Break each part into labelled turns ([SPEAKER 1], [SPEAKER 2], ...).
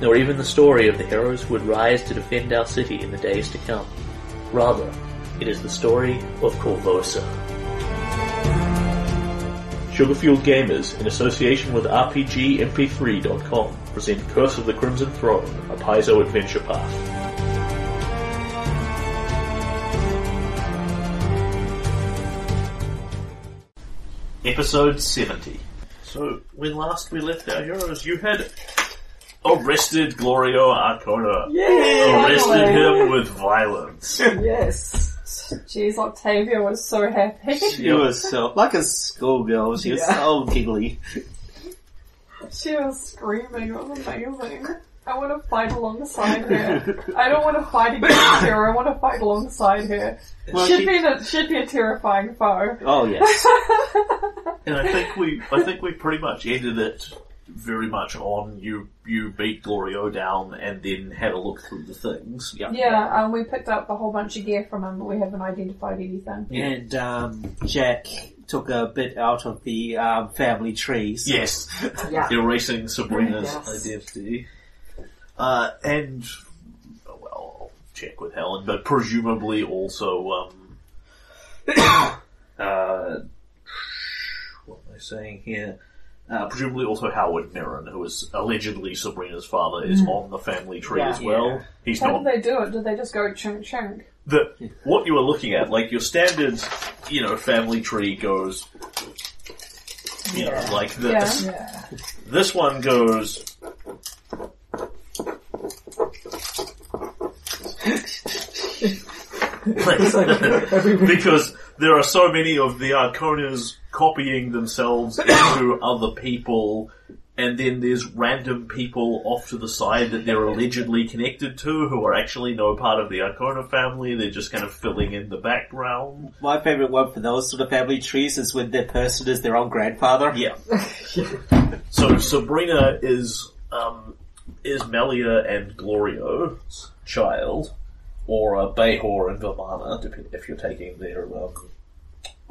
[SPEAKER 1] nor even the story of the heroes who would rise to defend our city in the days to come. Rather, it is the story of Corvosa. Sugarfuel Gamers, in association with RPGMP3.com, present Curse of the Crimson Throne, a Paizo adventure path. Episode 70. So, when last we left our heroes, you had arrested Glorio Arcona.
[SPEAKER 2] Yay!
[SPEAKER 1] Arrested him with violence.
[SPEAKER 2] Yes. Jeez, Octavia was so happy.
[SPEAKER 3] She was so like a schoolgirl. She was
[SPEAKER 2] Yeah.
[SPEAKER 3] so giggly.
[SPEAKER 2] She was screaming. It was amazing. I want to fight alongside her. I don't want to fight against her. I want to fight alongside her.
[SPEAKER 3] Well,
[SPEAKER 2] she'd
[SPEAKER 3] she-
[SPEAKER 2] be the, she'd be a terrifying foe.
[SPEAKER 3] Oh yes,
[SPEAKER 1] And I think we, I think we pretty much ended it very much on you. You beat Glorio down and then had a look through the things. Yeah.
[SPEAKER 2] Yeah, um, we picked up a whole bunch of gear from him, but we haven't identified anything.
[SPEAKER 3] and um, Jack took a bit out of the um, family tree. so-
[SPEAKER 1] Yes.
[SPEAKER 4] Yeah.
[SPEAKER 1] Erasing Sabrina's
[SPEAKER 4] Yes.
[SPEAKER 1] identity. Uh, and well, I'll check with Helen, but presumably also um, uh, what am I saying here? Uh, presumably also Howard Mirren, who is allegedly Sabrina's father, is on the family tree
[SPEAKER 4] Mm. Yeah.
[SPEAKER 1] as well. He's
[SPEAKER 2] How
[SPEAKER 1] not
[SPEAKER 2] did they do it? Did they just go chunk chunk?
[SPEAKER 1] the what you were looking at, like your standard, you know, family tree goes, you know, like
[SPEAKER 2] Yeah.
[SPEAKER 1] this.
[SPEAKER 4] Yeah.
[SPEAKER 1] This one goes. because there are so many of the Arconas copying themselves into other people, and then there's random people off to the side that they're allegedly connected to who are actually no part of the Arcona family, they're just kind of filling in the background.
[SPEAKER 3] My favorite one for those sort of family trees is when that person is their own grandfather.
[SPEAKER 1] Yeah. so Sabrina is um, is Melia and Glorio's child, or uh, Behor and Vimana, dep- if you're taking their um,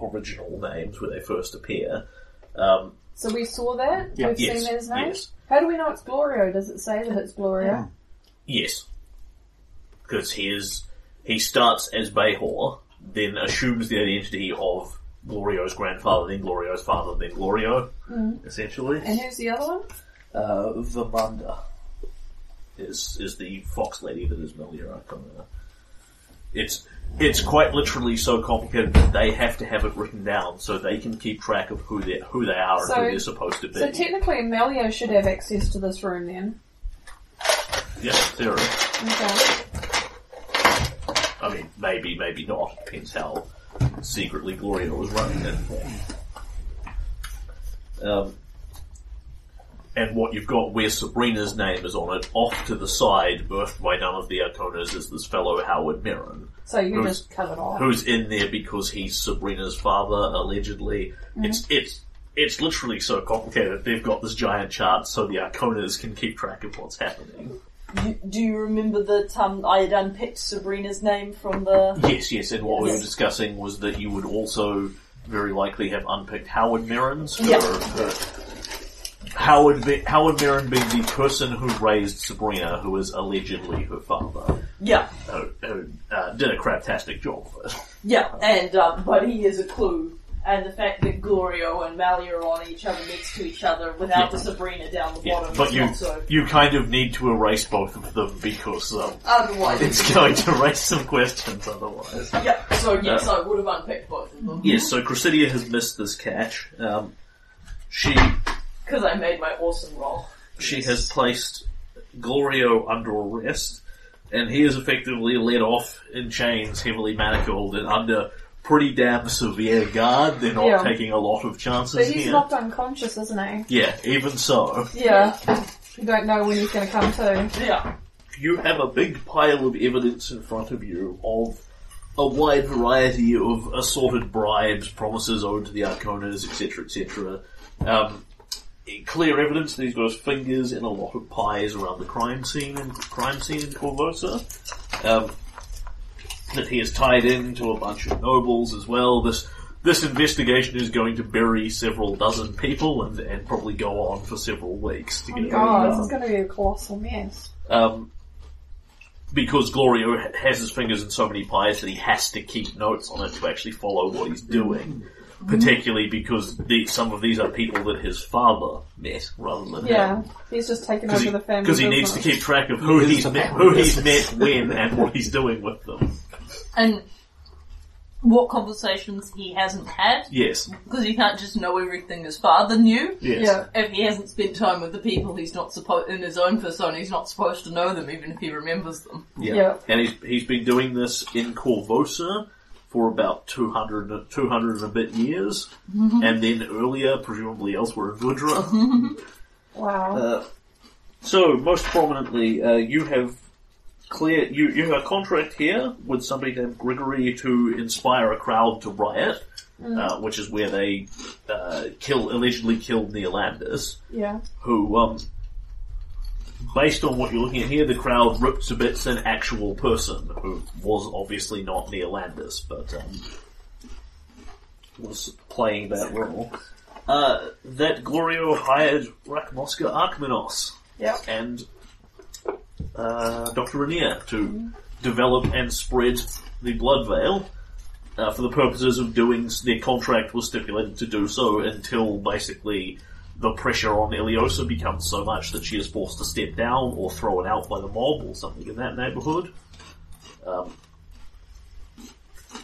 [SPEAKER 1] original names where they first appear. Um,
[SPEAKER 2] So we saw that?
[SPEAKER 3] Yeah.
[SPEAKER 2] We've
[SPEAKER 1] Yes,
[SPEAKER 2] seen his name?
[SPEAKER 1] yes.
[SPEAKER 2] How do we know it's Glorio? Does it say that it's Glorio?
[SPEAKER 1] yes, because he is he starts as Behor, then assumes the identity of Glorio's grandfather, then Glorio's father, then Glorio, essentially.
[SPEAKER 2] Mm-hmm. And who's the other one?
[SPEAKER 1] uh, Vamanda is is the fox lady that is Melia Arcona. It's it's quite literally so complicated that they have to have it written down so they can keep track of who they who they are and
[SPEAKER 2] So-
[SPEAKER 1] who they're supposed to be.
[SPEAKER 2] So technically, Melio should have access to this room then.
[SPEAKER 1] yeah, there.
[SPEAKER 2] Okay.
[SPEAKER 1] I mean, maybe, maybe not. Depends how secretly Gloria was running it. Um, and what you've got where Sabrina's name is on it, off to the side, birthed by none of the Arconas, is this fellow Howard Merrin,
[SPEAKER 2] So you
[SPEAKER 1] Who's-
[SPEAKER 2] just cut it off.
[SPEAKER 1] who's in there because he's Sabrina's father, allegedly. It's it's it's literally so complicated. They've got this giant chart so the Arconas can keep track of what's happening.
[SPEAKER 4] Do, do you remember that um, I had unpicked Sabrina's name from the?
[SPEAKER 1] Yes, yes, and what we were
[SPEAKER 4] Yes.
[SPEAKER 1] discussing was that you would also very likely have unpicked Howard Merrin's for,
[SPEAKER 4] Yeah.
[SPEAKER 1] for- Howard be, Howard Merrin being the person who raised Sabrina, who is allegedly her father,
[SPEAKER 4] Yeah,
[SPEAKER 1] who, who uh, did a craptastic job for it.
[SPEAKER 4] yeah, and um, but he is a clue, and the fact that Glorio and Mally are on each other next to each other without the Sabrina down the
[SPEAKER 1] Yeah,
[SPEAKER 4] bottom.
[SPEAKER 1] but
[SPEAKER 4] is
[SPEAKER 1] you
[SPEAKER 4] not so.
[SPEAKER 1] you kind of need to erase both of them because um,
[SPEAKER 4] Otherwise,
[SPEAKER 1] it's going to raise some questions otherwise.
[SPEAKER 4] yeah. So yes, I would have unpicked both of them
[SPEAKER 1] Yes, so Cressidia has missed this catch. Um, she
[SPEAKER 4] because I made my awesome roll.
[SPEAKER 1] she has placed Glorio under arrest, and he is effectively led off in chains, heavily manacled, and under pretty damn severe guard. They're not
[SPEAKER 2] Yeah.
[SPEAKER 1] taking a lot of
[SPEAKER 2] But
[SPEAKER 1] chances
[SPEAKER 2] he's
[SPEAKER 1] here.
[SPEAKER 2] knocked unconscious, isn't
[SPEAKER 1] Yeah, even so.
[SPEAKER 2] Oh, he? Yeah. You don't know when he's going to come to.
[SPEAKER 4] Yeah,
[SPEAKER 1] you have a big pile of evidence in front of you of a wide variety of assorted bribes, promises owed to the Arconas, etc., etc. Um, clear evidence that he's got his fingers in a lot of pies around the crime scene in crime scene in Corvosa. Um, that he is tied into a bunch of nobles as well. This this investigation is going to bury several dozen people and, and probably go on for several weeks to
[SPEAKER 2] Oh
[SPEAKER 1] get it all
[SPEAKER 2] god,
[SPEAKER 1] done
[SPEAKER 2] this is gonna be a colossal mess.
[SPEAKER 1] um, because Glorio ha- has his fingers in so many pies that he has to keep notes on it to actually follow what he's doing. Particularly because the, some of these are people that his father met rather than
[SPEAKER 2] Yeah, he's just taken
[SPEAKER 1] because he,
[SPEAKER 2] over the family.
[SPEAKER 1] 'cause he needs
[SPEAKER 2] business.
[SPEAKER 1] to keep track of who
[SPEAKER 3] It is
[SPEAKER 1] he's
[SPEAKER 3] the
[SPEAKER 1] met,
[SPEAKER 3] family
[SPEAKER 1] who he's met
[SPEAKER 3] business.
[SPEAKER 1] when, and what he's doing with them.
[SPEAKER 4] And what conversations he hasn't had,
[SPEAKER 1] Yes,
[SPEAKER 4] because he can't just know everything his father knew.
[SPEAKER 1] yes,
[SPEAKER 2] Yeah.
[SPEAKER 4] If he hasn't spent time with the people he's not supposed, in his own persona, he's not supposed to know them even if he remembers them.
[SPEAKER 2] Yeah.
[SPEAKER 1] And he's, he's been doing this in Corvosa for about 200, and- 200 and a bit years,
[SPEAKER 2] Mm-hmm.
[SPEAKER 1] and then earlier, presumably elsewhere in Vidra.
[SPEAKER 2] Wow.
[SPEAKER 1] Uh, so most prominently, uh, you have clear you you have a contract here with somebody named Gregory to inspire a crowd to riot, uh, which is where they uh, kill allegedly killed Neolandis,
[SPEAKER 2] yeah.
[SPEAKER 1] who. Um, Based on what you're looking at here, the crowd ripped to bits an actual person who was obviously not Neolandis, but um, was playing that role. Uh, that Glorio hired Rakmoska Arkmanos
[SPEAKER 2] Yep.
[SPEAKER 1] and uh, Dr. Rainier to develop and spread the Blood Veil uh, for the purposes of doing their contract was stipulated to do so until basically the pressure on Iliosa becomes so much that she is forced to step down or thrown out by the mob or something in that neighborhood. Um,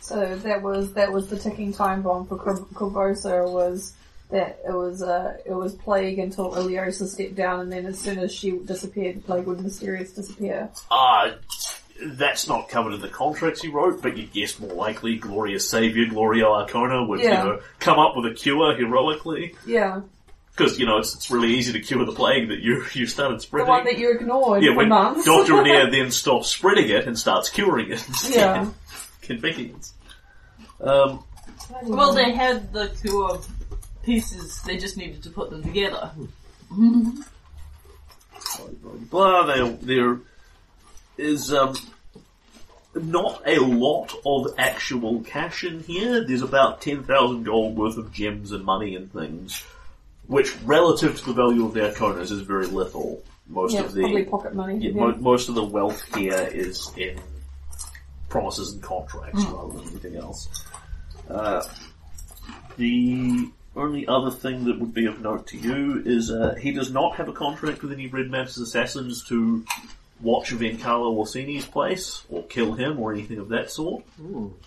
[SPEAKER 2] So that was that was the ticking time bomb for Cor- Corvosa was that it was uh it was plague until Iliosa stepped down and then as soon as she disappeared the plague would mysterious disappear.
[SPEAKER 1] Ah, that's not covered in the contracts he wrote, but you guess more likely Gloria's savior, Gloria Arcona, would,
[SPEAKER 2] Yeah.
[SPEAKER 1] you know, come up with a cure heroically.
[SPEAKER 2] Yeah.
[SPEAKER 1] Because, you know, it's, it's really easy to cure the plague that you, you started
[SPEAKER 2] The
[SPEAKER 1] spreading.
[SPEAKER 2] one that you ignored
[SPEAKER 1] yeah,
[SPEAKER 2] for
[SPEAKER 1] when
[SPEAKER 2] months.
[SPEAKER 1] Dr. Rainier then stops spreading it and starts curing it.
[SPEAKER 2] Yeah.
[SPEAKER 1] Convenience. Um,
[SPEAKER 4] Well, they had the cure pieces, they just needed to put them together.
[SPEAKER 1] blah, there, there is, um, not a lot of actual cash in here. There's about 10,000 gold worth of gems and money and things, which relative to the value of the Arconas is very little. Most
[SPEAKER 2] yeah,
[SPEAKER 1] of the,
[SPEAKER 2] probably pocket money.
[SPEAKER 1] yeah, mo- most of the wealth here is in promises and contracts rather than anything else. Uh, the only other thing that would be of note to you is uh, he does not have a contract with any Red Master's assassins to watch Giancarlo Orsini's place or kill him or anything of that sort.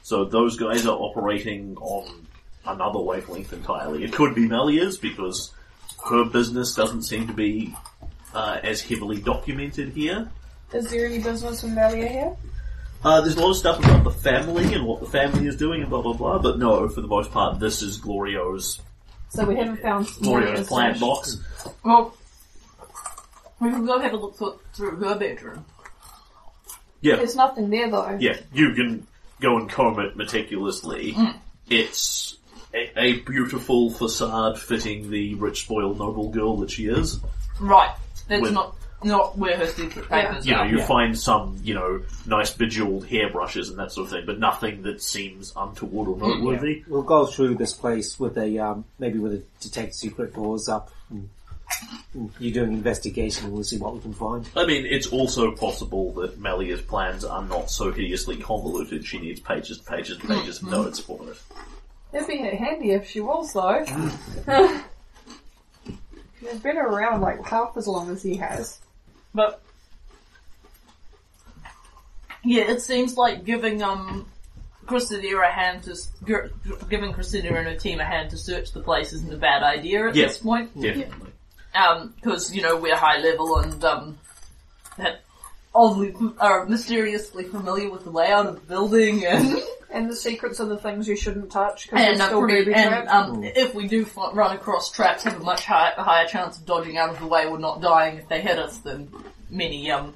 [SPEAKER 1] So those guys are operating on another wavelength entirely. It could be Melia's because her business doesn't seem to be uh, as heavily documented here.
[SPEAKER 2] Is there any business from Valia here?
[SPEAKER 1] Uh, there's a lot of stuff about the family and what the family is doing and blah blah blah, but no, for the most part, this is Glorio's
[SPEAKER 2] So we haven't found
[SPEAKER 1] Glorio's Oh, plant box.
[SPEAKER 4] Well, we can go have a look thro- through her bedroom.
[SPEAKER 1] Yeah,
[SPEAKER 2] There's nothing there though.
[SPEAKER 1] yeah, you can go and comb it meticulously. It's a, a beautiful facade fitting the rich, spoiled noble girl that she is.
[SPEAKER 4] Right, that's
[SPEAKER 1] With-
[SPEAKER 4] not not where her secret
[SPEAKER 2] Yeah.
[SPEAKER 4] papers
[SPEAKER 1] You know,
[SPEAKER 4] are.
[SPEAKER 1] you
[SPEAKER 3] Yeah.
[SPEAKER 1] find some, you know, nice bejeweled hairbrushes and that sort of thing, but nothing that seems untoward or noteworthy.
[SPEAKER 3] We'll go through this place with a um, maybe with a detect secret doors up. And, and you do an investigation. and We'll see what we can find.
[SPEAKER 1] I mean, it's also possible that Melia's plans are not so hideously convoluted. She needs pages, pages, pages of notes for it.
[SPEAKER 2] It'd be handy if she was though. She's been around like half as long as he has.
[SPEAKER 4] But yeah, it seems like giving um Christina a hand to s- gr- giving Christina and her team a hand to search the place isn't a bad idea at
[SPEAKER 1] Yeah.
[SPEAKER 4] this point.
[SPEAKER 1] Definitely.
[SPEAKER 4] Um, because you know we're high level and um that oddly are mysteriously familiar with the layout of the building and
[SPEAKER 2] And the secrets are the things you shouldn't touch because
[SPEAKER 4] and,
[SPEAKER 2] it's
[SPEAKER 4] uh,
[SPEAKER 2] still
[SPEAKER 4] probably,
[SPEAKER 2] baby
[SPEAKER 4] and
[SPEAKER 2] trapped.
[SPEAKER 4] um, if we do f- run across traps, have a much higher, higher chance of dodging out of the way or not dying if they hit us than many um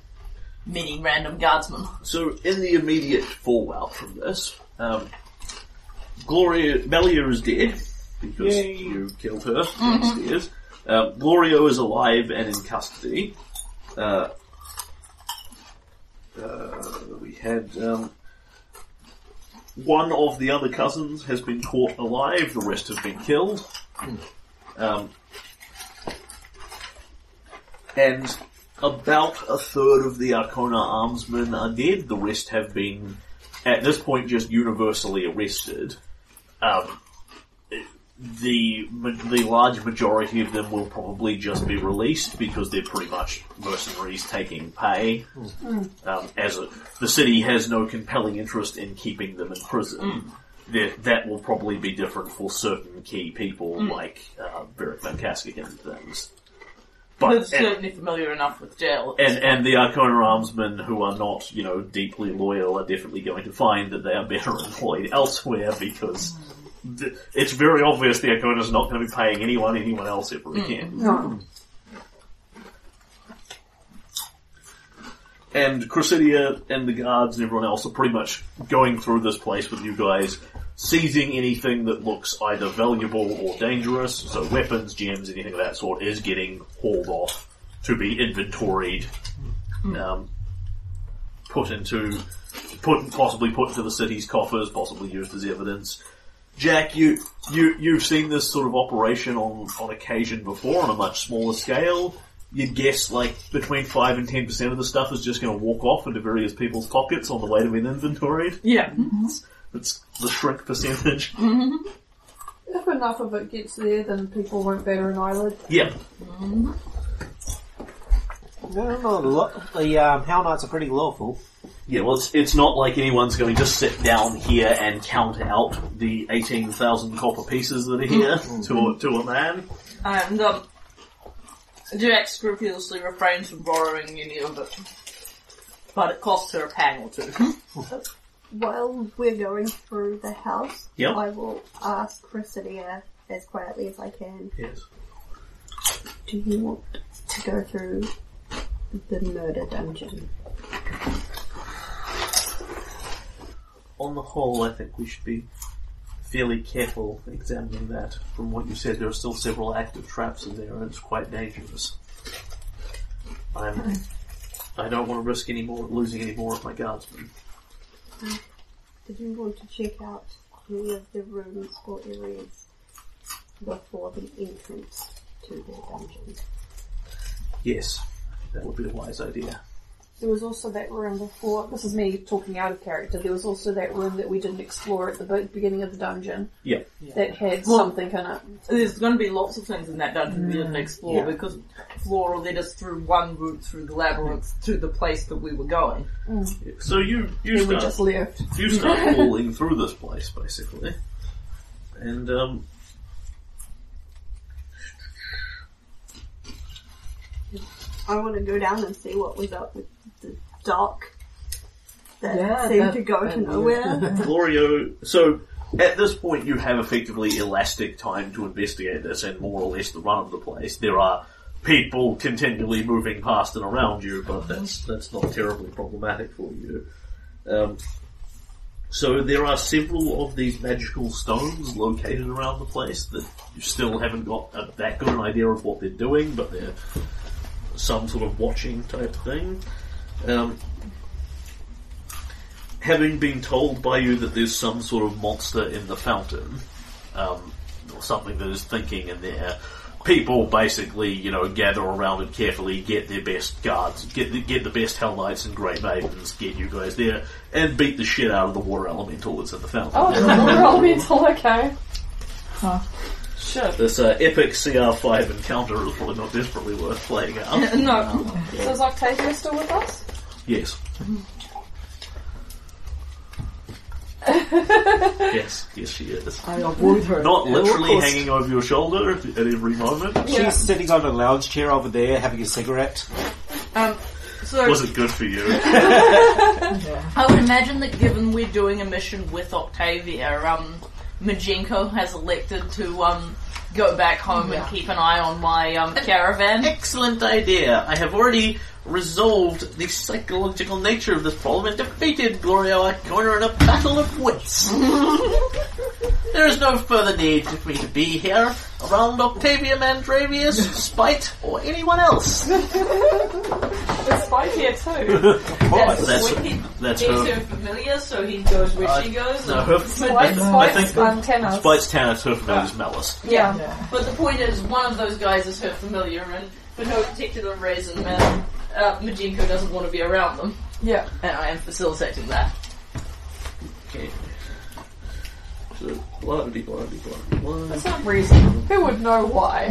[SPEAKER 4] many random guardsmen.
[SPEAKER 1] So, in the immediate fallout from this, um, Gloria Melia is dead because you killed her downstairs. Um, Glorio is alive and in custody. Uh, uh, we had um, one of the other cousins has been caught alive; the rest have been killed. Um, and about a third of the Arcona armsmen are dead. The rest have been, at this point, just universally arrested. Um, the the large majority of them will probably just be released because they're pretty much mercenaries taking pay. Um, as a, the city has no compelling interest in keeping them in prison. That, that will probably be different for certain key people like uh, Beric Van Caskick and things. But
[SPEAKER 4] They're certainly familiar enough with jail.
[SPEAKER 1] and and the Arcona armsmen who are not, you know, deeply loyal are definitely going to find that they are better employed elsewhere because th- it's very obvious the Arcona's not going to be paying anyone anyone else ever again.
[SPEAKER 2] No.
[SPEAKER 1] And Cressidia and the guards and everyone else are pretty much going through this place with you guys, seizing anything that looks either valuable or dangerous. So weapons, gems, anything of that sort is getting hauled off to be inventoried, um, put into, put possibly put into the city's coffers, possibly used as evidence. Jack, you you you've seen this sort of operation on on occasion before on a much smaller scale. You'd guess like between five and ten percent of the stuff is just going to walk off into various people's pockets on the way to being inventoried.
[SPEAKER 4] Yeah.
[SPEAKER 1] It's the shrink percentage.
[SPEAKER 2] If enough of it gets there, then people won't batter an eyelid.
[SPEAKER 1] yeah,
[SPEAKER 3] No, not a lot. The um, Hell Knights are pretty lawful.
[SPEAKER 1] yeah. Well, it's it's not like anyone's going to just sit down here and count out the eighteen thousand copper pieces that are here to a, to a man.
[SPEAKER 4] And um, Jack scrupulously refrains from borrowing any of it. But it costs her a pang or two.
[SPEAKER 5] While we're going through the house,
[SPEAKER 1] Yep.
[SPEAKER 5] I will ask Cressidia as quietly as I can,
[SPEAKER 1] Yes.
[SPEAKER 5] do you want to go through the murder dungeon?
[SPEAKER 1] on the whole, I think we should be fairly careful examining that. From what you said, there are still several active traps in there, and it's quite dangerous. I'm, I don't want to risk any more losing any more of my guardsmen.
[SPEAKER 5] Did you want to check out any of the rooms or areas before the entrance to the dungeon?
[SPEAKER 1] Yes, that would be a wise idea.
[SPEAKER 2] There was also that room before, this is me talking out of character, there was also that room that we didn't explore at the be- beginning of the dungeon
[SPEAKER 1] Yeah,
[SPEAKER 2] that had
[SPEAKER 4] Well-
[SPEAKER 2] something in it.
[SPEAKER 4] There's going to be lots of things in that dungeon we didn't explore because Flora led us through one route through the labyrinth to the place that we were going.
[SPEAKER 1] So you you
[SPEAKER 2] And we
[SPEAKER 1] start
[SPEAKER 2] just left.
[SPEAKER 1] you start hauling through this place basically, and um,
[SPEAKER 5] I want to go down and see what was up with the dock that
[SPEAKER 2] Yeah,
[SPEAKER 5] seemed
[SPEAKER 2] that-
[SPEAKER 5] to go
[SPEAKER 2] that-
[SPEAKER 5] to nowhere.
[SPEAKER 1] Glorio. So at this point, you have effectively elastic time to investigate this and more or less the run of the place. There are people continually moving past and around you, but that's that's not terribly problematic for you. Um, so there are several of these magical stones located around the place that you still haven't got a, that good an idea of what they're doing, but they're some sort of watching type thing. Um, having been told by you that there's some sort of monster in the fountain, um, or something that is thinking in there, people basically, you know, gather around it carefully, get their best guards, get the, get the best Hell Knights and Grey Maidens, get you guys there, and beat the shit out of the water elemental that's in the fountain.
[SPEAKER 2] Oh, there's another elemental, okay.
[SPEAKER 1] This uh, epic CR5 encounter is probably not desperately worth playing out.
[SPEAKER 4] no,
[SPEAKER 2] So is Octavia still with us?
[SPEAKER 1] yes. Mm-hmm. yes, yes she is.
[SPEAKER 6] I avoid her.
[SPEAKER 1] Not
[SPEAKER 6] at all
[SPEAKER 1] literally
[SPEAKER 6] costs.
[SPEAKER 1] hanging over your shoulder at every moment.
[SPEAKER 2] Yeah.
[SPEAKER 3] She's sitting on a lounge chair over there having a cigarette.
[SPEAKER 4] um, so
[SPEAKER 1] Wasn't good for you.
[SPEAKER 4] I would imagine that given we're doing a mission with Octavia, um, Majenko has elected to um, go back home and keep an eye on my um, caravan.
[SPEAKER 1] Excellent idea. I have already resolved the psychological nature of this problem and defeated Gloria Arcona in a battle of wits. there is no further need for me to be here around Octavia Mandravius, Spite, or anyone else.
[SPEAKER 4] It's Spike here too. That's,
[SPEAKER 1] Oh, that's-
[SPEAKER 4] where he-
[SPEAKER 1] that's
[SPEAKER 4] he's
[SPEAKER 1] her.
[SPEAKER 4] her familiar, so he goes where
[SPEAKER 1] Uh,
[SPEAKER 4] she goes.
[SPEAKER 1] No,
[SPEAKER 4] and-
[SPEAKER 1] her,
[SPEAKER 2] Spike's,
[SPEAKER 1] I think
[SPEAKER 2] Spike's um, tennis.
[SPEAKER 1] Spite's Tanith,
[SPEAKER 4] Ah.
[SPEAKER 1] her familiar is Malice.
[SPEAKER 2] Yeah.
[SPEAKER 4] But the point is, one of those guys is her familiar, and for no particular reason, man, uh, Majinko doesn't want to be around them,
[SPEAKER 2] Yeah.
[SPEAKER 4] and I am facilitating that.
[SPEAKER 1] Okay. So, blah, blah, blah, blah, blah.
[SPEAKER 2] It's not reason. Who would know why?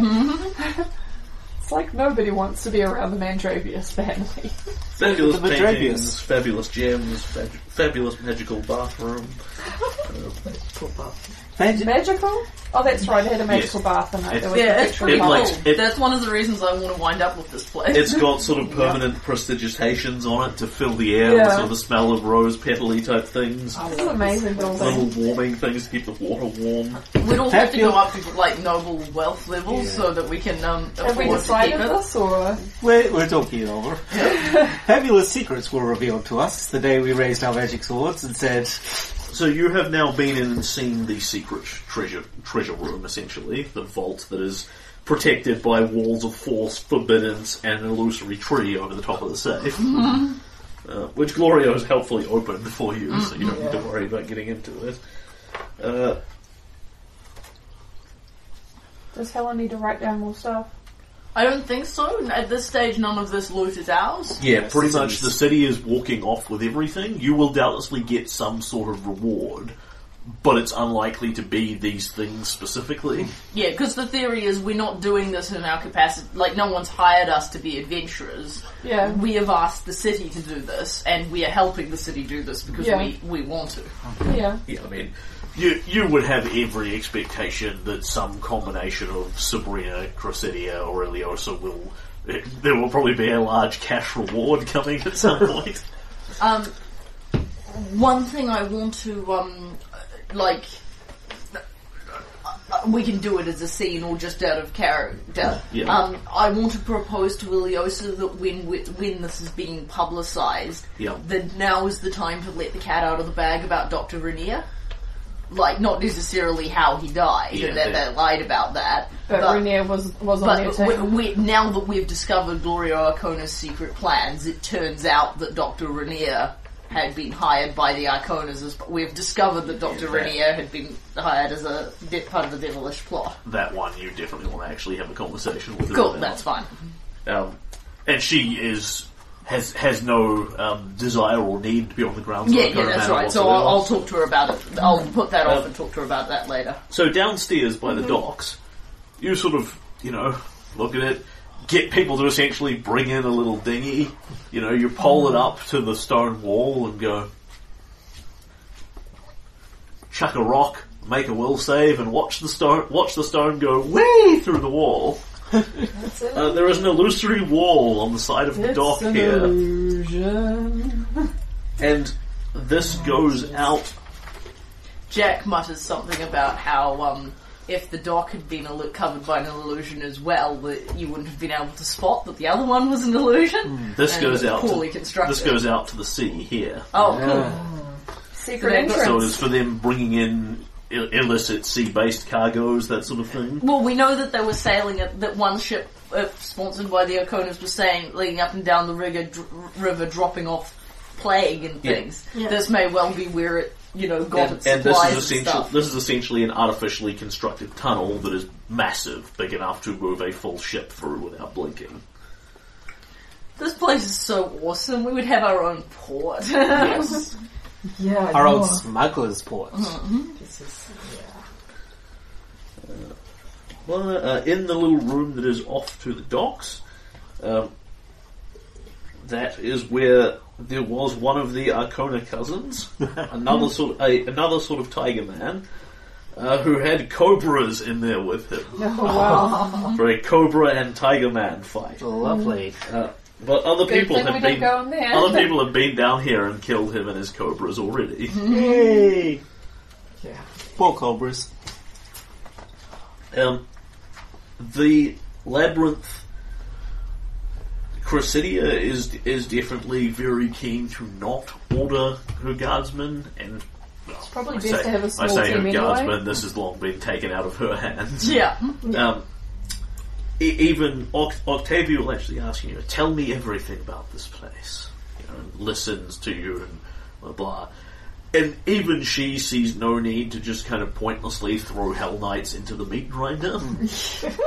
[SPEAKER 2] it's like nobody wants to be around the Mandravius family.
[SPEAKER 1] Fabulous
[SPEAKER 3] The Madridius.
[SPEAKER 1] paintings, fabulous gems, fab- fabulous magical bathroom.
[SPEAKER 3] Imagine-
[SPEAKER 2] Magical? Oh, that's right. It had a magical bath in it.
[SPEAKER 1] It's-
[SPEAKER 2] There was
[SPEAKER 4] Yeah,
[SPEAKER 2] a
[SPEAKER 4] it's
[SPEAKER 2] picture
[SPEAKER 4] pretty
[SPEAKER 2] of
[SPEAKER 1] It
[SPEAKER 4] cool.
[SPEAKER 1] likes- it-
[SPEAKER 4] That's one of the reasons I want to wind up with this place.
[SPEAKER 1] It's got sort of permanent prestigitations on it to fill the air with
[SPEAKER 2] Yeah.
[SPEAKER 1] sort of the smell of rose petally type things.
[SPEAKER 2] This is an amazing building.
[SPEAKER 1] Little warming things to keep the water warm.
[SPEAKER 4] We'd all
[SPEAKER 3] That
[SPEAKER 4] have to go
[SPEAKER 3] feels-
[SPEAKER 4] up to like noble wealth levels so that we can um, afford
[SPEAKER 2] Have we
[SPEAKER 4] to
[SPEAKER 2] decided
[SPEAKER 4] keep it.
[SPEAKER 2] this or?
[SPEAKER 3] We're, we're talking it over. Fabulous secrets were revealed to us the day we raised our magic swords and said,
[SPEAKER 1] So you have now been in and seen the secret treasure treasure room, essentially the vault that is protected by walls of force, forbiddance, and an illusory tree over the top of the safe, uh, which Gloria has helpfully opened for you, so you don't need to worry about getting into it. Uh,
[SPEAKER 2] Does Helen need to write down more stuff?
[SPEAKER 4] I don't think so. N- At this stage, none of this loot is ours.
[SPEAKER 1] Yeah,
[SPEAKER 3] Yes,
[SPEAKER 1] pretty
[SPEAKER 3] it's a
[SPEAKER 1] much
[SPEAKER 3] lease.
[SPEAKER 1] the city is walking off with everything. You will doubtlessly get some sort of reward, but it's unlikely to be these things specifically.
[SPEAKER 4] Yeah, because the theory is we're not doing this in our capacity. Like, no one's hired us to be adventurers.
[SPEAKER 2] Yeah.
[SPEAKER 4] We have asked the city to do this, and we are helping the city do this because
[SPEAKER 2] Yeah.
[SPEAKER 4] we, we want to.
[SPEAKER 2] Yeah.
[SPEAKER 1] Yeah, I mean, you you would have every expectation that some combination of Sabrina, Cressidia, or Eliosa will. There will probably be a large cash reward coming at some point.
[SPEAKER 4] Um, one thing I want to, um, like, uh, we can do it as a scene or just out of character.
[SPEAKER 1] Yeah.
[SPEAKER 4] Um, I want to propose to Iliosa that when we, when this is being publicised,
[SPEAKER 1] Yeah.
[SPEAKER 4] that now is the time to let the cat out of the bag about Dr. Rainier. Like, not necessarily how he died,
[SPEAKER 1] Yeah,
[SPEAKER 4] and that
[SPEAKER 1] that-
[SPEAKER 4] they lied about that.
[SPEAKER 2] But, Rainier was was on their
[SPEAKER 4] But we,
[SPEAKER 2] team.
[SPEAKER 4] we, now that we've discovered Gloria Arcona's secret plans, it turns out that Dr. Rainier had been hired by the Arconas. As, we've discovered that Dr.
[SPEAKER 1] Yeah.
[SPEAKER 4] Rainier had been hired as a de- part of the devilish plot.
[SPEAKER 1] That one you definitely want to actually have a conversation with. her
[SPEAKER 4] Cool,
[SPEAKER 1] about.
[SPEAKER 4] that's fine.
[SPEAKER 1] Um, and she is has has no um, desire or need to be on the grounds. of
[SPEAKER 4] Yeah,
[SPEAKER 1] a
[SPEAKER 4] yeah, that's
[SPEAKER 1] Gurumana
[SPEAKER 4] right. So
[SPEAKER 1] whatsoever.
[SPEAKER 4] I'll, I'll talk to her about it. I'll put that off and talk to her about that later.
[SPEAKER 1] So downstairs by
[SPEAKER 4] Mm-hmm.
[SPEAKER 1] the docks, you sort of, you know, look at it, get people to essentially bring in a little dinghy. You know, you pole
[SPEAKER 4] Mm-hmm.
[SPEAKER 1] it up to the stone wall and go, chuck a rock, make a will save, and watch the stone, watch the stone go way through the wall.
[SPEAKER 2] That's it.
[SPEAKER 1] Uh, there is an illusory wall on the side of the dock here.
[SPEAKER 2] illusion.
[SPEAKER 1] and this goes out.
[SPEAKER 4] Jack mutters something about how um, if the dock had been illu- covered by an illusion as well, that you wouldn't have been able to spot that the other one was an illusion.
[SPEAKER 1] This
[SPEAKER 4] And
[SPEAKER 1] goes
[SPEAKER 4] it's
[SPEAKER 1] out.
[SPEAKER 4] poorly
[SPEAKER 1] To,
[SPEAKER 4] constructed.
[SPEAKER 1] this goes out to the sea here.
[SPEAKER 4] Oh, cool.
[SPEAKER 2] Secret
[SPEAKER 4] They've got-
[SPEAKER 2] entrance.
[SPEAKER 1] So it's for them bringing in Ill- illicit sea-based cargoes, that sort of thing.
[SPEAKER 4] Well, we know that they were sailing it. That one ship, uh, sponsored by the Oconus, was sailing leading up and down the rigor, dr- river, dropping off plague and
[SPEAKER 1] Yeah.
[SPEAKER 4] things. This may well be where it, you know, got
[SPEAKER 1] And,
[SPEAKER 4] its
[SPEAKER 1] and this
[SPEAKER 4] supplies
[SPEAKER 1] is
[SPEAKER 4] and
[SPEAKER 1] essentially
[SPEAKER 4] stuff.
[SPEAKER 1] this is essentially an artificially constructed tunnel that is massive, big enough to move a full ship through without blinking.
[SPEAKER 4] This place is so awesome. We would have our own port.
[SPEAKER 1] Yes.
[SPEAKER 2] yeah.
[SPEAKER 3] our old smuggler's port.
[SPEAKER 1] well, uh, in the little room that is off to the docks, um, that is where there was one of the Arcona cousins, another sort a, another sort of tiger man, uh, who had cobras in there with him.
[SPEAKER 2] Oh, wow.
[SPEAKER 1] for a Cobra and Tiger Man fight.
[SPEAKER 3] Lovely.
[SPEAKER 1] Uh, but other
[SPEAKER 2] Good
[SPEAKER 1] people
[SPEAKER 2] thing we
[SPEAKER 1] have
[SPEAKER 2] don't
[SPEAKER 1] been
[SPEAKER 2] go in there.
[SPEAKER 1] other people have been down here and killed him and his cobras already.
[SPEAKER 3] Yay! Poor cobras.
[SPEAKER 1] um, the labyrinth Cressidia is is definitely very keen to not order her guardsmen and well, I
[SPEAKER 2] probably best
[SPEAKER 1] say,
[SPEAKER 2] to have a small
[SPEAKER 1] I say
[SPEAKER 2] team
[SPEAKER 1] her
[SPEAKER 2] anyway.
[SPEAKER 1] guardsmen, this has long been taken out of her hands.
[SPEAKER 4] Yeah.
[SPEAKER 1] Um, e- even Oct- Octavia will actually ask you, tell me everything about this place. You know, and listens to you and blah blah. And even she sees no need to just kind of pointlessly throw Hell Knights into the meat grinder.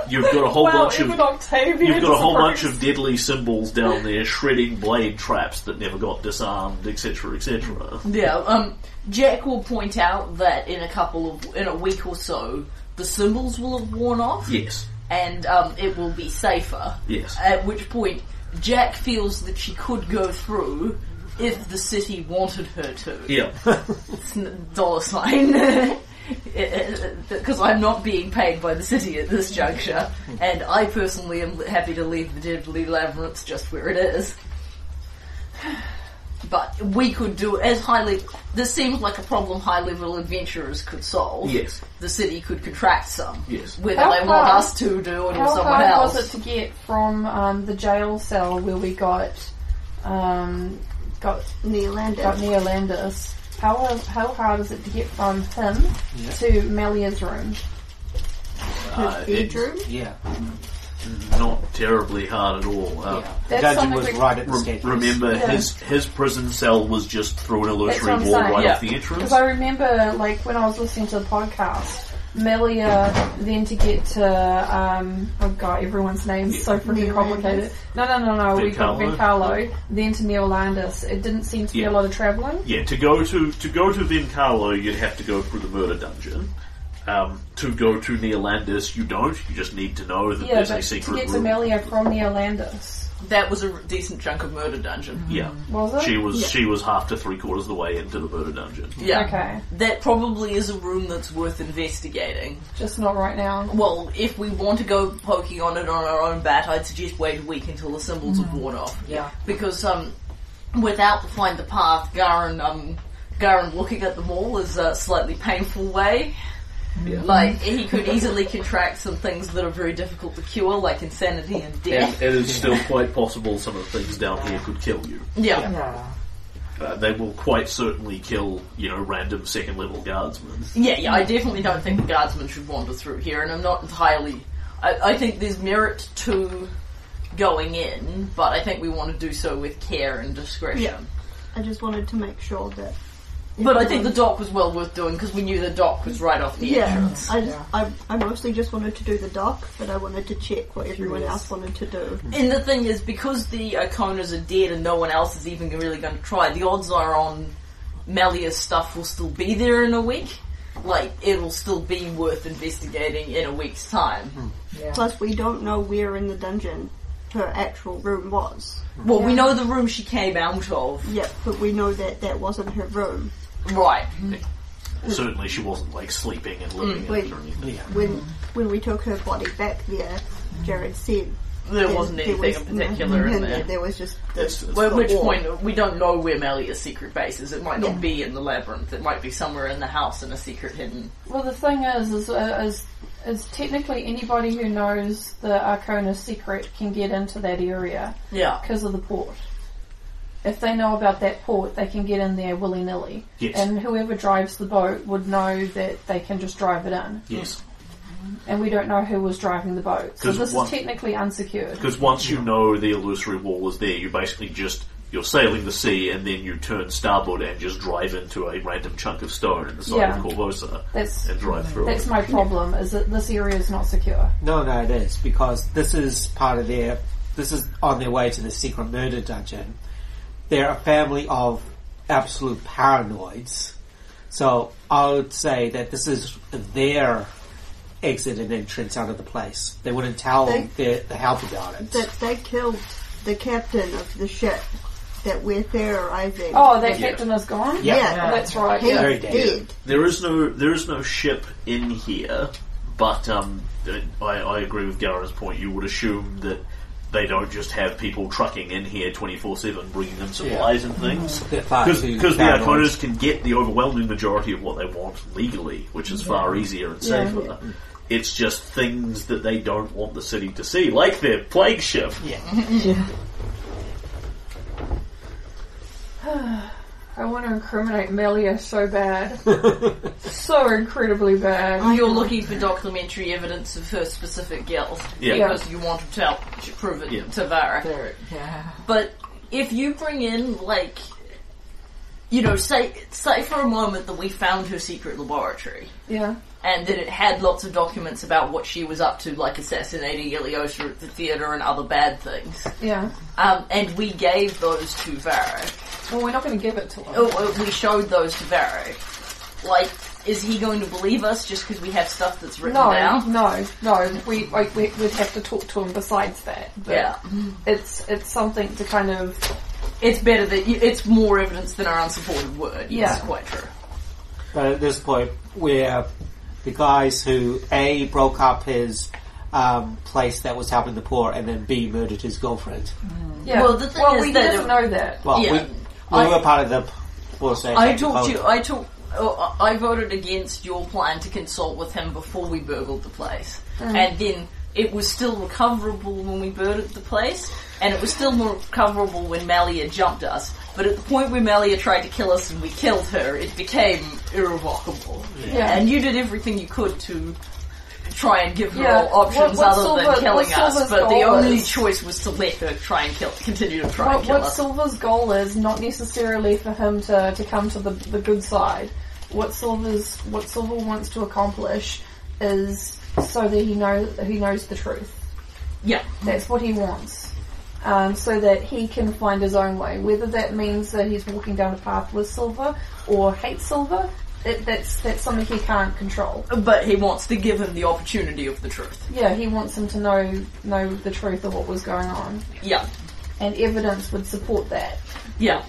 [SPEAKER 1] You've got a whole
[SPEAKER 2] wow,
[SPEAKER 1] bunch of
[SPEAKER 2] even Octavia
[SPEAKER 1] You've got a whole bunch
[SPEAKER 2] disapproves.
[SPEAKER 1] of deadly symbols down there, shredding blade traps that never got disarmed, etc., etc.
[SPEAKER 4] Yeah, um, Jack will point out that in a couple of, in a week or so, the symbols will have worn off
[SPEAKER 1] Yes,
[SPEAKER 4] and um, it will be safer.
[SPEAKER 1] yes.
[SPEAKER 4] At which point, Jack feels that she could go through if the city wanted her to.
[SPEAKER 1] Yeah,
[SPEAKER 4] It's n- dollar sign. Because I'm not being paid by the city at this juncture, and I personally am happy to leave the deadly labyrinth just where it is. But we could do as highly. This seems like a problem high level adventurers could solve.
[SPEAKER 1] yes.
[SPEAKER 4] The city could contract some.
[SPEAKER 1] Yes.
[SPEAKER 4] Whether
[SPEAKER 2] How
[SPEAKER 4] they want
[SPEAKER 2] far-
[SPEAKER 4] us to do it or
[SPEAKER 2] How
[SPEAKER 4] someone
[SPEAKER 2] hard
[SPEAKER 4] else.
[SPEAKER 2] was it to get from um, the jail cell where we got um, got got
[SPEAKER 5] Neolander.
[SPEAKER 2] Neolandis? How how hard is it to get from him to Melia's room?
[SPEAKER 1] Uh, it's
[SPEAKER 5] Bedroom?
[SPEAKER 3] Yeah.
[SPEAKER 1] not terribly hard at all. Uh,
[SPEAKER 4] Yeah.
[SPEAKER 3] The
[SPEAKER 2] That's
[SPEAKER 3] dungeon
[SPEAKER 2] something
[SPEAKER 3] was
[SPEAKER 2] we-
[SPEAKER 3] right at the
[SPEAKER 1] rem-
[SPEAKER 3] staircase.
[SPEAKER 1] remember,
[SPEAKER 2] Yeah.
[SPEAKER 1] his his prison cell was just through an illusory
[SPEAKER 2] what I'm
[SPEAKER 1] wall
[SPEAKER 2] saying.
[SPEAKER 1] right
[SPEAKER 4] Yeah.
[SPEAKER 1] off the entrance.
[SPEAKER 2] Because I remember, like, when I was listening to the podcast, Melia, then to get to, um, oh god, everyone's name's so freaking
[SPEAKER 5] Neil
[SPEAKER 2] complicated. No, no, no, no, we got
[SPEAKER 1] Vicarlo.
[SPEAKER 2] Vicarlo, then to Neil Landis. It didn't seem to be
[SPEAKER 1] Yeah.
[SPEAKER 2] a lot of travelling.
[SPEAKER 1] Yeah, to go to to go to Vincarlo, you'd have to go through the murder dungeon. Um, to go to Neolandis, you don't. You just need to know that
[SPEAKER 2] Yeah,
[SPEAKER 1] there's
[SPEAKER 2] but
[SPEAKER 1] a
[SPEAKER 2] to
[SPEAKER 1] secret
[SPEAKER 2] get to
[SPEAKER 1] room.
[SPEAKER 2] Melia from Neil Landis,
[SPEAKER 4] That was a decent chunk of murder dungeon.
[SPEAKER 1] yeah,
[SPEAKER 2] was it?
[SPEAKER 1] she was she was half to three quarters of the way into the murder dungeon.
[SPEAKER 4] Yeah.
[SPEAKER 2] Okay,
[SPEAKER 4] That probably is a room that's worth investigating.
[SPEAKER 2] just not right now.
[SPEAKER 4] Well, if we want to go poking on it on our own bat, I'd suggest wait a week until the symbols have worn off.
[SPEAKER 2] Yeah.
[SPEAKER 4] Because um, without the find the path, Garen um, Garen looking at them all is a slightly painful way. Like he could easily contract some things that are very difficult to cure, like insanity and
[SPEAKER 1] And
[SPEAKER 4] death.
[SPEAKER 1] it is still quite possible some of the things down here could kill you.
[SPEAKER 4] Yeah.
[SPEAKER 1] Uh, they will quite certainly kill, you know, random second level guardsmen.
[SPEAKER 4] Yeah, yeah, I definitely don't think the guardsmen should wander through here, and I'm not entirely. I, I think there's merit to going in, but I think we want to do so with care and discretion.
[SPEAKER 5] Yeah. I just wanted to make sure that.
[SPEAKER 4] But I think the dock was well worth doing because we knew the dock was right off the
[SPEAKER 5] Yeah,
[SPEAKER 4] entrance.
[SPEAKER 5] I, just, I, I mostly just wanted to do the dock, but I wanted to check what everyone else wanted to do.
[SPEAKER 4] And the thing is, because the Iconas are dead and no one else is even really going to try, the odds are on Melia's stuff will still be there in a week. Like, it'll still be worth investigating in a week's time.
[SPEAKER 5] Plus, we don't know where in the dungeon her actual room was.
[SPEAKER 4] Well, we know the room she came out of.
[SPEAKER 5] Yep, but we know that that wasn't her room.
[SPEAKER 4] Right.
[SPEAKER 2] Mm.
[SPEAKER 1] Certainly she wasn't, like, sleeping and living in
[SPEAKER 5] wait.
[SPEAKER 1] it or anything.
[SPEAKER 3] Yeah.
[SPEAKER 5] When
[SPEAKER 1] Mm.
[SPEAKER 5] when we took her body back there, Jared said
[SPEAKER 4] There
[SPEAKER 5] that
[SPEAKER 4] wasn't anything in
[SPEAKER 5] was
[SPEAKER 4] particular
[SPEAKER 5] nothing
[SPEAKER 4] in there.
[SPEAKER 5] There was just
[SPEAKER 1] It's-
[SPEAKER 5] this.
[SPEAKER 1] it's-
[SPEAKER 4] Well, at which
[SPEAKER 5] Or-
[SPEAKER 4] point, we don't know where Melia's secret base is. It might not be in the labyrinth. It might be somewhere in the house in a secret hidden.
[SPEAKER 2] Well, the thing is, is, uh, is, is technically anybody who knows the Arcona secret can get into that area.
[SPEAKER 4] Yeah.
[SPEAKER 2] because of the port. If they know about that port, they can get in there willy nilly.
[SPEAKER 1] Yes.
[SPEAKER 2] And whoever drives the boat would know that they can just drive it in.
[SPEAKER 1] Yes.
[SPEAKER 2] And we don't know who was driving the boat. So
[SPEAKER 1] 'Cause
[SPEAKER 2] this
[SPEAKER 1] one-
[SPEAKER 2] is technically unsecured.
[SPEAKER 1] Because once you know the illusory wall is there, you basically just, you're sailing the sea and then you turn starboard and just drive into a random chunk of stone in the side
[SPEAKER 2] Yeah.
[SPEAKER 1] of Corvosa
[SPEAKER 2] That's
[SPEAKER 1] and drive through
[SPEAKER 2] that's
[SPEAKER 1] it.
[SPEAKER 2] my problem, is that this area is not secure.
[SPEAKER 3] No, no, it is because this is part of their. This is on their way to the secret murder dungeon. They're a family of absolute paranoids, so I would say that this is their exit and entrance out of the place. They wouldn't tell
[SPEAKER 5] They-
[SPEAKER 3] their, the help about it.
[SPEAKER 5] that they killed the captain of the ship that we're theorizing.
[SPEAKER 2] Oh, that captain is gone?
[SPEAKER 3] Yeah.
[SPEAKER 5] yeah,
[SPEAKER 2] That's right.
[SPEAKER 5] he's
[SPEAKER 2] Yeah.
[SPEAKER 3] Very
[SPEAKER 5] dead.
[SPEAKER 3] dead.
[SPEAKER 1] There is no, there is no ship in here, but um, I, I agree with Gara's point. You would assume that they don't just have people trucking in here 24-7, bringing them supplies and things.
[SPEAKER 3] They're far
[SPEAKER 1] Because
[SPEAKER 3] too
[SPEAKER 1] the
[SPEAKER 3] paranoid.
[SPEAKER 1] Iconas can get the overwhelming majority of what they want legally, which is far easier and safer. It's just things that they don't want the city to see, like their plague ship.
[SPEAKER 2] I want to incriminate Melia so bad. so incredibly bad.
[SPEAKER 4] You're looking for documentary evidence of her specific guilt
[SPEAKER 1] Yeah.
[SPEAKER 2] Yeah.
[SPEAKER 4] because you want to tell, to prove it
[SPEAKER 1] Yeah.
[SPEAKER 4] to Vara.
[SPEAKER 6] There, yeah.
[SPEAKER 4] But if you bring in like, you know, say say for a moment that we found her secret laboratory
[SPEAKER 2] Yeah.
[SPEAKER 4] and that it had lots of documents about what she was up to, like assassinating Ilyosha at the theater and other bad things,
[SPEAKER 2] Yeah.
[SPEAKER 4] um, and we gave those to Varric.
[SPEAKER 2] Well, we're not going to give it to him.
[SPEAKER 4] Oh, uh, we showed those to Varric. Like, is he going to believe us just because we have stuff that's written
[SPEAKER 2] no,
[SPEAKER 4] down?
[SPEAKER 2] no, no. We like we, we'd have to talk to him besides that. But
[SPEAKER 4] Yeah,
[SPEAKER 2] It's it's something to kind of
[SPEAKER 4] it's better that you, it's more evidence than our unsupported word. Yeah,
[SPEAKER 2] Yeah.
[SPEAKER 4] it's quite true.
[SPEAKER 3] But at this point, where the guys who A broke up his um, place that was helping the poor, and then B murdered his girlfriend.
[SPEAKER 2] yeah.
[SPEAKER 4] Well, the thing is
[SPEAKER 2] we
[SPEAKER 4] that-
[SPEAKER 2] didn't know that.
[SPEAKER 3] Well, we,
[SPEAKER 4] Yeah.
[SPEAKER 3] we
[SPEAKER 4] I-
[SPEAKER 3] were part of the force.
[SPEAKER 4] I talked you. I talked. Oh, I I voted against your plan to consult with him before we burgled the place,
[SPEAKER 2] Mm.
[SPEAKER 4] and then it was still recoverable when we burgled the place, and it was still more recoverable when Malia jumped us. But at the point where Malia tried to kill us and we killed her, it became irrevocable.
[SPEAKER 2] Yeah.
[SPEAKER 4] And you did everything you could to try and give her
[SPEAKER 2] Yeah.
[SPEAKER 4] all options
[SPEAKER 2] What- what
[SPEAKER 4] other than
[SPEAKER 2] Silver-
[SPEAKER 4] killing
[SPEAKER 2] what
[SPEAKER 4] us,
[SPEAKER 2] Silver's
[SPEAKER 4] but the
[SPEAKER 2] goal
[SPEAKER 4] only
[SPEAKER 2] is-
[SPEAKER 4] choice was to let her try and kill, continue to try and
[SPEAKER 2] What,
[SPEAKER 4] kill
[SPEAKER 2] what
[SPEAKER 4] us.
[SPEAKER 2] Silver's goal is not necessarily for him to, to come to the, the good side. What Silver's what Silver wants to accomplish is so that he knows he knows the truth.
[SPEAKER 4] yeah.
[SPEAKER 2] That's what he wants. Um, so that he can find his own way. Whether that means that he's walking down a path with Silver or hates Silver, it, that's that's something he can't control.
[SPEAKER 4] But he wants to give him the opportunity of the truth.
[SPEAKER 2] Yeah, he wants him to know know the truth of what was going on,
[SPEAKER 4] Yeah.
[SPEAKER 2] and evidence would support that.
[SPEAKER 4] Yeah.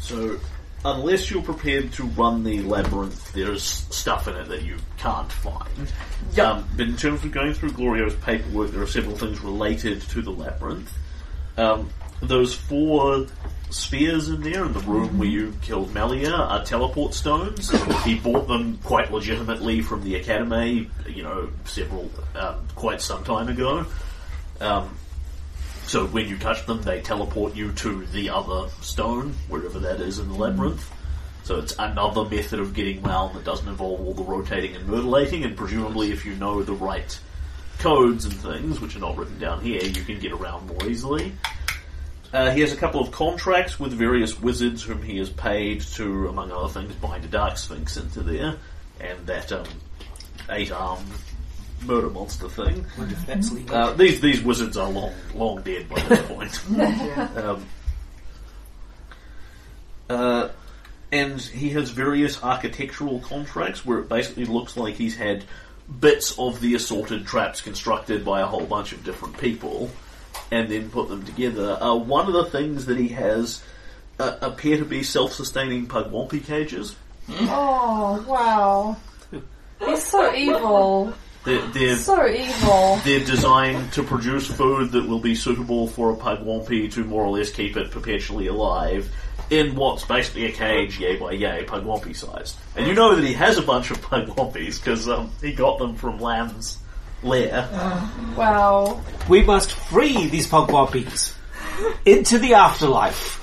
[SPEAKER 1] So, unless you're prepared to run the labyrinth, there's stuff in it that you can't find.
[SPEAKER 4] Yep.
[SPEAKER 1] Um, but in terms of going through Glorio's paperwork, there are several things related to the labyrinth. Um, those four spheres in there in the room where you killed Malia are teleport stones. he bought them quite legitimately from the academy, you know, several, um, quite some time ago. Um, so when you touch them, they teleport you to the other stone, wherever that is in the labyrinth. So it's another method of getting round that doesn't involve all the rotating and mutilating, and presumably if you know the right codes and things, which are not written down here, you can get around more easily. Uh, he has a couple of contracts with various wizards whom he has paid to, among other things, bind a dark sphinx into there, and that um, eight-armed murder monster thing. Uh, these these wizards are long long dead by this point. um, uh, and he has various architectural contracts where it basically looks like he's had bits of the assorted traps constructed by a whole bunch of different people and then put them together. Uh, one of the things that he has uh, appear to be self-sustaining pugwampy cages.
[SPEAKER 2] Oh wow, they're so evil,
[SPEAKER 1] They're, they're
[SPEAKER 2] so evil.
[SPEAKER 1] They're designed to produce food that will be suitable for a pugwampy to more or less keep it perpetually alive in what's basically a cage, yay by yay, pugwampy sized. And you know that he has a bunch of pugwampies because um, he got them from Lamb's lair.
[SPEAKER 4] Oh,
[SPEAKER 2] Wow,
[SPEAKER 3] We must free these Pogwampies into the afterlife.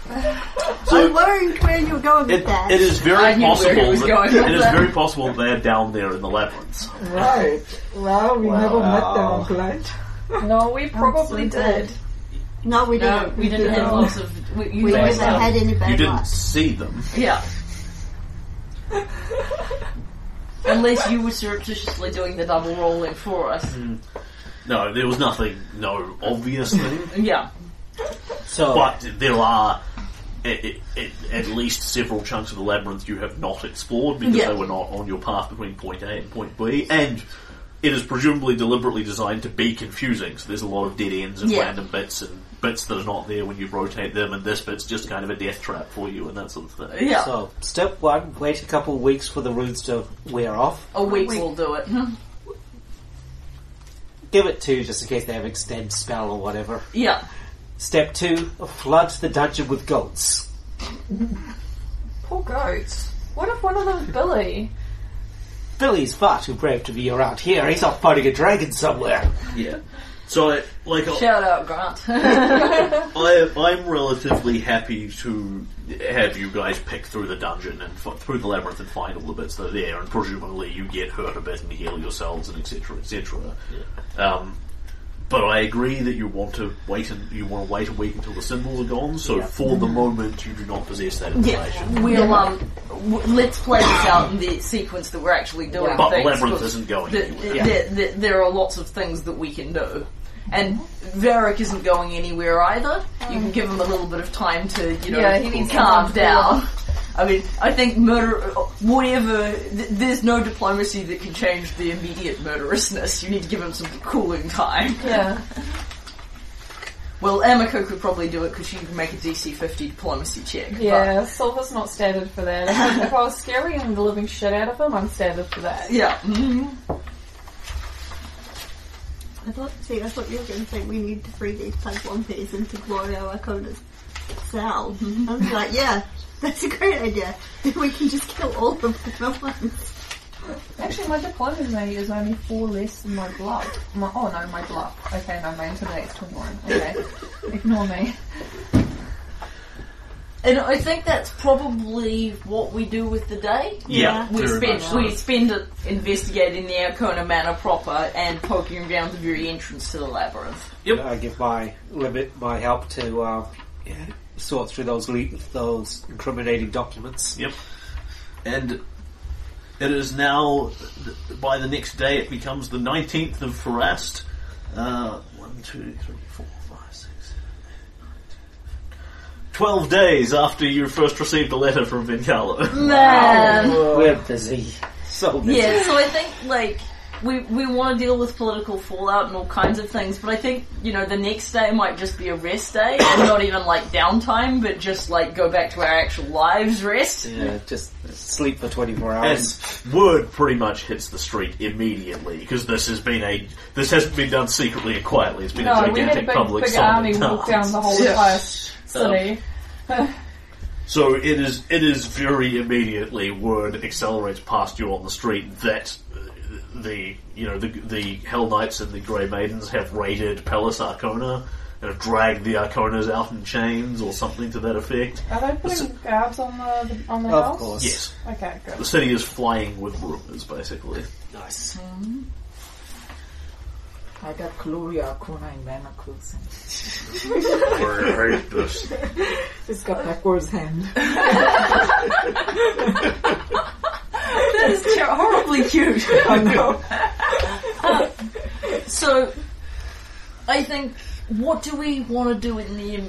[SPEAKER 1] So-
[SPEAKER 5] I learned where you're going with
[SPEAKER 1] It-
[SPEAKER 5] that.
[SPEAKER 1] it is
[SPEAKER 4] I
[SPEAKER 1] very
[SPEAKER 4] knew where he
[SPEAKER 1] possible.
[SPEAKER 4] was
[SPEAKER 1] That,
[SPEAKER 4] going
[SPEAKER 1] it
[SPEAKER 4] with
[SPEAKER 1] is
[SPEAKER 4] that.
[SPEAKER 1] very possible they're down there in the labyrinth.
[SPEAKER 6] Right. Well, we never met them,
[SPEAKER 3] Wow.
[SPEAKER 6] I'm glad.
[SPEAKER 2] no, we probably
[SPEAKER 5] so bad.
[SPEAKER 2] did.
[SPEAKER 5] no, we
[SPEAKER 4] No,
[SPEAKER 5] didn't.
[SPEAKER 4] Uh, we didn't have
[SPEAKER 5] No.
[SPEAKER 4] lots of. We, you
[SPEAKER 5] We
[SPEAKER 4] guys
[SPEAKER 5] never
[SPEAKER 4] have-
[SPEAKER 5] had any
[SPEAKER 1] You
[SPEAKER 5] bad
[SPEAKER 1] didn't
[SPEAKER 5] luck.
[SPEAKER 1] see them.
[SPEAKER 4] Yeah. Unless you were surreptitiously doing the double rolling for us.
[SPEAKER 1] Mm. No, there was nothing. No obvious thing.
[SPEAKER 4] Yeah.
[SPEAKER 3] So
[SPEAKER 1] But there are a- a- a- at least several chunks of the labyrinth you have not explored because
[SPEAKER 4] Yeah.
[SPEAKER 1] they were not on your path between point A and point B, and it is presumably deliberately designed to be confusing. So there's a lot of dead ends and
[SPEAKER 4] Yeah.
[SPEAKER 1] random bits and bits that are not there when you rotate them, and this bit's just kind of a death trap for you and that sort of thing.
[SPEAKER 4] Yeah.
[SPEAKER 3] So, step one, wait a couple of weeks for the runes to wear off.
[SPEAKER 4] a week
[SPEAKER 5] Wait.
[SPEAKER 4] will do it.
[SPEAKER 3] Give it two just in case they have extend spell or whatever.
[SPEAKER 4] Yeah.
[SPEAKER 3] Step two, flood the dungeon with goats.
[SPEAKER 2] Poor goats. What if one of them's Billy?
[SPEAKER 3] Billy's far too brave to be around here. He's off fighting a dragon somewhere.
[SPEAKER 1] Yeah. So I like I-
[SPEAKER 4] Shout out, Grant.
[SPEAKER 1] I, I'm relatively happy to have you guys pick through the dungeon and f- through the labyrinth and find all the bits that are there, and presumably you get hurt a bit and heal yourselves and etc. etc. Um, but I agree that you want to wait and you want to wait a week until the symbols are gone. So for the moment, you do not possess that information.
[SPEAKER 4] yeah, we'll um, w- let's play this out in the sequence that we're actually doing.
[SPEAKER 1] But
[SPEAKER 4] things,
[SPEAKER 1] labyrinth
[SPEAKER 4] 'cause
[SPEAKER 1] isn't going
[SPEAKER 4] th-
[SPEAKER 1] anywhere.
[SPEAKER 4] th- th- th- there are lots of things that we can do. And Varric isn't going anywhere either. You can give him a little bit of time to, you know,
[SPEAKER 2] Oh. Yeah, he needs some
[SPEAKER 4] calm
[SPEAKER 2] time to cool
[SPEAKER 4] down. I mean, I think murder, whatever, th- there's no diplomacy that can change the immediate murderousness. You need to give him some cooling time.
[SPEAKER 2] Yeah.
[SPEAKER 4] Well, Emiko could probably do it because she can make a DC 50 diplomacy check. but-
[SPEAKER 2] Yeah, Silver's not standard for that. If, if I was scaring him the living shit out of him, I'm standard for that.
[SPEAKER 4] yeah. mhm.
[SPEAKER 5] I thought, see, I thought you were going to say we need to free these type one person to glory our Lakona's cell. I was like, yeah, that's a great idea. Then we can just kill all of them at once.
[SPEAKER 2] Actually, my diplomacy is only four less than my bluff. My, oh no, my bluff. Okay, no, my intimidate's 21. Okay. Ignore me.
[SPEAKER 4] And I think that's probably what we do with the day.
[SPEAKER 1] Yeah,
[SPEAKER 4] We
[SPEAKER 1] very
[SPEAKER 4] spend
[SPEAKER 1] much so.
[SPEAKER 4] we spend it investigating the Arcona Manor proper and poking around the very entrance to the labyrinth.
[SPEAKER 3] I give my limit my help to uh, sort through those le- those incriminating documents.
[SPEAKER 1] Yep. And it is now, by the next day, it becomes the 19th of Forest. Uh, 1, 2, 3, 4, 5, 6, 7, 8, 12 days after you first received a letter from Vincalo.
[SPEAKER 4] Man,
[SPEAKER 3] We're busy, so busy.
[SPEAKER 4] yeah. So I think like we we want to deal with political fallout and all kinds of things, but I think you know the next day might just be a rest day and not even like downtime, but just like go back to our actual lives rest.
[SPEAKER 3] Yeah, just sleep for twenty four
[SPEAKER 1] And
[SPEAKER 3] hours.
[SPEAKER 1] word pretty much hits the street immediately because this has been a this hasn't been done secretly and quietly. It's been a
[SPEAKER 2] No, we had a
[SPEAKER 1] gigantic
[SPEAKER 2] big,
[SPEAKER 1] public
[SPEAKER 2] big
[SPEAKER 1] silent
[SPEAKER 2] army walk
[SPEAKER 1] task.
[SPEAKER 2] down the whole entire city.
[SPEAKER 1] So it is. It is very immediately word accelerates past you on the street that uh, the you know the the Hell Knights and the Grey Maidens have raided Palace Arcona and have dragged the Arconas out in chains or something to that effect.
[SPEAKER 2] Are they putting guards on the, on the house?
[SPEAKER 3] of course,
[SPEAKER 1] Yes,
[SPEAKER 2] Okay, good.
[SPEAKER 1] the city is flying with rumors, basically.
[SPEAKER 3] nice.
[SPEAKER 6] I got Gloria Arcona in Manor clothes. She's got backwards hand.
[SPEAKER 4] That is ter- horribly cute. I know. Uh, so, I think, what do we want to do in the,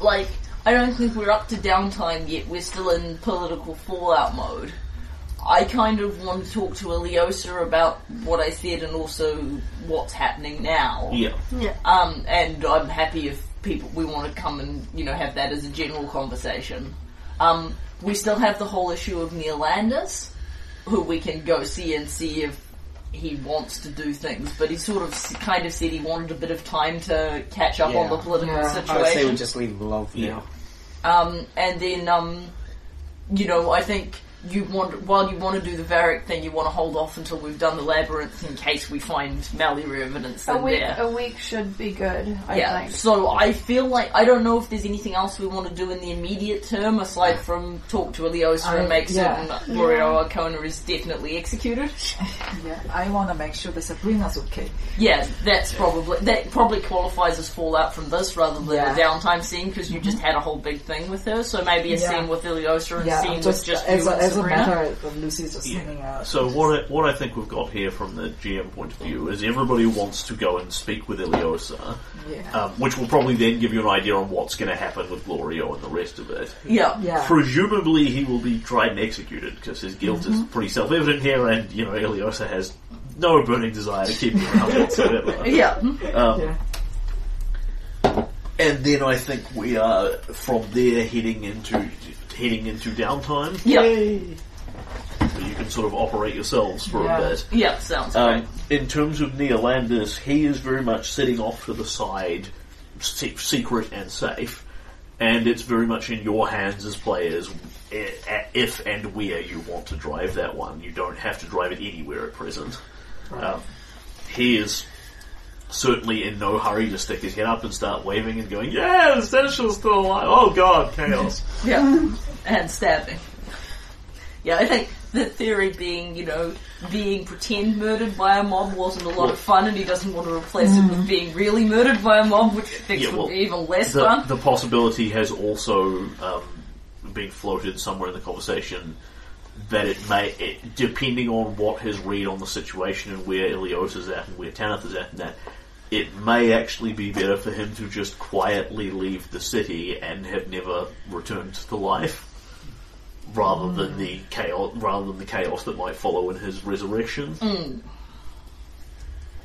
[SPEAKER 4] like, I don't think we're up to downtime yet. We're still in political fallout mode. I kind of want to talk to Eliosa about what I said and also what's happening now.
[SPEAKER 1] Yeah,
[SPEAKER 5] Yeah.
[SPEAKER 4] Um, and I'm happy if people we want to come and you know have that as a general conversation. Um, we still have the whole issue of Neil Landis, who we can go see and see if he wants to do things. But he sort of s- kind of said he wanted a bit of time to catch up on
[SPEAKER 3] Yeah.
[SPEAKER 4] the political
[SPEAKER 6] Yeah. I would
[SPEAKER 3] I would say
[SPEAKER 4] situation.
[SPEAKER 3] we just leave him alone for
[SPEAKER 1] Yeah.
[SPEAKER 3] now.
[SPEAKER 4] Um, and then, um, you know, I think you want while you want to do the Varric thing, you want to hold off until we've done the labyrinth in case we find Mallory evidence
[SPEAKER 2] A
[SPEAKER 4] in
[SPEAKER 2] week,
[SPEAKER 4] there.
[SPEAKER 2] a week should be good, I
[SPEAKER 4] Yeah.
[SPEAKER 2] think.
[SPEAKER 4] So I feel like I don't know if there's anything else we want to do in the immediate term aside from talk to Eliosa
[SPEAKER 6] I-
[SPEAKER 4] and make
[SPEAKER 6] yeah.
[SPEAKER 4] certain that Wario Arcona is definitely executed.
[SPEAKER 6] Yeah, I want to make sure that Sabrina's okay.
[SPEAKER 4] Yeah, that's probably that probably qualifies as fallout from this rather than
[SPEAKER 6] Yeah. Mm-hmm.
[SPEAKER 4] the downtime scene because you just had a whole big thing with her. So maybe a
[SPEAKER 6] Yeah.
[SPEAKER 4] scene with Eliosa and a
[SPEAKER 6] Yeah,
[SPEAKER 4] scene
[SPEAKER 6] just,
[SPEAKER 4] with just
[SPEAKER 6] as,
[SPEAKER 4] you
[SPEAKER 6] a,
[SPEAKER 4] and
[SPEAKER 6] as a
[SPEAKER 4] Sabrina.
[SPEAKER 6] matter of Lucy's just hanging out.
[SPEAKER 1] So what I, what I think we've got here from the GM point of view is everybody wants to go and speak with Iliosa,
[SPEAKER 4] uh,
[SPEAKER 6] Yeah.
[SPEAKER 1] um, which will probably then give you an idea on what's going to happen with Glorio and the rest of it.
[SPEAKER 4] Yeah.
[SPEAKER 6] yeah.
[SPEAKER 1] Presumably, he will be tried and executed because his guilt
[SPEAKER 4] Mm-hmm.
[SPEAKER 1] is pretty self-evident here, and you know Eliosa has no burning desire to keep him around whatsoever.
[SPEAKER 4] Yeah.
[SPEAKER 1] Um,
[SPEAKER 6] Yeah.
[SPEAKER 1] And then I think we are from there heading into heading into downtime.
[SPEAKER 4] Yeah.
[SPEAKER 1] So you can sort of operate yourselves for
[SPEAKER 6] Yeah.
[SPEAKER 1] a bit.
[SPEAKER 4] Yeah. Sounds
[SPEAKER 1] Um,
[SPEAKER 4] right.
[SPEAKER 1] In terms of Neil Landis, he is very much sitting off to the side, se- secret and safe. and it's very much in your hands as players i- a- if and where you want to drive that one. You don't have to drive it anywhere at present. Um, he is certainly in no hurry to stick his head up and start waving and going, "Yeah, the Seneschal's still alive! Oh God, chaos!"
[SPEAKER 4] Yeah, and stabbing. Yeah, I think the theory being, you know, being pretend murdered by a mob wasn't a lot of fun, and he doesn't want to replace it with being really murdered by a mob, which I think
[SPEAKER 1] Yeah, well,
[SPEAKER 4] would be even less
[SPEAKER 1] the,
[SPEAKER 4] fun.
[SPEAKER 1] the possibility has also um, been floated somewhere in the conversation that it may, it, depending on what his read on the situation and where Ilios is at and where Tanith is at and that, it may actually be better for him to just quietly leave the city and have never returned to life. Rather than the chaos, rather than the chaos that might follow in his resurrection,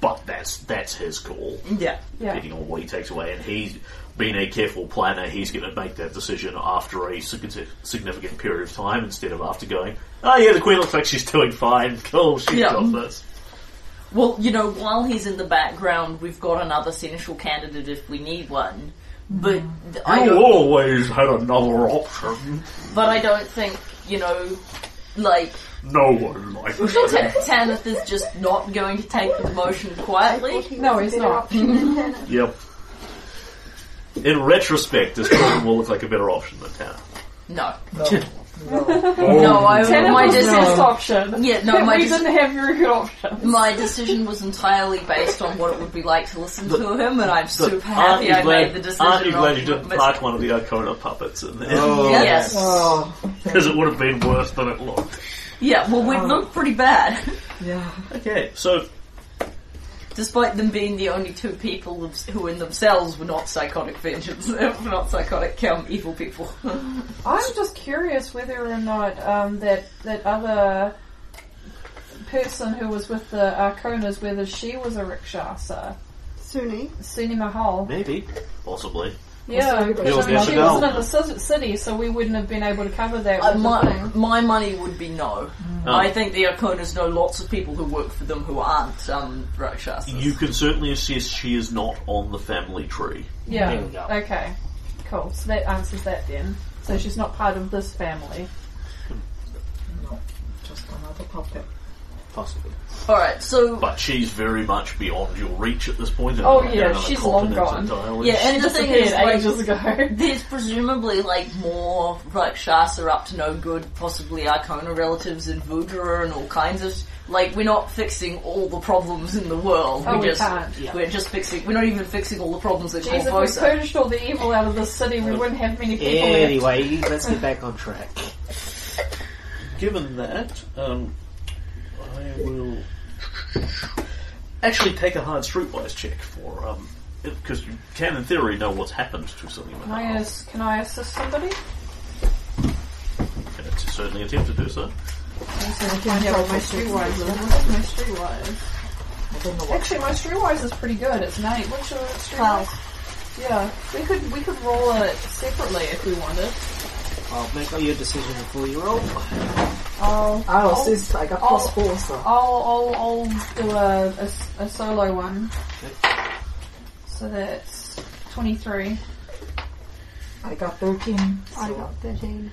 [SPEAKER 1] but that's that's his call
[SPEAKER 4] Yeah,
[SPEAKER 1] depending on what he takes away. And he's been a careful planner. He's going to make that decision after a sig- significant period of time instead of after going, oh yeah, the queen looks like she's doing fine. Cool, she's
[SPEAKER 4] Yeah.
[SPEAKER 1] got this.
[SPEAKER 4] Well, you know, while he's in the background, we've got another senatorial candidate if we need one. But th- I
[SPEAKER 1] You
[SPEAKER 4] don't,
[SPEAKER 1] always had another option.
[SPEAKER 4] but I don't think you know, like
[SPEAKER 1] No one liked it.
[SPEAKER 4] Ta- Tanith is just not going to take the motion quietly.
[SPEAKER 2] No, he's not.
[SPEAKER 1] Yep. In retrospect, this problem will look like a better option than Tanner.
[SPEAKER 4] No,
[SPEAKER 6] No.
[SPEAKER 4] no, I,
[SPEAKER 2] Tanner
[SPEAKER 4] my
[SPEAKER 2] was the
[SPEAKER 4] decision.
[SPEAKER 2] best option.
[SPEAKER 4] Yeah, no, my
[SPEAKER 2] we
[SPEAKER 4] dis-
[SPEAKER 2] didn't have very good options.
[SPEAKER 4] My decision was entirely based on what it would be like to listen to him, and I'm super
[SPEAKER 1] aren't
[SPEAKER 4] happy
[SPEAKER 1] you
[SPEAKER 4] I made
[SPEAKER 1] glad,
[SPEAKER 4] the decision.
[SPEAKER 1] aren't you glad
[SPEAKER 4] of-
[SPEAKER 1] you didn't
[SPEAKER 4] but-
[SPEAKER 1] park one of the Icona puppets in there?
[SPEAKER 4] Yes.
[SPEAKER 6] Oh,
[SPEAKER 1] Because it would have been worse than it looked.
[SPEAKER 4] Yeah, well, we looked pretty bad,
[SPEAKER 6] yeah.
[SPEAKER 1] Okay, so
[SPEAKER 4] despite them being the only two people who, in themselves, were not psychotic vengeance, were not psychotic um, evil people.
[SPEAKER 2] I'm just curious whether or not um, that that other person who was with the Arconas, whether she was a Rikshasa.
[SPEAKER 5] Suni.
[SPEAKER 2] Suni Mahal.
[SPEAKER 1] maybe, possibly.
[SPEAKER 2] Yeah,
[SPEAKER 6] Yeah,
[SPEAKER 2] because I mean,
[SPEAKER 1] yeah,
[SPEAKER 2] she
[SPEAKER 1] no.
[SPEAKER 2] wasn't in the ci- city, so we wouldn't have been able to cover that.
[SPEAKER 4] Uh,
[SPEAKER 2] with the
[SPEAKER 4] my,
[SPEAKER 2] thing.
[SPEAKER 4] my money would be no.
[SPEAKER 1] Oh.
[SPEAKER 4] I think the Arconas know lots of people who work for them who aren't um, Rakshasas.
[SPEAKER 1] You can certainly assess she is not on the family tree.
[SPEAKER 2] Yeah.
[SPEAKER 3] There we go.
[SPEAKER 2] Okay. Cool. So that answers that then. So she's not part of this family.
[SPEAKER 6] No, just another puppet.
[SPEAKER 3] Possibly.
[SPEAKER 4] Alright, so
[SPEAKER 1] But she's very much beyond your reach at this point. and
[SPEAKER 2] Oh,
[SPEAKER 1] down
[SPEAKER 2] yeah,
[SPEAKER 1] another
[SPEAKER 2] she's long
[SPEAKER 1] continent
[SPEAKER 2] gone.
[SPEAKER 1] entirely.
[SPEAKER 4] Yeah, and the thing is,
[SPEAKER 2] Disappeared
[SPEAKER 4] like,
[SPEAKER 2] ages ago.
[SPEAKER 4] there's presumably like more Rakshasa up to no good, possibly Arcona relatives in Vudra and all kinds of. Like, we're not fixing all the problems in the world.
[SPEAKER 2] Oh,
[SPEAKER 4] we're
[SPEAKER 2] we
[SPEAKER 4] just,
[SPEAKER 2] can't, yeah.
[SPEAKER 4] We're just fixing. We're not even fixing all the problems in
[SPEAKER 2] Jeez, if we
[SPEAKER 4] Corvosa.
[SPEAKER 2] purged all the evil out of this city, we wouldn't have many people left.
[SPEAKER 3] Anyway, let's get back on track.
[SPEAKER 1] Given that, um, I will actually take a hard streetwise check for um, because you can, in theory, know what's happened to something.
[SPEAKER 2] Can I, ass- can I assist somebody?
[SPEAKER 1] And it's certainly attempt to do so.
[SPEAKER 2] Yeah, well, my streetwise. my streetwise.
[SPEAKER 6] I don't know what.
[SPEAKER 2] Actually, my streetwise is pretty good. It's night. What's your streetwise? Yeah, we could we could roll it separately if we wanted.
[SPEAKER 3] I'll make all your decision before you roll.
[SPEAKER 2] I'll
[SPEAKER 6] Oh,
[SPEAKER 2] I'll,
[SPEAKER 6] sis, I got plus four, so.
[SPEAKER 2] I'll, I'll, I'll do a, a s- a solo one. So that's twenty three.
[SPEAKER 6] I got 13. So
[SPEAKER 5] I got 13.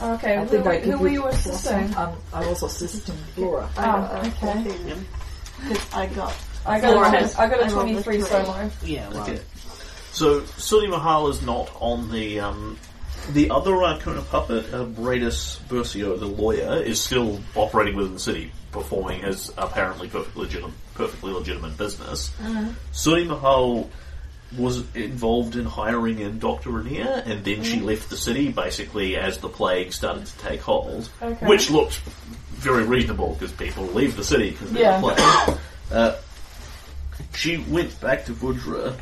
[SPEAKER 2] Okay,
[SPEAKER 6] I
[SPEAKER 2] who,
[SPEAKER 6] think I
[SPEAKER 2] were-
[SPEAKER 6] did
[SPEAKER 2] who were
[SPEAKER 6] it
[SPEAKER 2] you
[SPEAKER 6] plus
[SPEAKER 2] assisting?
[SPEAKER 6] one. Um, I was assisting Flora.
[SPEAKER 5] I got
[SPEAKER 2] Oh,
[SPEAKER 5] a
[SPEAKER 2] okay.
[SPEAKER 5] 14. Because I got
[SPEAKER 2] I got
[SPEAKER 4] Flora.
[SPEAKER 2] a, I got
[SPEAKER 5] I
[SPEAKER 2] a
[SPEAKER 5] rolled a
[SPEAKER 2] twenty three
[SPEAKER 5] three.
[SPEAKER 2] solo.
[SPEAKER 3] Yeah, well,
[SPEAKER 1] Okay. So Sully Mahal is not on the um, the other Arcona puppet, uh, Bradus Bercio, the lawyer, is still operating within the city, performing his apparently perfectly legitimate, perfectly legitimate business. Sully Mahal was involved in hiring in Dr. Rania, and then she left the city basically as the plague started to take hold,
[SPEAKER 2] Okay.
[SPEAKER 1] which looked very reasonable because people leave the city because they're
[SPEAKER 2] Yeah.
[SPEAKER 1] the plague. Uh, she went back to Vudra,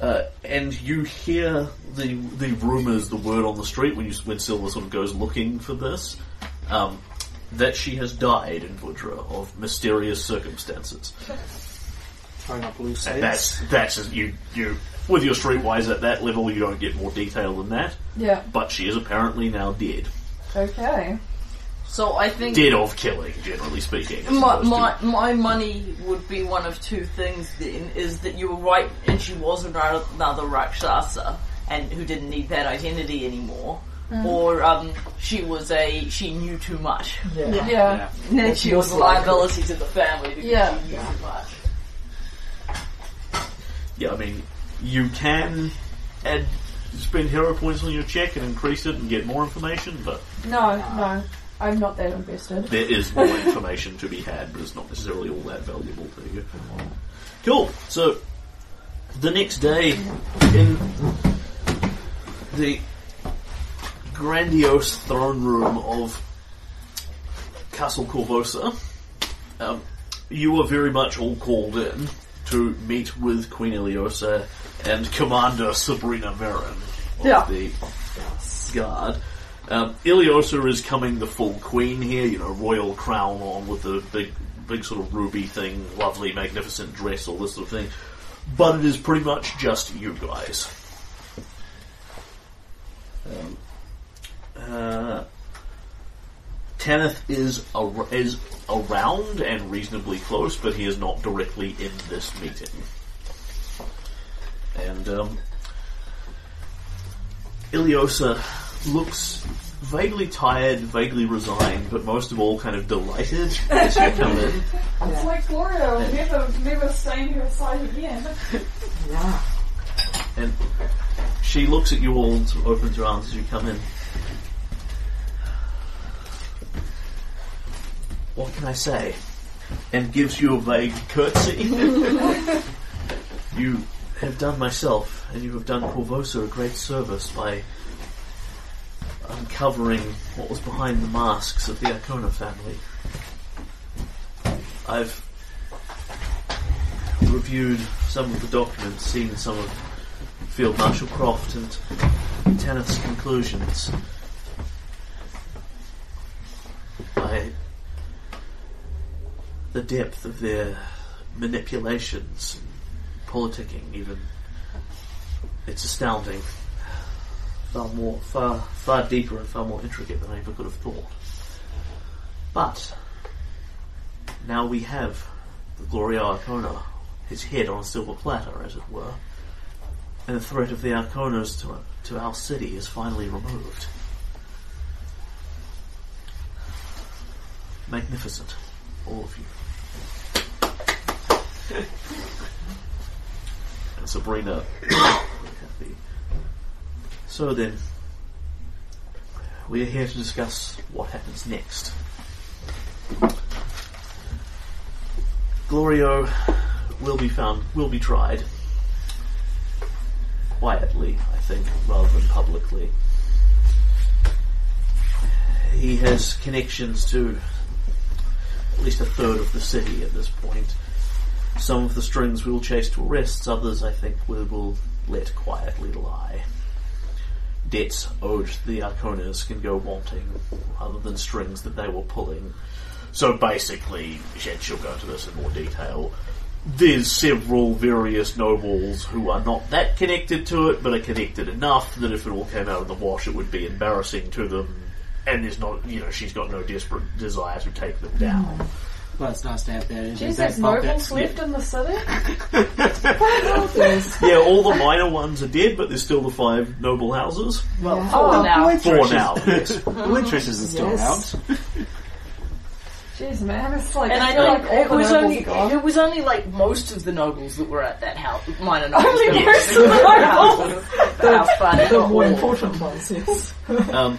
[SPEAKER 1] uh, and you hear the the rumors, the word on the street when you when Silver sort of goes looking for this, um, that she has died in Vudra of mysterious circumstances.
[SPEAKER 3] try not to lose
[SPEAKER 1] And
[SPEAKER 3] sense.
[SPEAKER 1] that's that's you you with your streetwise at that level, you don't get more detail than that.
[SPEAKER 2] Yeah.
[SPEAKER 1] But she is apparently now dead,
[SPEAKER 2] Okay.
[SPEAKER 4] So I think
[SPEAKER 1] dead of killing, generally speaking. as
[SPEAKER 4] My,
[SPEAKER 1] opposed to-
[SPEAKER 4] my, my money would be one of two things then, is that you were right and she was another another Rakshasa, and who didn't need that identity anymore.
[SPEAKER 2] Mm.
[SPEAKER 4] Or um, she was a she knew too much.
[SPEAKER 6] Yeah.
[SPEAKER 2] Yeah.
[SPEAKER 4] And then she was a
[SPEAKER 6] most likely.
[SPEAKER 4] liability to the family because
[SPEAKER 2] Yeah.
[SPEAKER 4] she knew too much.
[SPEAKER 1] Yeah, I mean, you can add, spend hero points on your check and increase it and get more information, but
[SPEAKER 2] No, no. I'm not that invested.
[SPEAKER 1] there is more information to be had, but it's not necessarily all that valuable to you. Cool. So the next day, in the grandiose throne room of Castle Corvosa, um, you are very much all called in to meet with Queen Iliosa and Commander Sabrina Merrin of
[SPEAKER 2] Yeah.
[SPEAKER 1] the Guard. Um, Iliosa is coming the full queen here, you know, royal crown on with the big, big sort of ruby thing, lovely, magnificent dress, all this sort of thing. But it is pretty much just you guys. Um, uh, Tanith is ar- is around and reasonably close, but he is not directly in this meeting. And um, Iliosa looks vaguely tired, vaguely resigned, but most of all kind of delighted as you come in.
[SPEAKER 2] It's like Gloria will never, never stay in her sight again.
[SPEAKER 6] Yeah.
[SPEAKER 1] And she looks at you all and sort of opens her arms as you come in. What can I say? And gives you a vague curtsy. you have done myself and you have done Corvosa a great service by uncovering what was behind the masks of the Arcona family. I've reviewed some of the documents, seen some of Field Marshal Croft and Tanith's conclusions. By the depth of their manipulations, politicking, even, it's astounding. Far more, far, far deeper and far more intricate than I ever could have thought. But now we have the Gloria Arcona, his head on a silver platter, as it were and the threat of the Arconas to, to our city is finally removed. Magnificent, all of you. and Sabrina. happy. so then, we are here to discuss what happens next. Glorio will be found, will be tried quietly, I think, rather than publicly. He has connections to at least a third of the city at this point. Some of the strings we will chase to arrests, others I think we will let quietly lie. Debts owed to the Arconas can go wanting, other than strings that they were pulling. So basically, and she'll go into this in more detail, there's several various nobles who are not that connected to it, but are connected enough that if it all came out of the wash, it would be embarrassing to them. And there's not, you know, she's got no desperate desire to take them down.
[SPEAKER 3] Well, it's nice to have that in your
[SPEAKER 2] Jeez,
[SPEAKER 3] back
[SPEAKER 2] there's
[SPEAKER 3] pocket.
[SPEAKER 2] nobles left in the city?
[SPEAKER 4] Mm.
[SPEAKER 1] yeah, all the minor ones are dead, but there's still the five noble houses.
[SPEAKER 3] Well,
[SPEAKER 2] Oh,
[SPEAKER 4] now.
[SPEAKER 1] For now, yes.
[SPEAKER 3] Wintress is still
[SPEAKER 6] Yes.
[SPEAKER 3] around.
[SPEAKER 2] Jeez, man, it's like
[SPEAKER 4] And I
[SPEAKER 2] feel
[SPEAKER 4] think
[SPEAKER 2] all
[SPEAKER 4] it
[SPEAKER 2] the
[SPEAKER 4] was
[SPEAKER 2] nobles
[SPEAKER 4] only
[SPEAKER 2] are gone.
[SPEAKER 4] it was only like most of the nobles that were at that house, minor nobles.
[SPEAKER 2] Only
[SPEAKER 4] that
[SPEAKER 2] most
[SPEAKER 4] were
[SPEAKER 2] of
[SPEAKER 4] at
[SPEAKER 2] the
[SPEAKER 4] that house. The house party,
[SPEAKER 6] The
[SPEAKER 4] not all
[SPEAKER 6] more
[SPEAKER 4] of them.
[SPEAKER 6] important ones, yes.
[SPEAKER 1] Um,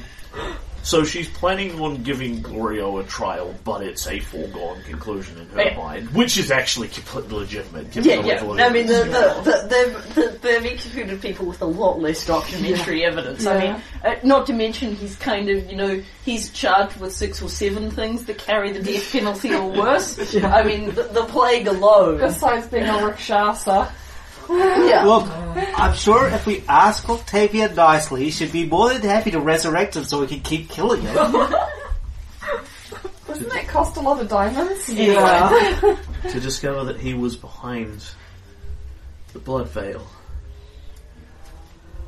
[SPEAKER 1] so she's planning on giving Glorio a trial, but it's a foregone conclusion in her
[SPEAKER 4] Yeah.
[SPEAKER 1] mind, which is actually completely legitimate. given
[SPEAKER 4] Yeah,
[SPEAKER 1] the
[SPEAKER 4] yeah.
[SPEAKER 1] level of
[SPEAKER 4] I mean, the,
[SPEAKER 1] evidence.
[SPEAKER 4] the, the, the, the, they've executed people with a lot less documentary evidence. I mean, uh, not to mention he's kind of, you know, he's charged with six or seven things that carry the death penalty or worse. I mean, the, the plague alone.
[SPEAKER 2] Besides being a rickshasa.
[SPEAKER 4] Yeah.
[SPEAKER 3] Look, I'm sure if we ask Octavia nicely, she'd be more than happy to resurrect him so we can keep killing him.
[SPEAKER 2] Doesn't that cost a lot of diamonds?
[SPEAKER 6] Yeah.
[SPEAKER 1] to discover that he was behind the blood veil.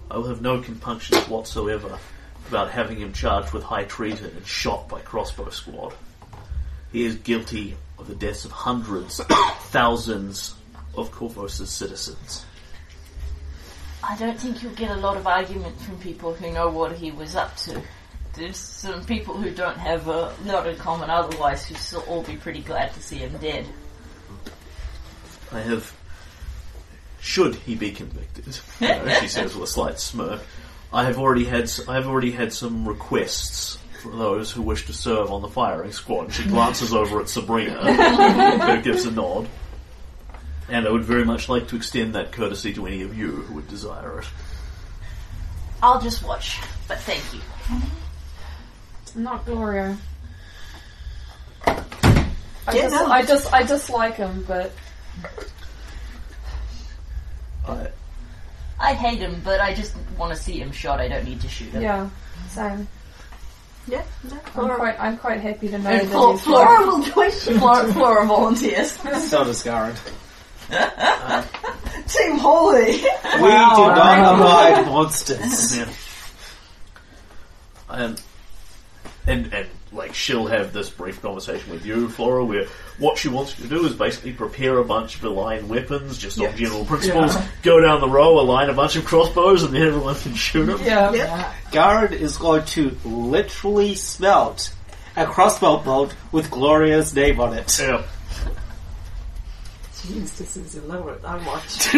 [SPEAKER 1] I will have no compunctions whatsoever about having him charged with high treason and shot by crossbow squad. He is guilty of the deaths of hundreds, thousands of Corvosa's citizens.
[SPEAKER 4] I don't think you'll get a lot of argument from people who know what he was up to. There's some people who don't have a lot in common otherwise who still all be pretty glad to see him dead.
[SPEAKER 1] I have. Should he be convicted? You know, she says with a slight smirk. I have already had. s- I have already had some requests for those who wish to serve on the firing squad. She glances over at Sabrina, who gives a nod. And I would very much like to extend that courtesy to any of you who would desire it.
[SPEAKER 4] I'll just watch, but thank you.
[SPEAKER 2] Not Gloria. I
[SPEAKER 5] Get
[SPEAKER 2] just,
[SPEAKER 5] out.
[SPEAKER 2] I just, I dislike him, but
[SPEAKER 1] I,
[SPEAKER 4] I hate him, but I just want to see him shot. I don't need to shoot him.
[SPEAKER 2] yeah, same.
[SPEAKER 5] Yeah, no.
[SPEAKER 2] I'm quite, I'm quite happy to know that
[SPEAKER 4] And Flora,
[SPEAKER 2] he's
[SPEAKER 4] Flora,
[SPEAKER 5] Horrible choice.
[SPEAKER 4] Flora, Flora volunteers.
[SPEAKER 3] So does Garrett.
[SPEAKER 4] Team Holy!
[SPEAKER 3] We do not abide monsters.
[SPEAKER 1] Yeah. And, and and like she'll have this brief conversation with you, Flora, where what she wants you to do is basically prepare a bunch of aligned weapons, just on general principles. Go down the row, align a bunch of crossbows, and then everyone can shoot them.
[SPEAKER 2] Yeah,
[SPEAKER 5] Yep.
[SPEAKER 7] Yeah.
[SPEAKER 3] Garrett is going to literally smelt a crossbow bolt with Gloria's name on it.
[SPEAKER 1] Yeah.
[SPEAKER 7] Jeez, this is elaborate. I watched.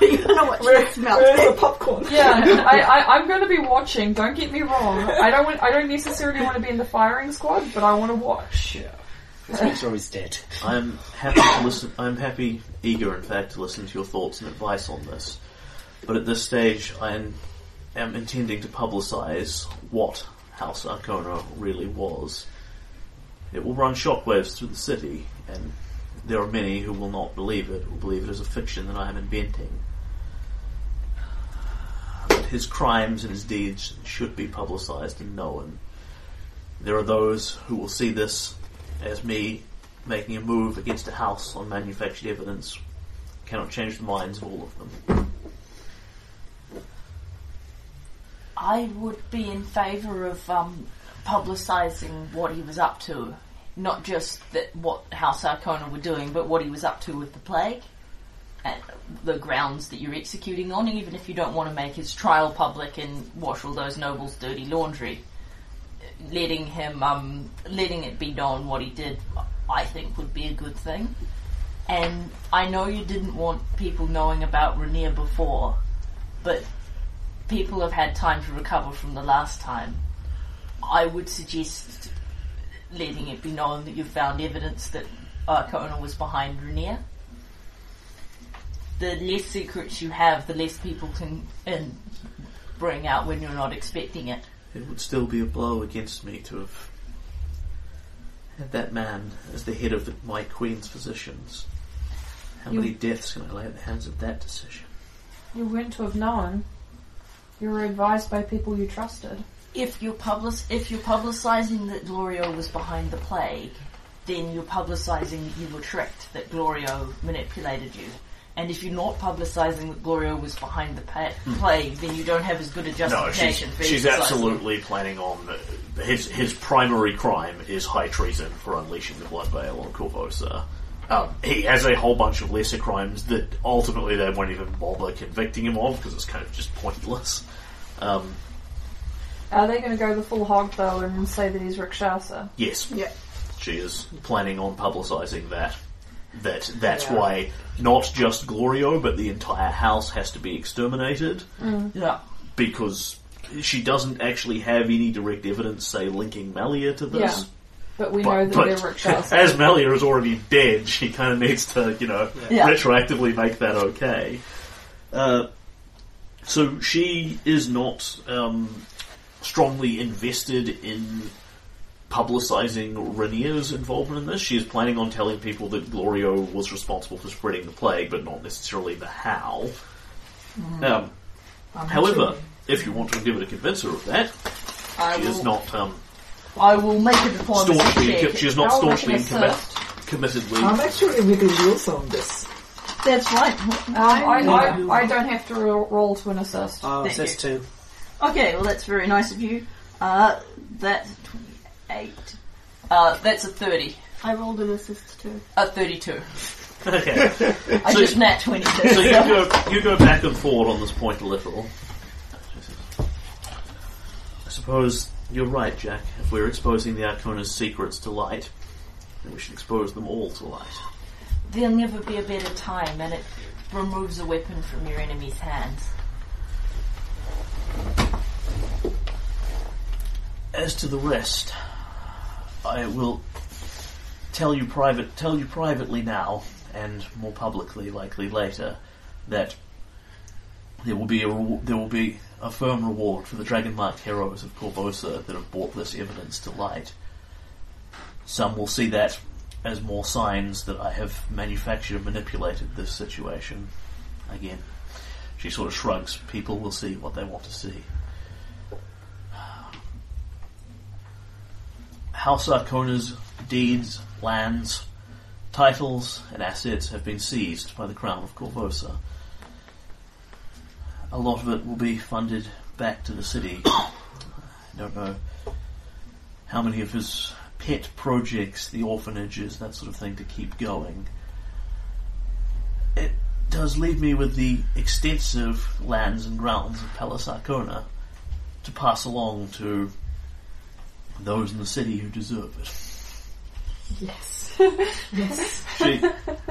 [SPEAKER 5] We're gonna watch this melt.
[SPEAKER 7] Where's the popcorn?
[SPEAKER 2] yeah. I, I, I'm going to be watching. Don't get me wrong. I don't, want, I don't necessarily want to be in the firing squad, but I want to watch.
[SPEAKER 3] Yeah. Let's make sure he's dead.
[SPEAKER 1] I'm happy to listen. I'm happy, eager, in fact, to listen to your thoughts and advice on this. But at this stage, I am, am intending to publicise what House Arcona really was. It will run shockwaves through the city, and there are many who will not believe it, or believe it is a fiction that I am inventing. But his crimes and his deeds should be publicised and known. There are those who will see this as me making a move against a house on manufactured evidence cannot change the minds of all of them.
[SPEAKER 4] I would be in favour of um, publicising what he was up to, not just that what House Arcona were doing, but what he was up to with the plague and the grounds that you're executing on, even if you don't want to make his trial public and wash all those nobles' dirty laundry. Letting him, um, letting it be known what he did, I think would be a good thing. And I know you didn't want people knowing about Rainier before, but people have had time to recover from the last time, I would suggest letting it be known that you've found evidence that Arcona was behind Rainier. The less secrets you have, the less people can and bring out when you're not expecting it.
[SPEAKER 1] It would still be a blow against me to have had that man as the head of my queen's physicians. How
[SPEAKER 2] You-
[SPEAKER 1] many deaths can I lay at the hands of that decision?
[SPEAKER 2] You went to have known. You were advised by people you trusted.
[SPEAKER 4] If you're public, if you're publicizing that Glorio was behind the plague, then you're publicizing that you were tricked, that Glorio manipulated you. And if you're not publicizing that Glorio was behind the pa-
[SPEAKER 1] Hmm.
[SPEAKER 4] plague, then you don't have as good a justification for exercising.
[SPEAKER 1] planning on his his primary crime is high treason for unleashing the blood veil on Corvosa. Um, he has a whole bunch of lesser crimes that ultimately they won't even bother convicting him of because it's kind of just pointless. Um,
[SPEAKER 2] Are they going to go the full hog though and say that he's Rikshasa?
[SPEAKER 1] Yes,
[SPEAKER 5] Yeah.
[SPEAKER 1] she is planning on publicising that. That that's
[SPEAKER 7] Yeah.
[SPEAKER 1] why not just Glorio, but the entire house has to be exterminated
[SPEAKER 4] Yeah.
[SPEAKER 1] because she doesn't actually have any direct evidence, say, linking Malia to this.
[SPEAKER 2] Yeah. But we know that
[SPEAKER 1] but
[SPEAKER 2] they're Rikshasa.
[SPEAKER 1] as Malia is already dead, she kind of needs to, you know,
[SPEAKER 4] Yeah.
[SPEAKER 1] retroactively make that okay. Uh, so she is not um, strongly invested in publicizing Rainier's involvement in this. She is planning on telling people that Glorio was responsible for spreading the plague, but not necessarily the how.
[SPEAKER 4] Mm,
[SPEAKER 1] Um,
[SPEAKER 7] I'm
[SPEAKER 1] however,
[SPEAKER 7] intrigued.
[SPEAKER 1] if you want to give it a convincer of that,
[SPEAKER 4] I
[SPEAKER 1] she is
[SPEAKER 4] will,
[SPEAKER 1] not um,
[SPEAKER 4] I will make a diplomacy
[SPEAKER 1] staunchly.
[SPEAKER 4] check.
[SPEAKER 1] She is
[SPEAKER 2] I
[SPEAKER 1] not
[SPEAKER 2] will make
[SPEAKER 1] staunchly
[SPEAKER 2] an
[SPEAKER 1] commit,
[SPEAKER 2] assist.
[SPEAKER 1] committedly.
[SPEAKER 7] I'm actually with the wheels on this.
[SPEAKER 4] That's right.
[SPEAKER 2] Um, I, I, I don't have to ro- roll to an assist.
[SPEAKER 3] Oh,
[SPEAKER 4] Thank
[SPEAKER 3] says two.
[SPEAKER 4] Okay, well that's very nice of you. Uh, that's 28. Uh, that's a 30.
[SPEAKER 5] I rolled an assist too.
[SPEAKER 4] A 32.
[SPEAKER 1] Okay.
[SPEAKER 4] I
[SPEAKER 1] So-
[SPEAKER 4] just nat 20 this.
[SPEAKER 1] So you go, you go back and forward on this point a little. I suppose you're right, Jack. If we're exposing the Arcona's secrets to light, then we should expose them all to light.
[SPEAKER 4] There'll never be a better time, and it removes a weapon from your enemy's hands.
[SPEAKER 1] As to the rest, I will tell you private, tell you privately now, and more publicly, likely later, that there will be a rew- there will be a firm reward for the dragon marked heroes of Corvosa that have brought this evidence to light. Some will see that as more signs that I have manufactured and manipulated this situation. Again, she sort of shrugs. People will see what they want to see. House Arcona's deeds, lands, titles, and assets have been seized by the Crown of Corvosa. A lot of it will be funded back to the city. I don't know how many of his pet projects, the orphanages, that sort of thing, to keep going. It does leave me with the extensive lands and grounds of Palace Arcona to pass along to those in the city who deserve it.
[SPEAKER 7] Yes. yes.
[SPEAKER 1] She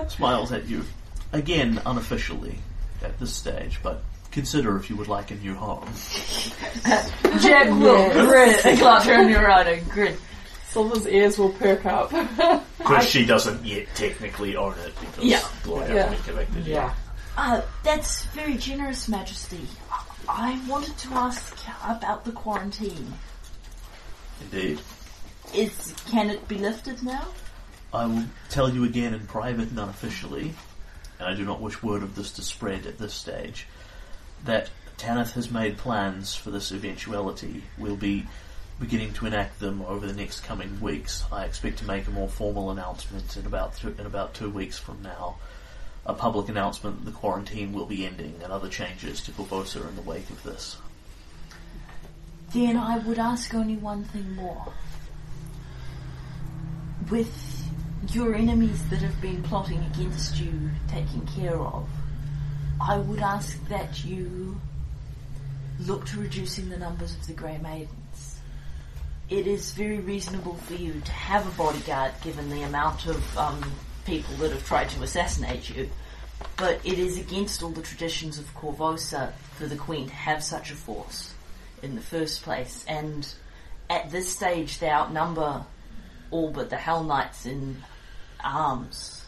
[SPEAKER 1] smiles at you, again unofficially at this stage, but consider if you would like a new home.
[SPEAKER 4] Jack will grin, clutch her in your eye and grin.
[SPEAKER 7] Silver's ears will perk up.
[SPEAKER 1] Because she doesn't yet technically own it because
[SPEAKER 4] Yeah.
[SPEAKER 1] Gloria
[SPEAKER 7] Yeah.
[SPEAKER 1] only collected it.
[SPEAKER 7] yeah.
[SPEAKER 4] Uh, that's very generous, Majesty. I wanted to ask about the quarantine.
[SPEAKER 1] Indeed.
[SPEAKER 4] Is can it be lifted now?
[SPEAKER 1] I will tell you again in private and unofficially, and I do not wish word of this to spread at this stage, that Tanith has made plans for this eventuality. We'll be beginning to enact them over the next coming weeks. I expect to make a more formal announcement in about two, in about two weeks from now. A public announcement that the quarantine will be ending and other changes to Corvosa in the wake of this.
[SPEAKER 4] Then I would ask only one thing more. With your enemies that have been plotting against you taken care of, I would ask that you look to reducing the numbers of the Grey Maidens. It is very reasonable for you to have a bodyguard given the amount of um, people that have tried to assassinate you, but it is against all the traditions of Corvosa for the Queen to have such a force in the first place. And at this stage, they outnumber all but the Hell Knights in arms.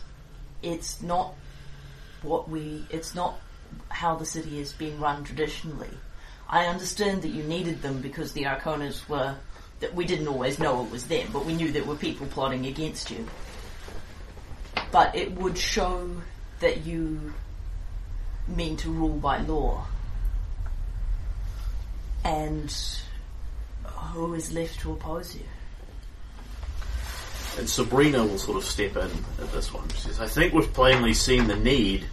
[SPEAKER 4] It's not what we. It's not how the city has been run traditionally. I understand that you needed them because the Arconas were. That we didn't always know it was them, but we knew there were people plotting against you. But it would show that you mean to rule by law and who is left to oppose you?
[SPEAKER 1] And Sabrina will sort of step in at this one. She says, I think we've plainly seen the need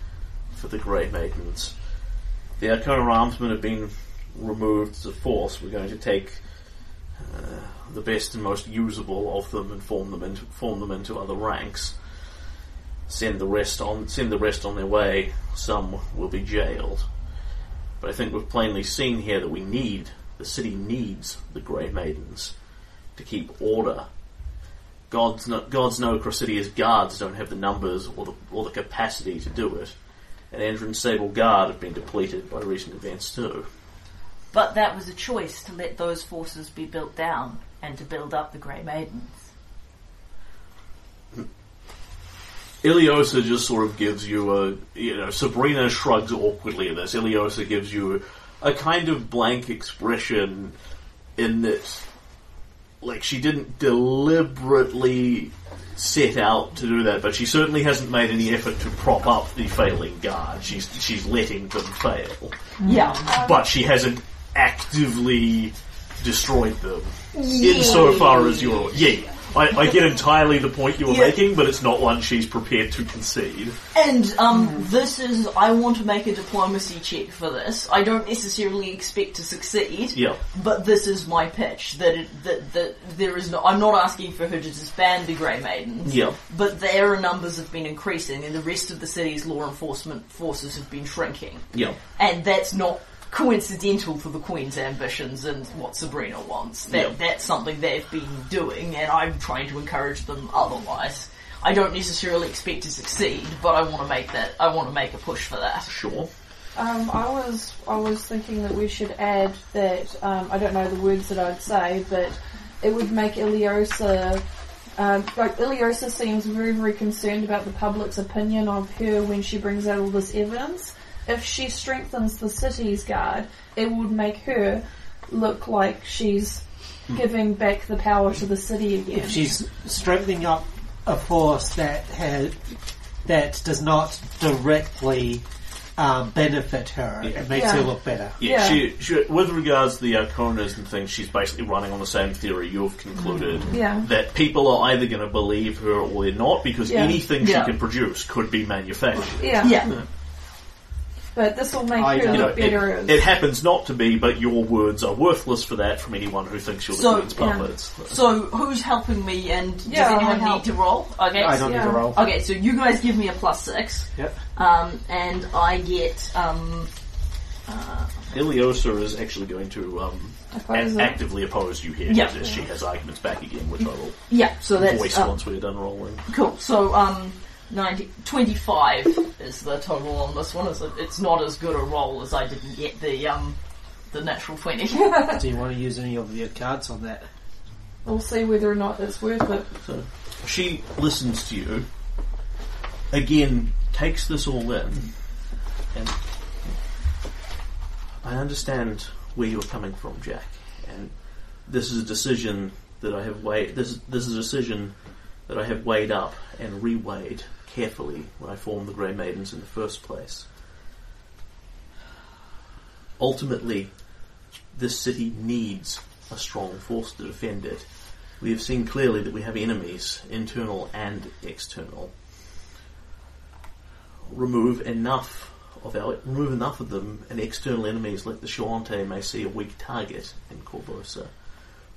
[SPEAKER 1] for the Grey Maidens. The Arcona Armsmen have been removed as a force. We're going to take uh, the best and most usable of them and form them into form them into other ranks. Send the rest on send the rest on their way. Some will be jailed. But I think we've plainly seen here that we need the city needs the Grey Maidens to keep order God's no, God's no Cressidia's guards don't have the numbers or the or the capacity to do it. And Andron's Sable Guard have been depleted by recent events too.
[SPEAKER 4] But that was a choice to let those forces be built down and to build up the Grey Maidens.
[SPEAKER 1] Iliosa just sort of gives you a you know Sabrina shrugs awkwardly at this. Iliosa gives you a kind of blank expression in that like she didn't deliberately set out to do that, but she certainly hasn't made any effort to prop up the failing guard. She's she's letting them fail.
[SPEAKER 7] Um,
[SPEAKER 4] Yeah.
[SPEAKER 1] but she hasn't actively destroyed them. Insofar as you're, yeah, yeah. I, I get entirely the point you were
[SPEAKER 4] Yeah.
[SPEAKER 1] making, but it's not one she's prepared to concede.
[SPEAKER 4] And um, this is I want to make a diplomacy check for this. I don't necessarily expect to succeed.
[SPEAKER 1] Yeah.
[SPEAKER 4] But this is my pitch that it, that that there is no. I'm not asking for her to disband the Grey Maidens.
[SPEAKER 1] Yeah.
[SPEAKER 4] But their numbers have been increasing, and the rest of the city's law enforcement forces have been shrinking.
[SPEAKER 1] Yeah.
[SPEAKER 4] And that's not coincidental for the Queen's ambitions and what Sabrina wants. That
[SPEAKER 1] Yeah.
[SPEAKER 4] that's something they've been doing, and I'm trying to encourage them otherwise. I don't necessarily expect to succeed, but I want to make that. I want to make a push for that.
[SPEAKER 1] Sure.
[SPEAKER 2] Um, I was I was thinking that we should add that um, I don't know the words that I'd say, but it would make Iliosa um, like Iliosa seems very very concerned about the public's opinion of her when she brings out all this evidence. If she strengthens the city's guard, it would make her look like she's giving back the power to the city again.
[SPEAKER 3] If she's strengthening up a force that has, that does not directly um, benefit her, it makes her
[SPEAKER 2] Yeah.
[SPEAKER 3] look better.
[SPEAKER 1] Yeah,
[SPEAKER 2] Yeah.
[SPEAKER 1] She, she, with regards to the Arconas and things, she's basically running on the same theory you've concluded.
[SPEAKER 2] Yeah.
[SPEAKER 1] That people are either going to believe her or they're not, because
[SPEAKER 2] Yeah.
[SPEAKER 1] anything
[SPEAKER 4] Yeah.
[SPEAKER 1] she can produce could be manufactured.
[SPEAKER 2] yeah,
[SPEAKER 4] Yeah,
[SPEAKER 2] but this will make
[SPEAKER 3] I
[SPEAKER 2] her
[SPEAKER 3] don't-
[SPEAKER 1] You know,
[SPEAKER 2] look better.
[SPEAKER 1] it,
[SPEAKER 2] as-
[SPEAKER 1] it happens not to be, but your words are worthless for that from anyone who thinks you're the
[SPEAKER 4] So,
[SPEAKER 1] Queen's
[SPEAKER 2] yeah.
[SPEAKER 1] puppets.
[SPEAKER 4] So who's helping me? And does
[SPEAKER 2] Yeah,
[SPEAKER 4] anyone
[SPEAKER 2] I'll help.
[SPEAKER 4] need to roll? Okay.
[SPEAKER 3] I don't need
[SPEAKER 2] Yeah.
[SPEAKER 3] to roll.
[SPEAKER 4] Okay, so you guys give me a plus six,
[SPEAKER 3] Yep.
[SPEAKER 4] um, and I get um,
[SPEAKER 1] Iliosa is actually going to um,
[SPEAKER 2] Oppose
[SPEAKER 1] a-
[SPEAKER 2] it.
[SPEAKER 1] actively oppose you here,
[SPEAKER 4] Yeah.
[SPEAKER 1] as she has arguments back again, which I will
[SPEAKER 4] yeah. So that's
[SPEAKER 1] voice
[SPEAKER 4] uh,
[SPEAKER 1] once we're done rolling.
[SPEAKER 4] cool. So um, 90, 25 is the total on this one. It's, it's not as good a roll as I didn't get the um, the natural twenty.
[SPEAKER 3] Do you want to use any of your cards on that?
[SPEAKER 2] We'll see whether or not it's worth it.
[SPEAKER 1] She listens to you, again, takes this all in, and I understand where you're coming from, Jack, and this is a decision that I have weighed, this, this is a decision that I have weighed up and reweighed carefully when I formed the Grey Maidens in the first place. Ultimately, this city needs a strong force to defend it. We have seen clearly that we have enemies, internal and external. Remove enough of our remove enough of them, and external enemies like the Shuante may see a weak target in Corvosa.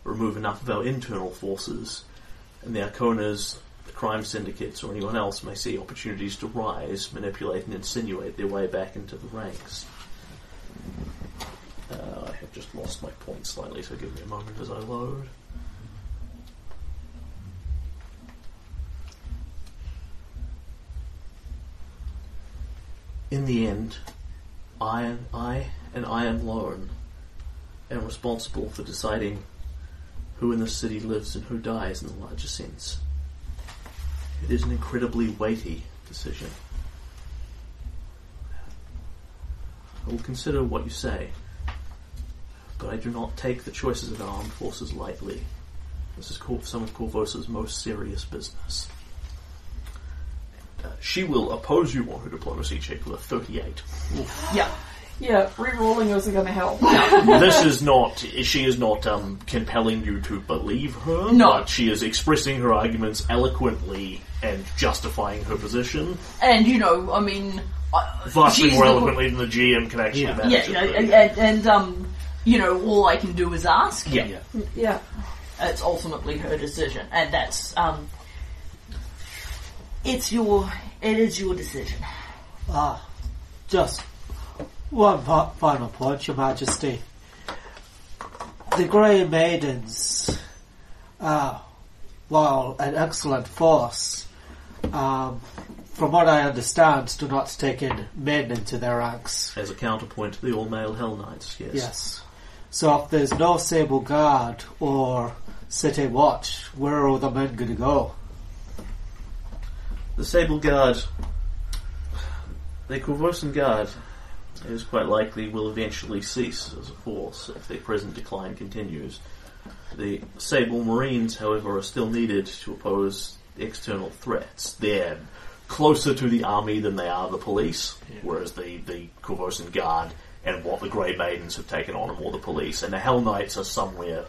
[SPEAKER 1] Remove enough of our internal forces, and the Arconas, the crime syndicates, or anyone else may see opportunities to rise, manipulate, and insinuate their way back into the ranks. Uh, I have just lost my point slightly, so give me a moment as I load. In the end, I and I and I alone am responsible for deciding who in this city lives and who dies in the larger sense. It is an incredibly weighty decision. I will consider what you say, but I do not take the choices of our armed forces lightly. This is Cor- some of Corvosa's most serious business. Uh, she will oppose you on her diplomacy check with a 38.
[SPEAKER 4] yeah.
[SPEAKER 2] Yeah, re-rolling isn't going to help.
[SPEAKER 1] this is not, she is not um, compelling you to believe her,
[SPEAKER 4] No.
[SPEAKER 1] but she is expressing her arguments eloquently and justifying her position,
[SPEAKER 4] And you know, I mean, I-
[SPEAKER 1] vastly
[SPEAKER 4] she's
[SPEAKER 1] more
[SPEAKER 4] the-
[SPEAKER 1] eloquently than the GM can actually
[SPEAKER 3] Yeah.
[SPEAKER 1] manage.
[SPEAKER 4] Yeah,
[SPEAKER 1] it,
[SPEAKER 4] you know,
[SPEAKER 1] but-
[SPEAKER 4] and, and, and um, you know, all I can do is ask.
[SPEAKER 1] yeah.
[SPEAKER 2] Yeah.
[SPEAKER 4] it's ultimately her decision, and that's um, it's your it is your decision.
[SPEAKER 3] Ah, just one po- final point, Your Majesty. The Grey Maidens, uh, while an excellent force, um, from what I understand, do not take in men into their ranks.
[SPEAKER 1] As a counterpoint to the all-male Hell Knights, yes.
[SPEAKER 3] Yes. So if there's no Sable Guard or City Watch, where are the men going to go?
[SPEAKER 1] The Sable Guard, the Corvosan Guard, it is quite likely will eventually cease as a force if their present decline continues. The Sable Marines, however, are still needed to oppose external threats. They're closer to the army than they are the police, whereas the, the Corvosan Guard and what the Grey Maidens have taken on are more the police, and the Hell Knights are somewhere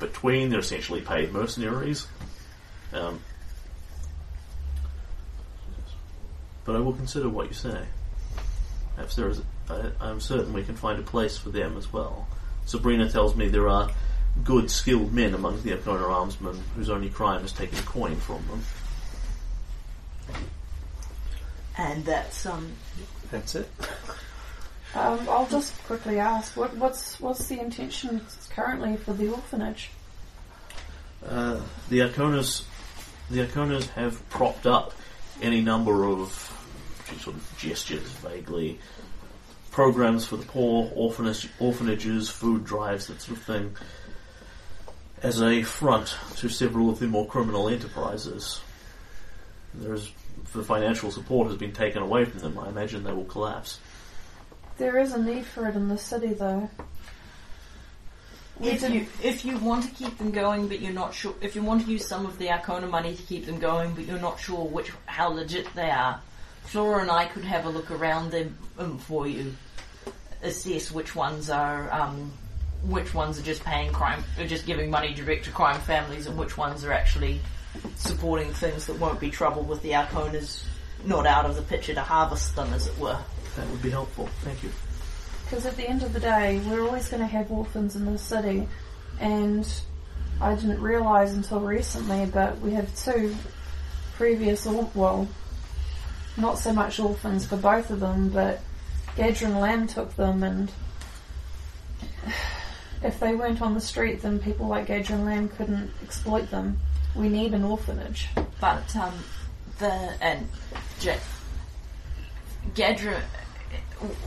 [SPEAKER 1] between. They're essentially paid mercenaries. Um, but I will consider what you say. Perhaps there is. I, I'm certain we can find a place for them as well. Sabrina tells me there are good, skilled men among the Abnona armsmen whose only crime is taking coin from them.
[SPEAKER 4] And that's um.
[SPEAKER 3] That's it.
[SPEAKER 2] Um, I'll just quickly ask what, what's what's the intention currently for the orphanage?
[SPEAKER 1] Uh, the Arconas, the Arconas have propped up any number of she sort of gestures vaguely programs for the poor, orphanage, orphanages, food drives, that sort of thing, as a front to several of the more criminal enterprises. There's the financial support has been taken away from them. I imagine they will collapse.
[SPEAKER 2] There is a need for it in the city, though. We
[SPEAKER 4] If
[SPEAKER 2] didn't-
[SPEAKER 4] you if you want to keep them going, but you're not sure if you want to use some of the Arcona money to keep them going, but you're not sure which how legit they are, Flora and I could have a look around them um, for you, assess which ones are um, which ones are just paying crime, are just giving money direct to crime families, and which ones are actually supporting things that won't be trouble with the Arconas not out of the picture to harvest them, as it were.
[SPEAKER 1] That would be helpful. Thank you.
[SPEAKER 2] Because at the end of the day, we're always going to have orphans in the city, and I didn't realise until recently, but we have two previous, or- well, not so much orphans for both of them, but Gadrin Lamb took them, and if they weren't on the street, then people like Gadrin Lamb couldn't exploit them. We need an orphanage.
[SPEAKER 4] But um, the and J- Gadra,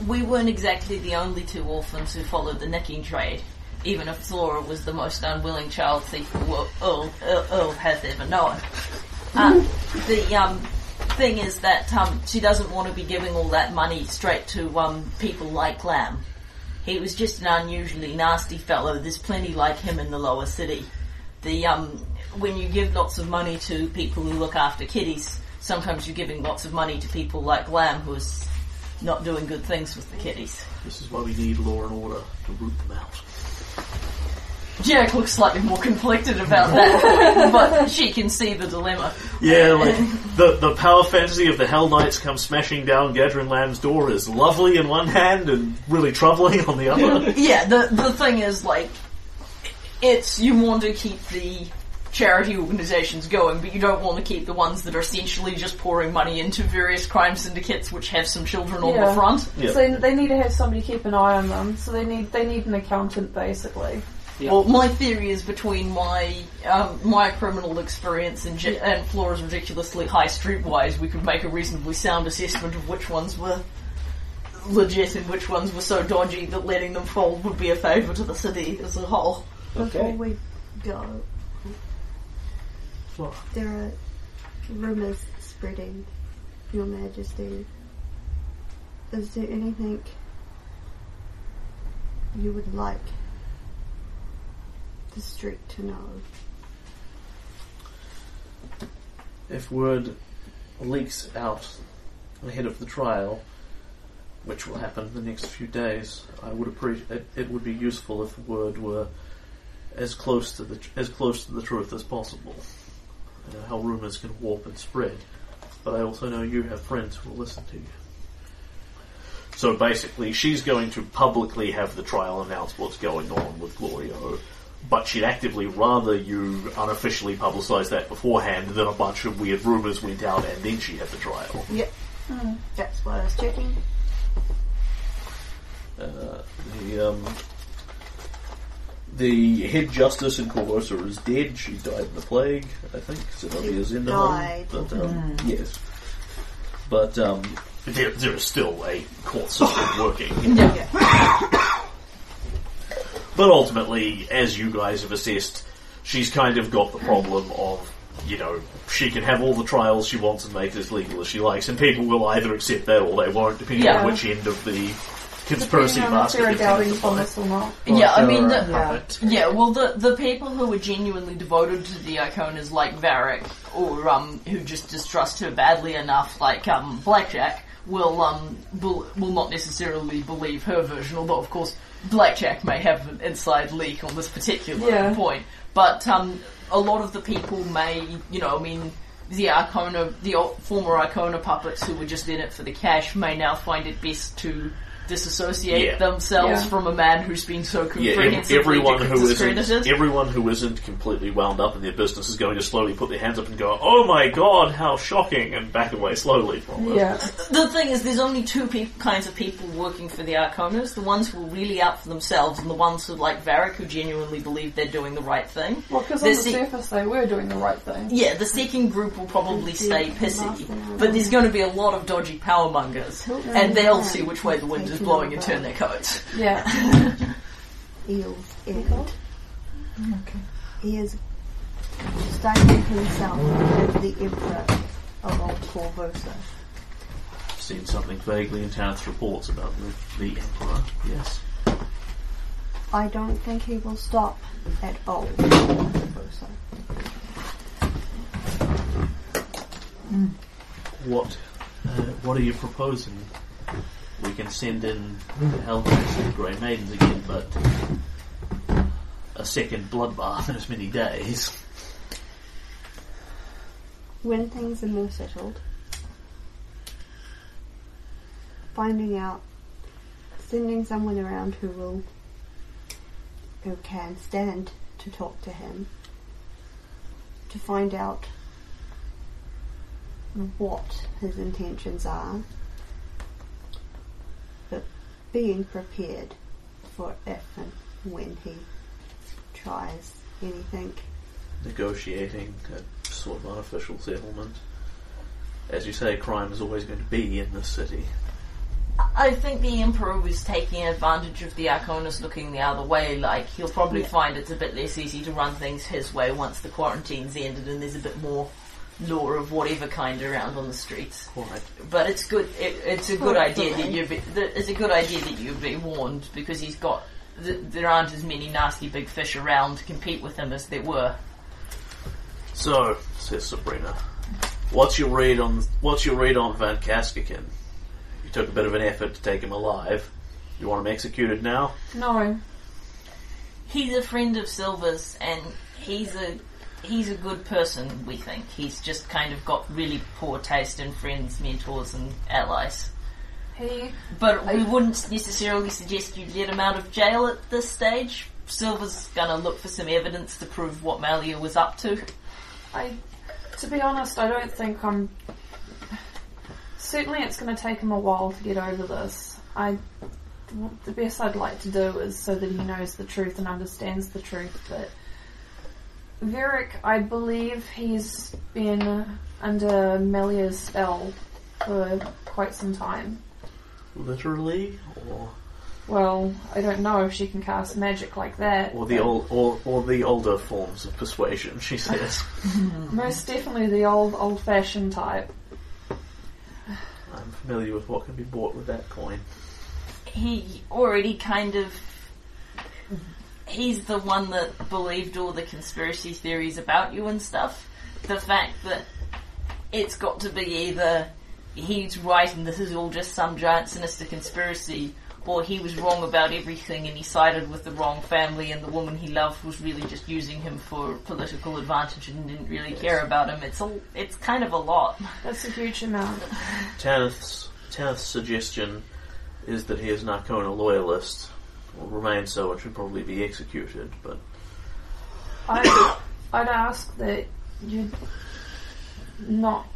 [SPEAKER 4] we weren't exactly the only two orphans who followed the nicking trade. Even if Flora was the most unwilling child thief the world, Earl, Earl, Earl has ever known. Um, the um, thing is that um, she doesn't want to be giving all that money straight to um, people like Lamb. He was just an unusually nasty fellow. There's plenty like him in the lower city. The um, when you give lots of money to people who look after kitties, sometimes you're giving lots of money to people like Lamb, who is not doing good things with the kitties.
[SPEAKER 1] This is why we need law and order to root them out.
[SPEAKER 4] Jack looks slightly more conflicted about that, but she can see the dilemma.
[SPEAKER 1] Yeah, like the the power fantasy of the Hell Knights come smashing down Gadrin Lamb's door is lovely in one hand and really troubling on the other.
[SPEAKER 4] Yeah, the the thing is like it's you want to keep the charity organizations going, but you don't want to keep the ones that are essentially just pouring money into various crime syndicates which have some children on the
[SPEAKER 2] Yeah.
[SPEAKER 4] front.
[SPEAKER 1] Yeah.
[SPEAKER 2] So they, they need to have somebody keep an eye on them. So they need they need an accountant, basically.
[SPEAKER 3] Yeah.
[SPEAKER 4] Well, my theory is between my um, my criminal experience and, J- and Flora's ridiculously high streetwise, we could make a reasonably sound assessment of which ones were legit and which ones were so dodgy that letting them fold would be a favour to the city as a whole.
[SPEAKER 5] Before we go,
[SPEAKER 1] Well,
[SPEAKER 5] there are rumours spreading, Your Majesty. Is there anything you would like the street to know?
[SPEAKER 1] if word leaks out ahead of the trial, which will happen in the next few days, I would appreciate it, it would be useful if word were as close to the tr- as close to the truth as possible. I know how rumors can warp and spread, but I also know you have friends who will listen to you. So basically, she's going to publicly have the trial announce what's going on with Glorio, but she'd actively rather you unofficially publicise that beforehand than a bunch of weird rumours went out and then she had the trial.
[SPEAKER 5] Yep. That's why I was checking.
[SPEAKER 1] Uh, the um, the head justice in Corvosa is dead. She died in the plague, I think. Zenobia's in the home.
[SPEAKER 5] died.
[SPEAKER 1] But, um, Yes. But um, there, there is still a court system working. But ultimately, as you guys have assessed, she's kind of got the problem of, you know, she can have all the trials she wants and make it as legal as she likes, and people will either accept that or they won't, depending
[SPEAKER 4] Yeah.
[SPEAKER 1] on which end of the conspiracy
[SPEAKER 2] Depending on if
[SPEAKER 1] basket.
[SPEAKER 2] they're
[SPEAKER 1] it's on.
[SPEAKER 2] doubting Thomas or not.
[SPEAKER 4] yeah, I mean, the,
[SPEAKER 3] Or-
[SPEAKER 4] Yeah, well, the the people who are genuinely devoted to the Iconas, like Varric, or um, who just distrust her badly enough, like um, Blackjack, will um bel will not necessarily believe her version, although of course Blackjack may have an inside leak on this particular
[SPEAKER 2] Yeah.
[SPEAKER 4] point. But um, a lot of the people may, you know, I mean, the Arcona, the old, former Arcona puppets who were just in it for the cash, may now find it best to disassociate
[SPEAKER 1] Yeah.
[SPEAKER 4] themselves
[SPEAKER 2] Yeah.
[SPEAKER 4] from a man who's been so
[SPEAKER 1] Yeah, ev-
[SPEAKER 4] comprehensively
[SPEAKER 1] everyone who
[SPEAKER 4] discredited.
[SPEAKER 1] isn't everyone who isn't completely wound up in their business is going to slowly put their hands up and go, "Oh my god, how shocking!" and back away slowly from it.
[SPEAKER 2] Yeah.
[SPEAKER 4] The thing is, there's only two peop kinds of people working for the Arconas: the ones who are really out for themselves, and the ones who, like Varric, who genuinely believe they're doing the right thing.
[SPEAKER 2] Well, because on
[SPEAKER 4] There's
[SPEAKER 2] the
[SPEAKER 4] the-
[SPEAKER 2] surface they were doing the right thing.
[SPEAKER 4] Yeah, the second group will probably stay pissy, but there's going to be a lot of dodgy power mongers, and they'll see which way the wind is blowing and turn their coats.
[SPEAKER 2] Yeah.
[SPEAKER 5] Eels end. Okay. He is styling himself as the emperor of old Corvosa.
[SPEAKER 1] I've seen something vaguely in Tanith's reports about the, the Emperor. Yes.
[SPEAKER 5] I don't think he will stop at old Corvosa.
[SPEAKER 1] What uh, What are you proposing? We can send in the Hellcats and the Grey Maidens again, but a second bloodbath in as many days.
[SPEAKER 5] When things are more settled, finding out, sending someone around who will, who can stand to talk to him, to find out what his intentions are, but being prepared for if and when he tries anything.
[SPEAKER 1] negotiating a sort of artificial settlement. As you say, crime is always going to be in this city.
[SPEAKER 4] I think the Emperor was taking advantage of the Arconas looking the other way. Like, he'll probably find it's a bit less easy to run things his way once the quarantine's ended and there's a bit more lore of whatever kind around on the streets.
[SPEAKER 1] Quite.
[SPEAKER 4] But it's good, it, it's a good idea that
[SPEAKER 5] Hopefully.
[SPEAKER 4] you be, that it's a good idea that you be warned because he's got, th- there aren't as many nasty big fish around to compete with him as there were.
[SPEAKER 1] So, says Sabrina, what's your read on what's your read on Van Kaskakin? You took a bit of an effort to take him alive. You want him executed now?
[SPEAKER 2] No.
[SPEAKER 4] he's a friend of Silver's, and he's a he's a good person. We think he's just kind of got really poor taste in friends, mentors, and allies.
[SPEAKER 2] He.
[SPEAKER 4] But we wouldn't necessarily suggest you let him out of jail at this stage. Silver's gonna look for some evidence to prove what Malia was up to.
[SPEAKER 2] I. To be honest, I don't think I'm. Certainly, it's going to take him a while to get over this. I. The best I'd like to do is so that he knows the truth and understands the truth. But Varric, I believe he's been under Melia's spell for quite some time.
[SPEAKER 1] Literally, or
[SPEAKER 2] Well, I don't know if she can cast magic like that.
[SPEAKER 1] or the old or, or the older forms of persuasion? She says.
[SPEAKER 2] Most definitely the old, old-fashioned type.
[SPEAKER 1] I'm familiar with what can be bought with that coin.
[SPEAKER 4] he already kind of he's the one that believed all the conspiracy theories about you and stuff. The fact that it's got to be either he's right and this is all just some giant sinister conspiracy, or he was wrong about everything and he sided with the wrong family and the woman he loved was really just using him for political advantage and didn't really care about him. It's all it's kind of a lot.
[SPEAKER 2] That's a huge amount.
[SPEAKER 1] Tanith's, Tanith's suggestion is that he is an Arcona loyalist, will remain so and should probably be executed, but
[SPEAKER 2] I, I'd ask that you not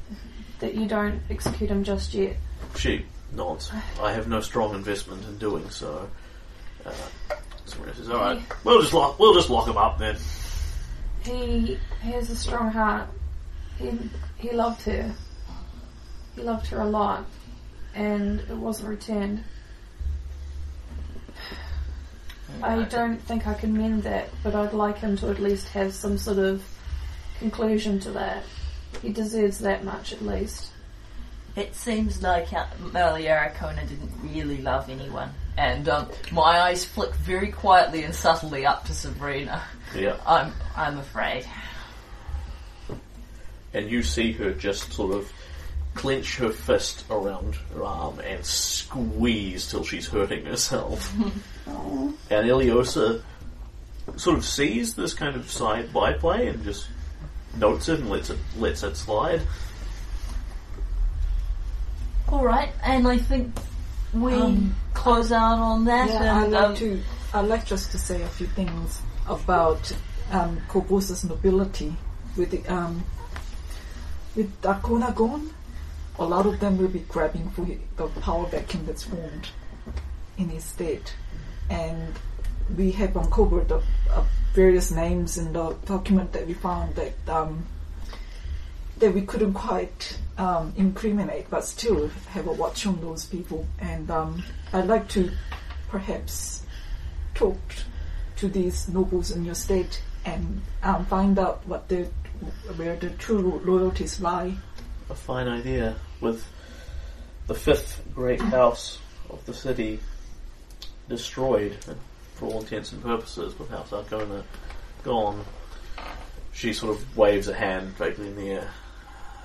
[SPEAKER 2] that you don't execute him just yet.
[SPEAKER 1] she nods. I have no strong investment in doing so. Uh, Sabrina says, alright, we'll just lock, we'll just lock him up then.
[SPEAKER 2] He he has a strong heart. He he loved her. He loved her a lot, and it wasn't returned. I don't think I can mend that, but I'd like him to at least have some sort of conclusion to that. He deserves that much at least.
[SPEAKER 4] It seems like Malia Arcona didn't really love anyone. And um, my eyes flick very quietly and subtly up to Sabrina.
[SPEAKER 1] Yeah.
[SPEAKER 4] I'm, I'm afraid.
[SPEAKER 1] and you see her just sort of clench her fist around her arm and squeeze till she's hurting herself. and Iliosa sort of sees this kind of side byplay and just notes it and lets it lets it slide.
[SPEAKER 4] Alright, and I think we close out on that.
[SPEAKER 6] Um, Yeah, I'd
[SPEAKER 4] and,
[SPEAKER 6] like
[SPEAKER 4] um,
[SPEAKER 6] to. I'd like just to say a few things about um, Kobosa's nobility with the um, with Dakona gone. A lot of them will be grabbing for hi- the power vacuum that's formed in his state, and we have uncovered the uh, various names in the document that we found that um, that we couldn't quite um, incriminate, but still have a watch on those people. And um, I'd like to perhaps talk to these nobles in your state and um, find out what their where their true loyalties lie.
[SPEAKER 8] A fine idea with the fifth great house of the city
[SPEAKER 1] destroyed for all intents and purposes with House Arcona gone. She sort of waves a hand vaguely in the air.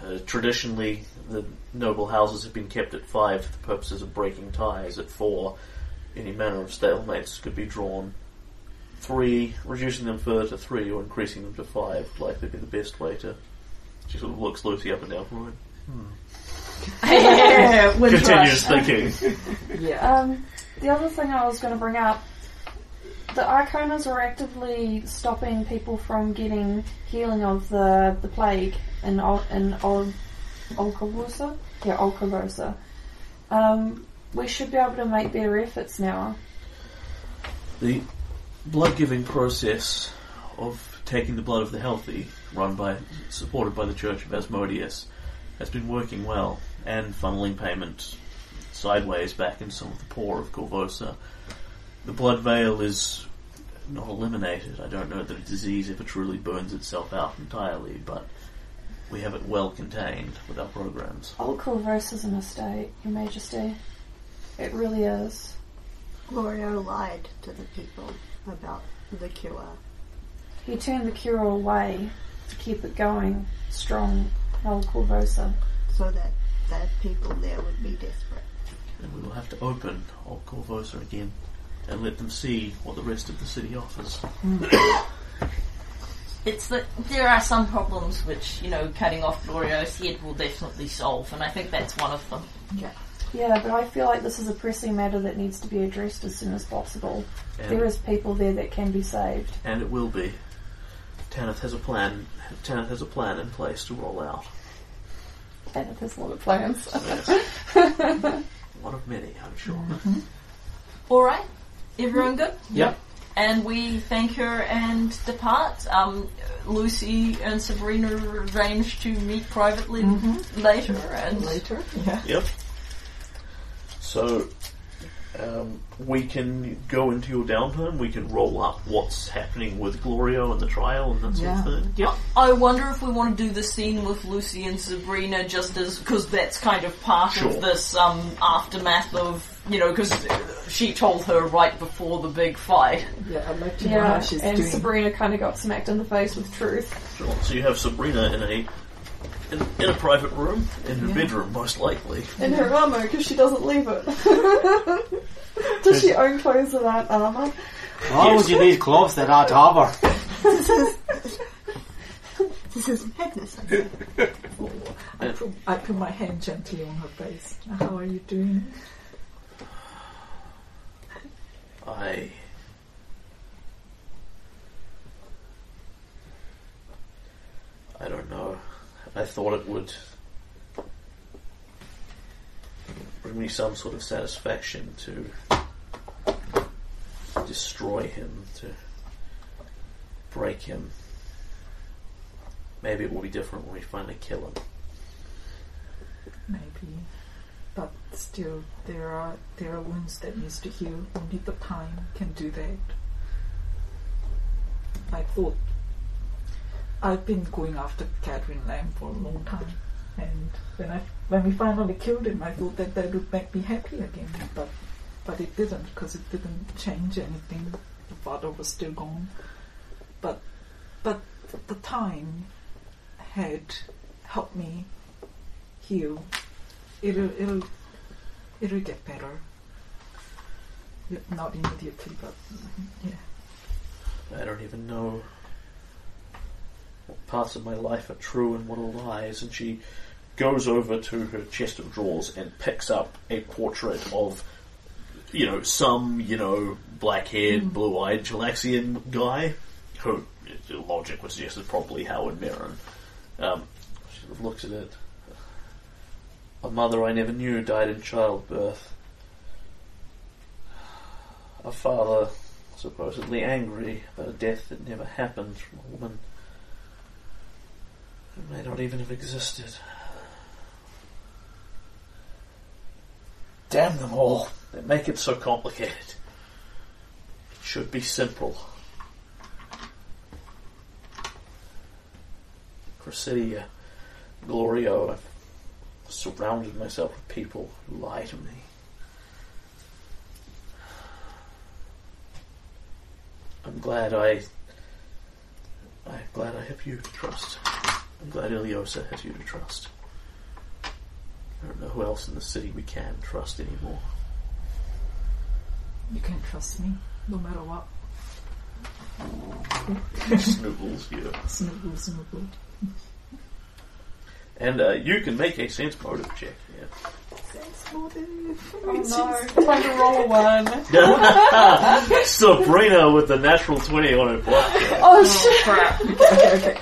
[SPEAKER 1] Uh, traditionally, the noble houses have been kept at five for the purposes of breaking ties. At four, any manner of stalemates could be drawn. Three, reducing them further to three or increasing them to five would likely be the best way to. She sort of looks Lucy up and down. Right.
[SPEAKER 4] yeah, we'll try.
[SPEAKER 1] Continues thinking.
[SPEAKER 6] Yeah.
[SPEAKER 2] Um, the other thing I was going to bring up, the Arconas are actively stopping people from getting healing of the the plague in Ol- in Ol- Olcobosa? Yeah, Olcobosa. Um, we should be able to make better efforts now.
[SPEAKER 1] The blood giving process of taking the blood of the healthy, run by supported by the Church of Asmodeus, has been working well and funneling payment sideways back into some of the poor of Corvosa. The blood veil is not eliminated. I don't know that a disease ever truly burns itself out entirely, but we have it well contained with our programs.
[SPEAKER 2] Olcobosa is a mistake, Your Majesty. It really is.
[SPEAKER 5] Gloria lied to the people about the cure.
[SPEAKER 2] He turned the cure away to keep it going strong. Olcobosa.
[SPEAKER 5] so that that people there would be desperate.
[SPEAKER 1] And we will have to open old Corvosa again and let them see what the rest of the city offers.
[SPEAKER 4] It's that there are some problems which, you know, cutting off Glorio's head will definitely solve, and I think that's one of them.
[SPEAKER 2] Yeah, but I feel like this is a pressing matter that needs to be addressed as soon as possible.
[SPEAKER 1] And
[SPEAKER 2] There is people there that can be saved.
[SPEAKER 1] and it will be. Tanith has a plan. Tanith has a plan in place to roll out.
[SPEAKER 2] And there's a lot of plans.
[SPEAKER 1] One of many, I'm sure.
[SPEAKER 2] Mm-hmm.
[SPEAKER 4] Alright? Everyone good?
[SPEAKER 1] Yep.
[SPEAKER 4] And we thank her and depart. Um, Lucy and Sabrina arrange to meet privately later, and
[SPEAKER 6] Mm-hmm. Later. Uh, Yeah.
[SPEAKER 1] Yep. So um, we can go into your downtime. We can roll up what's happening with Glorio and the trial and that sort
[SPEAKER 6] Yeah.
[SPEAKER 1] of thing. Yep.
[SPEAKER 4] I wonder if we want to do the scene with Lucy and Sabrina just as because that's kind of part
[SPEAKER 1] Sure.
[SPEAKER 4] of this um, aftermath of you know because she told her right before the big fight.
[SPEAKER 6] Yeah. I'd like to know how
[SPEAKER 2] yeah,
[SPEAKER 6] she's
[SPEAKER 2] and
[SPEAKER 6] doing.
[SPEAKER 2] Sabrina kind of got smacked in the face with truth.
[SPEAKER 1] Sure. So you have Sabrina in a in, in a private room in her bedroom, most likely.
[SPEAKER 2] In her armour, because she doesn't leave it. Does she own clothes without armour?
[SPEAKER 3] Why would you need gloves that aren't armor?
[SPEAKER 5] This is madness. I think.
[SPEAKER 6] I, put, I put my hand gently on her face. How are you doing?
[SPEAKER 1] I. I don't know. I thought it would bring me some sort of satisfaction to destroy him, to break him. Maybe it will be different when we finally kill him.
[SPEAKER 6] Maybe. But still, there are there are wounds that needs to heal. Only the time can do that. I thought I've been going after Catherine Lamb for a long time, and when I when we finally killed him, I thought that that would make me happy again. But but it didn't because it didn't change anything. The father was still gone. But but the time had helped me heal it'll it'll it'll get better. Not immediately, but yeah.
[SPEAKER 8] I don't even know what parts of my life are true and what are lies. And she goes over to her chest of drawers and picks up a portrait of, you know, some, you know, black haired, blue eyed Jalaxian guy who uh, logic would suggest is probably Howard Merrin. Um, she sort of looks at it. A mother I never knew died in childbirth. A father supposedly angry about a death that never happened from a woman who may not even have existed. Damn them all! They make it so complicated. It should be simple. Cressidia, Glorio, I've surrounded myself with people who lie to me. I'm glad I. I'm glad I have you to trust. I'm glad Iliosa has you to trust. I don't know who else in the city we can trust anymore.
[SPEAKER 6] You can trust me, no matter what.
[SPEAKER 1] Snoogles, yeah.
[SPEAKER 6] Snuggle, snuggle.
[SPEAKER 8] And uh, you can make a sense motive check. Yeah.
[SPEAKER 2] Oh no! Time to roll a one.
[SPEAKER 8] Sabrina with the natural twenty on her block. check.
[SPEAKER 2] Oh shit!
[SPEAKER 6] okay,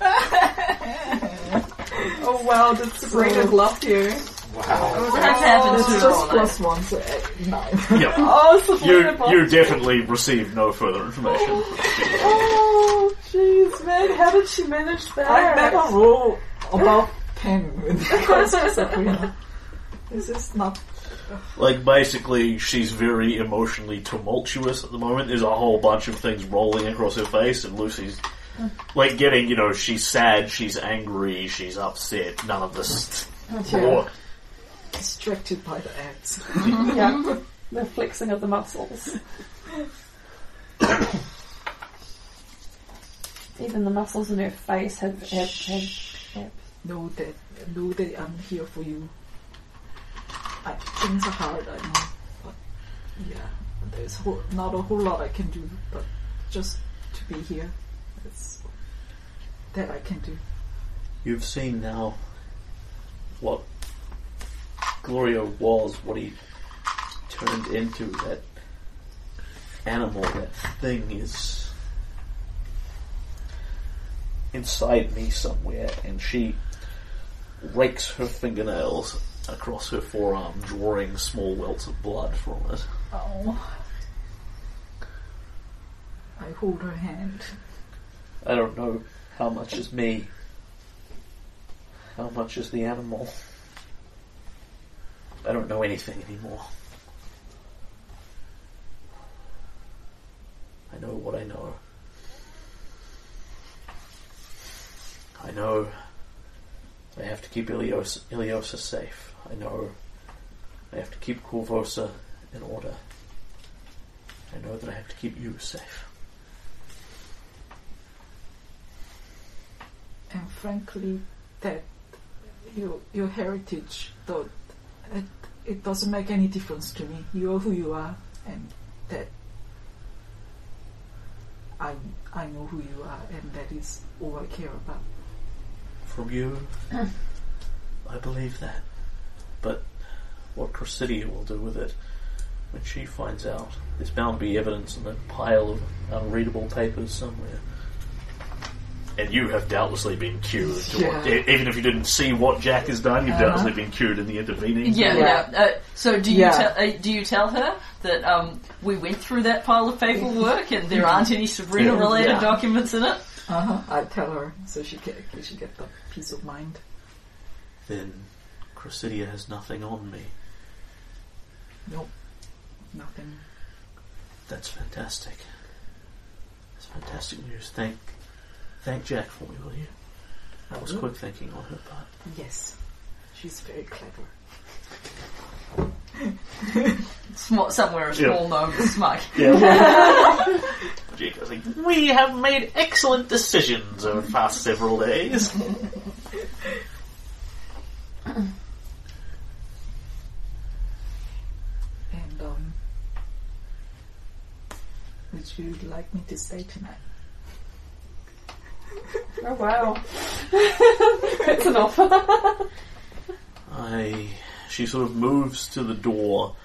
[SPEAKER 6] okay.
[SPEAKER 7] Oh wow, did Sabrina bluff you?
[SPEAKER 4] That's happened
[SPEAKER 6] It's
[SPEAKER 4] to
[SPEAKER 6] just
[SPEAKER 4] Roland.
[SPEAKER 6] plus one, so eh, nine.
[SPEAKER 1] Yep.
[SPEAKER 7] Oh, Sabrina
[SPEAKER 1] You
[SPEAKER 7] bluffed
[SPEAKER 1] you definitely receive no further information.
[SPEAKER 7] Oh, jeez, man, how did she manage that?
[SPEAKER 6] I never roll above ten with Sabrina. This is not
[SPEAKER 1] Like basically, she's very emotionally tumultuous at the moment. There's a whole bunch of things rolling across her face, and Lucy's like getting you know she's sad, she's angry, she's upset. None of this.
[SPEAKER 6] yeah, distracted by the ads.
[SPEAKER 7] Yeah, the flexing of the muscles.
[SPEAKER 2] Even the muscles in her face have have, have, have
[SPEAKER 6] Know that, know that I'm here for you. I, things are hard, I know, but yeah, there's whole, not a whole lot I can do, but just to be here, that's that I can do.
[SPEAKER 8] You've seen now what Gloria was, what he turned into. That animal, that thing is inside me somewhere, and she rakes her fingernails across her forearm, drawing small welts of blood from it.
[SPEAKER 6] Oh, I hold her hand.
[SPEAKER 8] I don't know how much is me, how much is the animal. I don't know anything anymore. I know what I know. I know I have to keep Iliosa, Iliosa safe. I know I have to keep Corvosa in order. I know that I have to keep you safe.
[SPEAKER 6] and frankly that your your heritage though it, it doesn't make any difference to me you are who you are and that I I know who you are and that is all I care about
[SPEAKER 8] from you. I believe that. But what Cressidia will do with it when she finds out, there's bound to be evidence in that pile of unreadable papers somewhere.
[SPEAKER 1] And you have doubtlessly been cued. To what,
[SPEAKER 6] Yeah.
[SPEAKER 1] e- even if you didn't see what Jack has done, you've
[SPEAKER 6] Uh-huh.
[SPEAKER 1] doubtlessly been cued in the intervening.
[SPEAKER 4] Yeah,
[SPEAKER 6] Yeah.
[SPEAKER 4] yeah. Uh, so do you
[SPEAKER 6] Yeah.
[SPEAKER 4] tell uh, do you tell her that um, we went through that pile of paperwork and there aren't any Sabrina related
[SPEAKER 6] Mm-hmm. Yeah.
[SPEAKER 4] documents in it?
[SPEAKER 6] uh-huh I tell her so she get she get the peace of mind
[SPEAKER 8] Then Cressidia has nothing on me.
[SPEAKER 6] nope nothing
[SPEAKER 8] That's fantastic. That's fantastic news. Thank thank Jack for me, will you? That
[SPEAKER 6] Mm-hmm.
[SPEAKER 8] was quick thinking on her part.
[SPEAKER 6] yes she's very clever
[SPEAKER 4] Small, somewhere a
[SPEAKER 1] Yeah.
[SPEAKER 4] small gnome is smug.
[SPEAKER 1] Jack is like, we have made excellent decisions over the past several days.
[SPEAKER 6] if you um, would like me to stay tonight.
[SPEAKER 2] Oh wow. That's an offer.
[SPEAKER 1] I. She sort of moves to the door,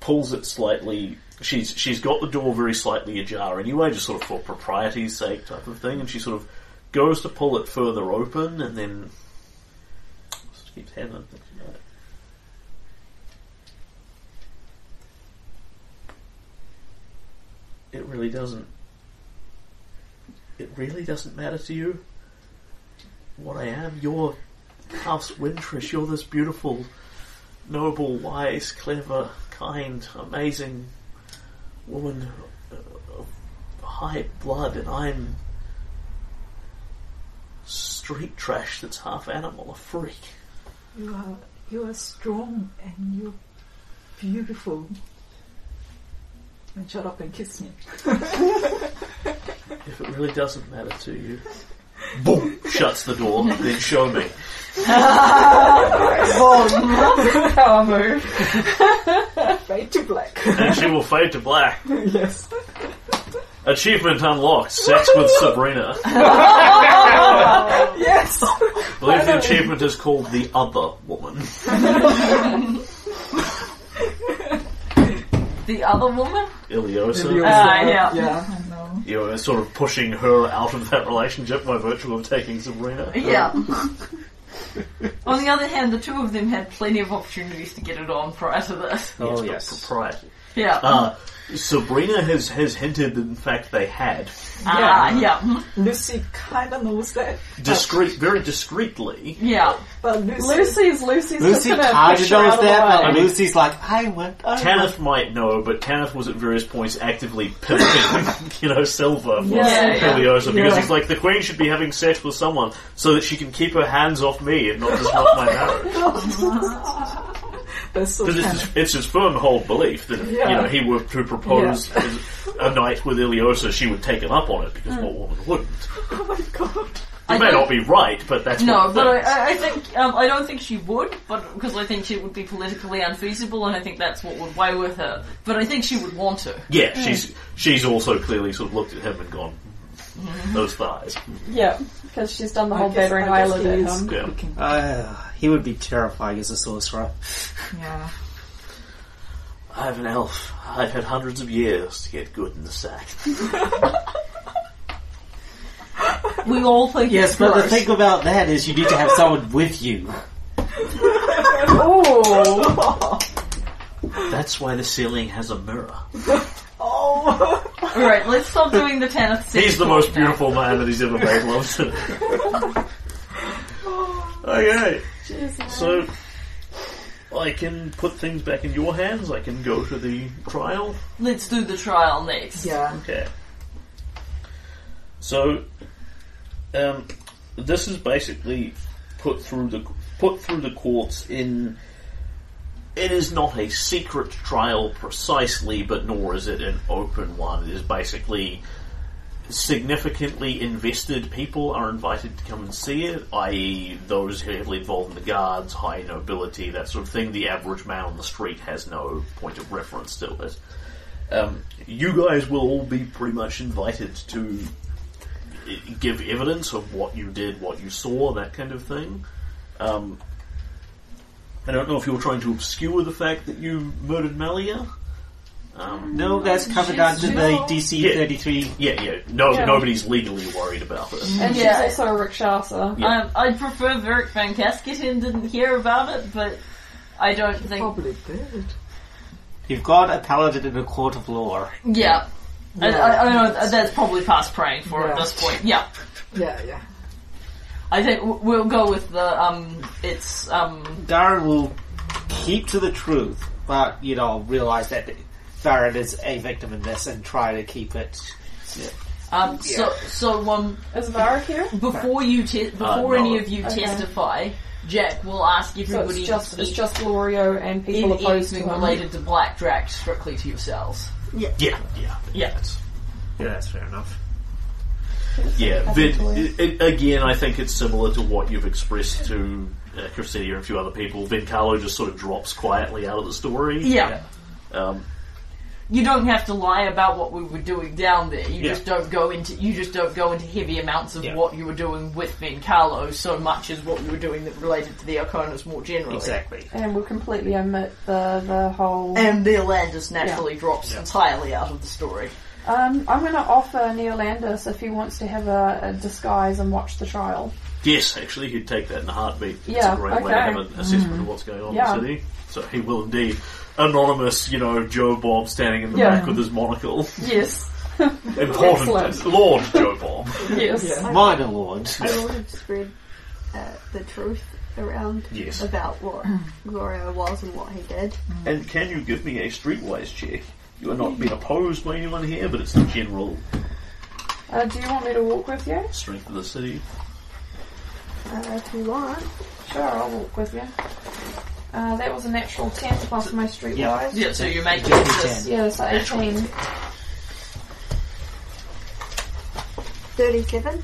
[SPEAKER 1] pulls it slightly. She's she's got the door very slightly ajar anyway, just sort of for propriety's sake type of thing. And she sort of goes to pull it further open, and then sort of keeps handling things about it. It really doesn't. It really doesn't matter to you what I am. You're House Wintrish, you're this beautiful, noble, wise, clever, kind, amazing woman of high blood, and I'm street trash that's half animal, a freak.
[SPEAKER 6] You are you are strong and you're beautiful. And shut up and kiss me.
[SPEAKER 1] If it really doesn't matter to you, boom, shuts the door, then show me.
[SPEAKER 2] How I move.
[SPEAKER 6] Fade to black.
[SPEAKER 1] And she will fade to black.
[SPEAKER 6] yes.
[SPEAKER 1] Achievement unlocked, sex with Sabrina.
[SPEAKER 6] Yes.
[SPEAKER 1] I believe the achievement is called The Other Woman.
[SPEAKER 4] The other woman?
[SPEAKER 1] Uh-huh. Iliosa.
[SPEAKER 6] Ah,
[SPEAKER 4] yeah.
[SPEAKER 6] Yeah, I know.
[SPEAKER 1] You're sort of pushing her out of that relationship by virtue of taking Sabrina.
[SPEAKER 4] Yeah. on the other hand, the two of them had plenty of opportunities to get it on prior to this.
[SPEAKER 3] Oh,
[SPEAKER 1] Yes,
[SPEAKER 3] yes.
[SPEAKER 1] Propriety.
[SPEAKER 4] Yeah.
[SPEAKER 1] Uh, Sabrina has, has hinted that in fact they had.
[SPEAKER 4] ah, yeah.
[SPEAKER 6] Lucy kind of knows that.
[SPEAKER 1] Discreet, very discreetly.
[SPEAKER 4] Yeah.
[SPEAKER 6] But Lucy,
[SPEAKER 2] Lucy's Lucy's just
[SPEAKER 3] Lucy
[SPEAKER 2] gonna
[SPEAKER 3] kind
[SPEAKER 2] push
[SPEAKER 3] of
[SPEAKER 2] her out
[SPEAKER 3] knows
[SPEAKER 2] of the way.
[SPEAKER 3] that, but
[SPEAKER 1] I mean-
[SPEAKER 3] Lucy's like, I went. I went.
[SPEAKER 1] Tanith might know, but Tanith was at various points actively pimping, you know, Silver for
[SPEAKER 2] Yeah,
[SPEAKER 4] yeah.
[SPEAKER 1] Heliosa because
[SPEAKER 4] Yeah.
[SPEAKER 1] he's like, the Queen should be having sex with someone so that she can keep her hands off me and not disrupt my marriage.
[SPEAKER 6] that's so
[SPEAKER 1] Because
[SPEAKER 6] kind
[SPEAKER 1] it's, his- it's his firm hold belief that if, you know, he were to propose a night with Iliosa, she would take him up on it because what woman wouldn't?
[SPEAKER 6] Oh my god.
[SPEAKER 1] It
[SPEAKER 4] I
[SPEAKER 1] may
[SPEAKER 4] don't-
[SPEAKER 1] not be right, but that's
[SPEAKER 4] No,
[SPEAKER 1] what
[SPEAKER 4] but I,
[SPEAKER 1] it is.
[SPEAKER 4] I- I think um, I don't think she would, but because I think she would be politically unfeasible, and I think that's what would weigh with her. But I think she would want to.
[SPEAKER 1] Yeah,
[SPEAKER 4] Hmm.
[SPEAKER 1] she's she's also clearly sort of looked at him and gone,
[SPEAKER 4] Mm-hmm.
[SPEAKER 1] those thighs.
[SPEAKER 2] Yeah, because she's done the whole
[SPEAKER 6] I guess-
[SPEAKER 2] battering
[SPEAKER 6] I guess
[SPEAKER 2] eyelid
[SPEAKER 6] he
[SPEAKER 2] at
[SPEAKER 6] is
[SPEAKER 2] him.
[SPEAKER 1] Yeah.
[SPEAKER 6] looking-
[SPEAKER 3] Uh, he would be terrifying as a sorcerer.
[SPEAKER 6] Yeah.
[SPEAKER 1] I'm an elf. I've had hundreds of years to get good in the sack.
[SPEAKER 4] We all think
[SPEAKER 3] Yes,
[SPEAKER 4] it's
[SPEAKER 3] but the
[SPEAKER 4] gross.
[SPEAKER 3] thing about that is you need to have someone with you.
[SPEAKER 1] That's why the ceiling has a mirror.
[SPEAKER 6] Oh.
[SPEAKER 4] All right, let's stop doing the tennis.
[SPEAKER 1] He's the most beautiful man that he's ever made love to. okay. So, I can put things back in your hands. I can go to the trial.
[SPEAKER 4] Let's do the trial next.
[SPEAKER 6] Yeah.
[SPEAKER 1] Okay. So, um, this is basically put through the put through the courts in. It is not a secret trial precisely, but nor is it an open one. It is basically significantly invested people are invited to come and see it, i.e., those heavily involved in the guards, high nobility, that sort of thing. The average man on the street has no point of reference to it um, you guys will all be pretty much invited to i- give evidence of what you did, what you saw, that kind of thing. Um, I don't know if you're trying to obscure the fact that you murdered Malia. Um,
[SPEAKER 3] No, that's covered under the DC
[SPEAKER 1] Yeah.
[SPEAKER 3] 33.
[SPEAKER 1] yeah, yeah. No,
[SPEAKER 2] Yeah.
[SPEAKER 1] nobody's legally worried about
[SPEAKER 4] Mm-hmm.
[SPEAKER 1] it.
[SPEAKER 2] And
[SPEAKER 4] Yeah.
[SPEAKER 2] she's also a rickshasa.
[SPEAKER 1] Yeah.
[SPEAKER 4] Um, I'd prefer Varric Van Casketon didn't hear about it, but I don't think.
[SPEAKER 6] Probably did.
[SPEAKER 3] You've got a paladin in a court of law.
[SPEAKER 4] Yeah. I, I, I know th- that's probably past praying for at
[SPEAKER 6] Yeah.
[SPEAKER 4] this point. Yeah,
[SPEAKER 6] Yeah, yeah.
[SPEAKER 4] I think w- we'll go with the um. It's um.
[SPEAKER 3] Darren will keep to the truth, but, you know, realize that Darren is a victim in this and try to keep it.
[SPEAKER 4] um So so um.
[SPEAKER 2] Is Varric here?
[SPEAKER 4] Before you te- before
[SPEAKER 1] Uh, no.
[SPEAKER 4] any of you
[SPEAKER 2] Okay.
[SPEAKER 4] testify, Jack will ask
[SPEAKER 2] So it's
[SPEAKER 4] everybody
[SPEAKER 2] just it's
[SPEAKER 4] in-
[SPEAKER 2] just Glorio and people
[SPEAKER 4] in
[SPEAKER 2] opposed to
[SPEAKER 4] anything
[SPEAKER 2] him.
[SPEAKER 4] related to Black Drac strictly to yourselves.
[SPEAKER 1] Yeah, yeah,
[SPEAKER 4] Yeah.
[SPEAKER 3] Yeah, that's fair enough.
[SPEAKER 1] yeah. But
[SPEAKER 2] Definitely.
[SPEAKER 1] i i- again, I think it's similar to what you've expressed to uh, Christina and a few other people. Carlo just sort of drops quietly out of the story.
[SPEAKER 4] Yeah.
[SPEAKER 1] Um,
[SPEAKER 4] you don't have to lie about what we were doing down there. You
[SPEAKER 9] Yeah.
[SPEAKER 4] just don't go into you just don't go into heavy amounts of
[SPEAKER 9] Yeah.
[SPEAKER 4] what you were doing with Carlo so much as what you were doing that related to the Arconas more generally.
[SPEAKER 9] Exactly.
[SPEAKER 2] And we'll completely omit the, the whole.
[SPEAKER 4] And their land just naturally drops
[SPEAKER 9] Yeah.
[SPEAKER 4] entirely out of the story.
[SPEAKER 2] Um, I'm going to offer Neil Landis if he wants to have a, a disguise and watch the trial.
[SPEAKER 1] Yes, actually, he'd take that in a heartbeat. It's
[SPEAKER 2] Yeah,
[SPEAKER 1] a great way to
[SPEAKER 2] okay. Mm.
[SPEAKER 1] have an assessment of what's going on
[SPEAKER 2] Yeah.
[SPEAKER 1] in the city. So he will indeed. Anonymous, you know, Joe Bob standing in the
[SPEAKER 2] Yeah.
[SPEAKER 1] back with his monocle.
[SPEAKER 2] Yes,
[SPEAKER 1] Important. Lord Joe Bob.
[SPEAKER 2] yes.
[SPEAKER 3] Minor Lord.
[SPEAKER 5] I would have spread uh, the truth around
[SPEAKER 1] Yes.
[SPEAKER 5] about what Gloria was and what he did.
[SPEAKER 9] And can you give me a streetwise check? You are not being opposed by anyone here, but it's the general
[SPEAKER 2] Uh, do you want me to walk with you?
[SPEAKER 1] Strength of the city.
[SPEAKER 5] Uh, if you want.
[SPEAKER 2] Sure, I'll walk with you. Uh, that was a natural 10 plus my streetwise.
[SPEAKER 3] Yeah.
[SPEAKER 4] Yeah, so you make
[SPEAKER 3] Just
[SPEAKER 4] this-
[SPEAKER 3] pretend.
[SPEAKER 2] Yeah, so 18.
[SPEAKER 5] 37.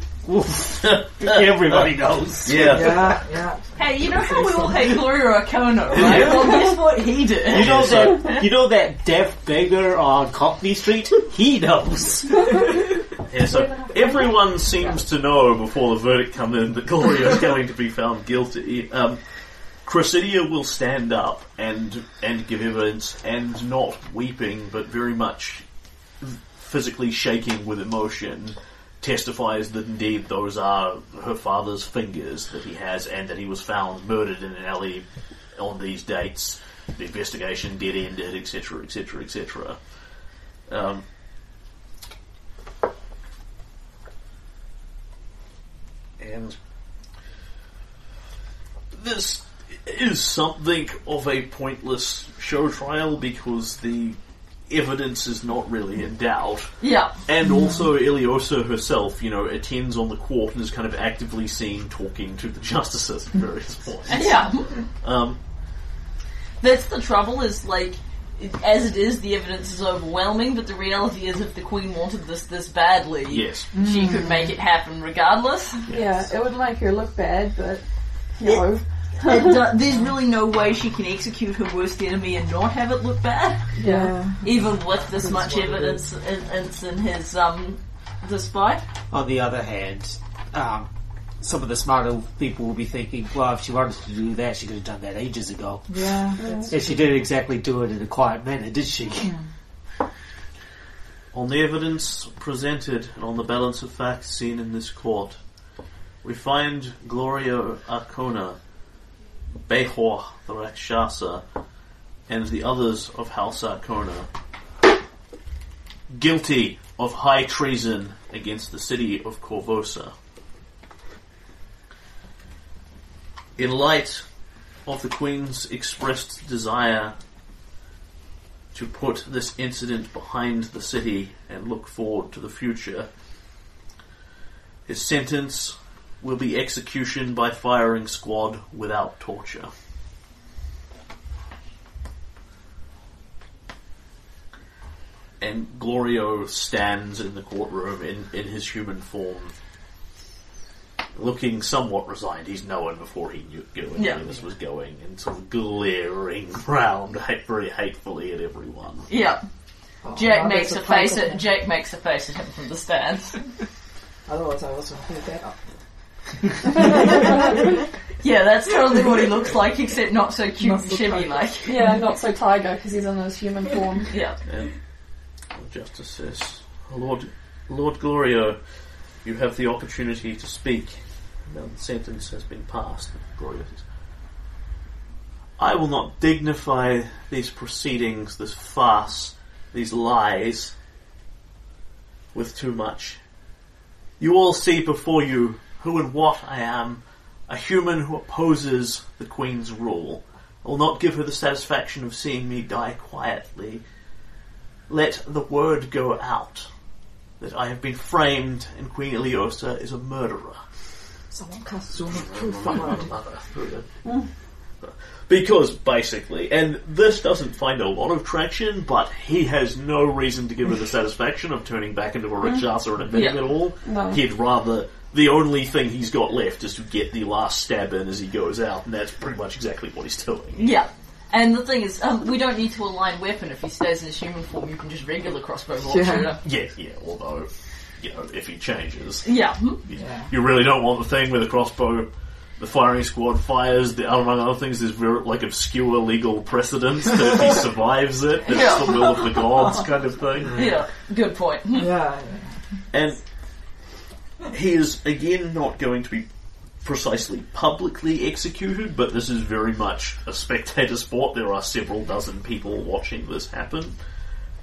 [SPEAKER 3] Everybody knows.
[SPEAKER 9] Yeah.
[SPEAKER 6] Yeah, yeah.
[SPEAKER 4] Hey, you know how we all hate Gloria Arcona, right? Well, guess what he
[SPEAKER 3] You
[SPEAKER 4] did.
[SPEAKER 3] know that you know that deaf beggar on Cockney Street? He knows.
[SPEAKER 1] Yeah, so everyone seems to know before the verdict comes in that Gloria is going to be found guilty. Um, Cressidia will stand up and and give evidence, and not weeping, but very much physically shaking with emotion, testifies that indeed those are her father's fingers that he has, and that he was found murdered in an alley on these dates. The investigation dead ended, etc., etc., etc. Um, and this is something of a pointless show trial because the evidence is not really in doubt.
[SPEAKER 4] yeah.
[SPEAKER 1] And also, Iliosa herself, you know, attends on the court and is kind of actively seen talking to the justices at various points.
[SPEAKER 4] Yeah.
[SPEAKER 1] Um,
[SPEAKER 4] That's the trouble, is like, it- as it is, the evidence is overwhelming, but the reality is if the Queen wanted this this badly,
[SPEAKER 1] yes.
[SPEAKER 4] she could make it happen regardless.
[SPEAKER 2] Yeah, it would make her look bad, but no.
[SPEAKER 4] It do- there's really no way she can execute her worst enemy and not have it look bad,
[SPEAKER 2] Yeah.
[SPEAKER 4] even with this much evidence in, it's in his, um, despite.
[SPEAKER 3] On the other hand, um, some of the smarter people will be thinking, well, if she wanted to do that, she could have done that ages ago.
[SPEAKER 6] Yeah,
[SPEAKER 3] And she didn't exactly do it in a quiet manner, did she?
[SPEAKER 1] On the evidence presented and on the balance of facts seen in this court, we find Gloria Arcona, Behor the Rakshasa, and the others of House Arcona guilty of high treason against the city of Corvosa. In light of the Queen's expressed desire to put this incident behind the city and look forward to the future. His sentence will be execution by firing squad without torture. And Glorio stands in the courtroom in, in his human form, looking somewhat resigned. He's known before he knew, knew
[SPEAKER 4] Yeah.
[SPEAKER 1] where this was going, and sort of glaring round very hatefully at everyone.
[SPEAKER 4] Yeah. Jack
[SPEAKER 6] now
[SPEAKER 4] makes
[SPEAKER 6] there's
[SPEAKER 4] Oh, a
[SPEAKER 6] a
[SPEAKER 4] face at
[SPEAKER 6] compliment.
[SPEAKER 4] Jack makes a face at him from the stand.
[SPEAKER 6] otherwise I was going to that up.
[SPEAKER 4] Yeah, that's totally what he looks like, except not so cute
[SPEAKER 6] Not
[SPEAKER 4] and
[SPEAKER 6] so
[SPEAKER 4] shimmy like.
[SPEAKER 2] Yeah, not so Tiger because he's in his human form.
[SPEAKER 4] Yeah.
[SPEAKER 1] And Justice says, Lord, Lord Glorio, you have the opportunity to speak. Now the sentence has been passed. Glorio says, I will not dignify these proceedings, this farce, these lies, with too much. You all see before you who and what I am, a human who opposes the Queen's rule. I will not give her the satisfaction of seeing me die quietly let the word go out that I have been framed and Queen Iliosa is a murderer.
[SPEAKER 6] Someone cast Zoom proof around.
[SPEAKER 1] Because basically, and this doesn't find a lot of traction, but he has no reason to give her the satisfaction of turning back into a Rakshasa and admitting
[SPEAKER 4] Yeah.
[SPEAKER 1] it all.
[SPEAKER 2] No.
[SPEAKER 1] He'd rather. The only thing he's got left is to get the last stab in as he goes out, and that's pretty much exactly what he's doing.
[SPEAKER 4] Yeah. And the thing is, um, we don't need to align weapon. If he stays in his human form, you can just regular crossbow bolt
[SPEAKER 6] Yeah.
[SPEAKER 4] shooter.
[SPEAKER 1] Yeah, yeah. Although, you know, if he changes,
[SPEAKER 4] Yeah. mhm.
[SPEAKER 1] you- you really don't want the thing where the crossbow, the firing squad fires. The, among other things, there's very, like obscure legal precedents that if he survives it, it's
[SPEAKER 4] Yeah.
[SPEAKER 1] the will of the gods kind of thing.
[SPEAKER 4] Yeah. Good point. Hmm.
[SPEAKER 6] Yeah.
[SPEAKER 9] And he is again not going to be precisely publicly executed, but this is very much a spectator sport. There are several dozen people watching this happen.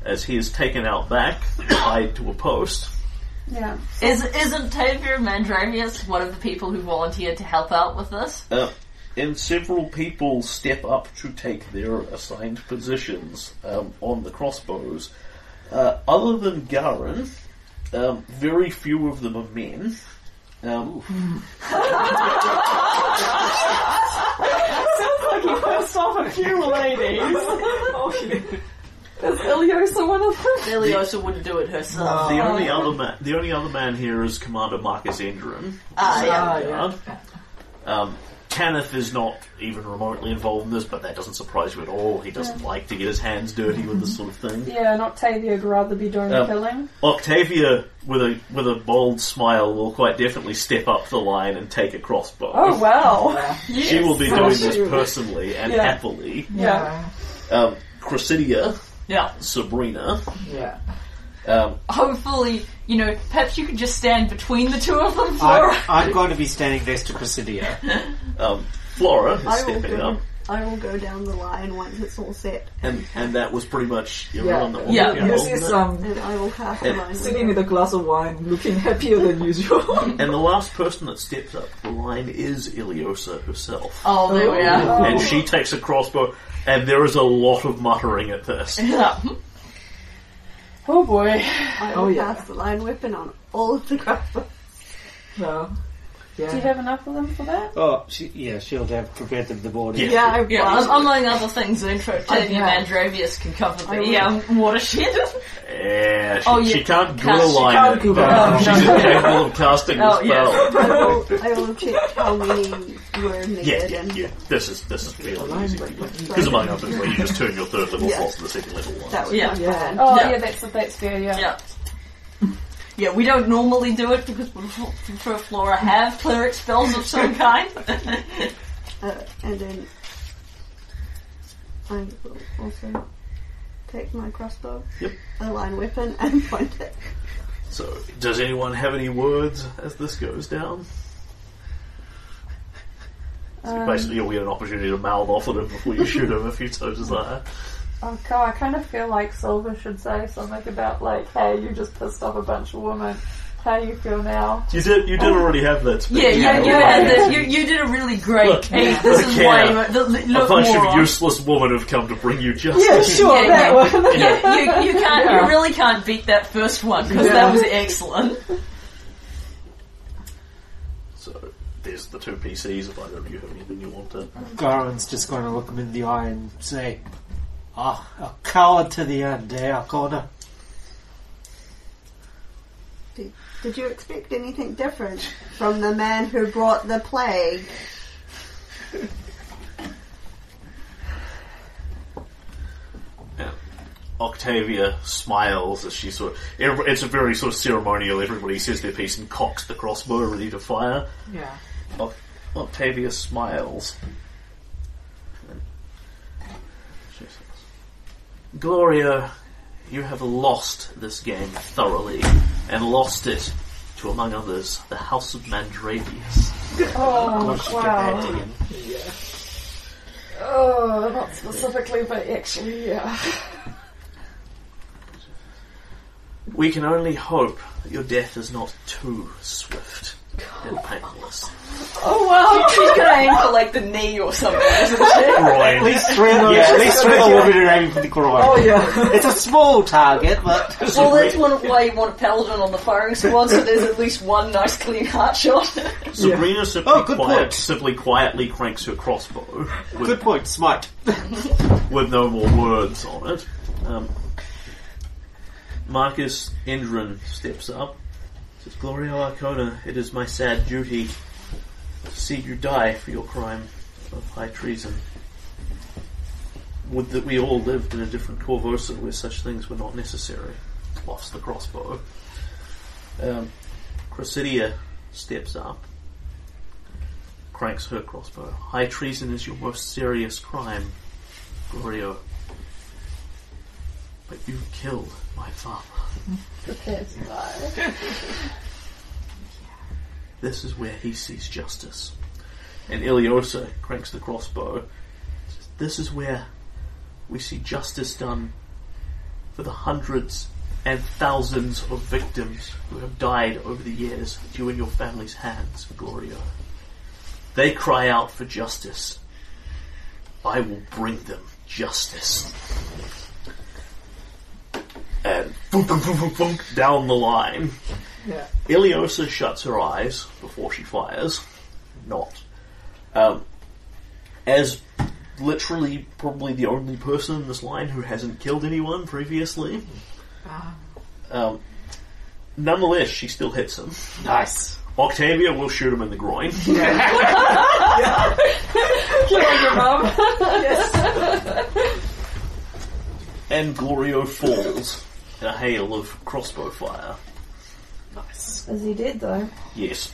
[SPEAKER 9] As he is taken out back, tied to a post.
[SPEAKER 2] Yeah.
[SPEAKER 4] Is, isn't Tavir Mandravius one of the people who volunteered to help out with this?
[SPEAKER 9] Uh, and several people step up to take their assigned positions um, on the crossbows. Uh, other than Garin, um, very few of them are men. Um,
[SPEAKER 7] Sounds like you pissed off a few ladies. oh, shit.
[SPEAKER 2] Is Iliosa one of them?
[SPEAKER 4] Iliosa wouldn't do it herself.
[SPEAKER 1] The only other man, the only other man here is Commander Marcus Endrin.
[SPEAKER 4] Ah, yeah.
[SPEAKER 6] Ah, yeah.
[SPEAKER 1] Um, Tanith is not even remotely involved in this, but that doesn't surprise you at all. He doesn't like to get his hands dirty with this sort of thing.
[SPEAKER 2] Yeah, and Octavia would rather be doing
[SPEAKER 1] Um,
[SPEAKER 2] the killing.
[SPEAKER 1] Octavia, with a with a bold smile, will quite definitely step up the line and take a crossbow.
[SPEAKER 2] Oh wow.
[SPEAKER 1] She will be
[SPEAKER 6] Yes.
[SPEAKER 1] doing this
[SPEAKER 6] Sure.
[SPEAKER 1] personally and
[SPEAKER 2] Yeah.
[SPEAKER 1] happily.
[SPEAKER 2] Yeah.
[SPEAKER 9] um, Cressidia,
[SPEAKER 4] Yeah.
[SPEAKER 9] Sabrina,
[SPEAKER 6] Yeah.
[SPEAKER 9] um,
[SPEAKER 4] Hopefully, you know, perhaps you could just stand between the two of them for
[SPEAKER 3] I'm, I'm going to be standing next to Presidia.
[SPEAKER 9] um, Flora is
[SPEAKER 5] I will
[SPEAKER 9] stepping
[SPEAKER 5] go.
[SPEAKER 9] up,
[SPEAKER 5] I will go down the line once it's all set,
[SPEAKER 9] and, and that was pretty much everyone that was
[SPEAKER 4] Yeah.
[SPEAKER 6] This is um,
[SPEAKER 5] and I will cast
[SPEAKER 9] Yeah.
[SPEAKER 5] the line. with
[SPEAKER 6] sitting with a glass of wine, looking happier than usual.
[SPEAKER 9] And the last person that steps up the line is Iliosa herself.
[SPEAKER 4] Oh, there we are.
[SPEAKER 1] And she takes a crossbow, and there is a lot of muttering at this.
[SPEAKER 4] Yeah. Hmm.
[SPEAKER 2] Oh boy.
[SPEAKER 5] I
[SPEAKER 6] Oh,
[SPEAKER 5] will
[SPEAKER 6] yeah.
[SPEAKER 5] cast the line weapon on all of the crossbows.
[SPEAKER 6] No.
[SPEAKER 2] Do you
[SPEAKER 6] Yeah.
[SPEAKER 2] have enough of them for that?
[SPEAKER 3] Oh, she, yeah, she'll have prevented the boarding.
[SPEAKER 5] Yeah, I
[SPEAKER 4] Yeah,
[SPEAKER 5] will.
[SPEAKER 4] um, among other things, the intro to
[SPEAKER 6] I
[SPEAKER 4] the
[SPEAKER 6] know.
[SPEAKER 4] Mandravius can cover the um, watershed.
[SPEAKER 1] Yeah, Eh, she,
[SPEAKER 4] Oh, yeah.
[SPEAKER 1] she can't
[SPEAKER 4] Cast-
[SPEAKER 1] grill
[SPEAKER 4] she
[SPEAKER 1] line
[SPEAKER 6] can't
[SPEAKER 1] it,
[SPEAKER 6] grill
[SPEAKER 1] but
[SPEAKER 6] it.
[SPEAKER 1] she's incapable of casting
[SPEAKER 4] Oh,
[SPEAKER 1] the
[SPEAKER 4] yes.
[SPEAKER 1] spell.
[SPEAKER 5] I will, I will check how many were needed
[SPEAKER 1] Yeah, yeah,
[SPEAKER 5] and
[SPEAKER 1] yeah. This is this is fairly easy.
[SPEAKER 6] breaker.
[SPEAKER 1] Because among others, where you just turn your third level
[SPEAKER 5] Yeah.
[SPEAKER 1] slots to the second level one.
[SPEAKER 5] that was
[SPEAKER 4] Yeah.
[SPEAKER 5] my
[SPEAKER 6] Yeah.
[SPEAKER 5] plan.
[SPEAKER 2] Oh
[SPEAKER 4] Yeah.
[SPEAKER 2] yeah, that's that's fair. Yeah.
[SPEAKER 4] Yeah. Yeah, we don't normally do it because we for Flora have cleric spells of some kind.
[SPEAKER 5] Uh, and then I will also take my crossbow,
[SPEAKER 1] Yep.
[SPEAKER 5] a line weapon, and point it.
[SPEAKER 1] So, does anyone have any words as this goes down? So
[SPEAKER 4] Um,
[SPEAKER 1] basically, you'll get an opportunity to mouth off at him before you shoot him if you so desire.
[SPEAKER 2] Oh god, I kind of feel like Silver should say something about like, hey, you just pissed off a bunch of women. How do you feel now?
[SPEAKER 1] You did. You did already have that. speech.
[SPEAKER 4] yeah, yeah, you,
[SPEAKER 1] Yeah.
[SPEAKER 4] had the, you, you did a really great
[SPEAKER 1] Look,
[SPEAKER 4] case.
[SPEAKER 1] yeah.
[SPEAKER 4] This
[SPEAKER 1] look
[SPEAKER 4] is
[SPEAKER 1] here.
[SPEAKER 4] why you, the, the-
[SPEAKER 1] A
[SPEAKER 4] look
[SPEAKER 1] bunch
[SPEAKER 4] moron.
[SPEAKER 1] of useless women have come to bring you justice.
[SPEAKER 6] Sure,
[SPEAKER 4] Yeah,
[SPEAKER 6] that
[SPEAKER 4] yeah.
[SPEAKER 6] one.
[SPEAKER 4] Yeah, you, you can't.
[SPEAKER 6] Yeah.
[SPEAKER 4] You really can't beat that first one because
[SPEAKER 6] Yeah.
[SPEAKER 4] that was excellent.
[SPEAKER 1] So, there's the two PCs. If either of you have anything you want to,
[SPEAKER 3] Garin's just going to look him in the eye and say, Ah, a coward to the end, eh, Arcona?
[SPEAKER 5] Did, did you expect anything different from the man who brought the plague?
[SPEAKER 1] Octavia smiles as she sort of. every- It's a very sort of ceremonial. Everybody says their piece and cocks the crossbow ready to fire.
[SPEAKER 6] Yeah.
[SPEAKER 1] Oc- Octavia smiles. She says, Gloria, you have lost this game thoroughly, and lost it to, among others, the House of Mandravius.
[SPEAKER 2] Oh
[SPEAKER 3] Should get back
[SPEAKER 2] wow.
[SPEAKER 3] to him.
[SPEAKER 2] Oh, not specifically, but actually, yeah.
[SPEAKER 1] We can only hope that your death is not too swift and painless.
[SPEAKER 2] Oh wow.
[SPEAKER 4] She's gonna aim for like the knee or something, isn't she?
[SPEAKER 3] At least three of them, at least three of them will be aiming for the groin.
[SPEAKER 6] Oh yeah.
[SPEAKER 3] It's a small target, but
[SPEAKER 4] Well, that's one why you want a paladin on the firing squad, so there's at least one nice clean heart shot.
[SPEAKER 1] Sabrina simply,
[SPEAKER 3] Oh, good
[SPEAKER 1] quiet,
[SPEAKER 3] point.
[SPEAKER 1] simply quietly cranks her crossbow
[SPEAKER 3] good
[SPEAKER 1] with,
[SPEAKER 3] point, smite.
[SPEAKER 1] with no more words on it. Um, Marcus Endrin steps up, says, Gloria Arcona, it is my sad duty to see you die for your crime of high treason. Would that we all lived in a different Corvosa where such things were not necessary. Lofts the crossbow. Um, Cressidia steps up, cranks her crossbow. High treason is your most serious crime, Glorio. But you killed my father.
[SPEAKER 2] That's fine.
[SPEAKER 1] This is where he sees justice. And Iliosa cranks the crossbow. Says, This is where we see justice done for the hundreds and thousands of victims who have died over the years at you and your family's hands, Glorio. They cry out for justice. I will bring them justice. And boom, boom, boom, boom, boom, down the line.
[SPEAKER 6] Yeah.
[SPEAKER 1] Iliosa shuts her eyes before she fires. Not. Um, as literally probably the only person in this line who hasn't killed anyone previously.
[SPEAKER 7] Ah.
[SPEAKER 1] Um, nonetheless, she still hits him.
[SPEAKER 7] Nice.
[SPEAKER 1] Octavia will shoot him in the groin.
[SPEAKER 7] Killing your mum.
[SPEAKER 1] and Glorio falls in a hail of crossbow fire.
[SPEAKER 7] Nice.
[SPEAKER 2] Is he dead though?
[SPEAKER 1] Yes.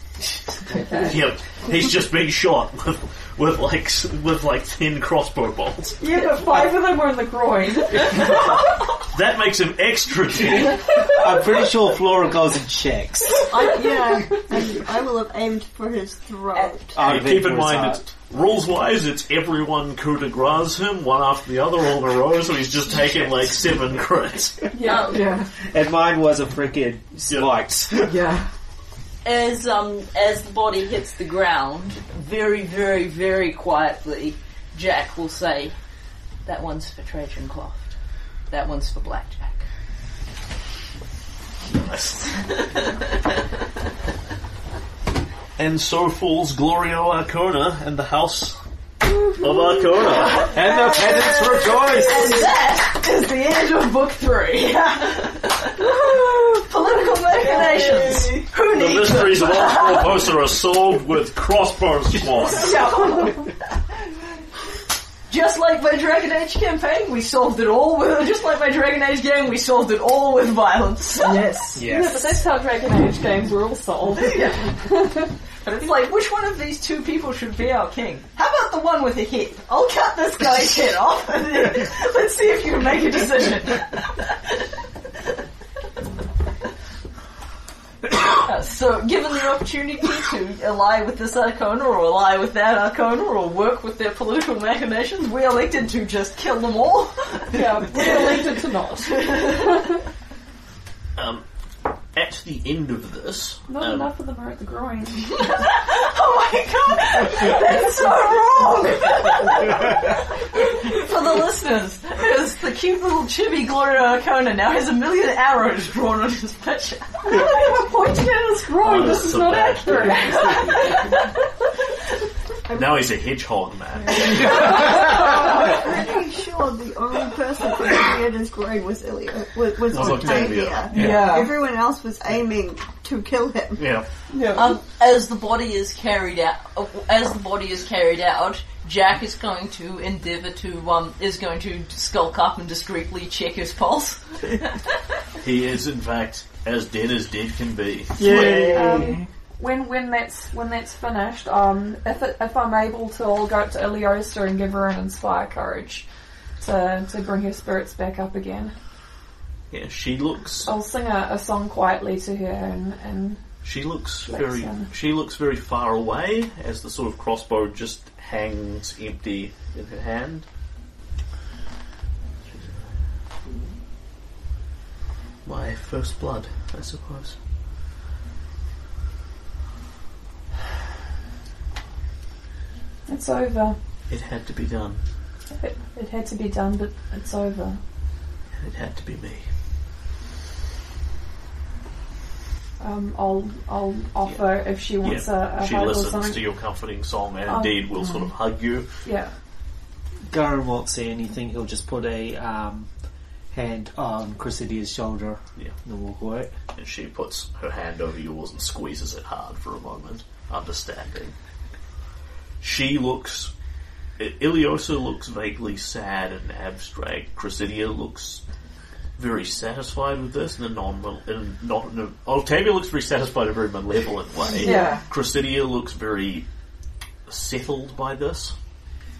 [SPEAKER 1] Yep. He's just been shot with, with like s- with like thin crossbow bolts.
[SPEAKER 7] Yeah, but five of them were in the groin.
[SPEAKER 1] That makes him extra dead.
[SPEAKER 3] I'm pretty sure Flora goes and checks.
[SPEAKER 5] I, yeah, and I will have aimed for his throat.
[SPEAKER 3] I
[SPEAKER 1] And keep in
[SPEAKER 3] think
[SPEAKER 1] mind,
[SPEAKER 3] it's-
[SPEAKER 1] it's, rules wise, it's everyone coup de grace him one after the other all in a row, so he's just taken like seven crits.
[SPEAKER 4] Yeah.
[SPEAKER 6] Yeah.
[SPEAKER 3] and mine was a freaking spiked.
[SPEAKER 6] Yeah.
[SPEAKER 4] as um as the body hits the ground, very, very, very quietly, Jack will say, "That one's for Trajan Cloft. That one's for Blackjack."
[SPEAKER 1] And so falls Glorio Arcona and the house of Arcona.
[SPEAKER 3] And the peasants rejoice!
[SPEAKER 4] That is the end of book three. Political machinations. Who
[SPEAKER 1] The
[SPEAKER 4] needs?
[SPEAKER 1] mysteries of Oscar are solved with crossbow squad.
[SPEAKER 4] Just like my Dragon Age campaign, we solved it all with. Just like my Dragon Age game, we solved it all with violence.
[SPEAKER 6] Yes.
[SPEAKER 2] Yeah, but that's how Dragon Age games were all solved.
[SPEAKER 4] It's like, which one of these two people should be our king? How about the one with the head? I'll cut this guy's head off and then let's see if you can make a decision. Uh, so, given the opportunity to ally with this Arcona or ally with that Arcona or work with their political machinations, we elected to just kill them all.
[SPEAKER 2] yeah, we're elected to not.
[SPEAKER 1] Um, at the end of this,
[SPEAKER 2] Not
[SPEAKER 1] um,
[SPEAKER 2] enough of them are at the groin.
[SPEAKER 4] Oh my god, that's so wrong! For the listeners, is the cute little chibi Gloria Arcona now has a million arrows drawn on his picture.
[SPEAKER 2] Pointing at his groin,
[SPEAKER 1] Oh,
[SPEAKER 2] this
[SPEAKER 1] that's
[SPEAKER 2] is
[SPEAKER 1] so
[SPEAKER 2] not
[SPEAKER 1] bad.
[SPEAKER 2] accurate.
[SPEAKER 1] now he's a hedgehog man.
[SPEAKER 5] I'm pretty sure the only person who aimed his groin was Ilya, was, was
[SPEAKER 1] Was Octavia.
[SPEAKER 5] Octavia.
[SPEAKER 6] Yeah.
[SPEAKER 5] Everyone else was aiming to kill him.
[SPEAKER 1] Yeah.
[SPEAKER 4] Um, as the body is carried out, as the body is carried out, Jack is going to endeavour to um is going to skulk up and discreetly check his pulse.
[SPEAKER 1] He is, in fact, as dead as dead can be.
[SPEAKER 2] Um, when when that's when that's finished, um, if it, if I'm able to, I'll go up to Iliosa and give her an inspire courage to to bring her spirits back up again.
[SPEAKER 1] Yeah, she looks.
[SPEAKER 2] I'll sing a, a song quietly to her and, and
[SPEAKER 1] She looks
[SPEAKER 2] Like
[SPEAKER 1] very.
[SPEAKER 2] so.
[SPEAKER 1] She looks very far away as the sort of crossbow just hangs empty in her hand. My first blood, I suppose.
[SPEAKER 2] it's over.
[SPEAKER 1] It had to be done.
[SPEAKER 2] It, it had to be done, but it's over.
[SPEAKER 1] It had to be me.
[SPEAKER 2] Um, I'll I'll offer if she wants a, a
[SPEAKER 1] she
[SPEAKER 2] hug or
[SPEAKER 1] listens
[SPEAKER 2] something.
[SPEAKER 1] to your comforting song and
[SPEAKER 2] Oh.
[SPEAKER 1] indeed will sort of hug you.
[SPEAKER 2] Yeah,
[SPEAKER 3] Garen won't say anything, he'll just put a um, hand on Cressidia's shoulder
[SPEAKER 1] Yeah.
[SPEAKER 3] and walk away.
[SPEAKER 1] And she puts her hand over yours and squeezes it hard for a moment, understanding. She looks I- Iliosa looks vaguely sad and abstract. Cressidia looks very satisfied with this in a non, in a, not in a, Octavia looks very satisfied in a very malevolent way.
[SPEAKER 6] Yeah.
[SPEAKER 1] Cressidia looks very settled by this.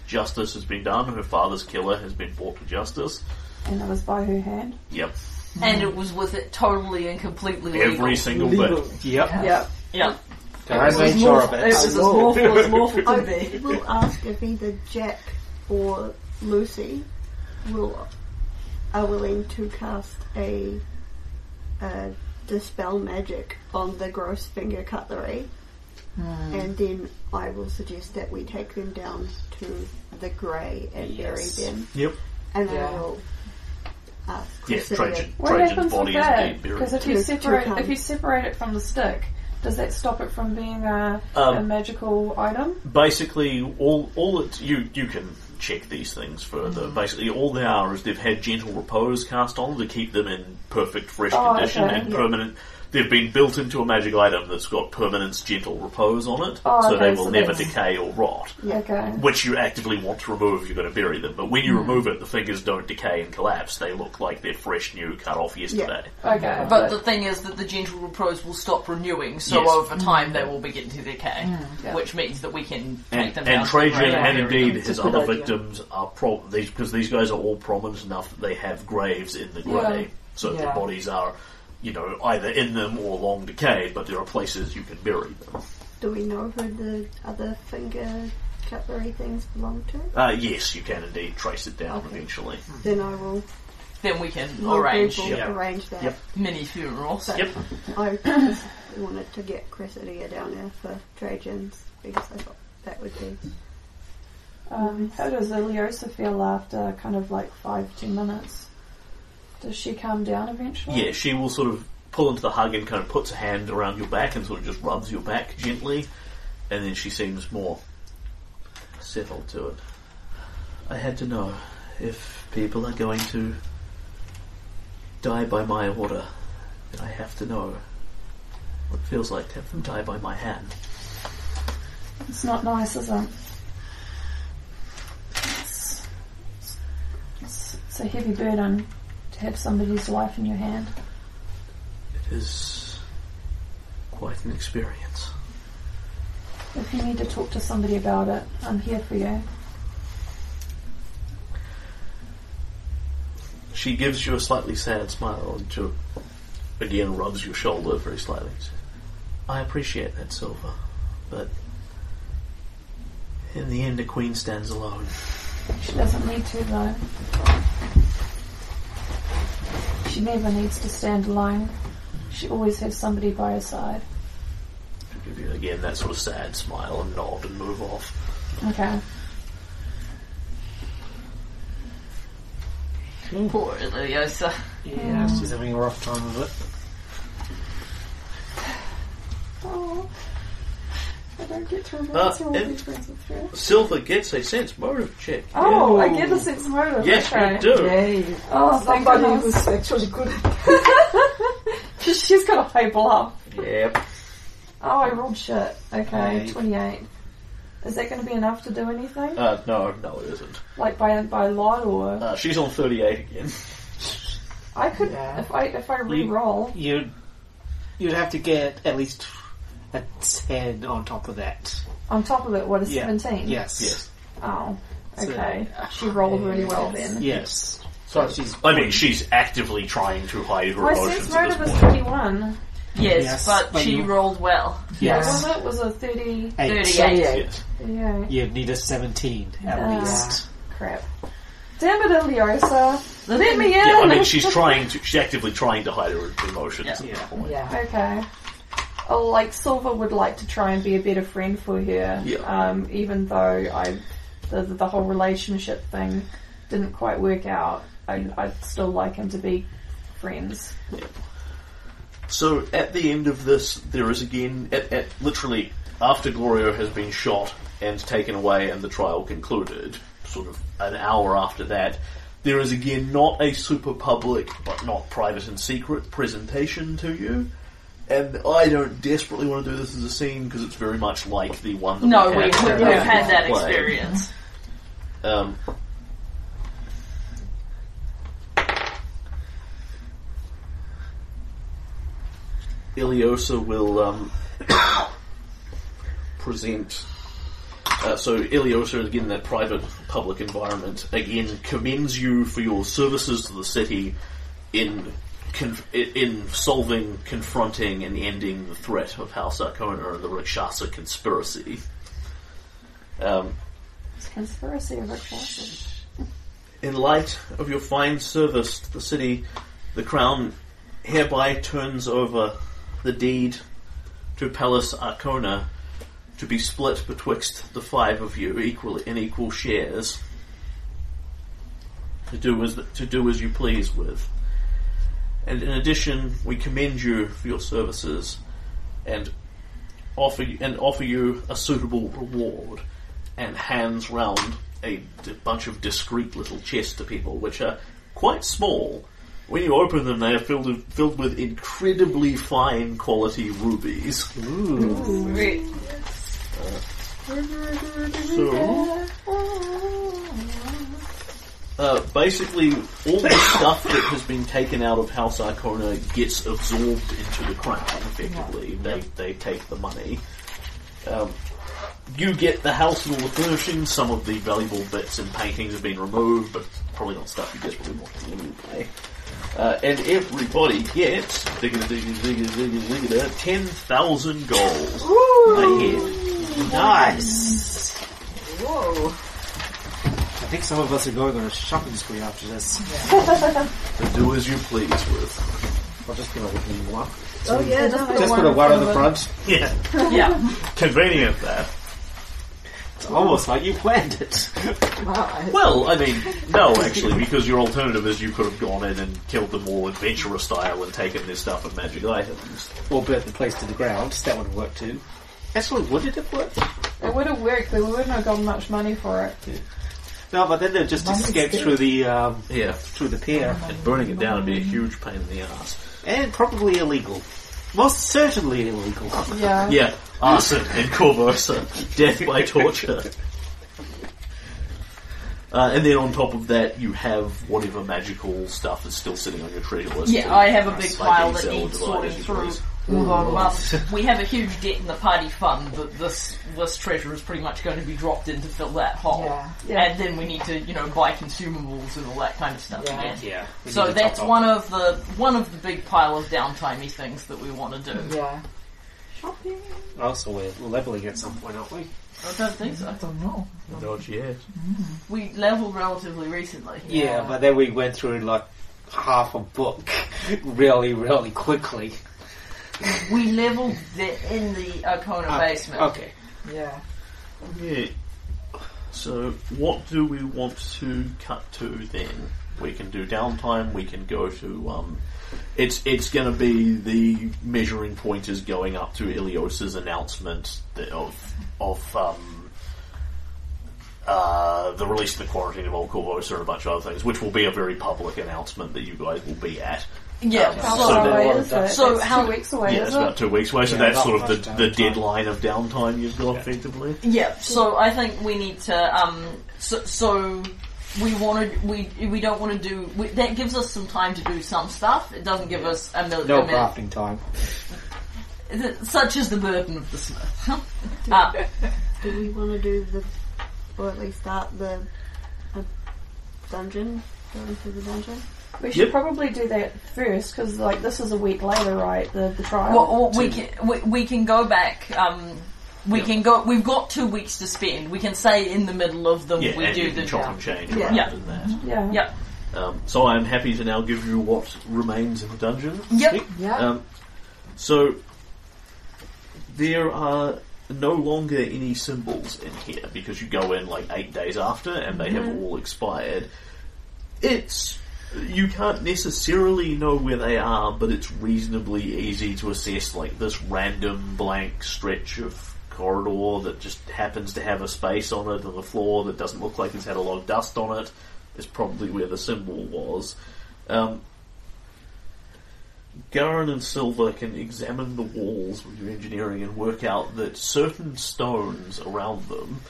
[SPEAKER 1] Justice has been done. Her father's killer has been brought to justice.
[SPEAKER 2] And it was by her hand.
[SPEAKER 1] Yep,
[SPEAKER 4] And it was with it totally and completely legal.
[SPEAKER 1] every single
[SPEAKER 6] Legal.
[SPEAKER 1] bit.
[SPEAKER 3] Yep.
[SPEAKER 2] Yep.
[SPEAKER 4] Yeah.
[SPEAKER 3] Can I make sure of it?
[SPEAKER 4] It was as lawful as lawful
[SPEAKER 5] I
[SPEAKER 4] could be.
[SPEAKER 5] will ask if either Jack or Lucy will are willing to cast a, a dispel magic on the gross finger cutlery, and then I will suggest that we take them down to the grey and
[SPEAKER 3] Yes.
[SPEAKER 5] bury them,
[SPEAKER 1] Yep.
[SPEAKER 5] and I
[SPEAKER 6] Yeah.
[SPEAKER 5] will ask.
[SPEAKER 1] Yes,
[SPEAKER 5] Priscilla-
[SPEAKER 1] Trajan.
[SPEAKER 2] What
[SPEAKER 1] Trajan's
[SPEAKER 2] happens
[SPEAKER 1] body
[SPEAKER 2] with
[SPEAKER 1] is
[SPEAKER 2] that?
[SPEAKER 1] indeed
[SPEAKER 2] Because
[SPEAKER 1] buried.
[SPEAKER 2] if you
[SPEAKER 5] Two- two
[SPEAKER 2] separate
[SPEAKER 5] times.
[SPEAKER 2] if you separate it from the stick, does that stop it from being a, a
[SPEAKER 1] Um,
[SPEAKER 2] magical item?
[SPEAKER 1] basically all all it's you you can check these things further.
[SPEAKER 2] Mm-hmm.
[SPEAKER 1] Basically, all they are is they've had gentle repose cast on them to keep them in perfect fresh
[SPEAKER 2] Oh,
[SPEAKER 1] condition
[SPEAKER 2] okay,
[SPEAKER 1] and
[SPEAKER 5] yeah.
[SPEAKER 1] permanent. They've been built into a magic item that's got permanence, gentle repose on it,
[SPEAKER 2] Oh,
[SPEAKER 1] so
[SPEAKER 2] okay,
[SPEAKER 1] they will
[SPEAKER 2] so
[SPEAKER 1] never
[SPEAKER 2] that's-
[SPEAKER 1] decay or rot.
[SPEAKER 2] Okay.
[SPEAKER 1] Which you actively want to remove if you're going to bury them. But when
[SPEAKER 2] Mm-hmm.
[SPEAKER 1] you remove it, the fingers don't decay and collapse. They look like they're fresh, new, cut off yesterday.
[SPEAKER 2] Okay.
[SPEAKER 4] But the thing is that the gentle repose will stop renewing, so
[SPEAKER 1] Yes.
[SPEAKER 4] over time they will begin to decay,
[SPEAKER 2] Yeah.
[SPEAKER 4] which means that we can take
[SPEAKER 1] And,
[SPEAKER 4] them
[SPEAKER 1] and
[SPEAKER 4] down.
[SPEAKER 1] Trajan
[SPEAKER 4] to the
[SPEAKER 1] and
[SPEAKER 4] grave area.
[SPEAKER 1] indeed
[SPEAKER 6] It's
[SPEAKER 1] his
[SPEAKER 6] a good
[SPEAKER 1] other
[SPEAKER 6] idea.
[SPEAKER 1] victims are pro- these because these guys are all prominent enough that they have graves in the
[SPEAKER 2] Yeah.
[SPEAKER 1] grave, so their
[SPEAKER 6] Yeah.
[SPEAKER 1] bodies are, you know, either in them or long decayed. But there are places you can bury them.
[SPEAKER 5] Do we know who the other finger cutlery things belong to?
[SPEAKER 1] Uh, yes, you can indeed trace it down eventually.
[SPEAKER 5] Then I will
[SPEAKER 4] Then we can
[SPEAKER 5] I'll
[SPEAKER 4] arrange
[SPEAKER 5] Google
[SPEAKER 1] yeah.
[SPEAKER 5] arrange that.
[SPEAKER 1] Yep.
[SPEAKER 4] mini funerals.
[SPEAKER 5] But
[SPEAKER 1] Yep.
[SPEAKER 5] I just wanted to get Cressidia down there for Trajan's because I thought that would be.
[SPEAKER 2] Um, how does Iliosa feel after kind of like five, ten minutes? Does she calm down eventually?
[SPEAKER 1] Yeah, she will sort of pull into the hug and kind of puts a hand around your back and sort of just rubs your back gently, and then she seems more settled to it. I had to know if people are going to die by my order, then I have to know what it feels like to have them die by my hand.
[SPEAKER 2] It's not nice, is it? It's, it's, it's a heavy burden to have somebody's life in your hand.
[SPEAKER 1] It is quite an experience.
[SPEAKER 2] If you need to talk to somebody about it, I'm here for you.
[SPEAKER 1] She gives you a slightly sad smile and she again rubs your shoulder very slightly. She says, I appreciate that, Silver, but in the end, a queen stands alone.
[SPEAKER 2] She doesn't need to, though. She never needs to stand alone. She always has somebody by her side.
[SPEAKER 1] She'll give you again that sort of sad smile and nod and move off.
[SPEAKER 2] Okay.
[SPEAKER 4] Poor Iliosa.
[SPEAKER 3] Yeah, she's having a rough time of it.
[SPEAKER 2] Oh, I don't get to
[SPEAKER 1] Uh, all Uh, and- these Silver gets a sense motive check.
[SPEAKER 2] Oh, I get a sense motive.
[SPEAKER 1] Yes,
[SPEAKER 2] okay.
[SPEAKER 1] you do.
[SPEAKER 6] Yay.
[SPEAKER 2] Oh, thank
[SPEAKER 6] Somebody
[SPEAKER 2] goodness.
[SPEAKER 6] who's actually good at
[SPEAKER 2] She's got a high bluff.
[SPEAKER 1] Yep.
[SPEAKER 2] Oh, I rolled shit. Okay,
[SPEAKER 3] Right.
[SPEAKER 2] 28. Is that going to be enough to do anything?
[SPEAKER 1] Uh, no, no, it isn't.
[SPEAKER 2] Like by by lot or
[SPEAKER 1] Uh, she's on 38 again.
[SPEAKER 2] I could
[SPEAKER 6] Yeah.
[SPEAKER 2] if I if I re-roll.
[SPEAKER 3] You'd you'd have to get at least a ten on top of that.
[SPEAKER 2] On top of it, what is
[SPEAKER 3] Yeah.
[SPEAKER 2] 17?
[SPEAKER 3] Yes.
[SPEAKER 1] Yes. uh,
[SPEAKER 2] Oh,
[SPEAKER 3] So-
[SPEAKER 2] okay. She rolled really well then.
[SPEAKER 3] Yes. So she's
[SPEAKER 1] I mean, she's actively trying to hide her
[SPEAKER 2] My
[SPEAKER 1] emotions
[SPEAKER 2] sense
[SPEAKER 1] at
[SPEAKER 2] motive
[SPEAKER 1] this
[SPEAKER 2] is
[SPEAKER 1] point.
[SPEAKER 2] 21.
[SPEAKER 4] Yes,
[SPEAKER 3] Yes,
[SPEAKER 4] but,
[SPEAKER 3] but
[SPEAKER 4] she
[SPEAKER 3] you-
[SPEAKER 4] rolled well.
[SPEAKER 2] What
[SPEAKER 3] yes.
[SPEAKER 2] was it? Was it 30?
[SPEAKER 3] Eight.
[SPEAKER 4] 38.
[SPEAKER 1] Yes.
[SPEAKER 2] Yeah.
[SPEAKER 3] You'd need a seventeen at
[SPEAKER 2] Ah.
[SPEAKER 3] least.
[SPEAKER 2] Crap. Damn it, Iliosa. Let me in!
[SPEAKER 1] Yeah, I mean, she's trying to, she's actively trying to hide her emotions
[SPEAKER 4] Yeah.
[SPEAKER 1] at this
[SPEAKER 3] Yeah.
[SPEAKER 1] point.
[SPEAKER 6] Yeah.
[SPEAKER 2] Okay. Oh, like Silver would like to try and be a better friend for her.
[SPEAKER 1] Yeah.
[SPEAKER 2] Um, even though I, the, the whole relationship thing didn't quite work out, I, I'd still like him to be friends.
[SPEAKER 1] So at the end of this, there is again, at, at literally after Glorio has been shot and taken away and the trial concluded, sort of an hour after that, there is again not a super public, but not private and secret presentation to you. And I don't desperately want to do this as a scene because it's very much like the one that
[SPEAKER 4] No,
[SPEAKER 1] we
[SPEAKER 4] we,
[SPEAKER 1] had.
[SPEAKER 4] we've
[SPEAKER 1] Yeah.
[SPEAKER 4] had that
[SPEAKER 1] Play.
[SPEAKER 4] experience.
[SPEAKER 1] Um, Iliosa will um, present. Uh, so Iliosa, again, in that private public environment, again commends you for your services to the city in conf- i- in solving, confronting, and ending the threat of House Arcona and the Rakshasa conspiracy. Um,
[SPEAKER 2] It's conspiracy of Rick
[SPEAKER 1] in light of your fine service to the city, the crown hereby turns over the deed to Pallas Arcona to be split betwixt the five of you equally in equal shares. To do as to do as you please with. And in addition, we commend you for your services and offer you, and offer you a suitable reward and hands round a d- bunch of discreet little chests to people, which are quite small. When you open them, they are filled with, filled with incredibly fine quality rubies. Uh, So, uh, basically, all the stuff that has been taken out of House Arcona gets absorbed into the crown. Effectively, they they take the money. Um, you get the house and all the furnishings. Some of the valuable bits and paintings have been removed, but probably not stuff you desperately want anyway. Uh, and everybody gets digga digga digga digga digga uh, ten thousand gold a head.
[SPEAKER 3] Nice.
[SPEAKER 6] Whoa.
[SPEAKER 3] I think some of us are going to a shopping spree after this.
[SPEAKER 1] To do as you please with.
[SPEAKER 3] I'll just give a little one.
[SPEAKER 5] Oh yeah, no, I
[SPEAKER 3] Just put a one on the front.
[SPEAKER 1] Yeah,
[SPEAKER 7] Yeah.
[SPEAKER 1] convenient that.
[SPEAKER 3] It's almost like you planned it.
[SPEAKER 6] Wow.
[SPEAKER 1] Well, I mean, no, actually, because your alternative is you could have gone in and killed them all adventurer style and taken their stuff and magic items.
[SPEAKER 3] Or burnt the place to the ground. That would work too. Actually, would it have worked?
[SPEAKER 2] It would have worked, but we wouldn't have gotten much money for it.
[SPEAKER 3] No, but then they've just
[SPEAKER 6] Mine is
[SPEAKER 3] escaped
[SPEAKER 6] good.
[SPEAKER 3] through the um,
[SPEAKER 1] Yeah,
[SPEAKER 3] through the pier,
[SPEAKER 1] and burning it down would be a huge pain in the ass.
[SPEAKER 3] and probably illegal. Most certainly illegal.
[SPEAKER 2] Yeah.
[SPEAKER 1] Yeah, arson and Corvosa, death by torture. Uh, and then on top of that, you have whatever magical stuff is still sitting on your treasure list.
[SPEAKER 4] Yeah, I have a big
[SPEAKER 1] Like
[SPEAKER 4] pile that
[SPEAKER 1] Excel
[SPEAKER 4] needs
[SPEAKER 1] divide
[SPEAKER 4] sorting
[SPEAKER 1] as you
[SPEAKER 4] through.
[SPEAKER 1] please.
[SPEAKER 4] Although um, we have a huge debt in the party fund, but this this treasure is pretty much going to be dropped in to fill that hole.
[SPEAKER 6] Yeah.
[SPEAKER 2] Yeah.
[SPEAKER 4] And then we need to, you know, buy consumables and all that kind of stuff.
[SPEAKER 6] Yeah.
[SPEAKER 4] again.
[SPEAKER 3] Yeah. we need
[SPEAKER 4] So
[SPEAKER 3] to
[SPEAKER 4] that's
[SPEAKER 3] top up.
[SPEAKER 4] one of the one of the big pile of downtimey things that we want to do.
[SPEAKER 6] Yeah.
[SPEAKER 3] Also, we're leveling at some point, aren't we?
[SPEAKER 4] I don't think so.
[SPEAKER 6] I don't know.
[SPEAKER 1] Dodgy ass.
[SPEAKER 4] We leveled relatively recently.
[SPEAKER 3] Yeah, but then we went through like half a book really, really quickly.
[SPEAKER 4] We leveled the, in the Arcona basement.
[SPEAKER 3] Ah, Uh, Okay.
[SPEAKER 6] Yeah.
[SPEAKER 1] Yeah. So, what do we want to cut to then? We can do downtime. We can go to. Um, it's it's going to be the measuring point is going up to Ilios's announcement that of of um, uh, the release of the quarantine of Old Corvosa and a bunch of other things, which will be a very public announcement that you guys will be at.
[SPEAKER 4] Yeah.
[SPEAKER 1] Um,
[SPEAKER 2] How
[SPEAKER 1] So
[SPEAKER 2] far
[SPEAKER 1] then-
[SPEAKER 2] away is it?
[SPEAKER 4] So
[SPEAKER 2] It's
[SPEAKER 4] how-
[SPEAKER 2] two weeks away,
[SPEAKER 1] Yeah,
[SPEAKER 2] is
[SPEAKER 1] it's
[SPEAKER 2] it?
[SPEAKER 1] about two weeks away, so
[SPEAKER 3] Oh, Yeah,
[SPEAKER 1] that's
[SPEAKER 3] not
[SPEAKER 1] sort of
[SPEAKER 3] much
[SPEAKER 1] the, the
[SPEAKER 3] downtime.
[SPEAKER 1] deadline of downtime you've got effectively.
[SPEAKER 4] Yeah, so I think we need to. Um, so, so we wanted we we don't want to do we, that gives us some time to do some stuff. It doesn't give us a million.
[SPEAKER 3] No crafting time.
[SPEAKER 4] Such is the burden of the smith. uh,
[SPEAKER 5] Do we want to do the, or at least start the uh, dungeon? Going through the dungeon?
[SPEAKER 2] We
[SPEAKER 1] Yep.
[SPEAKER 2] should probably do that first because, like, this is a week later, right? The, the trial.
[SPEAKER 4] well, or we can we, we can go back. Um, we can go. We've got two weeks to spend. We can say in the middle of them
[SPEAKER 1] Yeah,
[SPEAKER 4] we
[SPEAKER 1] and
[SPEAKER 4] do
[SPEAKER 1] you
[SPEAKER 4] the
[SPEAKER 1] can chop and change
[SPEAKER 5] Yeah.
[SPEAKER 1] around
[SPEAKER 4] Yeah.
[SPEAKER 1] in that.
[SPEAKER 2] yeah.
[SPEAKER 4] Yep.
[SPEAKER 1] Um, so I'm happy to now give you what remains of the dungeon.
[SPEAKER 4] Yep.
[SPEAKER 6] Yeah.
[SPEAKER 1] Um, so there are no longer any symbols in here because you go in like eight days after and they have all expired. It's you can't necessarily know where they are, but it's reasonably easy to assess like this random blank stretch of corridor that just happens to have a space on it on the floor that doesn't look like it's had a lot of dust on it is probably where the symbol was. Um, Garin and Silver can examine the walls with your engineering and work out that certain stones around them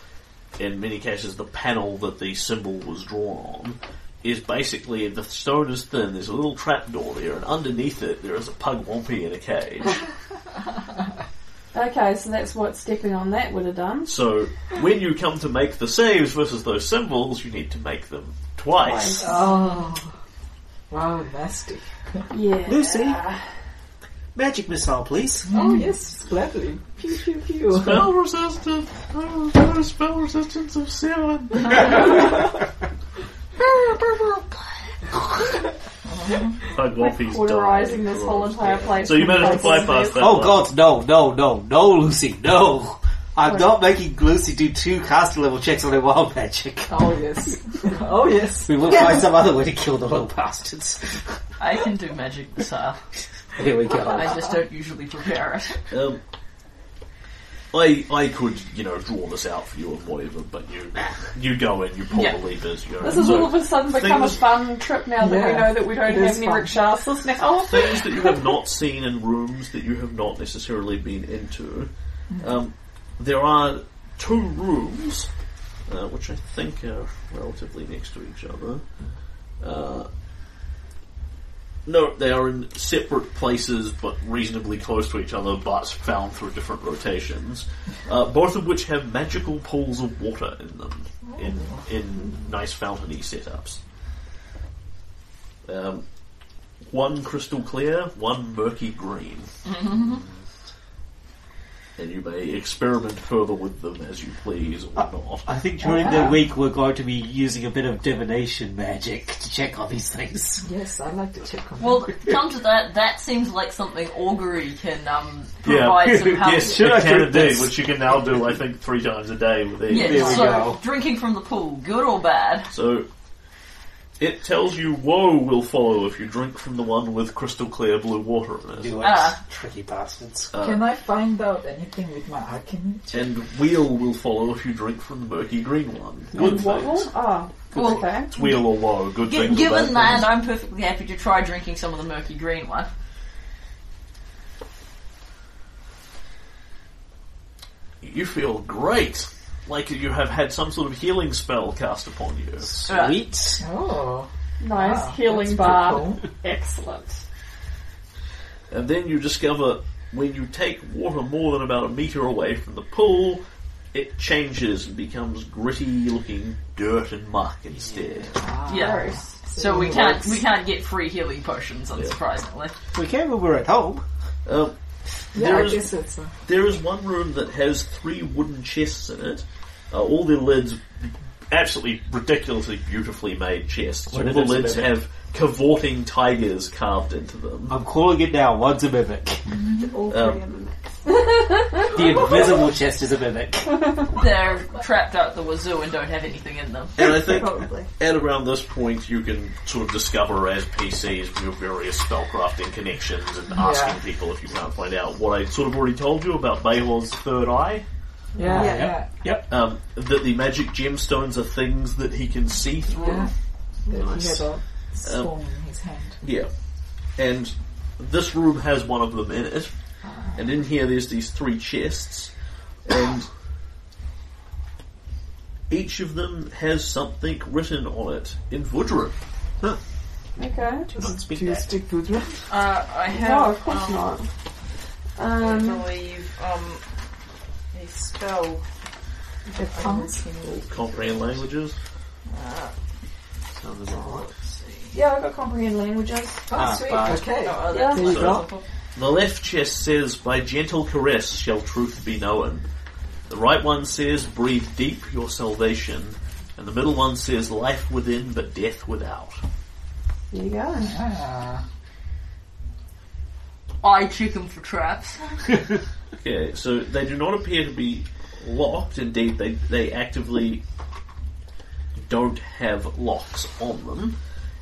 [SPEAKER 1] in many cases, the panel that the symbol was drawn on is basically the stone is thin. There's a little trap door there, and underneath it there is a pugwumpy in a cage.
[SPEAKER 2] Okay, so that's what stepping on that would have done.
[SPEAKER 1] So when you come to make the saves versus those symbols, you need to make them twice.
[SPEAKER 6] Oh. Wow, nasty.
[SPEAKER 2] Yeah.
[SPEAKER 3] Lucy, magic missile, please.
[SPEAKER 6] Oh, yes, gladly. Pew, pew, pew.
[SPEAKER 1] Spell resistance. oh, there's spell resistance of seven.
[SPEAKER 9] Pugwampy's
[SPEAKER 2] Quarterizing
[SPEAKER 9] dying.
[SPEAKER 2] this whole entire place.
[SPEAKER 1] So you managed to bypass that.
[SPEAKER 3] Oh
[SPEAKER 1] one.
[SPEAKER 3] god, no, no, no, no, Lucy, no! I'm not making Lucy do two caster level checks on her wild magic.
[SPEAKER 6] Oh, yes. Oh, yes.
[SPEAKER 3] We will find some other way to kill the little bastards.
[SPEAKER 4] I can do magic missile.
[SPEAKER 3] Here we go.
[SPEAKER 4] I just don't usually prepare it.
[SPEAKER 1] Um, I I could you know draw this out for you and whatever, but you you go in, you pull
[SPEAKER 4] Yeah.
[SPEAKER 1] the levers. You know,
[SPEAKER 2] This has
[SPEAKER 1] so
[SPEAKER 2] all of a sudden become a
[SPEAKER 1] things-
[SPEAKER 2] fun trip now that we
[SPEAKER 6] Yeah.
[SPEAKER 2] know that we don't
[SPEAKER 6] It
[SPEAKER 2] have
[SPEAKER 6] is
[SPEAKER 2] any
[SPEAKER 6] fun.
[SPEAKER 2] rickshasas now.
[SPEAKER 1] things that you have not seen in rooms that you have not necessarily been into. Um, there are two rooms, uh, which I think are relatively next to each other. Uh, no, they are in separate places, but reasonably close to each other, but found through different rotations. Uh, both of which have magical pools of water in them, in in nice fountainy setups. Um, one crystal clear, one murky green. And you may experiment further with them as you please or not.
[SPEAKER 3] I think during the week we're going to be using a bit of divination magic to check on these things.
[SPEAKER 6] Yes, I like to check on
[SPEAKER 4] Well,
[SPEAKER 6] that.
[SPEAKER 4] come to that, that seems like something augury can um,
[SPEAKER 1] Yeah.
[SPEAKER 4] provide some help.
[SPEAKER 1] yes,
[SPEAKER 3] Should
[SPEAKER 1] you
[SPEAKER 3] I
[SPEAKER 1] can
[SPEAKER 3] drink
[SPEAKER 1] indeed,
[SPEAKER 3] this?
[SPEAKER 1] which you can now do, I think, three times a day with ease.
[SPEAKER 4] Yeah,
[SPEAKER 3] There we
[SPEAKER 4] so
[SPEAKER 3] go.
[SPEAKER 4] drinking from the pool, good or bad?
[SPEAKER 1] So, it tells you woe will follow if you drink from the one with crystal clear blue water in it.
[SPEAKER 3] You
[SPEAKER 4] Ah.
[SPEAKER 3] tricky bastards.
[SPEAKER 1] Uh,
[SPEAKER 6] Can I find out anything with my alchemy?
[SPEAKER 1] and wheel will follow if you drink from the murky green one. Good
[SPEAKER 2] And what
[SPEAKER 1] things.
[SPEAKER 2] will? Oh,
[SPEAKER 4] Well,
[SPEAKER 2] okay.
[SPEAKER 1] It's wheel or woe, good
[SPEAKER 4] G-
[SPEAKER 1] things or bad
[SPEAKER 4] given that,
[SPEAKER 1] things.
[SPEAKER 4] I'm perfectly happy to try drinking some of the murky green one.
[SPEAKER 1] You feel great. Like you have had some sort of healing spell cast upon you.
[SPEAKER 3] Sweet.
[SPEAKER 6] Oh.
[SPEAKER 2] Nice
[SPEAKER 6] wow,
[SPEAKER 2] healing
[SPEAKER 6] that's
[SPEAKER 2] bar.
[SPEAKER 6] pretty cool.
[SPEAKER 2] Excellent.
[SPEAKER 1] And then you discover when you take water more than about a meter away from the pool, it changes and becomes gritty looking dirt and muck instead.
[SPEAKER 4] Yeah.
[SPEAKER 2] Gross.
[SPEAKER 4] So we can't we can't get free healing potions, unsurprisingly.
[SPEAKER 3] We can when we're at home.
[SPEAKER 1] Um,
[SPEAKER 6] Yeah,
[SPEAKER 1] There
[SPEAKER 6] I
[SPEAKER 1] is-
[SPEAKER 6] guess it's a...
[SPEAKER 1] there is one room that has three wooden chests in it, uh, all their lids absolutely ridiculously beautifully made chests.
[SPEAKER 8] What
[SPEAKER 1] all
[SPEAKER 8] is
[SPEAKER 1] the
[SPEAKER 8] this
[SPEAKER 1] lids
[SPEAKER 8] about?
[SPEAKER 1] have cavorting tigers carved into them.
[SPEAKER 3] I'm calling it now. One's a mimic.
[SPEAKER 5] All three
[SPEAKER 1] Um,
[SPEAKER 5] of them.
[SPEAKER 3] The invisible chest is a mimic.
[SPEAKER 4] They're trapped out the wazoo and don't have anything in them.
[SPEAKER 1] And I think
[SPEAKER 5] Probably.
[SPEAKER 1] At around this point, you can sort of discover as PCs your various spellcrafting connections and asking people if you can't find out what I sort of already told you about Baylor's third eye.
[SPEAKER 6] Yeah,
[SPEAKER 5] Yeah.
[SPEAKER 6] yeah.
[SPEAKER 3] Yep.
[SPEAKER 1] Um, that the magic gemstones are things that he can see through.
[SPEAKER 6] Yeah. That He
[SPEAKER 1] Nice.
[SPEAKER 6] had a stone in his hand.
[SPEAKER 1] Yeah. And this room has one of them in it. And in here there's these three chests. And each of them has something written on it in Vudrin.
[SPEAKER 2] Okay.
[SPEAKER 3] speak
[SPEAKER 6] Do you
[SPEAKER 3] that.
[SPEAKER 6] stick to that?
[SPEAKER 4] Uh, I
[SPEAKER 2] No,
[SPEAKER 4] have.
[SPEAKER 2] of course
[SPEAKER 4] um,
[SPEAKER 2] not.
[SPEAKER 4] I
[SPEAKER 2] Um,
[SPEAKER 4] believe um, a spell.
[SPEAKER 6] That counts.
[SPEAKER 1] Comprehend languages.
[SPEAKER 2] yeah, I've got comprehend languages.
[SPEAKER 6] Oh, sweet.
[SPEAKER 3] but-
[SPEAKER 6] Okay.
[SPEAKER 4] Oh,
[SPEAKER 2] Yeah.
[SPEAKER 4] that's
[SPEAKER 6] There you go.
[SPEAKER 1] The left chest says, By gentle caress shall truth be known. The right one says, Breathe deep your salvation. And the middle one says, Life within but death without.
[SPEAKER 2] There you go.
[SPEAKER 6] Ah.
[SPEAKER 4] I check them for traps.
[SPEAKER 1] Okay, so they do not appear to be locked. Indeed, they, they actively don't have locks on them.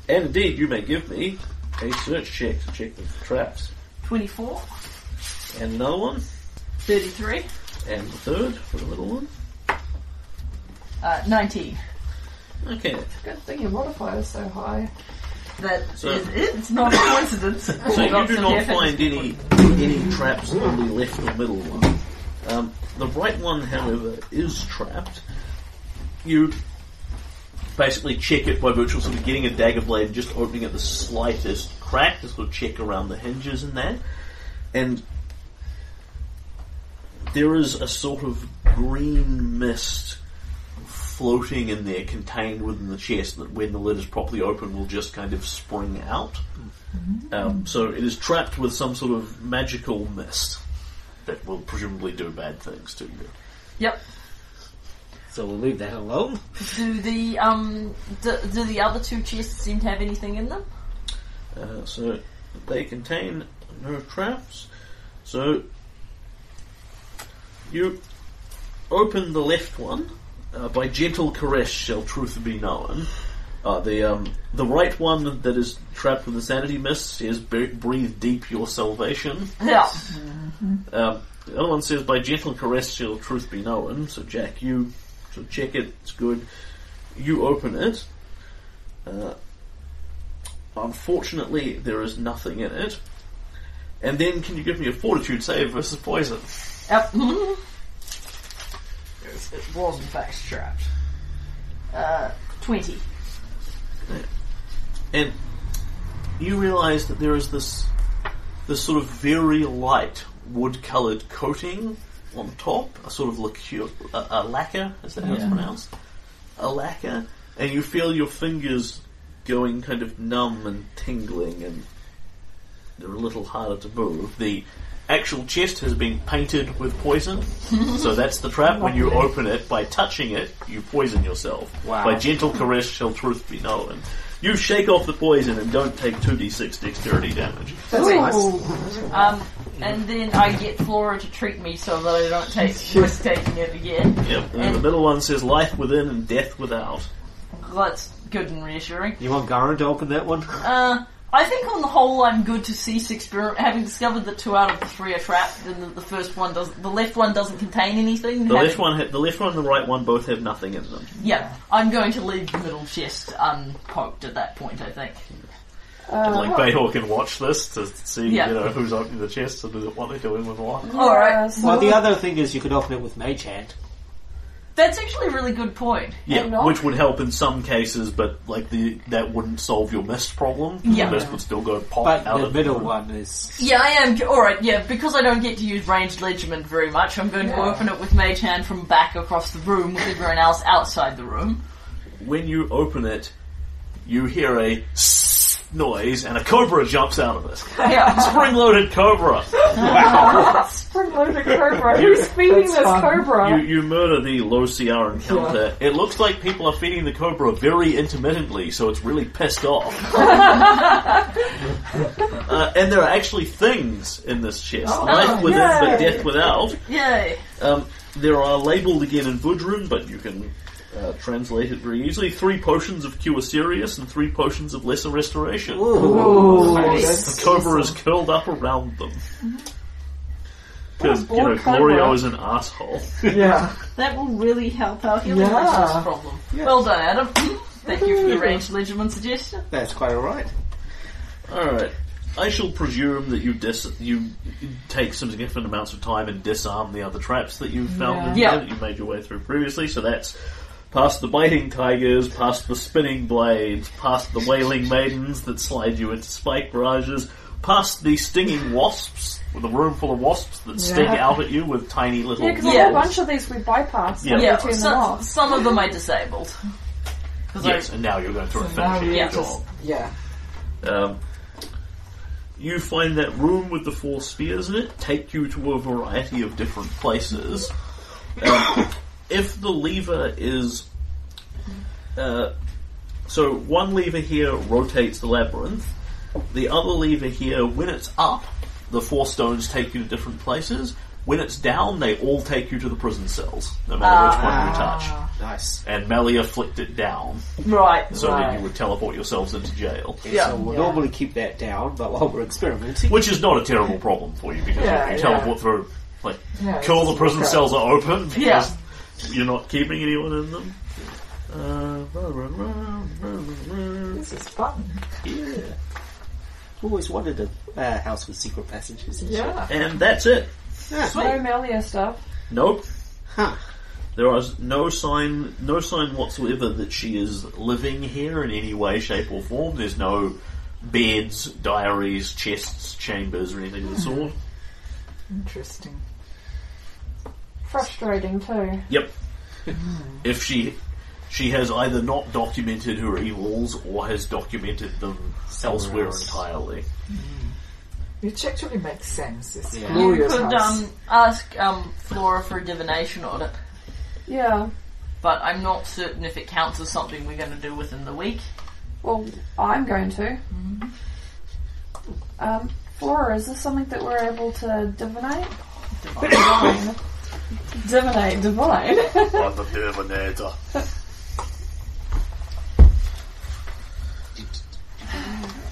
[SPEAKER 1] And indeed, you may give me a search check to check them for traps.
[SPEAKER 4] 24,
[SPEAKER 1] And another one.
[SPEAKER 4] 33,
[SPEAKER 1] And the third for the middle one.
[SPEAKER 4] uh, 19.
[SPEAKER 1] Okay.
[SPEAKER 2] Good thing your modifier's so high.
[SPEAKER 4] That is
[SPEAKER 1] So-
[SPEAKER 4] it. It's not a coincidence.
[SPEAKER 1] So you
[SPEAKER 4] Lots
[SPEAKER 1] do
[SPEAKER 4] of
[SPEAKER 1] not
[SPEAKER 4] effort.
[SPEAKER 1] find any any traps on the left or middle one. Um, the right one, however, is trapped. you basically check it by virtue of sort of getting a dagger blade and just opening it the slightest crack to sort of check around the hinges and that. And there is a sort of green mist floating in there contained within the chest that when the lid is properly open will just kind of spring out. Um, so it is trapped with some sort of magical mist that will presumably do bad things to you.
[SPEAKER 4] Yep.
[SPEAKER 3] So we'll leave that alone.
[SPEAKER 4] Do the um do, do the other two chests seem to have anything in them?
[SPEAKER 1] Uh, so they contain no traps. So you open the left one. Uh, by gentle caress shall truth be known. Uh, the um, the right one that is trapped with the sanity mist says, "Bre- "Breathe deep your salvation."
[SPEAKER 4] Yeah.
[SPEAKER 1] Um, the other one says, "By gentle caress shall truth be known." So Jack, you so check it. It's good. You open it. Uh, unfortunately, there is nothing in it. And then, can you give me a fortitude save versus poison?
[SPEAKER 4] Yep. Yes, it was in fact trapped. Uh, twenty.
[SPEAKER 1] And you realise that there is this this sort of very light wood-coloured coating on top, a sort of lacquer, a, a lacquer, is that how it's pronounced? A lacquer, and you feel your fingers going kind of numb and tingling, and they're a little harder to move. The actual chest has been painted with poison, so that's the trap. When you open it, by touching it, you poison yourself.
[SPEAKER 3] Wow.
[SPEAKER 1] By gentle caress shall truth be known. You shake off the poison and don't take 2d6 dexterity damage.
[SPEAKER 3] That's nice.
[SPEAKER 4] Um, and then I get Flora to treat me so that I don't take risk taking it again.
[SPEAKER 1] Yep. And the
[SPEAKER 4] And-
[SPEAKER 1] middle one says life within and death without.
[SPEAKER 4] That's good and reassuring.
[SPEAKER 3] You want Garin to open that one?
[SPEAKER 4] Uh, I think on the whole, I'm good to cease experiment. Having discovered that two out of the three are trapped, and that the first one does, the left one doesn't contain anything.
[SPEAKER 1] The
[SPEAKER 4] having-
[SPEAKER 1] left one, ha- the left one, and the right one both have nothing in them.
[SPEAKER 4] Yeah, I'm going to leave the middle chest unpoked at that point. I think.
[SPEAKER 1] And like Bayhawk can watch this to see
[SPEAKER 4] Yeah.
[SPEAKER 1] you know who's opening the chest and what they're doing with what.
[SPEAKER 4] All right,
[SPEAKER 2] Uh, so
[SPEAKER 3] Well, the other thing is you could open it with Mage Hand.
[SPEAKER 4] that's actually a really good point.
[SPEAKER 1] Yeah,
[SPEAKER 2] And not-
[SPEAKER 1] which would help in some cases, but like the that wouldn't solve your mist problem.
[SPEAKER 4] Yeah.
[SPEAKER 1] the mist would still go pop
[SPEAKER 3] But
[SPEAKER 1] out
[SPEAKER 3] the
[SPEAKER 1] of
[SPEAKER 3] middle one is.
[SPEAKER 4] Yeah, I am. All right, yeah, because I don't get to use ranged legend very much, I'm going to open it with mage hand from back across the room with everyone else outside the room.
[SPEAKER 1] When you open it, you hear a noise and a cobra jumps out of it.
[SPEAKER 4] Yeah,
[SPEAKER 1] Spring loaded cobra.
[SPEAKER 2] Spring loaded cobra. Who's feeding this
[SPEAKER 6] fun.
[SPEAKER 2] cobra?
[SPEAKER 1] You, you murder the low CR encounter. It looks like people are feeding the cobra very intermittently, so it's really pissed off. uh, and there are actually things in this chest. Life within, but death without.
[SPEAKER 4] yay.
[SPEAKER 1] Um, there are labeled again in Budrun, but you can uh, translate it very easily. Three potions of Cure Serious and three potions of Lesser Restoration. The cobra is curled up around them. Because, you know, Glorio is an asshole.
[SPEAKER 6] yeah.
[SPEAKER 4] That will really help our healing
[SPEAKER 6] Yeah.
[SPEAKER 4] resource problem. Well done, Adam. Thank you for the ranged legend suggestion.
[SPEAKER 3] That's quite alright.
[SPEAKER 1] Alright. I shall presume that you dis- you take some significant amounts of time and disarm the other traps that you've found in
[SPEAKER 4] Yeah.
[SPEAKER 1] there that you made your way through previously, so that's past the biting tigers, past the spinning blades, past the wailing maidens that slide you into spike barrages, past the stinging wasps, with a room full of wasps that sting
[SPEAKER 6] Yeah.
[SPEAKER 1] out at you with tiny little
[SPEAKER 2] Yeah, because a
[SPEAKER 4] Yeah.
[SPEAKER 2] whole bunch of these we bypassed.
[SPEAKER 1] Yeah.
[SPEAKER 2] when
[SPEAKER 4] Yeah,
[SPEAKER 2] we turned them
[SPEAKER 4] some,
[SPEAKER 2] off.
[SPEAKER 4] some of them I disabled. 'Cause I-
[SPEAKER 1] Yes, and now you're going through and
[SPEAKER 6] Now
[SPEAKER 1] finishing
[SPEAKER 6] we
[SPEAKER 1] your
[SPEAKER 4] yeah.
[SPEAKER 1] job.
[SPEAKER 6] Yeah.
[SPEAKER 1] Um, you find that room with the four spheres in it take you to a variety of different places. Um, if the lever is. Uh, so one lever here rotates the labyrinth, the other lever here, when it's up, the four stones take you to different places. When it's down, they all take you to the prison cells, no matter which one you
[SPEAKER 3] Ah.
[SPEAKER 1] touch.
[SPEAKER 3] Nice.
[SPEAKER 1] And Melia flicked it down
[SPEAKER 4] Right,
[SPEAKER 1] so that you
[SPEAKER 4] right.
[SPEAKER 1] would teleport yourselves into jail.
[SPEAKER 3] So we'll normally keep that down, but while we're experimenting,
[SPEAKER 1] Which is not a terrible problem for you because
[SPEAKER 6] Yeah,
[SPEAKER 1] you
[SPEAKER 6] yeah.
[SPEAKER 1] can teleport through. Like,
[SPEAKER 6] Yeah,
[SPEAKER 1] cool,
[SPEAKER 6] it's
[SPEAKER 1] the prison
[SPEAKER 6] okay.
[SPEAKER 1] cells are open because
[SPEAKER 4] Yeah.
[SPEAKER 1] you're not keeping anyone in them. Uh, blah, blah, blah, blah, blah.
[SPEAKER 6] This is fun.
[SPEAKER 3] always wanted a uh, house with secret passages. and shit.
[SPEAKER 6] Yeah.
[SPEAKER 1] And that's it.
[SPEAKER 2] No Melia stuff.
[SPEAKER 1] Nope.
[SPEAKER 3] Huh.
[SPEAKER 1] There is no sign, no sign whatsoever that she is living here in any way, shape, or form. There's no beds, diaries, chests, chambers, or anything of the
[SPEAKER 6] Mm-hmm.
[SPEAKER 1] sort.
[SPEAKER 6] Interesting.
[SPEAKER 2] Frustrating too.
[SPEAKER 1] Yep. if she she has either not documented her evils or has documented them elsewhere
[SPEAKER 3] else.
[SPEAKER 1] entirely.
[SPEAKER 6] Which actually makes sense. It's
[SPEAKER 3] Yeah.
[SPEAKER 4] You
[SPEAKER 6] glorious
[SPEAKER 4] could
[SPEAKER 6] house.
[SPEAKER 4] um, ask um, Flora for a divination on it,
[SPEAKER 2] Yeah.
[SPEAKER 4] but I'm not certain if it counts as something we're going to do within the week.
[SPEAKER 2] Well, I'm going to. Mm-hmm. Um, Flora, is this something that we're able to divinate? Divine. divinate, divine.
[SPEAKER 9] I'm the Terminator.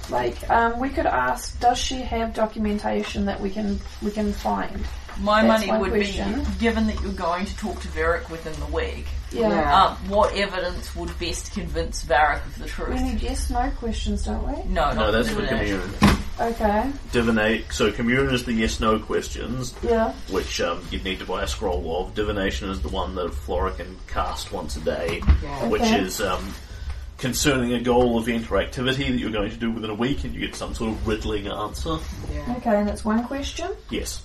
[SPEAKER 2] like, um, we could ask, does she have documentation that we can we can find?
[SPEAKER 4] My
[SPEAKER 2] That's
[SPEAKER 4] money
[SPEAKER 2] my
[SPEAKER 4] would
[SPEAKER 2] question.
[SPEAKER 4] be, given that you're going to talk to Varric within the week,
[SPEAKER 2] Yeah.
[SPEAKER 4] um, what evidence would best convince Varric of the truth?
[SPEAKER 2] We need yes, no questions, don't we?
[SPEAKER 4] No,
[SPEAKER 1] No,
[SPEAKER 4] not
[SPEAKER 1] that's for
[SPEAKER 4] divination.
[SPEAKER 1] commune.
[SPEAKER 2] Okay.
[SPEAKER 1] Divinate. So commune is the yes/no questions,
[SPEAKER 2] Yeah.
[SPEAKER 1] which um, you'd need to buy a scroll of. Divination is the one that Flora can cast once a day,
[SPEAKER 6] Yeah.
[SPEAKER 1] which
[SPEAKER 2] Okay.
[SPEAKER 1] is um, concerning a goal, event, or activity that you're going to do within a week, and you get some sort of riddling answer.
[SPEAKER 6] Yeah.
[SPEAKER 2] Okay, and that's one question.
[SPEAKER 1] Yes.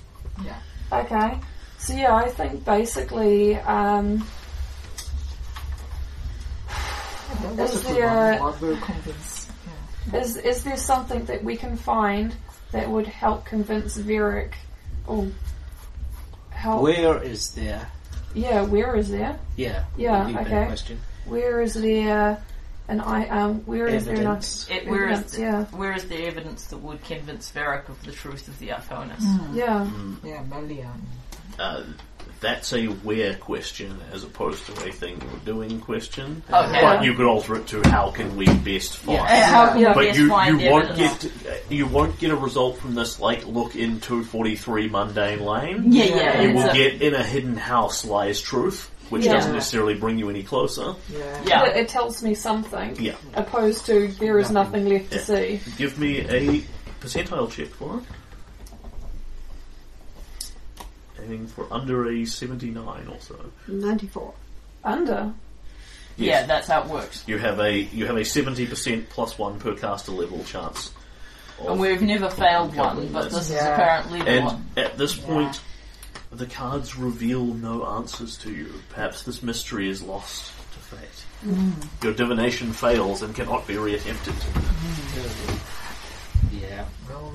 [SPEAKER 2] Okay. So yeah, I think basically, um,
[SPEAKER 6] Oh, That was uh,
[SPEAKER 2] Is
[SPEAKER 6] a good
[SPEAKER 2] there-
[SPEAKER 6] one. I'm very convinced. Yeah.
[SPEAKER 2] is is there something that we can find that would help convince Varric? Oh, help.
[SPEAKER 3] Where is there?
[SPEAKER 2] Yeah, where is there?
[SPEAKER 3] Yeah.
[SPEAKER 2] Yeah,
[SPEAKER 3] would be a better
[SPEAKER 2] okay.
[SPEAKER 3] Question.
[SPEAKER 2] Where is there? And I um, where is there not?
[SPEAKER 3] Evidence.
[SPEAKER 4] It, where, is
[SPEAKER 2] Evidence, yeah.
[SPEAKER 4] where is the evidence that would convince Varric of the truth of the Arconus?
[SPEAKER 2] Yeah.
[SPEAKER 6] Yeah, Melian.
[SPEAKER 1] Uh, that's a where question as opposed to a thing you're doing question.
[SPEAKER 4] Okay.
[SPEAKER 1] But you could alter it to how can we best find.
[SPEAKER 4] Uh, How can
[SPEAKER 2] Yeah.
[SPEAKER 4] we
[SPEAKER 1] But
[SPEAKER 4] best
[SPEAKER 1] you,
[SPEAKER 4] find
[SPEAKER 1] you won't
[SPEAKER 4] evidence?
[SPEAKER 1] get you won't get a result from this like look into forty three mundane lane.
[SPEAKER 4] Yeah, yeah.
[SPEAKER 1] You
[SPEAKER 4] it's
[SPEAKER 1] will
[SPEAKER 4] a-
[SPEAKER 1] get in a hidden house lies truth, which
[SPEAKER 2] Yeah.
[SPEAKER 1] doesn't necessarily bring you any closer.
[SPEAKER 6] Yeah.
[SPEAKER 4] yeah.
[SPEAKER 2] It, it tells me something.
[SPEAKER 1] Yeah.
[SPEAKER 2] Opposed to there is nothing left to
[SPEAKER 1] Yeah.
[SPEAKER 2] see.
[SPEAKER 1] Give me a percentile check for it. Aiming for under a seventy nine or so.
[SPEAKER 5] 94.
[SPEAKER 2] Under.
[SPEAKER 4] Yeah, that's how it works.
[SPEAKER 1] You have a you have a seventy percent plus one per caster level chance. of-
[SPEAKER 4] And we've never failed
[SPEAKER 1] Can't
[SPEAKER 4] one,
[SPEAKER 1] believe
[SPEAKER 4] but
[SPEAKER 1] this.
[SPEAKER 4] this is
[SPEAKER 6] Yeah.
[SPEAKER 4] apparently the
[SPEAKER 1] And
[SPEAKER 4] one.
[SPEAKER 1] at this point, the cards reveal no answers to you. Perhaps this mystery is lost to fate. Your divination fails and cannot be reattempted.
[SPEAKER 3] Yeah.
[SPEAKER 6] Oh.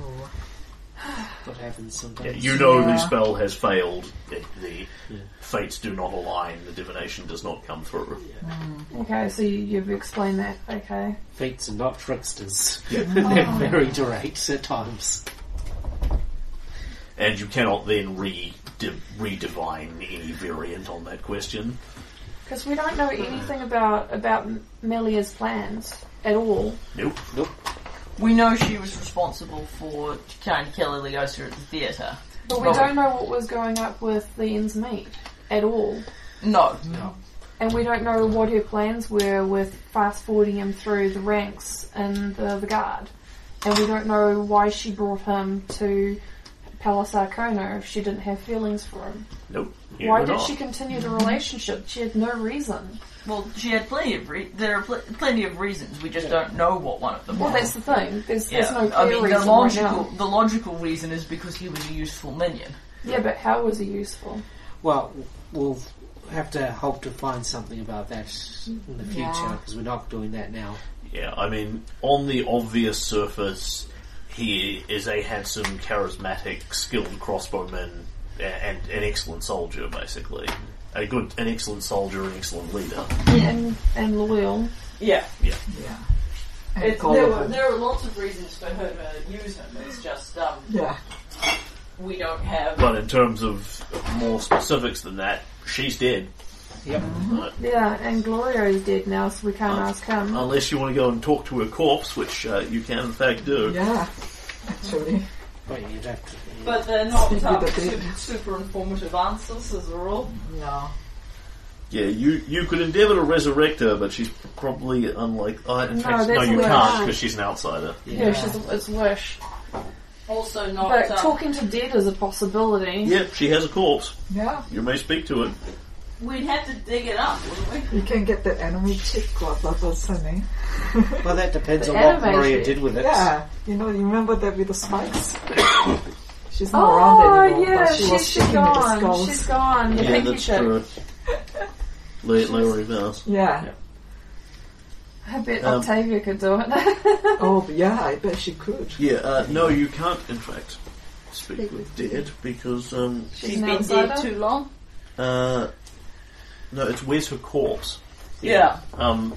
[SPEAKER 3] What happens
[SPEAKER 1] Yeah,
[SPEAKER 3] sometimes?
[SPEAKER 1] you know the
[SPEAKER 6] Yeah.
[SPEAKER 1] spell has failed. The, the fates do not align. The divination does not come through.
[SPEAKER 2] Okay, so you, you've explained that. Okay.
[SPEAKER 3] Fates are not tricksters. They're very direct at times.
[SPEAKER 1] And you cannot then re di- redivine any variant on that question.
[SPEAKER 2] Because we don't know anything about about M- Melia's plans at all.
[SPEAKER 1] Nope.
[SPEAKER 4] We know she was responsible for trying to kill Iliosa at the theatre.
[SPEAKER 2] But we
[SPEAKER 4] Right.
[SPEAKER 2] don't know what was going up with the ends meet at all.
[SPEAKER 4] No.
[SPEAKER 2] And we don't know what her plans were with fast forwarding him through the ranks in the, the guard. And we don't know why she brought him to Palace Arcona if she didn't have feelings for him.
[SPEAKER 1] Nope. You
[SPEAKER 2] why
[SPEAKER 1] do
[SPEAKER 2] did
[SPEAKER 1] not.
[SPEAKER 2] she continue the relationship? She had no reason.
[SPEAKER 4] Well, she had plenty of re- there are pl- plenty of reasons. We just don't know what one of them.
[SPEAKER 2] Well,
[SPEAKER 4] was.
[SPEAKER 2] that's the thing. There's, there's
[SPEAKER 4] yeah.
[SPEAKER 2] no clear
[SPEAKER 4] I mean, the
[SPEAKER 2] reason
[SPEAKER 4] logical
[SPEAKER 2] right now.
[SPEAKER 4] the logical reason is because he was a useful minion.
[SPEAKER 2] Yeah, but how was he useful?
[SPEAKER 3] Well, we'll have to hope to find something about that in the future
[SPEAKER 6] Yeah.
[SPEAKER 3] because we're not doing that now.
[SPEAKER 1] Yeah, I mean, on the obvious surface, he is a handsome, charismatic, skilled crossbowman a- and an excellent soldier, basically. A good, an excellent soldier, an excellent leader.
[SPEAKER 2] And, and loyal.
[SPEAKER 4] Yeah,
[SPEAKER 6] Yeah.
[SPEAKER 4] it,
[SPEAKER 6] And
[SPEAKER 4] there,
[SPEAKER 6] colorful.
[SPEAKER 4] were, there are lots of reasons for her to use him. It's just um,
[SPEAKER 6] Yeah.
[SPEAKER 4] we don't have.
[SPEAKER 1] But in terms of more specifics than that, she's dead.
[SPEAKER 3] Yep.
[SPEAKER 1] Uh,
[SPEAKER 2] Yeah, and Gloria is dead now, so we
[SPEAKER 4] Oh.
[SPEAKER 2] can't ask him.
[SPEAKER 1] unless you want to go and talk to her corpse, which uh, you can in fact do.
[SPEAKER 6] Yeah. Actually.
[SPEAKER 3] But you'd have to.
[SPEAKER 4] But they're not
[SPEAKER 6] Speak
[SPEAKER 4] um,
[SPEAKER 6] with the
[SPEAKER 4] super,
[SPEAKER 6] dead.
[SPEAKER 4] super informative answers as a rule.
[SPEAKER 6] No.
[SPEAKER 1] Yeah, you, you could endeavour to resurrect her, but she's probably unlike. Uh, in
[SPEAKER 2] No,
[SPEAKER 1] fact, no,
[SPEAKER 2] that's
[SPEAKER 1] you
[SPEAKER 2] worse.
[SPEAKER 1] can't because she's an outsider.
[SPEAKER 2] yeah, she's, it's wish.
[SPEAKER 4] Also, not
[SPEAKER 2] But
[SPEAKER 4] um,
[SPEAKER 2] talking to dead is a possibility.
[SPEAKER 1] Yeah, she has a corpse.
[SPEAKER 6] Yeah.
[SPEAKER 1] You may speak to it.
[SPEAKER 4] We'd have to dig it up, wouldn't we?
[SPEAKER 6] You can get that anime chick or that was her name.
[SPEAKER 3] Well, that depends
[SPEAKER 2] The
[SPEAKER 3] on what
[SPEAKER 2] anime
[SPEAKER 3] Maria
[SPEAKER 2] shit.
[SPEAKER 3] did with it.
[SPEAKER 6] Yeah, you know, you remember that with the spikes? She's not
[SPEAKER 2] Oh,
[SPEAKER 6] around anymore,
[SPEAKER 2] yeah,
[SPEAKER 6] but she
[SPEAKER 2] she's,
[SPEAKER 6] was
[SPEAKER 2] she's
[SPEAKER 6] sticking with the
[SPEAKER 2] gone.
[SPEAKER 6] skulls.
[SPEAKER 2] She's gone. The
[SPEAKER 1] Yeah,
[SPEAKER 2] pinky
[SPEAKER 1] that's
[SPEAKER 2] chick.
[SPEAKER 1] true. Le- Larry Mouse.
[SPEAKER 6] Yeah.
[SPEAKER 1] Yeah.
[SPEAKER 2] I bet
[SPEAKER 1] Um,
[SPEAKER 2] Octavia could do it.
[SPEAKER 6] Oh, but yeah, I bet she could.
[SPEAKER 1] Yeah, uh, no, you can't, in fact, speak with dead because, um,
[SPEAKER 2] She's
[SPEAKER 4] She's
[SPEAKER 2] an
[SPEAKER 4] been
[SPEAKER 2] outsider.
[SPEAKER 4] dead too long.
[SPEAKER 1] uh, no, it's where's her corpse?
[SPEAKER 4] Yeah.
[SPEAKER 1] Um,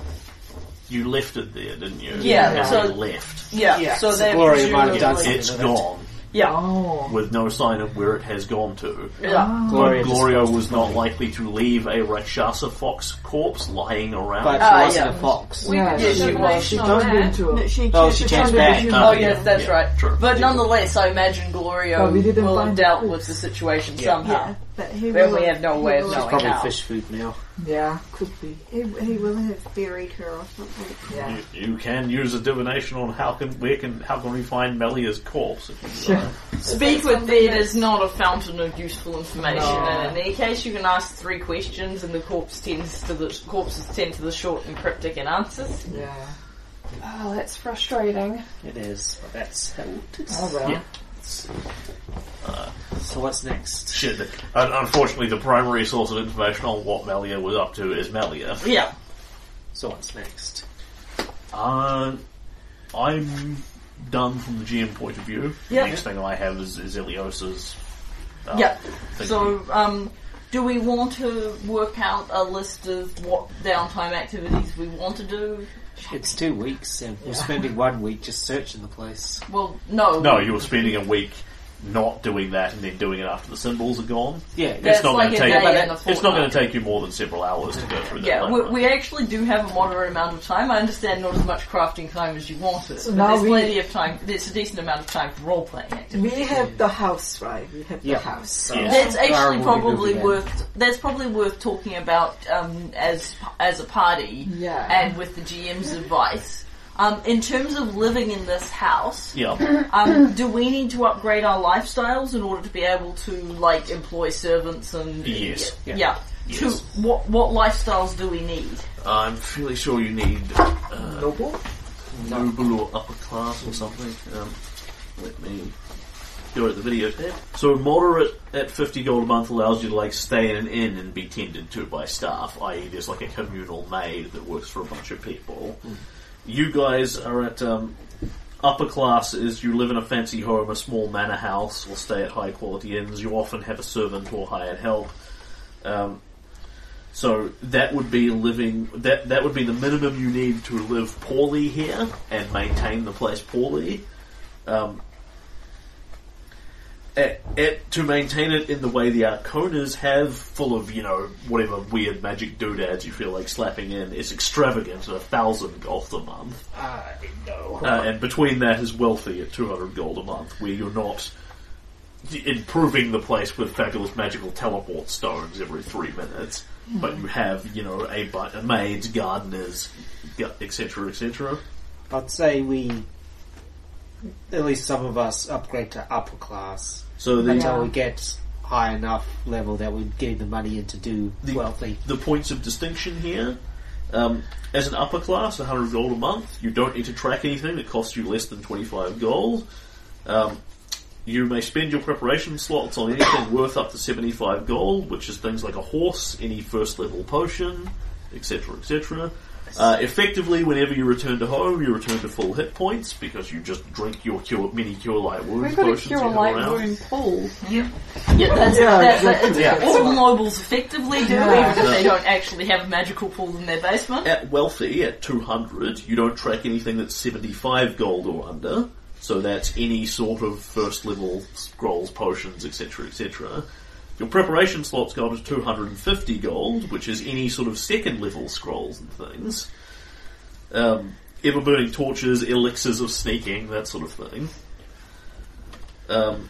[SPEAKER 1] you left it there, didn't you?
[SPEAKER 4] Yeah,
[SPEAKER 1] And
[SPEAKER 4] so-
[SPEAKER 1] it left.
[SPEAKER 4] Yeah.
[SPEAKER 3] Yeah,
[SPEAKER 4] so
[SPEAKER 3] it's
[SPEAKER 4] they
[SPEAKER 3] a glory of mine,
[SPEAKER 4] presumably-
[SPEAKER 3] that's it.
[SPEAKER 1] It's gone
[SPEAKER 4] Yeah.
[SPEAKER 6] Oh.
[SPEAKER 1] with no sign of where it has gone to.
[SPEAKER 4] Yeah.
[SPEAKER 3] Gloria, just-
[SPEAKER 1] Gloria was not likely to leave a Rakshasa fox corpse lying around.
[SPEAKER 8] Oh,
[SPEAKER 3] but
[SPEAKER 4] Ah,
[SPEAKER 3] she wasn't
[SPEAKER 4] yeah.
[SPEAKER 3] a fox.
[SPEAKER 6] yeah,
[SPEAKER 4] yeah, she was.
[SPEAKER 6] She
[SPEAKER 2] Not
[SPEAKER 6] turned
[SPEAKER 2] bad.
[SPEAKER 6] into
[SPEAKER 5] No,
[SPEAKER 6] a...
[SPEAKER 5] she
[SPEAKER 3] No, Oh, she changed back.
[SPEAKER 1] Ah,
[SPEAKER 4] Oh yes, that's
[SPEAKER 1] yeah,
[SPEAKER 4] right.
[SPEAKER 1] true.
[SPEAKER 4] But
[SPEAKER 1] Yeah.
[SPEAKER 4] nonetheless, I imagine Gloria
[SPEAKER 6] But we didn't
[SPEAKER 4] will have
[SPEAKER 6] find
[SPEAKER 4] dealt
[SPEAKER 6] the
[SPEAKER 4] with the situation
[SPEAKER 5] Yeah,
[SPEAKER 4] somehow.
[SPEAKER 5] but he
[SPEAKER 4] Then
[SPEAKER 5] will
[SPEAKER 4] we have no
[SPEAKER 5] he
[SPEAKER 4] way of
[SPEAKER 5] will-
[SPEAKER 4] knowing.
[SPEAKER 3] Probably
[SPEAKER 4] Wow.
[SPEAKER 3] fish food now.
[SPEAKER 6] Yeah, could be.
[SPEAKER 5] He, he will have buried her or something.
[SPEAKER 6] Yeah.
[SPEAKER 1] You, you can use a divination on how can where can how can we find Melia's corpse? If you desire.
[SPEAKER 6] Yeah.
[SPEAKER 4] Speak with Dead is not a fountain of useful information,
[SPEAKER 6] No.
[SPEAKER 4] and in any case, you can ask three questions, and the corpse tends to the corpses tend to the short and cryptic in answers.
[SPEAKER 6] Yeah.
[SPEAKER 2] oh, that's frustrating.
[SPEAKER 3] It is. That's how it is.
[SPEAKER 6] Oh, well.
[SPEAKER 1] Yeah.
[SPEAKER 3] So what's next?
[SPEAKER 1] Shit. Un- unfortunately, the primary source of information on what Melia was up to is Melia.
[SPEAKER 4] Yeah,
[SPEAKER 3] So what's next?
[SPEAKER 1] Uh, I'm done from the GM point of view.
[SPEAKER 4] Yeah.
[SPEAKER 1] The next thing I have is, is Ilios's. Uh,
[SPEAKER 4] yeah.
[SPEAKER 1] thinking.
[SPEAKER 4] So, um, do we want to work out a list of what downtime activities we want to do?
[SPEAKER 3] It's two weeks, and we're spending one week just searching the place.
[SPEAKER 4] Well, no.
[SPEAKER 1] no, you were spending a week not doing that and then doing it after the symbols are gone.
[SPEAKER 3] Yeah,
[SPEAKER 4] That's
[SPEAKER 1] it's not
[SPEAKER 4] like
[SPEAKER 1] going
[SPEAKER 4] a
[SPEAKER 1] to take.
[SPEAKER 4] day and a
[SPEAKER 1] it's not going
[SPEAKER 4] fortnight.
[SPEAKER 1] to take you more than several hours to go through that.
[SPEAKER 4] Yeah, we,
[SPEAKER 1] labyrinth.
[SPEAKER 4] we actually do have a moderate amount of time. I understand not as much crafting time as you wanted,
[SPEAKER 6] So
[SPEAKER 4] but
[SPEAKER 6] now
[SPEAKER 4] there's
[SPEAKER 6] we-
[SPEAKER 4] plenty of time. There's a decent amount of time for role playing activities.
[SPEAKER 6] We have the house, right? We have the
[SPEAKER 3] Yeah.
[SPEAKER 6] house.
[SPEAKER 1] Yeah.
[SPEAKER 4] That's
[SPEAKER 3] Or
[SPEAKER 4] actually
[SPEAKER 3] we
[SPEAKER 4] probably
[SPEAKER 3] do that.
[SPEAKER 4] worth. That's probably worth talking about um, as as a party,
[SPEAKER 6] Yeah.
[SPEAKER 4] and with the GM's advice. Um, in terms of living in this house,
[SPEAKER 1] Yeah,
[SPEAKER 4] um, do we need to upgrade our lifestyles in order to be able to like employ servants and
[SPEAKER 1] Yes.
[SPEAKER 4] yeah?
[SPEAKER 3] Yeah.
[SPEAKER 1] Yes.
[SPEAKER 4] To, what what lifestyles do we need?
[SPEAKER 1] I'm fairly sure you need uh,
[SPEAKER 6] Noble?
[SPEAKER 1] noble or upper class or something. Um, let me go at the video tab. So moderate at 50 gold a month allows you to like stay in an inn and be tended to by staff, i.e. there's like a communal maid that works for a bunch of people. You guys are at um, upper class is you live in a fancy home, a small manor house, or stay at high quality inns. You often have a servant or hired help. Um, so that would be living that that would be the minimum you need to live poorly here and maintain the place poorly. Um, at, at, to maintain it in the way the Arconas have, full of you know whatever weird magic doodads you feel like slapping in, it's extravagant at a thousand gold a month.
[SPEAKER 3] I know.
[SPEAKER 1] Uh, and between that is wealthy at 200 gold a month, where you're not improving the place with fabulous magical teleport stones every three minutes, but you have, you know, a, bu- a maids, gardeners, gu- etc., etc.
[SPEAKER 3] I'd say we, at least some of us, upgrade to upper class
[SPEAKER 1] So the,
[SPEAKER 3] until we get high enough level that we're getting the money in to do
[SPEAKER 1] The-
[SPEAKER 3] wealthy.
[SPEAKER 1] the points of distinction here. Um, as an upper class, 100 gold a month, you don't need to track anything that costs you less than 25 gold. Um, you may spend your preparation slots on anything worth up to 75 gold, which is things like a horse, any first level potion, etc., etc. Uh, effectively, whenever you return to home, you return to full hit points because you just drink your cure, mini cure light wounds
[SPEAKER 2] We've got a
[SPEAKER 1] potions
[SPEAKER 2] cure
[SPEAKER 1] you have
[SPEAKER 2] light
[SPEAKER 1] around.
[SPEAKER 2] wound pool.
[SPEAKER 4] Yeah, that's,
[SPEAKER 6] Yeah,
[SPEAKER 4] that's, that's,
[SPEAKER 1] yeah.
[SPEAKER 4] all nobles effectively do,
[SPEAKER 6] Yeah.
[SPEAKER 4] even if they don't actually have a magical pool in their basement.
[SPEAKER 1] at wealthy at 200 you don't track anything that's 75 gold or under so that's any sort of first level scrolls potions etc etc your preparation slots go up to 250 gold which is any sort of second level scrolls and things um, ever burning torches elixirs of sneaking that sort of thing um,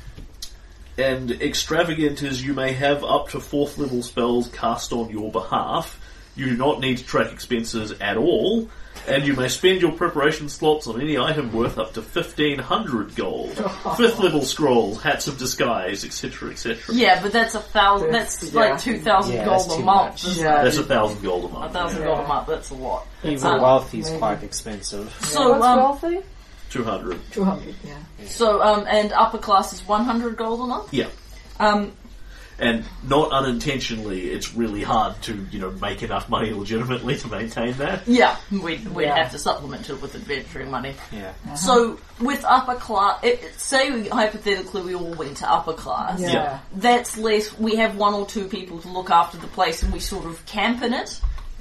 [SPEAKER 1] and extravagant is you may have up to fourth level spells cast on your behalf You do not need to track expenses at all, and you may spend your preparation slots on any item worth up to 1500 gold. Fifth level scrolls, hats of disguise, etc., etc.
[SPEAKER 4] Yeah, but that's a thousand.
[SPEAKER 6] That's-
[SPEAKER 4] That's,
[SPEAKER 6] yeah.
[SPEAKER 4] like two thousand
[SPEAKER 3] Yeah, that's
[SPEAKER 4] gold a
[SPEAKER 3] too
[SPEAKER 4] month.
[SPEAKER 3] much.
[SPEAKER 4] isn't
[SPEAKER 6] Yeah.
[SPEAKER 4] it?
[SPEAKER 1] That's a thousand gold a
[SPEAKER 4] A
[SPEAKER 1] month.
[SPEAKER 4] thousand gold a month. That's a lot.
[SPEAKER 3] Even
[SPEAKER 4] Um,
[SPEAKER 3] wealthy is
[SPEAKER 6] maybe.
[SPEAKER 3] quite expensive.
[SPEAKER 4] So
[SPEAKER 2] What's
[SPEAKER 4] um,
[SPEAKER 2] wealthy?
[SPEAKER 1] 200.
[SPEAKER 6] 200, yeah.
[SPEAKER 4] so um, and upper class is one hundred gold a month.
[SPEAKER 1] Yeah.
[SPEAKER 4] Um,
[SPEAKER 1] And not unintentionally, it's really hard to, you know, make enough money legitimately to maintain that.
[SPEAKER 4] yeah, we'd we'd
[SPEAKER 6] Yeah.
[SPEAKER 4] have to supplement it with adventuring money.
[SPEAKER 3] Yeah.
[SPEAKER 4] So with upper class, it, it- say we, hypothetically we all went to upper class.
[SPEAKER 6] Yeah.
[SPEAKER 1] Yeah.
[SPEAKER 4] That's less. We have one or two people to look after the place, and we sort of camp in it.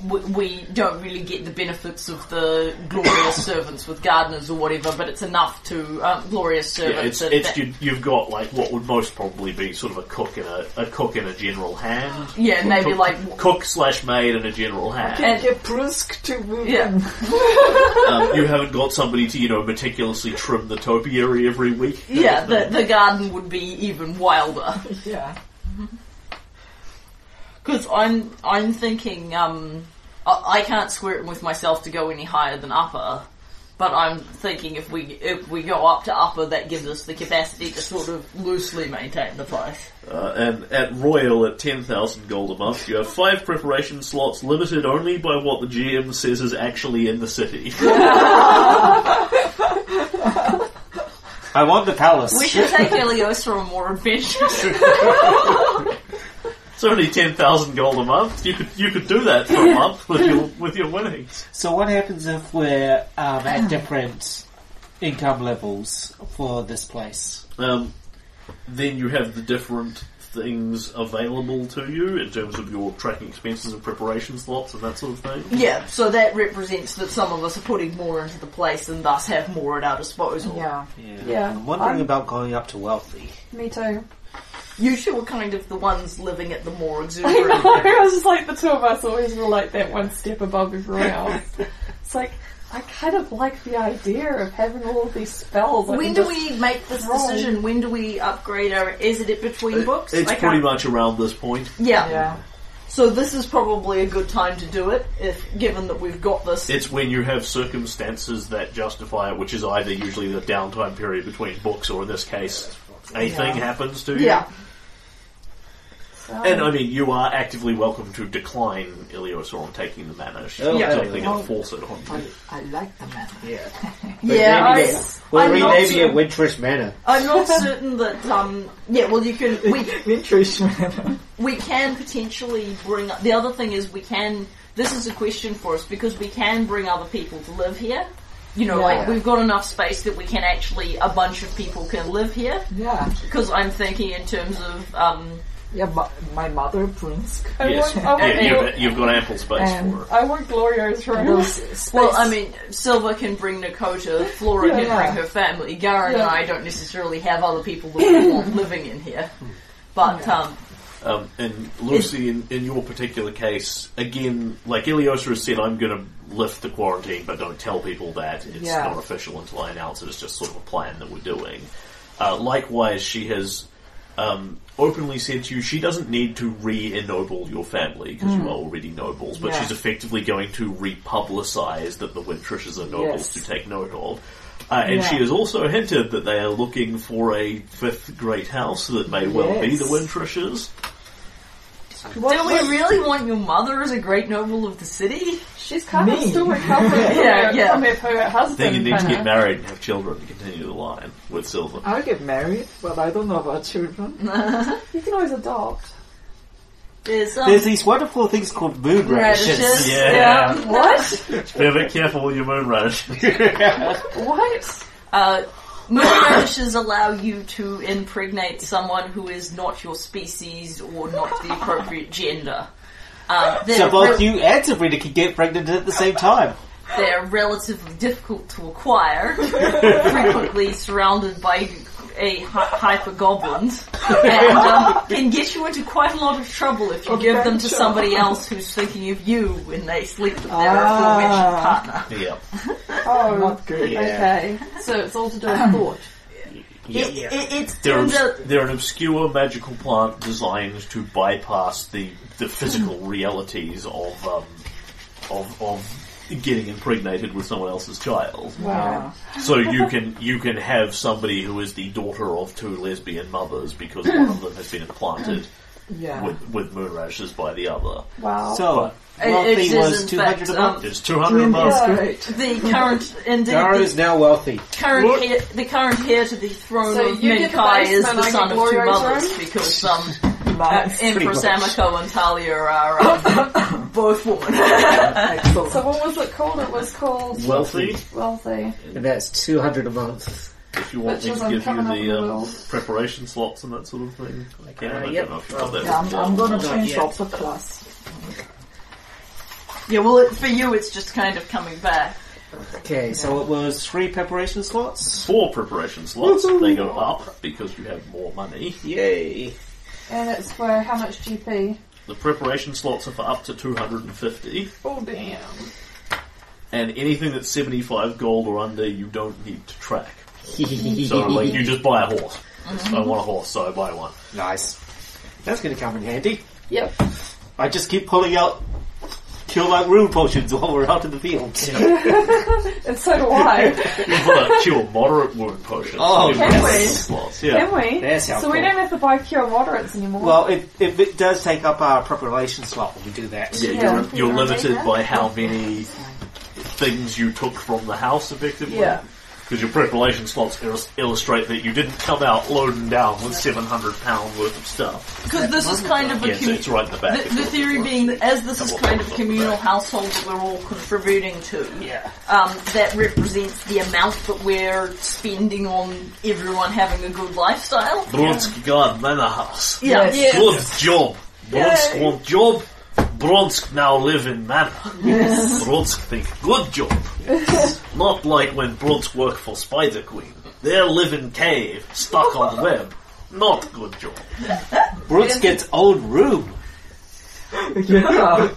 [SPEAKER 4] We, we don't really get the benefits of the glorious servants with gardeners or whatever, but it's enough to um, glorious servants.
[SPEAKER 1] Yeah, it's,
[SPEAKER 4] and
[SPEAKER 1] it's
[SPEAKER 4] that-
[SPEAKER 1] you, you've got like what would most probably be sort of a cook and a, a cook and a general hand.
[SPEAKER 4] yeah, and they'd be
[SPEAKER 1] Cook-
[SPEAKER 4] like,
[SPEAKER 1] cook slash maid and a general hand.
[SPEAKER 4] And-
[SPEAKER 6] get brusque to women.
[SPEAKER 4] yeah,
[SPEAKER 1] um, you haven't got somebody to you know meticulously trim the topiary every week.
[SPEAKER 4] yeah. The the garden would be even wilder.
[SPEAKER 6] Yeah.
[SPEAKER 4] Because I'm I'm thinking um I, I can't square it with myself to go any higher than upper, but I'm thinking if we if we go up to upper, that gives us the capacity to sort of loosely maintain the price.
[SPEAKER 1] Uh, and at Royal at ten thousand gold a month, you have five preparation slots limited only by what the GM says is actually in the city.
[SPEAKER 3] I want the palace.
[SPEAKER 4] We should take Eliosa on more adventures.
[SPEAKER 1] it's only ten thousand gold a month. You could you could do that for a month with your with your winnings.
[SPEAKER 3] So what happens if we're um, at different income levels for this place?
[SPEAKER 1] Um, then you have the different things available to you in terms of your tracking expenses and preparation slots and that sort of thing.
[SPEAKER 4] yeah, so that represents that some of us are putting more into the place and thus have more at our disposal.
[SPEAKER 6] Yeah.
[SPEAKER 3] Yeah.
[SPEAKER 2] Yeah,
[SPEAKER 3] I'm wondering
[SPEAKER 2] I'm-
[SPEAKER 3] about going up to wealthy.
[SPEAKER 2] Me too.
[SPEAKER 4] You two are kind of the ones living at the more
[SPEAKER 7] I
[SPEAKER 4] exuberant.
[SPEAKER 7] know, I was just like, the two of us always were like that one step above everyone else. It's like, I kind of like the idea of having all of these spells. I
[SPEAKER 4] When
[SPEAKER 7] can
[SPEAKER 4] do
[SPEAKER 7] just-
[SPEAKER 4] we make this
[SPEAKER 7] Wrong.
[SPEAKER 4] decision? When do we upgrade our? Is it between books?
[SPEAKER 1] It's
[SPEAKER 4] I can't-
[SPEAKER 1] pretty much around this point.
[SPEAKER 4] Yeah.
[SPEAKER 6] Yeah.
[SPEAKER 4] So this is probably a good time to do it, if given that we've got this.
[SPEAKER 1] It's when you have circumstances that justify it, which is either usually the downtime period between books, or in this case, a thing happens to you.
[SPEAKER 4] yeah.
[SPEAKER 1] And I mean, you are actively welcome to decline Ilios on taking the manor. She's
[SPEAKER 3] Oh,
[SPEAKER 1] not
[SPEAKER 3] okay.
[SPEAKER 1] going to force it on
[SPEAKER 6] I,
[SPEAKER 1] you.
[SPEAKER 6] I like the man.
[SPEAKER 3] Yeah.
[SPEAKER 4] Yeah, I,
[SPEAKER 3] We'll
[SPEAKER 4] I'm not
[SPEAKER 3] rename
[SPEAKER 4] sure.
[SPEAKER 3] it Wintrish Manor.
[SPEAKER 4] I'm not certain that, um, yeah, well you can, we,
[SPEAKER 6] Vintage man.
[SPEAKER 4] we can potentially bring, the other thing is we can, this is a question for us, because we can bring other people to live here. You know, like,
[SPEAKER 6] Yeah.
[SPEAKER 4] we've got enough space that we can actually, a bunch of people can live here.
[SPEAKER 6] Yeah.
[SPEAKER 4] Because I'm thinking in terms of, um,
[SPEAKER 6] Yeah, my, my mother, Prince. oh,
[SPEAKER 7] I
[SPEAKER 1] Yes,
[SPEAKER 7] want, I want,
[SPEAKER 1] yeah, you've, you've got ample space
[SPEAKER 6] Um,
[SPEAKER 1] for it.
[SPEAKER 7] I want Gloria's room.
[SPEAKER 6] Those
[SPEAKER 4] Well,
[SPEAKER 6] space-
[SPEAKER 4] I mean, Silva can bring Nakota, Flora can
[SPEAKER 6] Yeah.
[SPEAKER 4] bring her family. Garen
[SPEAKER 7] Yeah.
[SPEAKER 4] and I don't necessarily have other people that we want living in here. But, um,
[SPEAKER 1] Um, and Lucy, in, in your particular case, again, like Iliosa has said, I'm going to lift the quarantine, but don't tell people that. It's
[SPEAKER 6] Yeah.
[SPEAKER 1] not official until I announce it. It's just sort of a plan that we're doing. Uh, likewise, she has um, openly said to you she doesn't need to re-ennoble your family because you are already nobles, but
[SPEAKER 6] Hmm. Yeah.
[SPEAKER 1] she's effectively going to republicize that the Wintrishes are nobles
[SPEAKER 6] Yes.
[SPEAKER 1] to take note of. Uh, and she
[SPEAKER 6] Yeah.
[SPEAKER 1] has also hinted that they are looking for a fifth great house that may well be
[SPEAKER 6] Yes.
[SPEAKER 1] the Wintrishes.
[SPEAKER 4] do we really want your mother as a great noble of the city?
[SPEAKER 7] She's kind of
[SPEAKER 6] Me.
[SPEAKER 7] still recovering
[SPEAKER 4] Yeah,
[SPEAKER 7] from,
[SPEAKER 4] yeah.
[SPEAKER 7] Her, from if her husband.
[SPEAKER 1] Then you need to
[SPEAKER 7] kinda-
[SPEAKER 1] get married and have children to continue the line with Silver.
[SPEAKER 6] I'll get married, but I don't know about children.
[SPEAKER 7] You can always adopt.
[SPEAKER 4] There's, um,
[SPEAKER 3] There's these wonderful things called moon
[SPEAKER 4] radishes.
[SPEAKER 3] radishes.
[SPEAKER 1] Yeah.
[SPEAKER 7] What?
[SPEAKER 1] Be a bit careful with your moon radish.
[SPEAKER 7] what?
[SPEAKER 4] Uh, moon radishes allow you to impregnate someone who is not your species or not the appropriate gender. Uh, they're
[SPEAKER 3] So both
[SPEAKER 4] re-
[SPEAKER 3] you and Sabrina can get pregnant at the same time.
[SPEAKER 4] They're relatively difficult to acquire, frequently surrounded by a hy- hyper goblins, and um, can get you into quite a lot of trouble if you give them to
[SPEAKER 6] Adventure.
[SPEAKER 4] somebody else who's thinking of you when they sleep with their aforementioned
[SPEAKER 6] Ah.
[SPEAKER 4] partner.
[SPEAKER 1] yeah.
[SPEAKER 7] Oh,
[SPEAKER 6] Not good.
[SPEAKER 7] okay. So it's all to do with thought.
[SPEAKER 4] It, it, it
[SPEAKER 1] They're,
[SPEAKER 4] turns out
[SPEAKER 1] they're an obscure magical plant designed to bypass the, the physical realities of um, of of getting impregnated with someone else's child.
[SPEAKER 6] Wow.
[SPEAKER 1] So you can you can have somebody who is the daughter of two lesbian mothers because one of them has been implanted
[SPEAKER 6] Yeah.
[SPEAKER 1] with with moon rashes by the other.
[SPEAKER 7] Wow.
[SPEAKER 3] So,
[SPEAKER 4] It- it
[SPEAKER 3] wealthy
[SPEAKER 4] is,
[SPEAKER 3] was
[SPEAKER 4] in
[SPEAKER 3] 200
[SPEAKER 4] fact,
[SPEAKER 3] a
[SPEAKER 4] um,
[SPEAKER 3] month.
[SPEAKER 1] It's two hundred a month.
[SPEAKER 6] That's great.
[SPEAKER 4] The current, indeed,
[SPEAKER 3] Dara
[SPEAKER 4] the
[SPEAKER 3] is now wealthy.
[SPEAKER 4] current heir, the current heir to the throne
[SPEAKER 7] So
[SPEAKER 4] of
[SPEAKER 7] you get the
[SPEAKER 4] Menkai
[SPEAKER 7] basement,
[SPEAKER 4] is
[SPEAKER 7] I
[SPEAKER 4] the
[SPEAKER 7] get
[SPEAKER 4] son of two
[SPEAKER 7] Glorio's
[SPEAKER 4] mothers
[SPEAKER 7] room?
[SPEAKER 4] because um, uh,
[SPEAKER 6] Nice.
[SPEAKER 4] Empress
[SPEAKER 3] much.
[SPEAKER 4] Amiko and Talia are um, both women.
[SPEAKER 6] Excellent.
[SPEAKER 7] So what was it called? It was called
[SPEAKER 9] Wealthy,
[SPEAKER 7] Wealthy.
[SPEAKER 3] And that's 200 a month.
[SPEAKER 1] If you want
[SPEAKER 7] Which
[SPEAKER 1] me
[SPEAKER 7] is
[SPEAKER 1] to give you
[SPEAKER 7] uncommon in the
[SPEAKER 1] the um,
[SPEAKER 7] world.
[SPEAKER 1] preparation slots and that sort of thing, I can. I
[SPEAKER 3] Uh, yep.
[SPEAKER 1] don't know if you got that.
[SPEAKER 6] yeah, I'm, I'm going to
[SPEAKER 3] Not
[SPEAKER 6] change
[SPEAKER 3] yet.
[SPEAKER 6] up the class.
[SPEAKER 4] yeah, well, it, for you, it's just kind of coming back.
[SPEAKER 3] Okay, so it was three preparation slots.
[SPEAKER 1] Four preparation slots. They go up because you have more money.
[SPEAKER 3] Yay.
[SPEAKER 2] And it's for how much GP?
[SPEAKER 1] The preparation slots are for up to 250,
[SPEAKER 7] Oh damn.
[SPEAKER 1] and anything that's 75 gold or under, you don't need to track. So, like, you just buy a horse.
[SPEAKER 3] Mm-hmm.
[SPEAKER 1] I want a horse, so I buy one.
[SPEAKER 3] Nice. That's going to come in handy.
[SPEAKER 7] Yep.
[SPEAKER 3] I just keep pulling out cure like rune potions while we're out in the field.
[SPEAKER 7] And so do I.
[SPEAKER 1] You put a cure moderate wound potion.
[SPEAKER 3] Oh,
[SPEAKER 1] in
[SPEAKER 7] can
[SPEAKER 1] your
[SPEAKER 7] we?
[SPEAKER 1] preparation Slots. Yeah.
[SPEAKER 7] Can we?
[SPEAKER 3] That's
[SPEAKER 7] so
[SPEAKER 3] how
[SPEAKER 7] we
[SPEAKER 3] cool.
[SPEAKER 7] don't have to buy pure moderates anymore.
[SPEAKER 3] Well, if, if it does take up our preparation slot when we do that.
[SPEAKER 1] Yeah,
[SPEAKER 7] Yeah.
[SPEAKER 1] You're, you're limited by how many things you took from the house, effectively.
[SPEAKER 7] Yeah.
[SPEAKER 1] Because your preparation slots illus- illustrate that you didn't come out loading down with seven hundred pound worth of stuff.
[SPEAKER 4] Because this is kind of a
[SPEAKER 1] Yes,
[SPEAKER 4] commu-
[SPEAKER 1] it's right in the back.
[SPEAKER 4] The, the theory being that as this is kind of a communal household that we're all contributing to,
[SPEAKER 3] Yeah.
[SPEAKER 4] um, that represents the amount that we're spending on everyone having a good lifestyle.
[SPEAKER 1] Bronski Guard Manor House.
[SPEAKER 4] Yeah, yeah.
[SPEAKER 1] Good job. Bronsk want job. Bronsk now live in manor. Bronsk think good job. Not like when Bronsk work for Spider Queen. They live in cave, stuck on web. Not good job.
[SPEAKER 3] Brooks gets own room.
[SPEAKER 6] Yeah.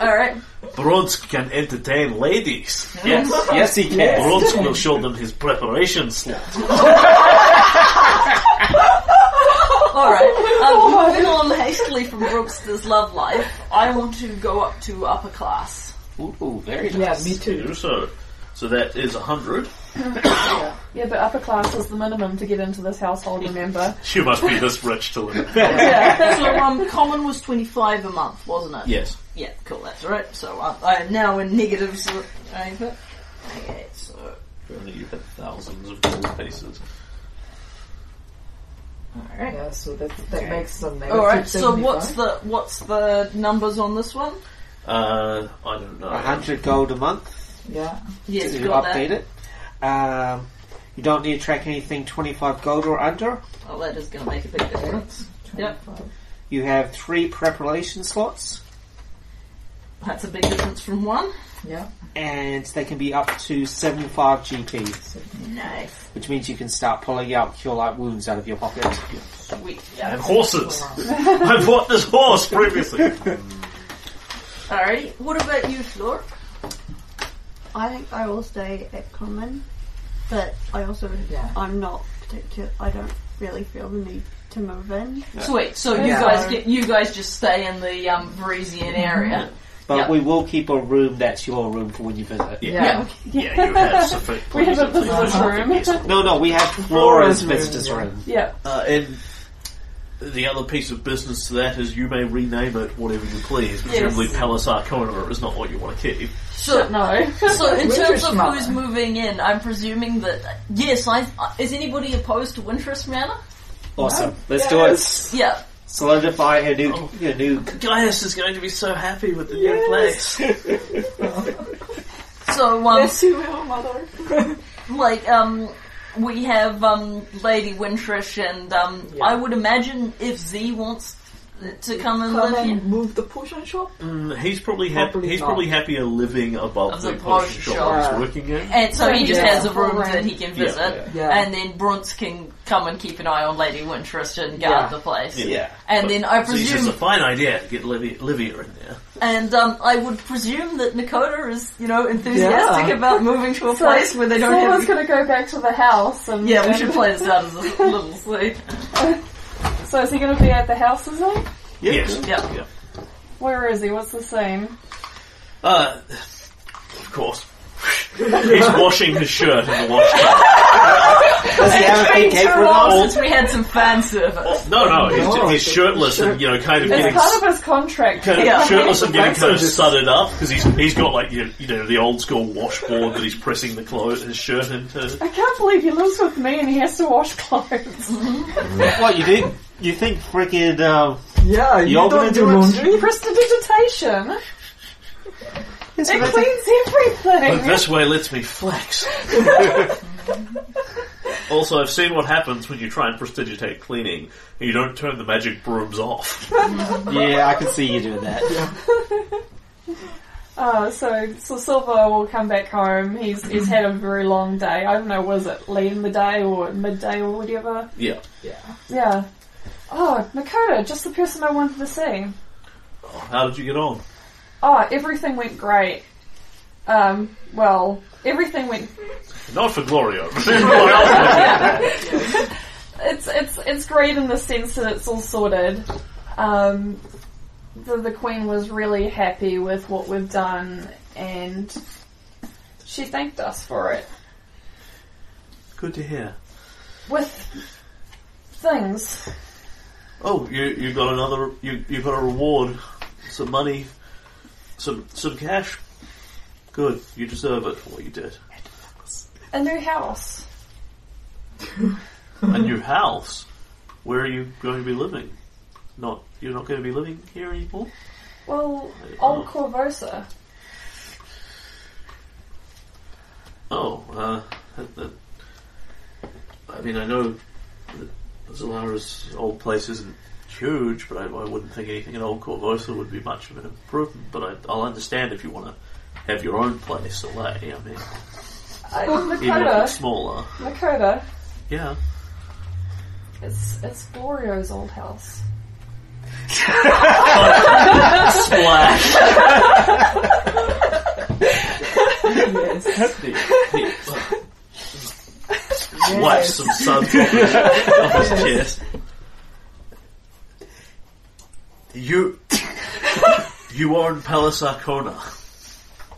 [SPEAKER 4] All right.
[SPEAKER 1] Bronsk can entertain ladies.
[SPEAKER 3] Yes. Yes, he can.
[SPEAKER 1] Bronsk will show them his preparation slot.
[SPEAKER 4] All right. Um, moving on hastily from Brookster's love life, I want to go up to upper class.
[SPEAKER 3] Ooh, very
[SPEAKER 6] yeah,
[SPEAKER 3] nice.
[SPEAKER 6] me too.
[SPEAKER 1] Do so. So that is a hundred.
[SPEAKER 7] yeah, but upper class is the minimum to get into this household. Remember?
[SPEAKER 1] You must be this rich to live.
[SPEAKER 4] So um, common was twenty five a month, wasn't it?
[SPEAKER 1] Yes.
[SPEAKER 4] Yeah, cool. That's right. So um, I am now in negatives. Over. Okay, so
[SPEAKER 1] Apparently you had thousands of gold pieces.
[SPEAKER 4] all right.
[SPEAKER 6] Yeah, so that, that makes some negative.
[SPEAKER 4] All right. So
[SPEAKER 6] 75.
[SPEAKER 4] what's the what's the numbers on this one?
[SPEAKER 1] Uh, I don't know.
[SPEAKER 3] A hundred gold a month
[SPEAKER 6] Yeah.
[SPEAKER 4] Yes,
[SPEAKER 3] to
[SPEAKER 4] you got
[SPEAKER 3] update
[SPEAKER 4] that.
[SPEAKER 3] it. Um, you don't need to track anything 25 gold or under.
[SPEAKER 4] Oh, that is going to make a big difference. Yep,
[SPEAKER 3] You have three preparation slots,
[SPEAKER 4] that's a big difference from one.
[SPEAKER 6] Yeah.
[SPEAKER 3] and they can be up to 75 GP,
[SPEAKER 4] Nice,
[SPEAKER 3] which means you can start pulling out cure light wounds out of your pocket.
[SPEAKER 4] sweet.
[SPEAKER 1] And
[SPEAKER 4] Yeah.
[SPEAKER 1] horses. I bought this horse previously.
[SPEAKER 4] Alrighty. What about you, Flor?
[SPEAKER 5] I think I will stay at common, but I also
[SPEAKER 6] Yeah.
[SPEAKER 5] I'm not particular. I don't really feel the need to move in.
[SPEAKER 4] Sweet. So you
[SPEAKER 6] Yeah.
[SPEAKER 4] guys get you guys just stay in the um, Varisian area.
[SPEAKER 3] But
[SPEAKER 4] Yeah.
[SPEAKER 3] we will keep a room that's your room for when you visit.
[SPEAKER 6] Yeah.
[SPEAKER 1] Yeah, you have sufficient.
[SPEAKER 7] We have a visitor's room.
[SPEAKER 3] No, no, we have Flora's
[SPEAKER 6] Flora's room,
[SPEAKER 3] visitor's
[SPEAKER 6] yeah.
[SPEAKER 3] room.
[SPEAKER 7] Yeah.
[SPEAKER 1] Uh, and the other piece of business to that is you may rename it whatever you please. Presumably, Palace Arcona is not what you want to keep.
[SPEAKER 4] So
[SPEAKER 7] No.
[SPEAKER 4] So in terms of
[SPEAKER 6] Manor.
[SPEAKER 4] who's moving in, I'm presuming that yes, I is anybody opposed to Winterest Manor?
[SPEAKER 3] Awesome. Let's do it.
[SPEAKER 4] Yeah.
[SPEAKER 3] Solidify her new, your new
[SPEAKER 1] Gaius is going to be so happy with the new place.
[SPEAKER 4] So um,
[SPEAKER 6] you will, mother.
[SPEAKER 4] like um we have um Lady Wintrish and um I would imagine if Z wants to come and
[SPEAKER 6] Come
[SPEAKER 4] live
[SPEAKER 6] and
[SPEAKER 4] in
[SPEAKER 6] move the potion shop.
[SPEAKER 1] Mm, he's probably hap-
[SPEAKER 6] Probably
[SPEAKER 1] he's
[SPEAKER 6] not.
[SPEAKER 1] probably happier living above
[SPEAKER 4] Of
[SPEAKER 1] the
[SPEAKER 4] the
[SPEAKER 1] potion
[SPEAKER 4] potion
[SPEAKER 1] shop
[SPEAKER 6] shop.
[SPEAKER 1] he's working in.
[SPEAKER 4] and so he just
[SPEAKER 6] Yeah.
[SPEAKER 4] has a room that he can
[SPEAKER 1] Yeah,
[SPEAKER 4] visit
[SPEAKER 6] yeah. Yeah.
[SPEAKER 4] and then Brunts can come and keep an eye on Lady Wintrish and guard
[SPEAKER 6] Yeah.
[SPEAKER 4] the place.
[SPEAKER 1] Yeah.
[SPEAKER 4] And then I
[SPEAKER 1] So he says it's a
[SPEAKER 4] presume,
[SPEAKER 1] fine idea to get Livy- Livia in there.
[SPEAKER 4] and um, I would presume that Nakoda is, you know, enthusiastic
[SPEAKER 6] Yeah.
[SPEAKER 4] about moving to a place where they don't
[SPEAKER 7] Someone's
[SPEAKER 4] have.
[SPEAKER 7] gonna go back to the house and
[SPEAKER 4] Yeah, we should play this out as a little scene.
[SPEAKER 7] So is he gonna be at the house, is he?
[SPEAKER 1] Yes.
[SPEAKER 4] Yeah.
[SPEAKER 7] Where is he? What's the scene?
[SPEAKER 1] Uh, of course. He's washing his shirt in the washtub.
[SPEAKER 3] Does he have a big
[SPEAKER 4] It's been
[SPEAKER 3] cake
[SPEAKER 4] too
[SPEAKER 3] with
[SPEAKER 4] long
[SPEAKER 3] us?
[SPEAKER 4] since we had some fan service.
[SPEAKER 1] No, no, he's,
[SPEAKER 3] No,
[SPEAKER 1] he's shirtless and you know, kind Oh, of
[SPEAKER 2] It's
[SPEAKER 1] getting
[SPEAKER 2] part of his contract.
[SPEAKER 1] kind of
[SPEAKER 4] Yeah.
[SPEAKER 1] shirtless and getting
[SPEAKER 3] Thanks,
[SPEAKER 1] kind of
[SPEAKER 3] I just-
[SPEAKER 1] sudded up because he's he's got like you know, you know the old school washboard that he's pressing the clothes his shirt into.
[SPEAKER 2] I can't believe he lives with me and he has to wash clothes.
[SPEAKER 3] What you did? You think freaking uh,
[SPEAKER 6] Yeah, you
[SPEAKER 3] You're gonna
[SPEAKER 6] don't do
[SPEAKER 3] do it.
[SPEAKER 6] laundry.
[SPEAKER 2] Prestidigitation. It cleans
[SPEAKER 1] But
[SPEAKER 2] everything.
[SPEAKER 1] this way lets me flex. also, I've seen what happens when you try and prestigitate cleaning. You don't turn the magic brooms off.
[SPEAKER 3] yeah, I can see you doing that.
[SPEAKER 2] Uh, so, so Silver will come back home. He's he's had a very long day. I don't know, was it late in the day or midday or whatever?
[SPEAKER 1] Yeah.
[SPEAKER 2] Yeah. Oh, Nakoda, just the person I wanted to see.
[SPEAKER 1] How did you get on?
[SPEAKER 2] Oh, everything went great. Um, well, everything went.
[SPEAKER 1] Not for Gloria. but everyone else.
[SPEAKER 2] It's it's it's great in the sense that it's all sorted. Um, the the queen was really happy with what we've done, and she thanked us for it
[SPEAKER 1] Good to hear.
[SPEAKER 2] with things.
[SPEAKER 1] Oh, you you got another you you got a reward, some money, some some cash. Good, you deserve it for what you did.
[SPEAKER 2] A new house.
[SPEAKER 1] A new house. Where are you going to be living? Not you're not going to be living here anymore.
[SPEAKER 2] Well, old Corvosa.
[SPEAKER 1] Oh, uh, that, that, I mean I know that Zalara's old place isn't huge, but I, I wouldn't think anything in Old Corvosa would be much of an improvement. But I, I'll understand if you want to have your own place away. I mean,
[SPEAKER 2] I,
[SPEAKER 1] even if it's
[SPEAKER 2] Lakota,
[SPEAKER 1] smaller.
[SPEAKER 2] Lakota,
[SPEAKER 1] Yeah.
[SPEAKER 2] it's it's Glorio's old house.
[SPEAKER 1] Splash.
[SPEAKER 6] Yes.
[SPEAKER 1] Wipe some suds off his, off his chest. You. You are in Palace Arcona.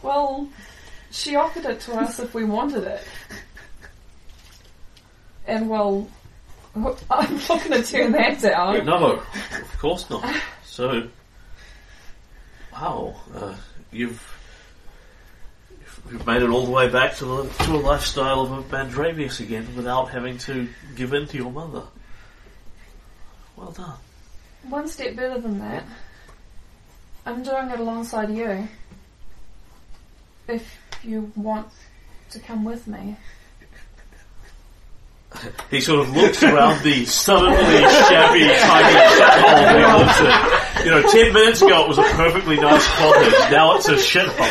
[SPEAKER 2] Well, she offered it to us if we wanted it. And well, I'm not going to turn that down.
[SPEAKER 1] Oh, No, of course not. So. Wow. Uh, you've. You've made it all the way back to, the, to a lifestyle of a Mandravius again without having to give in to your mother. Well done.
[SPEAKER 2] One step better than that. I'm doing it alongside you. If you want to come with me.
[SPEAKER 1] He sort of looks around the suddenly shabby, tiny shithole where he lives in. You know, ten minutes ago it was a perfectly nice cottage, now it's a shithole.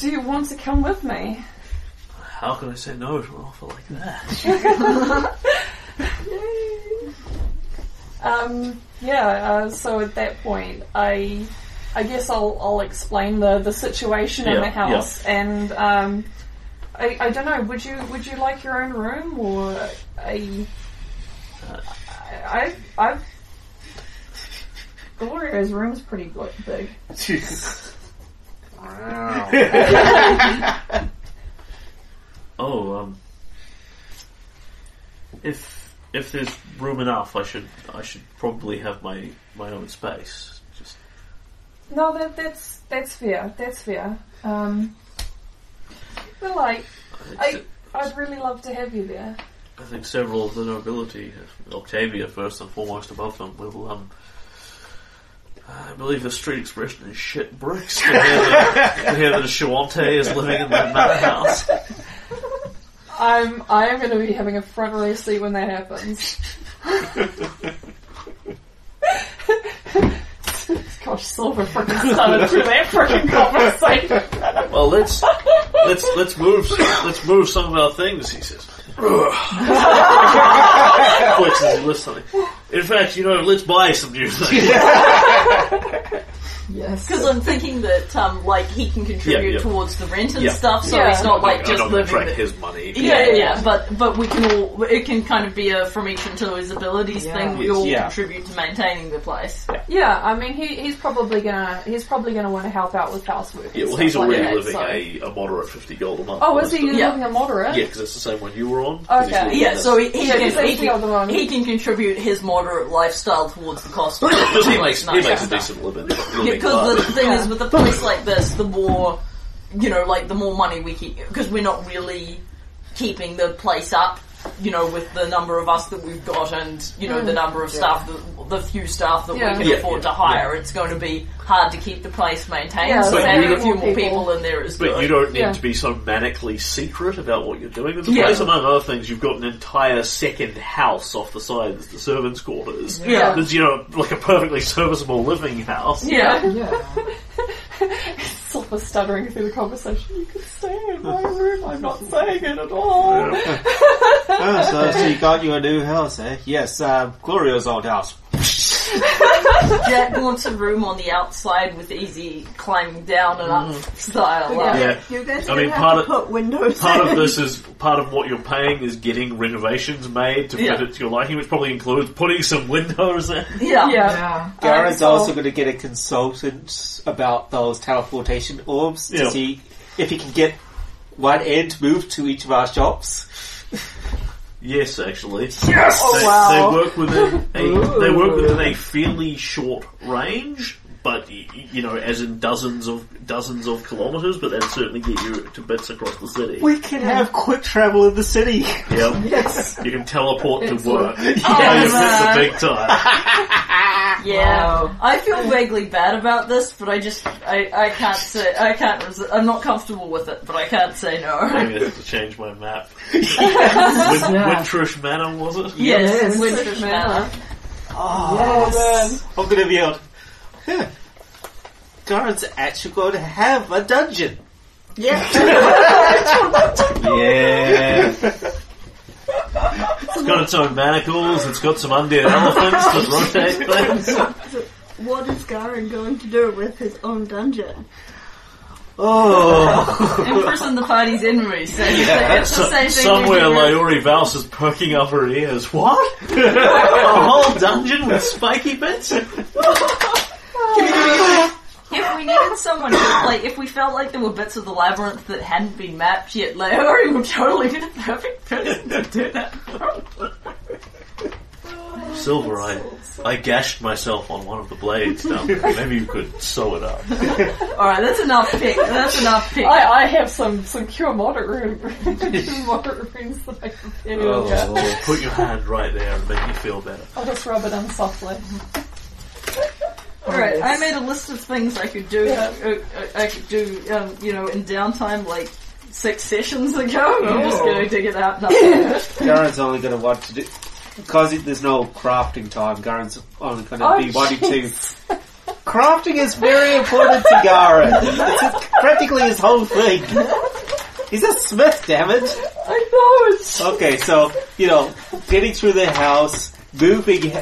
[SPEAKER 2] Do you want to come with me?
[SPEAKER 1] How can I say no to an offer like that?
[SPEAKER 2] Um, yeah, uh, so at that point, I, I guess I'll, I'll explain the, the situation in
[SPEAKER 1] Yeah,
[SPEAKER 2] the house, and um, I, I don't know. Would you would you like your own room or a? I I I've- Gloria's room's pretty good, big.
[SPEAKER 1] Oh, um if if there's room enough I should I should probably have my my own space. Just
[SPEAKER 2] No, that that's that's fair. That's fair. Um, but like, I I'd really love to have you there.
[SPEAKER 1] I think several of the nobility, Octavia first and foremost above them, will, um, I believe the street expression is shit bricks to hear that, to hear that a Shawante is living in that mad house.
[SPEAKER 2] I'm I am going to be having a front row seat when that happens. Gosh, Silver freaking started through that freaking conversation.
[SPEAKER 1] Well, let's, let's, let's move, let's move some of our things, he says. Flicks as he lifts something. In fact, you know, let's buy some new things.
[SPEAKER 6] Yes.
[SPEAKER 4] Because I'm thinking that, um, like, he can contribute
[SPEAKER 1] Yeah, yeah.
[SPEAKER 4] towards the rent and
[SPEAKER 1] Yeah.
[SPEAKER 4] stuff, so
[SPEAKER 7] Yeah.
[SPEAKER 4] it's not like
[SPEAKER 1] I
[SPEAKER 4] just
[SPEAKER 1] don't
[SPEAKER 4] living.
[SPEAKER 1] track
[SPEAKER 4] the-
[SPEAKER 1] his money.
[SPEAKER 4] yeah, yeah, yeah, but but we can all it can kind of be a from each into his abilities
[SPEAKER 6] Yeah.
[SPEAKER 4] thing. We
[SPEAKER 1] Yes.
[SPEAKER 4] all
[SPEAKER 3] Yeah.
[SPEAKER 4] contribute to maintaining the place.
[SPEAKER 2] Yeah, I mean he, he's probably gonna he's probably gonna want to help out with housework.
[SPEAKER 1] Yeah, well, he's
[SPEAKER 4] Stuff like
[SPEAKER 1] already
[SPEAKER 4] that,
[SPEAKER 1] living
[SPEAKER 4] so-
[SPEAKER 1] a, a moderate 50 gold a month.
[SPEAKER 2] Oh, is he Oh.
[SPEAKER 4] Yeah.
[SPEAKER 2] living a moderate?
[SPEAKER 1] Yeah, because it's the same one you were on. 'cause he's
[SPEAKER 2] Okay.
[SPEAKER 1] living
[SPEAKER 4] Yeah,
[SPEAKER 1] in a-
[SPEAKER 4] so he, he,
[SPEAKER 2] Yeah,
[SPEAKER 4] can,
[SPEAKER 2] that's
[SPEAKER 4] he,
[SPEAKER 2] the other
[SPEAKER 4] can,
[SPEAKER 2] one.
[SPEAKER 4] he can contribute his moderate lifestyle towards the cost. of
[SPEAKER 1] Because he makes, he
[SPEAKER 4] nice
[SPEAKER 1] makes a
[SPEAKER 4] stuff.
[SPEAKER 1] decent living.
[SPEAKER 4] Yeah,
[SPEAKER 1] living
[SPEAKER 4] because
[SPEAKER 1] large.
[SPEAKER 4] the thing is, with a place like this, the more, you know, like the more money we keep, because we're not really keeping the place up, you know, with the number of us that we've got and, you know, the number of staff, the, the few staff that
[SPEAKER 2] Yeah.
[SPEAKER 4] we can
[SPEAKER 1] Yeah,
[SPEAKER 4] afford
[SPEAKER 1] yeah,
[SPEAKER 4] to hire. It's going to be hard to keep the place maintained,
[SPEAKER 2] Yeah,
[SPEAKER 4] so
[SPEAKER 1] But
[SPEAKER 4] having
[SPEAKER 1] you-
[SPEAKER 4] a few more
[SPEAKER 2] people.
[SPEAKER 4] people in there is
[SPEAKER 1] But
[SPEAKER 4] good.
[SPEAKER 1] you don't need
[SPEAKER 2] Yeah.
[SPEAKER 1] to be so manically secret about what you're doing with the
[SPEAKER 4] Yeah.
[SPEAKER 1] place. Among other things, you've got an entire second house off the side that's the servants' quarters.
[SPEAKER 4] Yeah.
[SPEAKER 1] That's, you know, like a perfectly serviceable living house.
[SPEAKER 4] yeah.
[SPEAKER 6] Yeah.
[SPEAKER 7] Sort of stuttering through the conversation. You can stay in my room. I'm not saying it at all.
[SPEAKER 3] Oh, so, so you got your new house, eh? Yes, uh, Gloria's old house.
[SPEAKER 4] Jack wants a room on the outside with easy climbing down and up style. like-
[SPEAKER 1] Yeah.
[SPEAKER 5] You guys
[SPEAKER 1] I
[SPEAKER 5] are
[SPEAKER 1] mean,
[SPEAKER 5] gonna
[SPEAKER 1] part
[SPEAKER 5] have to
[SPEAKER 1] of-
[SPEAKER 5] put windows
[SPEAKER 1] Part of
[SPEAKER 5] in.
[SPEAKER 1] this is part of what you're paying is getting renovations made to fit
[SPEAKER 4] Yeah.
[SPEAKER 1] it to your liking, which probably includes putting some windows in.
[SPEAKER 4] Yeah.
[SPEAKER 6] Yeah.
[SPEAKER 3] Garen's
[SPEAKER 2] so-
[SPEAKER 3] also going to get a consultant about those teleportation orbs to
[SPEAKER 1] Yeah.
[SPEAKER 3] see if he can get one end moved to each of our shops.
[SPEAKER 1] Yes, actually.
[SPEAKER 3] Yes!
[SPEAKER 1] They,
[SPEAKER 6] Oh, wow.
[SPEAKER 1] they work within a, they work
[SPEAKER 6] Ooh.
[SPEAKER 1] within a fairly short range, but y- y- you know, as in dozens of dozens of kilometers. But that certainly get you to bits across the city.
[SPEAKER 3] We can have quick travel in the city.
[SPEAKER 1] Yeah,
[SPEAKER 6] Yes.
[SPEAKER 1] you can teleport to work.
[SPEAKER 4] Oh,
[SPEAKER 1] Yeah, you've missed
[SPEAKER 4] man.
[SPEAKER 1] the big time.
[SPEAKER 4] Yeah,
[SPEAKER 6] Wow.
[SPEAKER 4] I feel vaguely bad about this, but I just I, I can't say I can't. Resi- I'm not comfortable with it, but I can't say
[SPEAKER 1] I'm
[SPEAKER 4] no.
[SPEAKER 1] gonna have to change my map. Win-
[SPEAKER 6] Yeah.
[SPEAKER 1] Wintrish Manor was it?
[SPEAKER 4] yes,
[SPEAKER 6] Yes.
[SPEAKER 4] Winter's Manor.
[SPEAKER 6] yes.
[SPEAKER 3] I'm going to be out. Huh. Garen's actually going to have a dungeon.
[SPEAKER 5] Yeah,
[SPEAKER 1] Yeah. It's got its own manacles, it's got some undead elephants to rotate things.
[SPEAKER 5] what is Garen going to do with his own dungeon?
[SPEAKER 3] Oh,
[SPEAKER 4] Imprison the party's enemies. So it's the- it's the same thing.
[SPEAKER 1] Somewhere
[SPEAKER 4] we do with-
[SPEAKER 1] Laori Valse is perking up her ears. What? a whole dungeon with spiky bits?
[SPEAKER 4] if we needed someone, to, like if we felt like there were bits of the labyrinth that hadn't been mapped yet, Laori would totally be the perfect person to do that.
[SPEAKER 1] Silver, I, I gashed myself on one of the blades. Now, maybe you could sew it up.
[SPEAKER 4] All right, that's enough pick. That's enough pick.
[SPEAKER 7] I, I have some some cure moderate room moderate rooms that I can fit in.
[SPEAKER 1] Oh.
[SPEAKER 7] yeah.
[SPEAKER 3] Oh.
[SPEAKER 1] Put your hand right there and make me feel better.
[SPEAKER 7] I'll just rub it in softly.
[SPEAKER 4] Alright, I made a list of things I could do, uh, uh, I could do, um, you know, in downtime, like, six sessions ago. I'm just gonna dig it out now.
[SPEAKER 3] Garen's only going to want to do because it- there's no crafting time. Garen's only going to
[SPEAKER 7] Oh,
[SPEAKER 3] be wanting to. Crafting is very important to Garen. It's his- practically his whole thing. He's a smith, damn it.
[SPEAKER 7] I know it's
[SPEAKER 3] Okay, so you know, getting through the house, moving. he-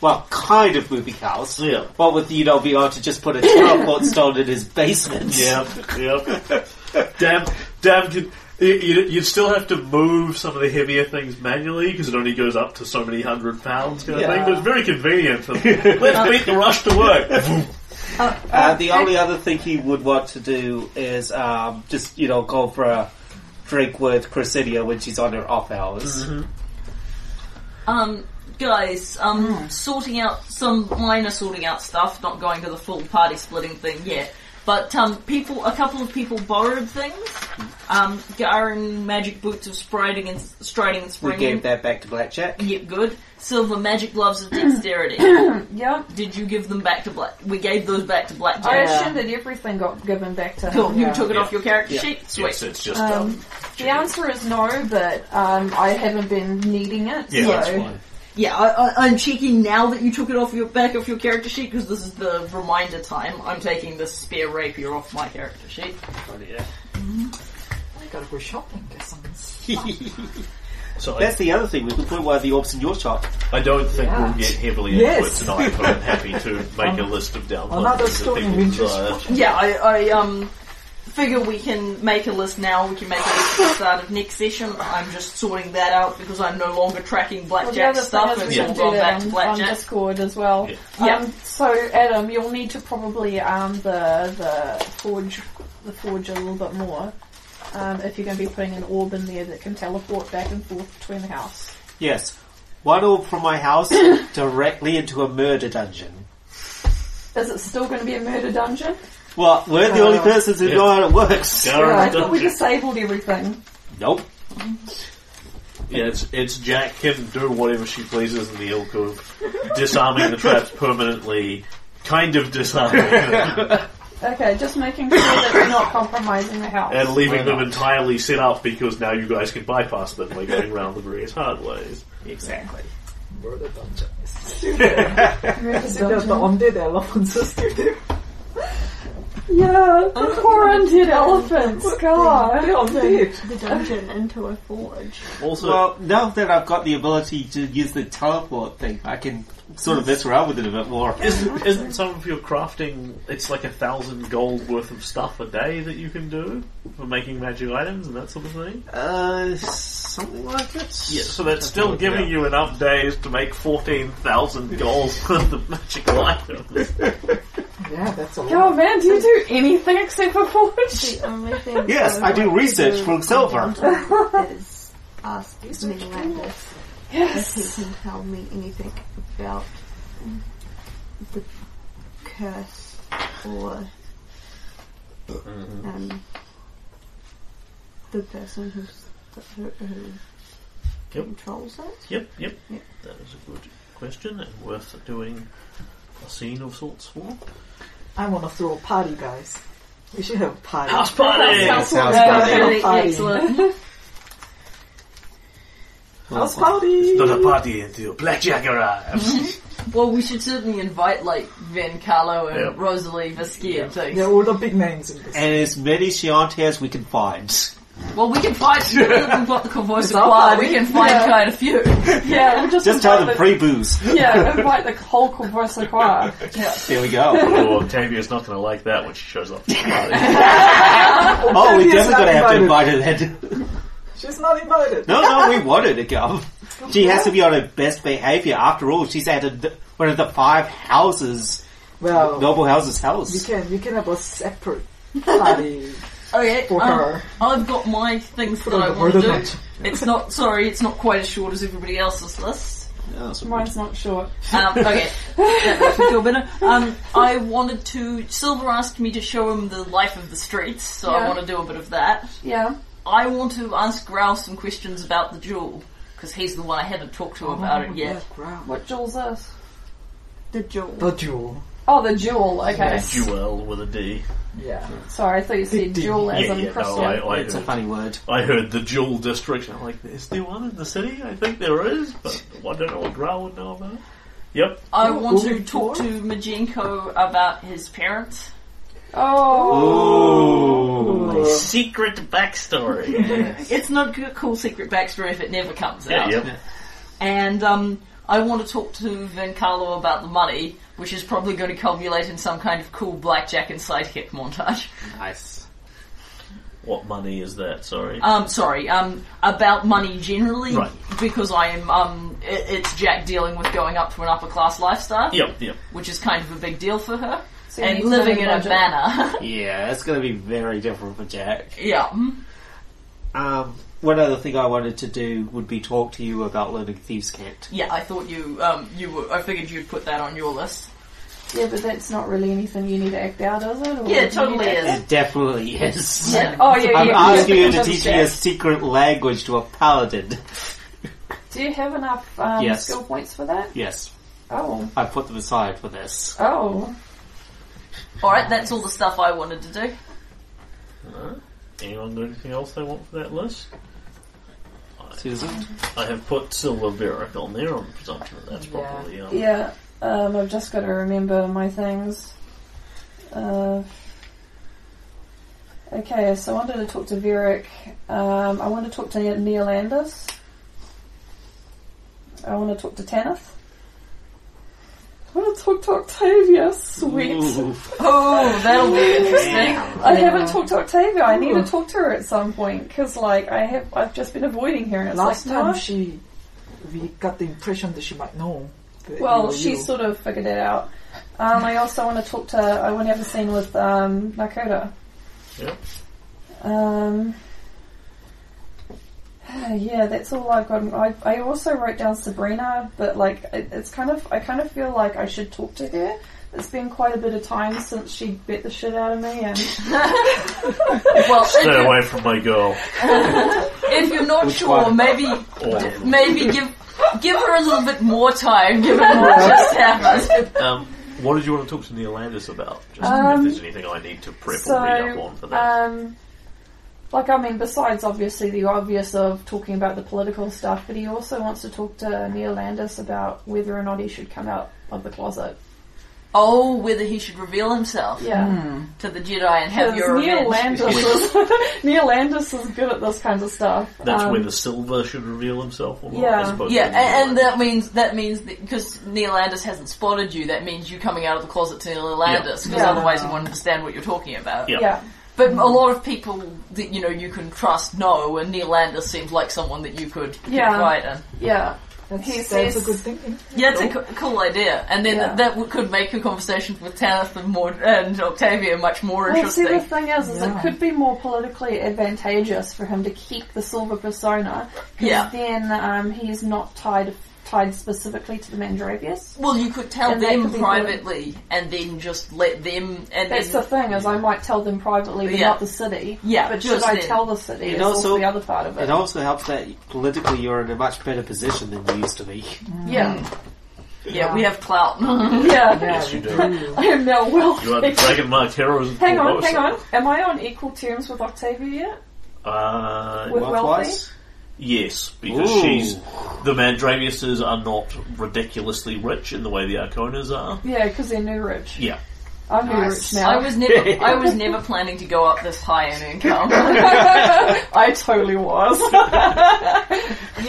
[SPEAKER 3] Well, kind of moving house.
[SPEAKER 1] Yeah.
[SPEAKER 3] What with you know being able to just put a teleport stone in his basement?
[SPEAKER 1] Yep, yep. damn, damn. Could, you- you'd, you'd still have to move some of the heavier things manually because it only goes up to so many hundred pounds kind of
[SPEAKER 3] Yeah.
[SPEAKER 1] thing. But it's very convenient. For, let's beat the rush to work.
[SPEAKER 3] Uh, the only other thing he would want to do is um, just you know go for a drink with Cressidia when she's on her off hours.
[SPEAKER 4] Um, guys, um, sorting out some minor sorting out stuff, not going to the full party splitting thing yet. But um, people, a couple of people borrowed things. Um, Garen magic boots of striding and striding and
[SPEAKER 3] We
[SPEAKER 4] springing.
[SPEAKER 3] gave that back to Blackjack.
[SPEAKER 4] Yeah, good. Silver magic gloves of dexterity.
[SPEAKER 2] Yeah.
[SPEAKER 4] Did you give them back to Black? We gave those back to Blackjack.
[SPEAKER 2] I assume that everything got given back to him.
[SPEAKER 4] Cool. You took it
[SPEAKER 1] Yeah.
[SPEAKER 4] off your character
[SPEAKER 3] Yeah.
[SPEAKER 4] sheet. Sweet.
[SPEAKER 1] yes, it's just. Um,
[SPEAKER 2] Um, the answer is no, but um, I haven't been needing it.
[SPEAKER 1] yeah,
[SPEAKER 2] so.
[SPEAKER 1] that's fine.
[SPEAKER 4] Yeah, I, I, I'm checking now that you took it off your back off your character sheet because this is the reminder time. I'm taking the spear rapier off my character sheet.
[SPEAKER 6] I gotta go shopping. Guess I'm
[SPEAKER 3] Yeah.
[SPEAKER 1] So I,
[SPEAKER 3] That's the other thing. We could put one of the orbs in your shop.
[SPEAKER 1] I don't think
[SPEAKER 6] Yeah.
[SPEAKER 1] we'll get heavily into
[SPEAKER 6] Yes.
[SPEAKER 1] it tonight, but I'm happy to make a list of downloads uh,
[SPEAKER 6] Another
[SPEAKER 1] that
[SPEAKER 6] stone
[SPEAKER 1] people
[SPEAKER 6] in winter's
[SPEAKER 1] desire.
[SPEAKER 4] Yeah, I, I um figure we can make a list now. We can make a list at the start of next session. I'm just sorting that out because I'm no longer tracking
[SPEAKER 2] Well,
[SPEAKER 4] blackjack
[SPEAKER 2] the other
[SPEAKER 4] stuff.
[SPEAKER 2] thing is
[SPEAKER 4] It's
[SPEAKER 2] we
[SPEAKER 4] all
[SPEAKER 2] can do
[SPEAKER 4] gone back
[SPEAKER 2] that
[SPEAKER 4] to
[SPEAKER 2] on, on
[SPEAKER 4] blackjack.
[SPEAKER 2] Discord as well.
[SPEAKER 4] Yeah. Yeah.
[SPEAKER 2] Um, so Adam, you'll need to probably arm the the forge the forge a little bit more um, if you're going to be putting an orb in there that can teleport back and forth between the house.
[SPEAKER 3] Yes. One orb from my house directly into a murder dungeon.
[SPEAKER 2] Is it still going to be a murder dungeon?
[SPEAKER 3] Well, we're the only persons who
[SPEAKER 1] Yeah.
[SPEAKER 3] know how it works.
[SPEAKER 1] Garden
[SPEAKER 2] I thought we
[SPEAKER 1] dungeon.
[SPEAKER 2] disabled everything.
[SPEAKER 3] Nope.
[SPEAKER 1] Yeah, it's, it's Jack can do whatever she pleases in the ilk of disarming the traps permanently, kind of disarming them,
[SPEAKER 2] Okay, just making sure that we're not compromising the house.
[SPEAKER 1] and leaving
[SPEAKER 3] Why
[SPEAKER 1] them
[SPEAKER 3] not?
[SPEAKER 1] entirely set up because now you guys can bypass them by going around the various hard ways.
[SPEAKER 3] Exactly.
[SPEAKER 6] Murder dungeon. There's the only the allowances to them.
[SPEAKER 2] Yeah, the poor undead elephants. God.
[SPEAKER 6] They are dead.
[SPEAKER 5] The dungeon into a forge.
[SPEAKER 1] Also,
[SPEAKER 3] Well, now that I've got the ability to use the teleport thing, I can sort of mess around with it a bit more.
[SPEAKER 1] isn't, isn't some of your crafting, it's like a thousand gold worth of stuff a day that you can do for making magic items and that sort of thing?
[SPEAKER 3] Uh, something like it.
[SPEAKER 1] Yeah, so that's still giving you enough days to make 14,000 gold worth of magic items.
[SPEAKER 6] Yeah, that's a lot.
[SPEAKER 7] Oh man, do you do anything except for forge?
[SPEAKER 5] The only thing
[SPEAKER 3] Yes, I do
[SPEAKER 5] want to
[SPEAKER 3] research
[SPEAKER 5] do
[SPEAKER 3] for
[SPEAKER 5] on
[SPEAKER 3] silver.
[SPEAKER 5] the dungeon Is ask Minlandus if he can tell me anything about the curse or um, the person who's, who, who
[SPEAKER 1] Yep.
[SPEAKER 5] controls it.
[SPEAKER 1] Yep, yep.
[SPEAKER 5] Yep.
[SPEAKER 1] That is a good question and worth doing a scene of sorts for.
[SPEAKER 6] I want to throw a party, guys. We should have a party.
[SPEAKER 1] House party!
[SPEAKER 3] Sounds
[SPEAKER 6] Party,
[SPEAKER 3] good.
[SPEAKER 4] Really
[SPEAKER 6] party.
[SPEAKER 4] excellent.
[SPEAKER 6] House party.
[SPEAKER 1] Not a party until Blackjack arrives.
[SPEAKER 4] Well, we should certainly invite like Van Carlo and
[SPEAKER 1] Yeah.
[SPEAKER 4] Rosalie Vasquez too.
[SPEAKER 6] There are all the big names in this.
[SPEAKER 3] And as many Chianti as we can find.
[SPEAKER 4] Well, we can find we've got the convoy
[SPEAKER 6] our
[SPEAKER 4] supply.
[SPEAKER 6] party.
[SPEAKER 4] We can find
[SPEAKER 7] Yeah.
[SPEAKER 4] quite a few.
[SPEAKER 7] Yeah, we'll just,
[SPEAKER 3] Just tell them
[SPEAKER 7] invite
[SPEAKER 3] free booze.
[SPEAKER 7] the, yeah, invite the whole Corvois de Croix.
[SPEAKER 3] There we go.
[SPEAKER 1] oh, Octavia's not going to like that when she shows up to the party.
[SPEAKER 3] oh, we're
[SPEAKER 6] Octavia's
[SPEAKER 3] definitely going to have to
[SPEAKER 6] not
[SPEAKER 3] invite her then.
[SPEAKER 6] She's not invited.
[SPEAKER 3] No, no, we want her to come. She has to be on her best behavior. After all, she's at a, one of the five houses,
[SPEAKER 6] Well,
[SPEAKER 3] noble houses'
[SPEAKER 6] you
[SPEAKER 3] house.
[SPEAKER 6] can you can have a separate party
[SPEAKER 4] Okay,
[SPEAKER 6] for
[SPEAKER 4] um,
[SPEAKER 6] her.
[SPEAKER 4] I've got my things that
[SPEAKER 6] Uh, on
[SPEAKER 4] I
[SPEAKER 6] the
[SPEAKER 4] want to
[SPEAKER 6] murder
[SPEAKER 4] do.
[SPEAKER 6] dungeon.
[SPEAKER 4] It's not sorry, it's not quite as short as everybody else's list.
[SPEAKER 7] Mine's not short.
[SPEAKER 4] Um, okay, that makes me feel better. Um, I wanted to. Silver asked me to show him the life of the streets, so I
[SPEAKER 7] Yeah.
[SPEAKER 4] want to do a bit of that.
[SPEAKER 7] Yeah.
[SPEAKER 4] I want to ask Grau some questions about the jewel because he's the one I haven't talked to about
[SPEAKER 6] Oh,
[SPEAKER 4] it yet.
[SPEAKER 6] Background.
[SPEAKER 7] What jewel's this?
[SPEAKER 5] The jewel.
[SPEAKER 6] The jewel.
[SPEAKER 7] Oh, the jewel. Okay.
[SPEAKER 1] Jewel with a D.
[SPEAKER 6] Yeah.
[SPEAKER 7] Sorry, I thought you said
[SPEAKER 6] Big D.
[SPEAKER 7] jewel as
[SPEAKER 1] yeah,
[SPEAKER 7] in
[SPEAKER 1] yeah,
[SPEAKER 7] Christian.
[SPEAKER 1] no, I, I
[SPEAKER 3] It's a
[SPEAKER 1] heard-
[SPEAKER 3] funny word.
[SPEAKER 1] I heard the Jewel District, and I'm like, is there one in the city? I think there is, but I don't know what Growl would know about. it. Yep.
[SPEAKER 4] I want
[SPEAKER 6] Who-
[SPEAKER 4] to
[SPEAKER 6] who-
[SPEAKER 4] talk to Majenko about his parents.
[SPEAKER 6] Uh,
[SPEAKER 7] Oh.
[SPEAKER 1] Secret backstory.
[SPEAKER 4] It's not a cool secret backstory if it never comes
[SPEAKER 1] yeah,
[SPEAKER 4] out.
[SPEAKER 1] yep.
[SPEAKER 4] And um, I want to talk to Vincarlo about the money, which is probably going to culminate in some kind of cool blackjack and sidekick montage.
[SPEAKER 3] Nice.
[SPEAKER 1] What money is that? Sorry.
[SPEAKER 4] Um, sorry, um, about money generally,
[SPEAKER 1] Right.
[SPEAKER 4] because I am, um, it, it's Jack dealing with going up to an upper class lifestyle,
[SPEAKER 1] yep, yep.
[SPEAKER 4] which is kind of a big deal for her,
[SPEAKER 7] So you need
[SPEAKER 4] and
[SPEAKER 7] to
[SPEAKER 4] living
[SPEAKER 7] know
[SPEAKER 4] in
[SPEAKER 7] the
[SPEAKER 4] a
[SPEAKER 7] budget.
[SPEAKER 4] manor.
[SPEAKER 3] Yeah, it's going to be very different for Jack.
[SPEAKER 4] yeah. mm.
[SPEAKER 3] Um, one other thing I wanted to do would be talk to you about learning Thieves' Cant.
[SPEAKER 4] Yeah, I thought you, um, you were, I figured you'd put that on your list.
[SPEAKER 2] Yeah, but that's not really anything you need to act out, is it? Or
[SPEAKER 4] Yeah,
[SPEAKER 2] you
[SPEAKER 4] it totally
[SPEAKER 2] need to-
[SPEAKER 4] is.
[SPEAKER 3] It definitely is.
[SPEAKER 4] Yeah.
[SPEAKER 7] Oh yeah,
[SPEAKER 3] I'm
[SPEAKER 7] yeah.
[SPEAKER 3] asking
[SPEAKER 7] yeah,
[SPEAKER 3] you to
[SPEAKER 7] because of
[SPEAKER 3] teach me a
[SPEAKER 7] that.
[SPEAKER 3] secret language to a paladin.
[SPEAKER 2] Do you have enough um,
[SPEAKER 3] Yes.
[SPEAKER 2] skill points for that?
[SPEAKER 3] Yes,
[SPEAKER 2] Oh.
[SPEAKER 3] I put them aside for this.
[SPEAKER 2] Oh.
[SPEAKER 4] Alright, that's all the stuff I wanted to do.
[SPEAKER 1] Alright. Anyone got anything else they want for that list?
[SPEAKER 3] Susan?
[SPEAKER 1] I have put Silver Beric on there on the presumption that that's probably um,
[SPEAKER 2] Yeah. Um, I've just got to remember my things. Uh, okay, so I wanted to talk to Verek. Um, I want to talk to Neil Landis. I want to talk to Tanith. I want to talk to Octavia. Sweet.
[SPEAKER 4] Oh, that'll be interesting.
[SPEAKER 2] I haven't talked to Octavia. I need to talk to her at some point because, like, I have I've just been avoiding her. And it's
[SPEAKER 6] Last
[SPEAKER 2] like,
[SPEAKER 6] time
[SPEAKER 2] no.
[SPEAKER 6] she, we got the impression that she might know. that you
[SPEAKER 2] well,
[SPEAKER 6] were
[SPEAKER 2] she
[SPEAKER 6] you.
[SPEAKER 2] sort of figured it out. Um, I also want to talk to. I want to have a scene with um, Nakoda.
[SPEAKER 1] Yeah.
[SPEAKER 2] Um. Yeah, that's all I've got. I, I also wrote down Sabrina, but like it, it's kind of I kind of feel like I should talk to her. It's been quite a bit of time since she bit the shit out of me, and
[SPEAKER 4] Well, if
[SPEAKER 1] Stay
[SPEAKER 4] you're,
[SPEAKER 1] away from my girl.
[SPEAKER 4] if you're not
[SPEAKER 3] Which
[SPEAKER 4] sure,
[SPEAKER 3] one?
[SPEAKER 4] maybe
[SPEAKER 1] All of them.
[SPEAKER 4] maybe give give her a little bit more time. Given what just happened,
[SPEAKER 1] Um, what did you want to talk to Neolandis about? Just
[SPEAKER 2] Um,
[SPEAKER 1] if there's anything I need to prep
[SPEAKER 2] so,
[SPEAKER 1] or read up on for that.
[SPEAKER 2] Um, like, I mean, besides obviously the obvious of talking about the political stuff, but he also wants to talk to Neil Landis about whether or not he should come out of the closet.
[SPEAKER 4] oh, whether he should reveal himself
[SPEAKER 1] Hmm.
[SPEAKER 2] Yeah.
[SPEAKER 4] to the Jedi and have your
[SPEAKER 2] Because Neil
[SPEAKER 4] revenge.
[SPEAKER 2] Landis, is, Neil Landis is good at this kind of stuff.
[SPEAKER 1] That's
[SPEAKER 2] Um,
[SPEAKER 1] where the silver should reveal himself, or not,
[SPEAKER 2] yeah.
[SPEAKER 1] as opposed
[SPEAKER 4] Yeah,
[SPEAKER 1] to the
[SPEAKER 4] and, and
[SPEAKER 1] other
[SPEAKER 4] that means that means because Neil Landis hasn't spotted you, that means you coming out of the closet to Neil Landis, because
[SPEAKER 2] Yeah.
[SPEAKER 4] otherwise he won't understand what you're talking about.
[SPEAKER 1] Yeah.
[SPEAKER 2] Yeah.
[SPEAKER 4] But a lot of people that you know you can trust know, and Neil Landis seems like someone that you could
[SPEAKER 2] Yeah.
[SPEAKER 4] confide in.
[SPEAKER 2] Yeah.
[SPEAKER 6] That's,
[SPEAKER 2] he
[SPEAKER 6] that's
[SPEAKER 2] says-
[SPEAKER 6] a good thing.
[SPEAKER 4] Yeah, it's a co- cool idea, and then
[SPEAKER 2] Yeah.
[SPEAKER 4] that that w- could make your conversations with Tanith and more and Octavia much
[SPEAKER 2] Well,
[SPEAKER 4] more
[SPEAKER 2] see,
[SPEAKER 4] interesting.
[SPEAKER 2] the thing is, is it
[SPEAKER 6] Yeah.
[SPEAKER 2] could be more politically advantageous for him to keep the silver persona, because
[SPEAKER 4] Yeah.
[SPEAKER 2] then um, he's not tied tied specifically to the Mandravius.
[SPEAKER 4] well, you could tell
[SPEAKER 2] And that
[SPEAKER 4] them
[SPEAKER 2] could be good.
[SPEAKER 4] privately, and then just let them. And
[SPEAKER 2] That's the
[SPEAKER 4] then,
[SPEAKER 2] thing is, I might tell them privately, but
[SPEAKER 4] Yeah.
[SPEAKER 2] not the city.
[SPEAKER 4] Yeah,
[SPEAKER 2] but should
[SPEAKER 4] just
[SPEAKER 2] I
[SPEAKER 4] then.
[SPEAKER 2] tell the city?
[SPEAKER 3] And
[SPEAKER 2] is also,
[SPEAKER 3] also-
[SPEAKER 2] the other part of it.
[SPEAKER 3] It also helps that politically you're in a much better position than you used to be.
[SPEAKER 2] yeah,
[SPEAKER 4] Mm. yeah, we have clout.
[SPEAKER 2] yeah.
[SPEAKER 1] Yes, you do.
[SPEAKER 2] I am now
[SPEAKER 1] You are the
[SPEAKER 2] wealthy.
[SPEAKER 1] dragon marked heroes. of
[SPEAKER 2] Hang on,
[SPEAKER 1] Corvosa.
[SPEAKER 2] hang on. Am I on equal terms with Octavia yet?
[SPEAKER 1] Uh,
[SPEAKER 2] With wealthy?
[SPEAKER 3] Likewise,
[SPEAKER 1] yes, because
[SPEAKER 3] Ooh.
[SPEAKER 1] she's the Mandraviuses are not ridiculously rich in the way the Arconas are.
[SPEAKER 2] Yeah, because they're new rich.
[SPEAKER 1] Yeah,
[SPEAKER 2] I'm new
[SPEAKER 6] Nice.
[SPEAKER 2] rich now.
[SPEAKER 4] I was never, I was never planning to go up this high in income.
[SPEAKER 2] I totally was.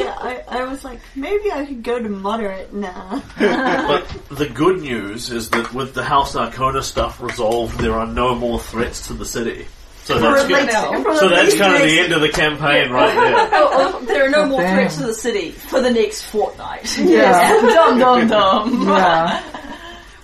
[SPEAKER 5] Yeah, I, I was like, maybe I could go to moderate now.
[SPEAKER 1] but the good news is that with the House Arcona stuff resolved, there are no more threats to the city. So that's good. So that's kind of the end of the campaign right there.
[SPEAKER 4] Oh, oh, there are no more
[SPEAKER 6] Damn.
[SPEAKER 4] threats to the city for the next fortnight.
[SPEAKER 6] Yeah.
[SPEAKER 4] dum dum dum.
[SPEAKER 6] Yeah.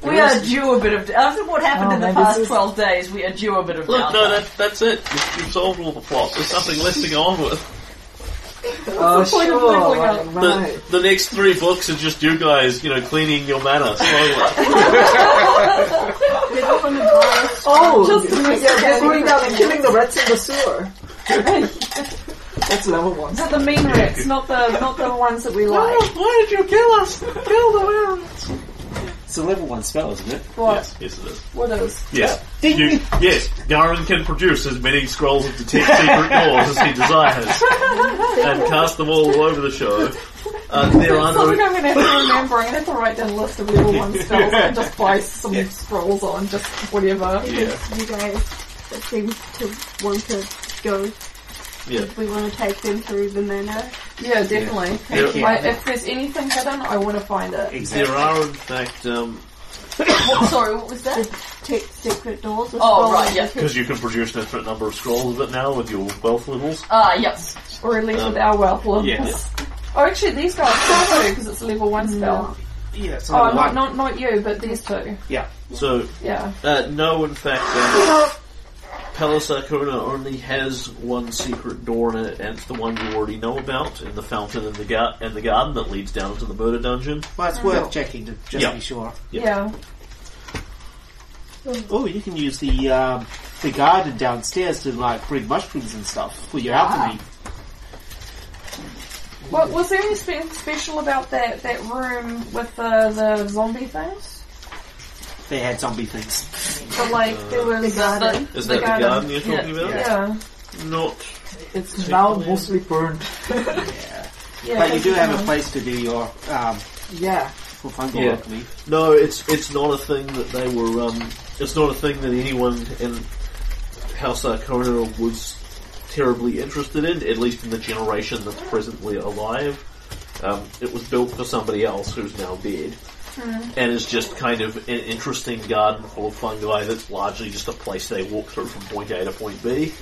[SPEAKER 4] We are due a bit of after what happened
[SPEAKER 6] Oh,
[SPEAKER 4] in the
[SPEAKER 6] man,
[SPEAKER 4] past
[SPEAKER 6] this is-
[SPEAKER 4] twelve days. We are due a bit of
[SPEAKER 1] Look, no, that,
[SPEAKER 4] downtime.
[SPEAKER 1] that's it. You've, you've solved all the plot. There's nothing left to go on with.
[SPEAKER 6] Oh,
[SPEAKER 2] point of
[SPEAKER 6] sure.
[SPEAKER 2] leveling up?
[SPEAKER 6] Right.
[SPEAKER 1] The, the next three books are just you guys, you know, cleaning your manor slowly.
[SPEAKER 6] Oh, just yeah, going down and killing the rats in the sewer. That's level one.
[SPEAKER 2] Not the mean wrecks, not the not the ones that we like.
[SPEAKER 1] Why did you kill us? Kill the man!
[SPEAKER 3] it's a level one spell, isn't it?
[SPEAKER 2] What?
[SPEAKER 1] Yes, yes it is.
[SPEAKER 2] What is?
[SPEAKER 1] Yes. You, yes, Garin can produce as many scrolls of detect secret doors as he desires and cast them all over the show. Uh, there are
[SPEAKER 2] Something
[SPEAKER 1] no...
[SPEAKER 2] I'm gonna have to remember. I'm gonna have to write down a list of level one spells and just buy some scrolls on, just whatever.
[SPEAKER 1] Yeah,
[SPEAKER 5] You guys that seem to want to go.
[SPEAKER 1] yeah.
[SPEAKER 5] We want to take them through the manor.
[SPEAKER 2] Yeah, definitely.
[SPEAKER 1] Thank
[SPEAKER 3] you.
[SPEAKER 2] I, if there's anything hidden, I want to find it. Oh,
[SPEAKER 1] There are, in fact, um,
[SPEAKER 4] What- sorry, what was that?
[SPEAKER 5] Take secret doors. Or
[SPEAKER 4] Oh
[SPEAKER 5] scrolls.
[SPEAKER 4] right, yeah.
[SPEAKER 1] because you can produce an infinite number of scrolls of it now with your wealth levels.
[SPEAKER 4] Ah, yep.
[SPEAKER 2] Or at least with our wealth levels.
[SPEAKER 1] yes.
[SPEAKER 2] Oh, actually, these guys can too, because it's a level one spell.
[SPEAKER 3] Yeah, it's a
[SPEAKER 2] Oh,
[SPEAKER 3] level
[SPEAKER 2] not,
[SPEAKER 3] one.
[SPEAKER 2] not not you, but Mm. these two.
[SPEAKER 3] Yeah.
[SPEAKER 1] So,
[SPEAKER 2] Yeah.
[SPEAKER 1] uh, no, in fact, um, Palace Arcona only has one secret door in it, and it's the one you already know about in the fountain and the, gar- and the garden that leads down to the murder dungeon.
[SPEAKER 3] Well, it's worth checking to just
[SPEAKER 1] Yeah.
[SPEAKER 3] be sure.
[SPEAKER 1] Yeah.
[SPEAKER 2] Yeah.
[SPEAKER 3] Oh, you can use the um, the garden downstairs to like bring mushrooms and stuff for your alchemy.
[SPEAKER 2] What was there anything special about that that room with the the zombie things?
[SPEAKER 3] They had zombie things.
[SPEAKER 2] But like there was
[SPEAKER 4] garden.
[SPEAKER 1] Is
[SPEAKER 2] The
[SPEAKER 1] that the
[SPEAKER 2] garden.
[SPEAKER 1] garden you're talking about?
[SPEAKER 2] yeah.
[SPEAKER 1] Not
[SPEAKER 6] It's now mostly burned.
[SPEAKER 2] Yeah,
[SPEAKER 3] But you do have a
[SPEAKER 2] um,
[SPEAKER 3] place to do your um,
[SPEAKER 6] Yeah.
[SPEAKER 3] for fungal
[SPEAKER 1] Yeah.
[SPEAKER 3] alchemy.
[SPEAKER 1] No, it's it's not a thing that they were. Um, it's not a thing that anyone in House Arcona was terribly interested in, at least in the generation that's presently alive. Um, it was built for somebody else who's now dead, and is just kind of an interesting garden full of fungi that's largely just a place they walk through from point A to point B.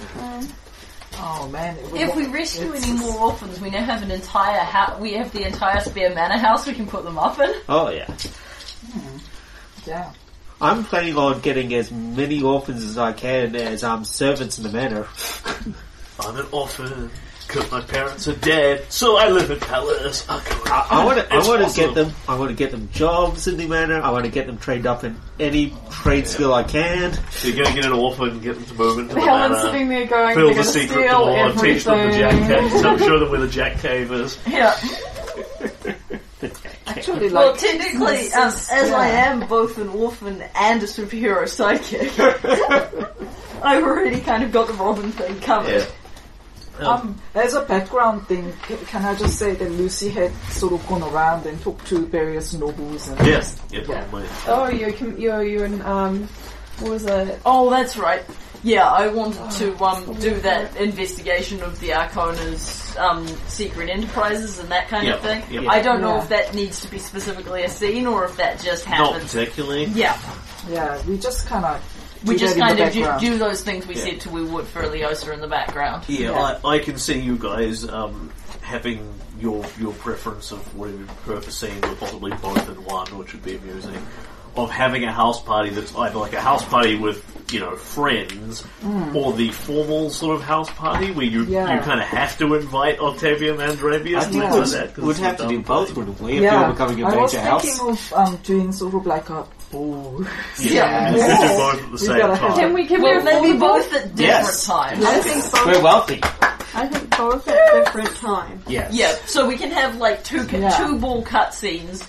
[SPEAKER 6] Oh man. it would-
[SPEAKER 4] If we rescue
[SPEAKER 6] it's-
[SPEAKER 4] any more orphans, we now have an entire house. We have the entire spare manor house we can put them up in.
[SPEAKER 3] Oh yeah.
[SPEAKER 6] Yeah.
[SPEAKER 3] I'm planning on getting as many orphans as I can as um, servants in the manor.
[SPEAKER 1] I'm an orphan because my parents are dead, so I live in palace. I,
[SPEAKER 3] I want to. I
[SPEAKER 1] It's
[SPEAKER 3] want to
[SPEAKER 1] awesome.
[SPEAKER 3] get them. I want to get them jobs in the manor. I want to get them trained up in any trade skill I can.
[SPEAKER 1] So you're going to get an orphan, get them to move into the
[SPEAKER 7] Helen's
[SPEAKER 1] manor,
[SPEAKER 7] sitting there going,
[SPEAKER 1] build
[SPEAKER 7] they're
[SPEAKER 1] the
[SPEAKER 7] going to
[SPEAKER 1] secret
[SPEAKER 7] steal
[SPEAKER 1] door, and teach them the jack
[SPEAKER 7] everything.
[SPEAKER 1] cave, so show them where the jack cave is.
[SPEAKER 4] Yeah.
[SPEAKER 6] Actually, like,
[SPEAKER 4] Well, technically, um, as I
[SPEAKER 6] yeah.
[SPEAKER 4] am both an orphan and a superhero sidekick, I've already kind of got the Robin thing covered.
[SPEAKER 6] Um, as a background thing, c- can I just say that Lucy had sort of gone around and talked to various nobles and
[SPEAKER 1] Yes, yeah, probably.
[SPEAKER 2] Oh, you com- you you and um, what was it?
[SPEAKER 4] Oh, that's right. Yeah, I wanted to um, do that investigation of the Arcona's um, secret enterprises and that kind of
[SPEAKER 1] Yeah,
[SPEAKER 4] thing.
[SPEAKER 1] yeah.
[SPEAKER 4] I don't know
[SPEAKER 6] Yeah.
[SPEAKER 4] if that needs to be specifically a scene or if that just
[SPEAKER 1] Not
[SPEAKER 4] happens.
[SPEAKER 1] particularly.
[SPEAKER 4] yeah,
[SPEAKER 6] yeah, we just kind of
[SPEAKER 4] we just kind of do,
[SPEAKER 6] background.
[SPEAKER 4] do those things we
[SPEAKER 1] Yeah.
[SPEAKER 4] said to we would for Leosa in the background.
[SPEAKER 1] Yeah,
[SPEAKER 6] Yeah.
[SPEAKER 1] I, I can see you guys um, having your your preference of whatever you prefer seeing, or possibly both in one, which would be amusing. Of having a house party that's either like a house party with you know friends, or the formal sort of house party where you
[SPEAKER 6] Yeah.
[SPEAKER 1] you kind of have to invite Octavia Mandrabius.
[SPEAKER 3] I
[SPEAKER 1] to
[SPEAKER 3] think
[SPEAKER 1] do that, 'cause
[SPEAKER 3] we'd, we'd
[SPEAKER 1] it's um, a
[SPEAKER 3] have to
[SPEAKER 1] dumb
[SPEAKER 3] do both,
[SPEAKER 1] party.
[SPEAKER 3] wouldn't we? If
[SPEAKER 6] yeah,
[SPEAKER 3] you're becoming a
[SPEAKER 6] I was
[SPEAKER 3] major
[SPEAKER 6] thinking
[SPEAKER 3] house.
[SPEAKER 6] of um, doing sort of like a ball.
[SPEAKER 1] Yeah, you could do both at the
[SPEAKER 6] We
[SPEAKER 1] same
[SPEAKER 6] gotta have-
[SPEAKER 7] Can
[SPEAKER 1] time.
[SPEAKER 7] we can
[SPEAKER 4] Well,
[SPEAKER 7] we
[SPEAKER 4] maybe
[SPEAKER 7] afford
[SPEAKER 4] both at different
[SPEAKER 3] Yes.
[SPEAKER 4] times.
[SPEAKER 5] I think
[SPEAKER 3] We're
[SPEAKER 5] both.
[SPEAKER 3] wealthy.
[SPEAKER 5] I think both at different times.
[SPEAKER 3] Yes.
[SPEAKER 4] Yeah, so we can have like two
[SPEAKER 6] Yeah.
[SPEAKER 4] two ball cutscenes.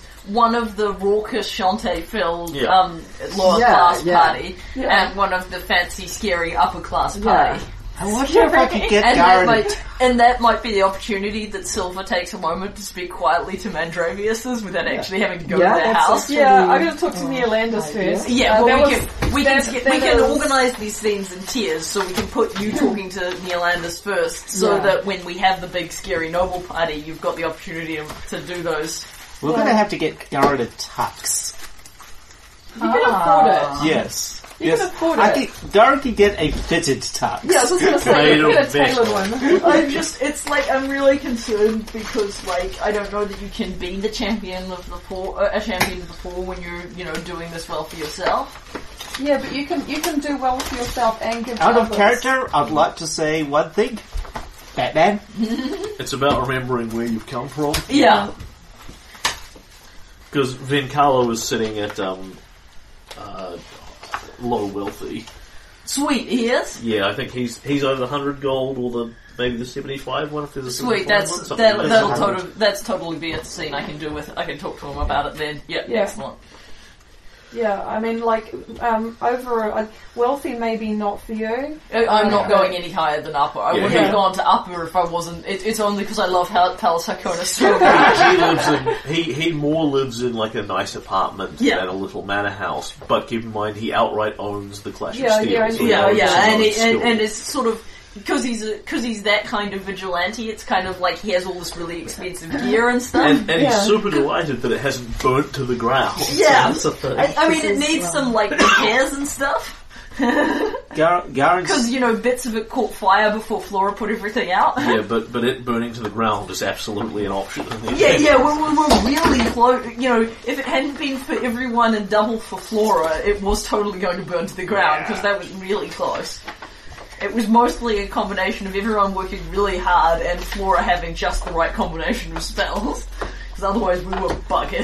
[SPEAKER 4] One of the raucous Shantae filled
[SPEAKER 1] Yeah.
[SPEAKER 4] um, lower
[SPEAKER 6] Yeah,
[SPEAKER 4] class
[SPEAKER 6] yeah.
[SPEAKER 4] party, and one of the fancy scary upper class party.
[SPEAKER 3] I wonder if I could get
[SPEAKER 4] And that
[SPEAKER 3] Garen.
[SPEAKER 4] might and that might be the opportunity that Silver takes a moment to speak quietly to Mandravius's without actually having to go
[SPEAKER 6] Yeah,
[SPEAKER 4] to their
[SPEAKER 6] that's
[SPEAKER 4] house.
[SPEAKER 6] it.
[SPEAKER 7] Yeah,
[SPEAKER 6] Maybe,
[SPEAKER 7] I'm going to talk to Neolandis
[SPEAKER 6] idea.
[SPEAKER 7] first.
[SPEAKER 4] Yeah,
[SPEAKER 7] Uh,
[SPEAKER 4] well, we
[SPEAKER 7] that
[SPEAKER 4] can we
[SPEAKER 7] that-
[SPEAKER 4] can get,
[SPEAKER 7] that
[SPEAKER 4] we can
[SPEAKER 7] is-
[SPEAKER 4] organise these things in tiers, so we can put you talking to Neolandis first, so
[SPEAKER 6] Yeah.
[SPEAKER 4] that when we have the big scary noble party, you've got the opportunity to, to do those.
[SPEAKER 3] We're gonna have to get Garen a tux.
[SPEAKER 7] was- you can
[SPEAKER 4] Ah.
[SPEAKER 7] afford it.
[SPEAKER 3] Yes.
[SPEAKER 7] You
[SPEAKER 3] yes.
[SPEAKER 7] can afford
[SPEAKER 3] I
[SPEAKER 7] it.
[SPEAKER 3] think Garen can get a fitted tux.
[SPEAKER 7] Yeah, I was just going to say,
[SPEAKER 1] Tomato
[SPEAKER 7] you get a
[SPEAKER 1] vision.
[SPEAKER 7] tailored one.
[SPEAKER 4] I'm just, it's like, I'm really concerned because, like, I don't know that you can be the champion of the poor, uh, a champion of the poor when you're, you know, doing this well for yourself.
[SPEAKER 7] Yeah, but you can you can do well for yourself and give
[SPEAKER 3] Out of
[SPEAKER 7] others.
[SPEAKER 3] character, I'd like to say one thing. Batman.
[SPEAKER 1] It's about remembering where you've come from.
[SPEAKER 4] Yeah.
[SPEAKER 1] Because Vincala was sitting at um, uh, low wealthy.
[SPEAKER 4] Sweet, he is.
[SPEAKER 1] Yeah, I think he's he's over the hundred gold or the maybe the seventy five one if there's a 75 one,
[SPEAKER 4] Sweet, that's, that,
[SPEAKER 1] something like that.
[SPEAKER 4] that'll total, that's totally be a scene I can do with it. I can talk to him about it then. Yep,
[SPEAKER 7] Yeah.
[SPEAKER 4] excellent.
[SPEAKER 7] Yeah, I mean, like, um, over, like, wealthy maybe not for you.
[SPEAKER 4] I- I'm not going any higher than upper. I wouldn't
[SPEAKER 1] Yeah.
[SPEAKER 4] have gone to upper if I wasn't. It, it's only because I love how Palace Arcona so much.
[SPEAKER 1] he lives in he he more lives in like a nice apartment
[SPEAKER 4] Yeah.
[SPEAKER 1] than a little manor house. But keep in mind he outright owns the Clash
[SPEAKER 7] Yeah,
[SPEAKER 1] of Steel.
[SPEAKER 7] yeah,
[SPEAKER 1] so he
[SPEAKER 4] Yeah,
[SPEAKER 1] owns his
[SPEAKER 4] yeah, and,
[SPEAKER 1] own
[SPEAKER 4] it, and
[SPEAKER 1] store.
[SPEAKER 4] and it's sort of because he's because he's that kind of vigilante. It's kind of like he has all this really expensive gear and stuff.
[SPEAKER 1] and, and
[SPEAKER 7] Yeah.
[SPEAKER 1] he's super delighted that it hasn't burnt to the ground.
[SPEAKER 4] Yeah.
[SPEAKER 1] that's a thing.
[SPEAKER 4] I, I mean, it needs some like repairs and stuff
[SPEAKER 3] Gar- Garen's
[SPEAKER 4] because you know bits of it caught fire before Flora put everything out.
[SPEAKER 1] Yeah, but but it burning to the ground is absolutely an option.
[SPEAKER 4] Yeah, yeah, we're, we're, we're really close. You know, if it hadn't been for everyone and double for Flora, it was totally going to burn to the ground because that was really close. It was mostly a combination of everyone working really hard and Flora having just the right combination of spells. Because otherwise we were bugged.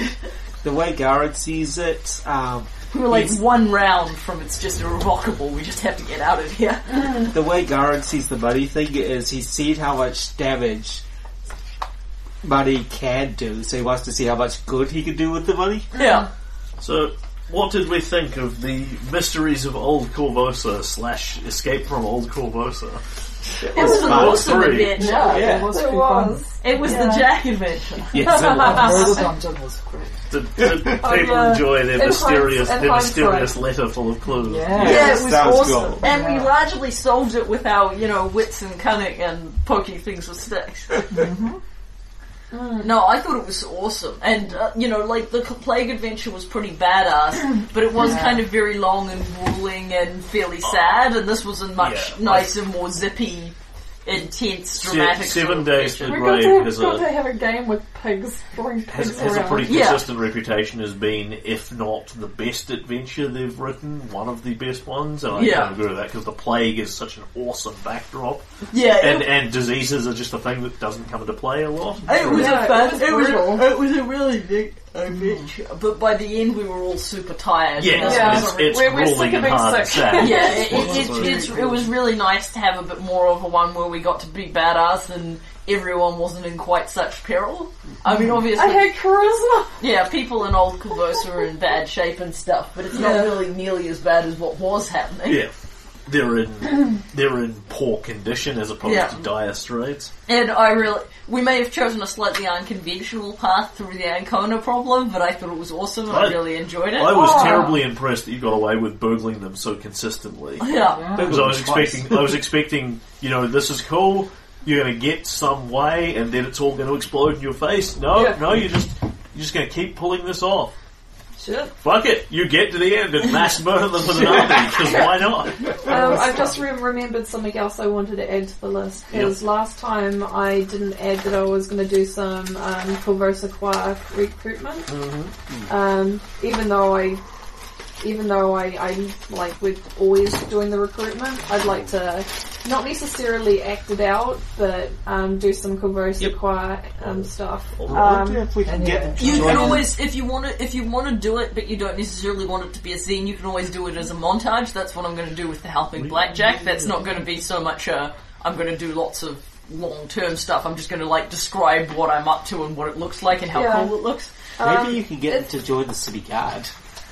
[SPEAKER 3] the way Garen sees it. Um,
[SPEAKER 4] We were like
[SPEAKER 3] Yes.
[SPEAKER 4] one round from it's just irrevocable, we just have to get out of here.
[SPEAKER 3] the way Garen sees the money thing is he's seen how much damage money can do, so he wants to see how much good he can do with the money.
[SPEAKER 4] Yeah.
[SPEAKER 1] So, what did we think of the mysteries of Old Corvosa slash Escape from Old Corvosa?
[SPEAKER 4] It was an
[SPEAKER 1] part
[SPEAKER 4] awesome
[SPEAKER 1] three.
[SPEAKER 4] adventure.
[SPEAKER 6] Yeah,
[SPEAKER 3] Yeah.
[SPEAKER 6] it was
[SPEAKER 7] It
[SPEAKER 6] pretty fun.
[SPEAKER 7] was.
[SPEAKER 4] It was the Jack adventure.
[SPEAKER 3] Yes, it
[SPEAKER 6] The
[SPEAKER 3] was.
[SPEAKER 6] murder dungeon was great.
[SPEAKER 1] Did, did people
[SPEAKER 7] yeah.
[SPEAKER 1] enjoy their
[SPEAKER 7] In
[SPEAKER 1] mysterious,
[SPEAKER 7] hindsight- in
[SPEAKER 1] their mysterious letter full of clues?
[SPEAKER 6] Yeah.
[SPEAKER 4] Yeah,
[SPEAKER 3] Yes,
[SPEAKER 4] it was
[SPEAKER 3] that was
[SPEAKER 4] awesome.
[SPEAKER 3] gold.
[SPEAKER 4] And
[SPEAKER 6] Yeah.
[SPEAKER 4] we largely solved
[SPEAKER 1] Mm-hmm.
[SPEAKER 4] it with our, you know, wits and cunning and poking things with sticks. Mm. No, I thought it was awesome, and uh, you know, like the Plague Adventure was pretty badass, but it was kind of very long and grueling and fairly sad. And this was a much
[SPEAKER 1] Yeah,
[SPEAKER 4] nicer, more zippy, intense,
[SPEAKER 1] Se-
[SPEAKER 4] dramatic. sort
[SPEAKER 1] seven
[SPEAKER 4] of
[SPEAKER 1] Days
[SPEAKER 4] adventure.
[SPEAKER 1] to the
[SPEAKER 2] We're going
[SPEAKER 1] Grave
[SPEAKER 2] to,
[SPEAKER 1] has
[SPEAKER 2] got to
[SPEAKER 1] a
[SPEAKER 2] have a game with pigs, throwing pigs
[SPEAKER 1] has, has a
[SPEAKER 2] around.
[SPEAKER 1] pretty
[SPEAKER 4] Yeah.
[SPEAKER 1] consistent reputation as being, if not the best adventure they've written, one of the best ones, and I
[SPEAKER 4] Yeah.
[SPEAKER 1] kind of agree with that because the plague is such an awesome backdrop,
[SPEAKER 4] Yeah, it
[SPEAKER 1] and and diseases are just a thing that doesn't come into play a lot.
[SPEAKER 4] It was
[SPEAKER 2] Yeah,
[SPEAKER 4] a
[SPEAKER 2] it
[SPEAKER 4] fun.
[SPEAKER 2] was
[SPEAKER 4] It was,
[SPEAKER 2] brutal.
[SPEAKER 4] a, it was a really big adventure, but by the end we were all super tired.
[SPEAKER 1] Yeah,
[SPEAKER 4] This
[SPEAKER 2] Yeah.
[SPEAKER 4] was
[SPEAKER 1] it's,
[SPEAKER 4] a-
[SPEAKER 1] it's
[SPEAKER 2] We're- we're sick
[SPEAKER 1] grueling
[SPEAKER 2] of
[SPEAKER 1] and
[SPEAKER 2] being
[SPEAKER 1] hard and
[SPEAKER 2] sick.
[SPEAKER 1] sad.
[SPEAKER 4] yeah, it,
[SPEAKER 1] It's
[SPEAKER 4] it, it, it's, it was really nice to have a bit more of a one where we got to be badass and everyone wasn't in quite such peril. I mean,
[SPEAKER 2] I
[SPEAKER 4] obviously,
[SPEAKER 2] had charisma.
[SPEAKER 4] yeah, people in old Conversa are in bad shape and stuff, but it's not really nearly as bad as what was happening.
[SPEAKER 1] Yeah. They're in they're in poor condition as opposed
[SPEAKER 4] Yeah.
[SPEAKER 1] to dire straits.
[SPEAKER 4] And I really, we may have chosen a slightly unconventional path through the Ancona problem, but I thought it was awesome and I,
[SPEAKER 1] I-
[SPEAKER 4] really enjoyed it.
[SPEAKER 1] I was
[SPEAKER 2] Oh.
[SPEAKER 1] terribly impressed that you got away with burgling them so consistently.
[SPEAKER 4] Oh, yeah.
[SPEAKER 1] Because I was expecting I was expecting, you know, this is cool, you're gonna get some way and then it's all gonna explode in your face. No,
[SPEAKER 2] Yeah.
[SPEAKER 1] no, you're just you're just gonna keep pulling this off.
[SPEAKER 4] Sure.
[SPEAKER 1] Fuck it, you get to the end and mass murder them with an army, because why not?
[SPEAKER 2] Um, I've just re- remembered something else I wanted to add to the list because last time I didn't add that I was going to do some um, Corvosa Quark recruitment. Um, even though I, even though I, I like we're always doing the recruitment, I'd like to not necessarily act it out, but um, do some Corvosa
[SPEAKER 1] Yep.
[SPEAKER 2] Quark um, stuff.
[SPEAKER 3] wonder
[SPEAKER 2] Um,
[SPEAKER 3] if we can
[SPEAKER 6] and
[SPEAKER 3] get
[SPEAKER 6] yeah.
[SPEAKER 3] them to
[SPEAKER 4] You
[SPEAKER 3] join
[SPEAKER 4] can
[SPEAKER 3] in.
[SPEAKER 4] always, if you want to, if you want to do it, but you don't necessarily want it to be a scene, you can always do it as a montage. That's what I'm going to do with the helping blackjack. That's not going to be so much. Uh, I'm going to do lots of long term stuff. I'm just going to like describe what I'm up to and what it looks like and how
[SPEAKER 2] Yeah.
[SPEAKER 4] cool it looks.
[SPEAKER 2] um,
[SPEAKER 3] Maybe you can get them to join the city guard.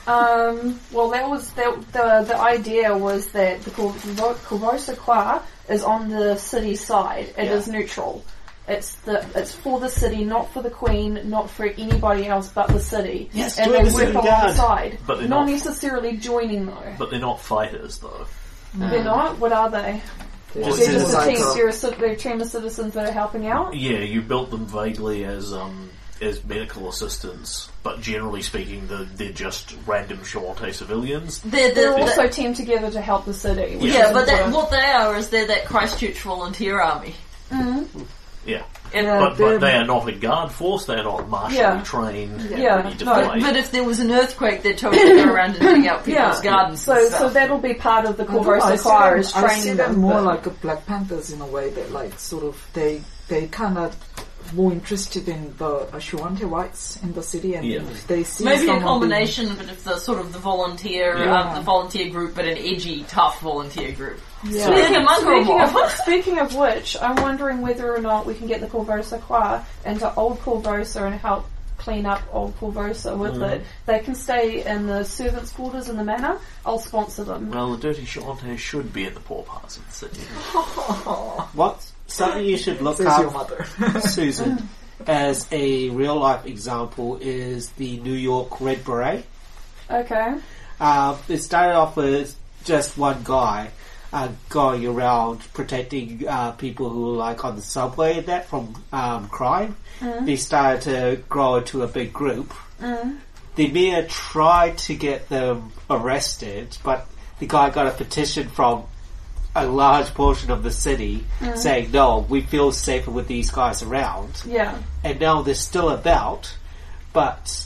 [SPEAKER 2] Um, well, that was that, the the idea was that the Cor- Vo- Corvosa Qua is on the city side. It is
[SPEAKER 3] Yeah.
[SPEAKER 2] neutral. It's the it's for the city, not for the queen, not for anybody else but the city.
[SPEAKER 3] Yes,
[SPEAKER 2] and
[SPEAKER 3] join
[SPEAKER 2] they
[SPEAKER 3] the
[SPEAKER 2] work
[SPEAKER 3] city
[SPEAKER 2] on the
[SPEAKER 3] guard.
[SPEAKER 2] side,
[SPEAKER 1] But they're
[SPEAKER 2] not
[SPEAKER 1] not-
[SPEAKER 2] necessarily joining though.
[SPEAKER 1] But they're not fighters though.
[SPEAKER 2] They're not. What are they?
[SPEAKER 1] Just
[SPEAKER 2] They're just a
[SPEAKER 6] Citizens.
[SPEAKER 2] team. They're a, ci- they're a team of citizens that are helping out.
[SPEAKER 1] Yeah, you built them vaguely as um, as medical assistants, but generally speaking, the, they're just random Shawante civilians.
[SPEAKER 4] They're,
[SPEAKER 2] They're
[SPEAKER 4] they're-
[SPEAKER 2] also teamed together to help the city. which
[SPEAKER 4] yeah,
[SPEAKER 2] is
[SPEAKER 4] but that,
[SPEAKER 2] important.
[SPEAKER 4] what they are is they're that Christchurch volunteer army.
[SPEAKER 1] Yeah,
[SPEAKER 4] And-
[SPEAKER 1] but,
[SPEAKER 6] they're-
[SPEAKER 1] but they are not a guard force. They are not martially
[SPEAKER 2] Yeah.
[SPEAKER 1] trained,
[SPEAKER 2] Yeah,
[SPEAKER 1] ready to
[SPEAKER 2] no,
[SPEAKER 1] fight.
[SPEAKER 4] But if there was an earthquake, they'd totally go around and dig out people's
[SPEAKER 2] Yeah.
[SPEAKER 4] gardens.
[SPEAKER 2] so
[SPEAKER 4] and
[SPEAKER 2] so
[SPEAKER 4] stuff.
[SPEAKER 2] that'll be part of the
[SPEAKER 6] I
[SPEAKER 2] Corvosa
[SPEAKER 6] see
[SPEAKER 2] Qua
[SPEAKER 6] them-
[SPEAKER 2] is
[SPEAKER 6] I see
[SPEAKER 2] training
[SPEAKER 6] them
[SPEAKER 2] them
[SPEAKER 6] more
[SPEAKER 2] but-
[SPEAKER 6] like a Black Panthers in a way that like sort of they they kind of more interested in the Ashuante rights in the city and
[SPEAKER 1] Yeah.
[SPEAKER 6] if they see
[SPEAKER 4] Maybe a
[SPEAKER 6] someone
[SPEAKER 4] combination but of the sort of the volunteer,
[SPEAKER 6] Yeah.
[SPEAKER 4] um, the volunteer group, but an edgy, tough volunteer group.
[SPEAKER 6] being- yeah.
[SPEAKER 4] Speaking of
[SPEAKER 2] Speaking
[SPEAKER 4] mongrel mob.
[SPEAKER 2] of, speaking of which, I'm wondering whether or not we can get the Corvosa Qua into Old Corvosa and help clean up Old Corvosa with it. They can stay in the servants' quarters in the manor. I'll sponsor them.
[SPEAKER 1] well, the dirty Shawante should be in the poor parts of the city.
[SPEAKER 3] What? Something you should look
[SPEAKER 6] says your
[SPEAKER 3] up,
[SPEAKER 6] mother.
[SPEAKER 3] Susan, as a real life example is the New York Red Beret.
[SPEAKER 2] Okay.
[SPEAKER 3] Um, it started off with just one guy uh, going around protecting uh, people who were like on the subway and that from um, crime. They started to grow into a big group. The mayor tried to get them arrested, but the guy got a petition from a large portion of the city saying, "No, we feel safer with these guys around."
[SPEAKER 2] Yeah.
[SPEAKER 3] and now they're still about, but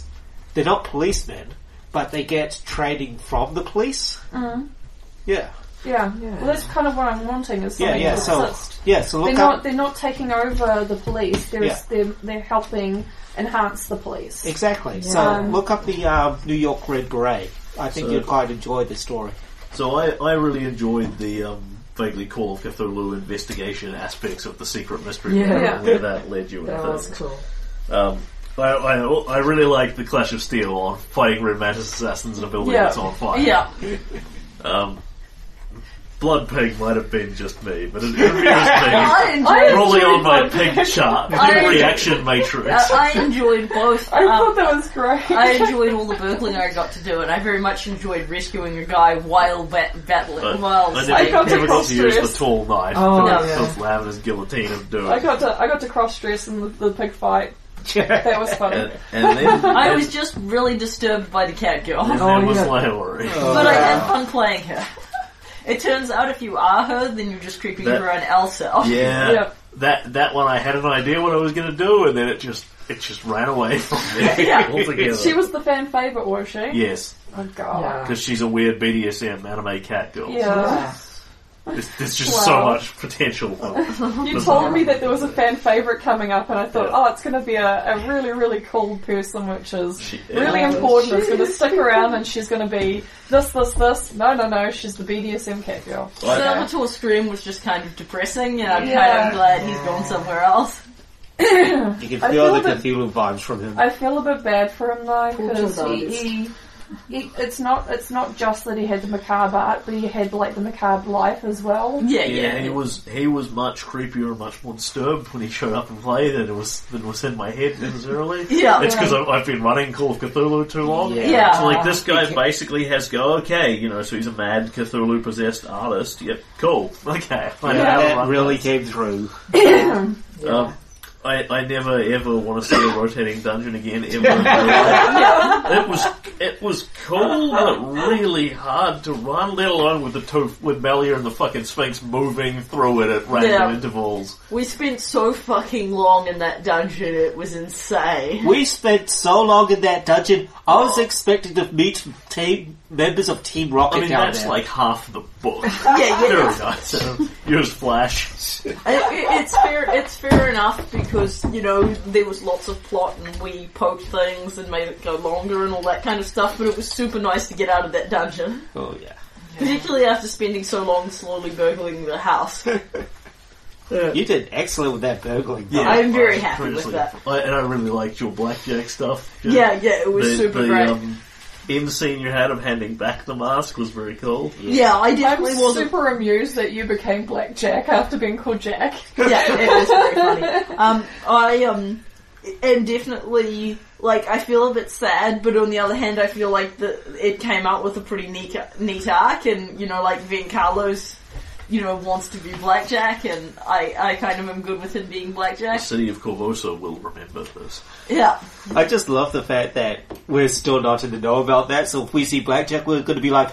[SPEAKER 3] they're not policemen, but they get training from the police. Yeah,
[SPEAKER 2] Yeah.
[SPEAKER 6] Yeah.
[SPEAKER 2] Well, that's kind of what I'm wanting is
[SPEAKER 3] yeah,
[SPEAKER 2] something
[SPEAKER 3] yeah.
[SPEAKER 2] to
[SPEAKER 3] So,
[SPEAKER 2] assist.
[SPEAKER 3] yeah, so
[SPEAKER 2] They're
[SPEAKER 3] look
[SPEAKER 2] not,
[SPEAKER 3] up
[SPEAKER 2] they're not taking over the police. They're,
[SPEAKER 3] Yeah.
[SPEAKER 2] they're, they're helping enhance the police.
[SPEAKER 3] exactly. So
[SPEAKER 2] Yeah.
[SPEAKER 3] look up the um, New York Red Beret. I think
[SPEAKER 1] So-
[SPEAKER 3] you'll quite enjoy the story.
[SPEAKER 1] So I, I really enjoyed the um, vaguely Call of Cthulhu investigation aspects of the secret mystery
[SPEAKER 6] Yeah.
[SPEAKER 1] and where that led you. and
[SPEAKER 6] that
[SPEAKER 1] things.
[SPEAKER 6] was cool.
[SPEAKER 1] Um, I, I, I really like the Clash of Steel on fighting romantic assassins in a building
[SPEAKER 2] Yeah.
[SPEAKER 1] that's on fire.
[SPEAKER 4] Yeah.
[SPEAKER 1] Um, Blood pig might have been just me, but it appears
[SPEAKER 4] I enjoyed,
[SPEAKER 1] me rolling on my
[SPEAKER 7] Blood Pig.
[SPEAKER 1] pig chart,
[SPEAKER 4] I-
[SPEAKER 1] pig reaction matrix.
[SPEAKER 4] uh,
[SPEAKER 7] Uh,
[SPEAKER 4] I, I enjoyed both.
[SPEAKER 7] I
[SPEAKER 4] um,
[SPEAKER 7] thought that was great.
[SPEAKER 4] I enjoyed all the burgling I got to do, and I very much enjoyed rescuing a guy while bat- battling.
[SPEAKER 1] But
[SPEAKER 4] while
[SPEAKER 1] I
[SPEAKER 7] I
[SPEAKER 1] never,
[SPEAKER 7] got
[SPEAKER 1] never got
[SPEAKER 7] cross
[SPEAKER 1] to use
[SPEAKER 7] dress.
[SPEAKER 1] the tall knife.
[SPEAKER 6] Oh,
[SPEAKER 1] that
[SPEAKER 6] yeah.
[SPEAKER 1] Phil Lavender's guillotine of doing.
[SPEAKER 7] I got to I got to cross dress in the, the pig fight. That was funny.
[SPEAKER 1] and, and then
[SPEAKER 4] I
[SPEAKER 1] and-
[SPEAKER 4] was just really disturbed by the cat girl,
[SPEAKER 1] and
[SPEAKER 6] Oh,
[SPEAKER 1] there was
[SPEAKER 6] yeah.
[SPEAKER 1] Lowry.
[SPEAKER 7] Oh.
[SPEAKER 4] but I had fun playing her. It turns out if you are her, then you're just creeping
[SPEAKER 1] That-
[SPEAKER 4] her an L cell.
[SPEAKER 1] Yeah,
[SPEAKER 7] Yep.
[SPEAKER 1] that that one I had an idea what I was going to do, and then it just it just ran away from me
[SPEAKER 4] Yeah.
[SPEAKER 1] altogether.
[SPEAKER 7] She was the fan favourite, was she?
[SPEAKER 1] yes,
[SPEAKER 7] Oh god.
[SPEAKER 1] because she's a weird BDSM anime cat girl.
[SPEAKER 7] Yeah.
[SPEAKER 1] There's, there's just
[SPEAKER 7] Wow.
[SPEAKER 1] so much potential. For
[SPEAKER 7] You told me that there was a fan favourite coming up and I thought, oh, it's going to be a, a really, really cool person which is
[SPEAKER 1] She is.
[SPEAKER 7] really
[SPEAKER 6] Oh,
[SPEAKER 7] important. It's going to stick around and she's going to be this, this, this. No, no, no, she's the BDSM cat girl.
[SPEAKER 4] Salvatore's scream was just kind of depressing, and I'm kind
[SPEAKER 7] Yeah.
[SPEAKER 4] of glad he's gone somewhere else.
[SPEAKER 3] You can
[SPEAKER 7] I
[SPEAKER 3] feel
[SPEAKER 7] feel
[SPEAKER 3] the
[SPEAKER 7] that-
[SPEAKER 3] Cthulhu vibes from him.
[SPEAKER 7] I feel a bit bad for him though because
[SPEAKER 6] Poor
[SPEAKER 7] he,
[SPEAKER 6] Jordans.
[SPEAKER 7] he, he- it's not it's not just that he had the macabre art, but he had like the macabre life as well.
[SPEAKER 4] Yeah, yeah.
[SPEAKER 1] Yeah, he was he was much creepier and much more disturbed when he showed up and played than it was than was in my head necessarily.
[SPEAKER 4] Yeah.
[SPEAKER 1] it's because I've been running Call of Cthulhu too long.
[SPEAKER 4] Yeah.
[SPEAKER 1] So like this guy basically has go okay, you know, so he's a mad Cthulhu possessed artist. Yep, cool, okay. I know how to
[SPEAKER 3] that
[SPEAKER 1] run
[SPEAKER 3] really
[SPEAKER 1] this.
[SPEAKER 3] came through.
[SPEAKER 1] Um, I, I never ever want to see a rotating dungeon again ever. in my life. it was it was cool, but really hard to run. Let alone with the to- with Malia and the fucking Sphinx moving through it at random
[SPEAKER 4] Yeah.
[SPEAKER 1] intervals.
[SPEAKER 4] We spent so fucking long in that dungeon, it was insane.
[SPEAKER 3] We spent so long in that dungeon. I was expecting to meet team members of Team Rocket
[SPEAKER 1] I mean,
[SPEAKER 3] down
[SPEAKER 1] that's
[SPEAKER 3] there.
[SPEAKER 1] like half the book.
[SPEAKER 4] yeah,
[SPEAKER 1] Very
[SPEAKER 4] yeah.
[SPEAKER 1] nice. Um, Yours flash.
[SPEAKER 4] I- I- it's fair. It's fair enough because you know there was lots of plot and we poked things and made it go longer and all that kind of stuff. But it was super nice to get out of that dungeon,
[SPEAKER 3] oh yeah.
[SPEAKER 4] particularly after spending so long slowly burgling the house.
[SPEAKER 3] You did excellent with that burgling. though.
[SPEAKER 1] Yeah,
[SPEAKER 4] I'm very
[SPEAKER 1] I-
[SPEAKER 4] happy with that.
[SPEAKER 1] I, and I really liked your blackjack stuff.
[SPEAKER 4] Yeah, yeah, it was
[SPEAKER 1] the,
[SPEAKER 4] super
[SPEAKER 1] the,
[SPEAKER 4] great.
[SPEAKER 1] Um, end scene you had of handing back the mask was very cool.
[SPEAKER 4] yeah, I
[SPEAKER 7] I'm
[SPEAKER 4] definitely wasn't.
[SPEAKER 7] super amused that you became Black Jack after being called Jack.
[SPEAKER 4] yeah, it was very funny. Um, I um am definitely like I feel a bit sad, but on the other hand, I feel like the it came out with a pretty neat neat arc, and you know, like Vin Carlos, you know, wants to be Blackjack, and I I kind of am good with him being
[SPEAKER 1] The
[SPEAKER 4] Blackjack.
[SPEAKER 1] city of Corvosa will remember this.
[SPEAKER 4] Yeah,
[SPEAKER 3] I just love the fact that we're still not in the know about that. So if we see Blackjack, we're going to be like,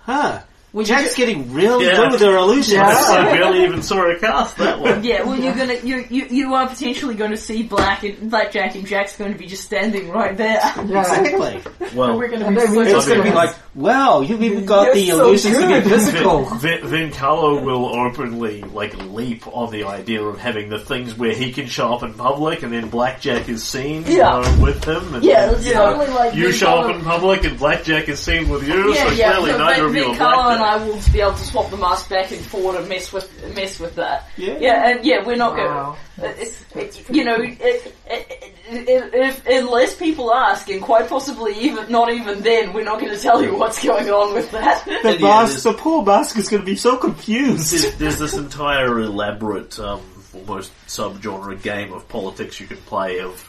[SPEAKER 3] huh.
[SPEAKER 4] well, you
[SPEAKER 3] Jack's
[SPEAKER 4] ju-
[SPEAKER 3] getting really
[SPEAKER 1] Yeah.
[SPEAKER 3] good with her illusions.
[SPEAKER 1] I barely even saw her cast that one.
[SPEAKER 4] yeah, well, you're gonna you you you are potentially going to see Black and Blackjack, and Jack's going to be just standing right there.
[SPEAKER 3] Exactly.
[SPEAKER 1] Well,
[SPEAKER 7] We're going
[SPEAKER 6] And
[SPEAKER 7] to be
[SPEAKER 6] then we
[SPEAKER 7] so
[SPEAKER 3] It's going to be like, wow, you even got the
[SPEAKER 6] You're so
[SPEAKER 3] illusions to be
[SPEAKER 6] good.
[SPEAKER 4] Oh.
[SPEAKER 3] physical.
[SPEAKER 1] Vin, Vin Carlo will openly like leap on the idea of having the things where he can show up in public, and then Blackjack is seen you
[SPEAKER 4] Yeah.
[SPEAKER 1] know, with him. And
[SPEAKER 4] Yeah,
[SPEAKER 1] you
[SPEAKER 4] it's
[SPEAKER 1] know,
[SPEAKER 4] totally like
[SPEAKER 1] you
[SPEAKER 4] Vin
[SPEAKER 1] show
[SPEAKER 4] Carlo-
[SPEAKER 1] up in public, and Blackjack is seen with you.
[SPEAKER 4] Yeah,
[SPEAKER 1] so
[SPEAKER 4] yeah.
[SPEAKER 1] clearly
[SPEAKER 4] so
[SPEAKER 1] neither
[SPEAKER 4] Vin-
[SPEAKER 1] of you
[SPEAKER 4] Vin
[SPEAKER 1] are
[SPEAKER 4] Carlo and
[SPEAKER 1] Blackjack.
[SPEAKER 4] I will be able to swap the mask back and forward and mess with mess with that.
[SPEAKER 3] Yeah.
[SPEAKER 4] Yeah, and yeah, we're not
[SPEAKER 6] Wow.
[SPEAKER 4] going. It's, it's, you know, it, it, it, it, if, unless people ask, and quite possibly even not even then, we're not going to tell you what's going on with that.
[SPEAKER 3] The,
[SPEAKER 1] Yeah,
[SPEAKER 3] mask,
[SPEAKER 1] there's-
[SPEAKER 3] the poor mask is going to be so confused.
[SPEAKER 1] there's, there's this entire elaborate, um, almost subgenre game of politics you can play of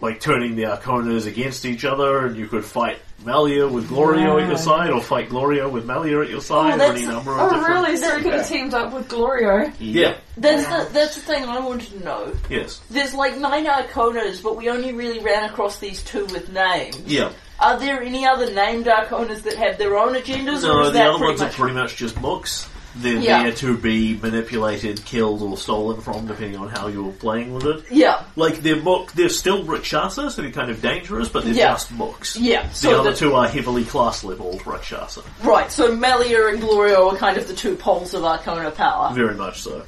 [SPEAKER 1] like turning the Arconas against each other, and you could fight Malia with Gloria at your side, or fight Gloria with Malia at your side, or
[SPEAKER 4] that's-
[SPEAKER 1] any number of
[SPEAKER 7] Oh
[SPEAKER 1] different.
[SPEAKER 7] really? So you could have teamed up with Glorio.
[SPEAKER 1] Yeah.
[SPEAKER 4] That's the that's the thing I wanted to know.
[SPEAKER 1] Yes.
[SPEAKER 4] There's like nine Arconas, but we only really ran across these two with names.
[SPEAKER 1] Yeah.
[SPEAKER 4] Are there any other named Arconas that have their own agendas? or
[SPEAKER 1] No,
[SPEAKER 4] is
[SPEAKER 1] the
[SPEAKER 4] that
[SPEAKER 1] other
[SPEAKER 4] pretty
[SPEAKER 1] ones
[SPEAKER 4] much
[SPEAKER 1] are pretty much just books. They're
[SPEAKER 4] Yeah.
[SPEAKER 1] there to be manipulated, killed, or stolen from, depending on how you're playing with it.
[SPEAKER 4] Yeah,
[SPEAKER 1] Like they're book, they're still rikshasas, so they're kind of dangerous, but they're
[SPEAKER 4] Yeah.
[SPEAKER 1] just books.
[SPEAKER 4] yeah.
[SPEAKER 1] The
[SPEAKER 4] So
[SPEAKER 1] other
[SPEAKER 4] the-
[SPEAKER 1] two are heavily class level Rakshasa.
[SPEAKER 4] right. So Melia and Glorio are kind of the two poles of Arcona power.
[SPEAKER 1] Very much so.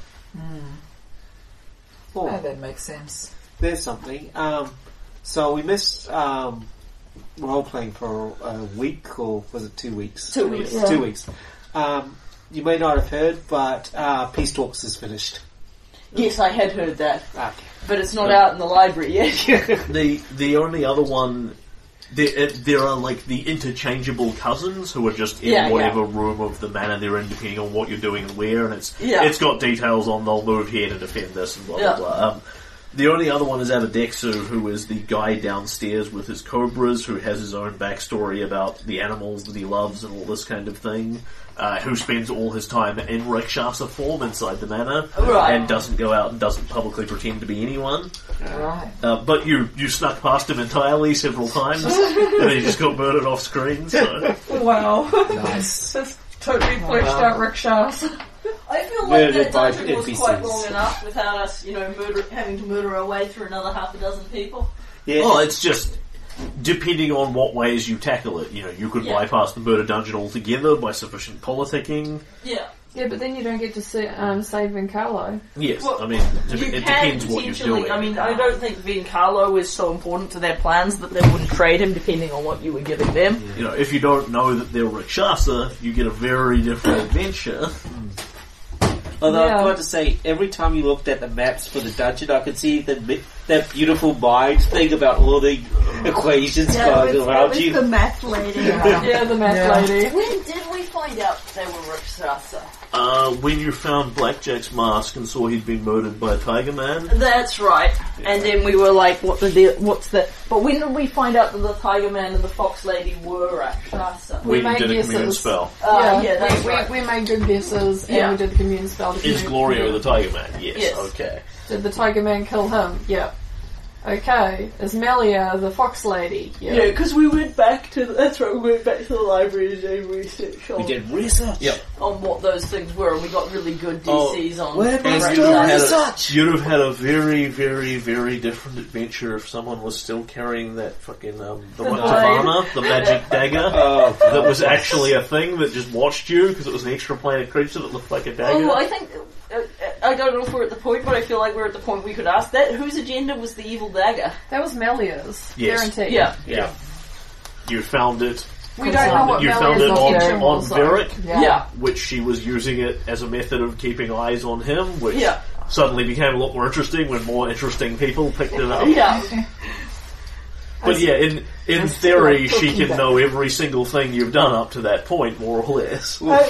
[SPEAKER 6] Yeah, that makes sense.
[SPEAKER 3] Oh, There's something. Um, so we missed um, role playing for a week, or was it two weeks?
[SPEAKER 4] Two weeks.
[SPEAKER 7] Yeah.
[SPEAKER 3] Two weeks. Um, you may not have heard, but uh, Peace Talks is finished.
[SPEAKER 4] Yes, I had
[SPEAKER 1] Ah,
[SPEAKER 4] heard that,
[SPEAKER 3] Okay.
[SPEAKER 4] but it's not out in the library yet.
[SPEAKER 1] The the only other one There, uh, there are like the interchangeable cousins who are just in
[SPEAKER 4] Yeah, yeah.
[SPEAKER 1] whatever room of the manor they're in, depending on what you're doing and where, and it's
[SPEAKER 4] Yeah.
[SPEAKER 1] it's got details on they'll move here to defend this and blah
[SPEAKER 4] Yeah.
[SPEAKER 1] blah blah. Um, the only other one is Abadexu, who is the guy downstairs with his cobras, who has his own backstory about the animals that he loves and all this kind of thing, uh, who spends all his time in Rakshasa form inside the manor,
[SPEAKER 4] Right.
[SPEAKER 1] and doesn't go out and doesn't publicly pretend to be anyone.
[SPEAKER 6] Right.
[SPEAKER 1] Uh, but you, you snuck past him entirely several times, and he just got murdered off screen, so...
[SPEAKER 7] Wow.
[SPEAKER 3] Nice.
[SPEAKER 7] That's totally fleshed
[SPEAKER 1] Uh,
[SPEAKER 7] out rickshaws.
[SPEAKER 4] I feel like
[SPEAKER 3] Murdered
[SPEAKER 4] that
[SPEAKER 3] by
[SPEAKER 4] dungeon was quite
[SPEAKER 3] NPCs.
[SPEAKER 4] long enough without us, you know, murder, having to murder our way through another half a dozen people.
[SPEAKER 3] Yeah.
[SPEAKER 1] Well, it's just depending on what ways you tackle it. You know, you could
[SPEAKER 4] Yeah.
[SPEAKER 1] bypass the murder dungeon altogether by sufficient politicking.
[SPEAKER 4] Yeah.
[SPEAKER 2] Yeah, but then you don't get to see, um, save Carlo.
[SPEAKER 1] Yes,
[SPEAKER 4] Well,
[SPEAKER 1] I mean, de-
[SPEAKER 4] You
[SPEAKER 1] it
[SPEAKER 4] can
[SPEAKER 1] depends what you're
[SPEAKER 4] potentially-
[SPEAKER 1] doing.
[SPEAKER 4] I mean, I don't think Carlo is so important to their plans that they wouldn't trade him depending on what you were giving them.
[SPEAKER 1] you know, if you don't know that they're Rakshasa, you get a very different adventure.
[SPEAKER 3] Although
[SPEAKER 2] Yeah.
[SPEAKER 3] I've got to say, every time you looked at the maps for the dungeon, I could see the, mi- that beautiful mind thing about all the equations
[SPEAKER 5] Yeah, it
[SPEAKER 3] going
[SPEAKER 5] was,
[SPEAKER 3] around
[SPEAKER 5] it
[SPEAKER 3] you.
[SPEAKER 5] was the math lady.
[SPEAKER 7] Yeah, the math
[SPEAKER 6] Yeah.
[SPEAKER 7] lady.
[SPEAKER 4] When did we find out that they were Rixrasa?
[SPEAKER 1] Uh, when you found Blackjack's mask and saw he'd been murdered by a Tiger Man,
[SPEAKER 4] That's right. And then we were like, what the deal, what's that? But when did we find out that the Tiger Man and the Fox Lady were Rixrasa?
[SPEAKER 1] when
[SPEAKER 2] made
[SPEAKER 1] you did a commune
[SPEAKER 2] guesses.
[SPEAKER 1] spell.
[SPEAKER 4] Uh, yeah, that's
[SPEAKER 2] we,
[SPEAKER 4] right.
[SPEAKER 2] we, we made good guesses and
[SPEAKER 4] Yeah.
[SPEAKER 2] we did the commune spell. to
[SPEAKER 1] Is
[SPEAKER 2] commune-
[SPEAKER 1] Glorio the Tiger Man? Yes,
[SPEAKER 4] Yes.
[SPEAKER 1] okay.
[SPEAKER 2] Did the Tiger Man kill him? Yep. Okay. Is Melia the Fox Lady? Yep.
[SPEAKER 4] Yeah, because we went back to, that's right, we went back to the library and did research on,
[SPEAKER 3] We did research.
[SPEAKER 1] Yep.
[SPEAKER 4] on what those things were and we got really good
[SPEAKER 3] Oh,
[SPEAKER 4] DCs on
[SPEAKER 3] where
[SPEAKER 4] Rixrasa.
[SPEAKER 1] And
[SPEAKER 3] was Still
[SPEAKER 1] you'd have, had
[SPEAKER 3] research.
[SPEAKER 1] a, you'd have had a very, very, very different adventure if someone was still carrying that fucking um, the one
[SPEAKER 4] blade.
[SPEAKER 1] armor, the magic dagger,
[SPEAKER 3] Oh,
[SPEAKER 1] that was actually a thing that just watched you because it was an extra planet creature that looked like a dagger.
[SPEAKER 4] Oh, I think uh, I don't know if we're at the point, but I feel like we're at the point we could ask that. Whose agenda was the evil dagger?
[SPEAKER 2] That was Melia's.
[SPEAKER 1] Yes.
[SPEAKER 2] Guaranteed.
[SPEAKER 4] Yeah,
[SPEAKER 1] yeah, you found it.
[SPEAKER 2] We don't know what
[SPEAKER 1] you found it
[SPEAKER 2] Melia's
[SPEAKER 1] on
[SPEAKER 2] intention
[SPEAKER 1] on
[SPEAKER 2] was. though.
[SPEAKER 1] Varric,
[SPEAKER 6] Yeah.
[SPEAKER 4] yeah, yeah.
[SPEAKER 1] which she was using it as a method of keeping eyes on him, which
[SPEAKER 4] Yeah.
[SPEAKER 1] suddenly became a lot more interesting when more interesting people picked it up. But yeah, in in theory, she can know every single thing you've done up to that point, more or less.
[SPEAKER 3] Glad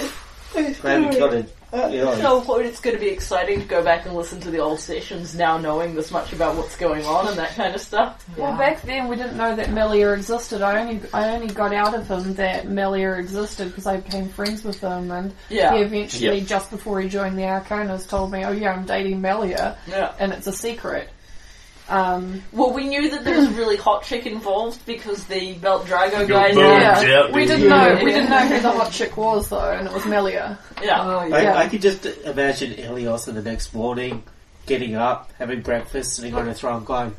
[SPEAKER 3] we got it.
[SPEAKER 4] At some point, it's going to be exciting to go back and listen to the old sessions now, knowing this much about what's going on and that kind of stuff.
[SPEAKER 2] Well, back then we didn't know that Melia existed. I only I only got out of him that Melia existed because I became friends with him, and
[SPEAKER 4] Yeah.
[SPEAKER 2] he eventually,
[SPEAKER 1] Yeah.
[SPEAKER 2] just before he joined the Arcanas, told me, "Oh yeah, I'm dating Melia,
[SPEAKER 4] Yeah.
[SPEAKER 2] and it's a secret." Um,
[SPEAKER 4] Well, we knew that there was a really hot chick involved because the Belt Drago guy.
[SPEAKER 1] boobs.
[SPEAKER 2] yeah,
[SPEAKER 4] Yeah.
[SPEAKER 1] yeah, dude.
[SPEAKER 2] we didn't know we
[SPEAKER 4] Yeah.
[SPEAKER 2] didn't know who the hot chick was though, and it was Melia.
[SPEAKER 4] yeah.
[SPEAKER 6] Oh,
[SPEAKER 3] I,
[SPEAKER 6] yeah.
[SPEAKER 2] Yeah.
[SPEAKER 3] I could just imagine Elios in the next morning getting up, having breakfast, sitting on a throne going,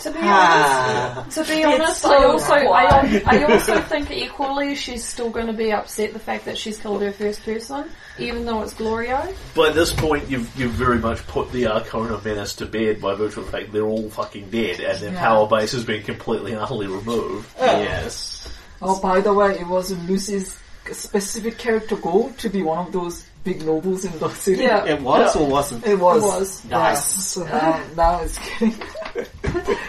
[SPEAKER 2] To be
[SPEAKER 3] ah.
[SPEAKER 2] honest, to be honest,
[SPEAKER 4] so
[SPEAKER 2] I also I, al-
[SPEAKER 4] quiet.
[SPEAKER 2] I also think equally she's still going to be upset the fact that she's killed her first person, even though it's Glorio.
[SPEAKER 1] By this point, you've you've very much put the Arcona menace to bed by virtue of the fact they're all fucking dead, and their
[SPEAKER 6] Yeah.
[SPEAKER 1] power base has been completely and utterly removed.
[SPEAKER 3] Yes.
[SPEAKER 6] Oh, by the way, it was Lucy's specific character goal to be one of those big nobles in the city.
[SPEAKER 2] Yeah.
[SPEAKER 3] It was or wasn't?
[SPEAKER 6] It was. uh,
[SPEAKER 2] It was.
[SPEAKER 6] Yeah. So now, now it's getting.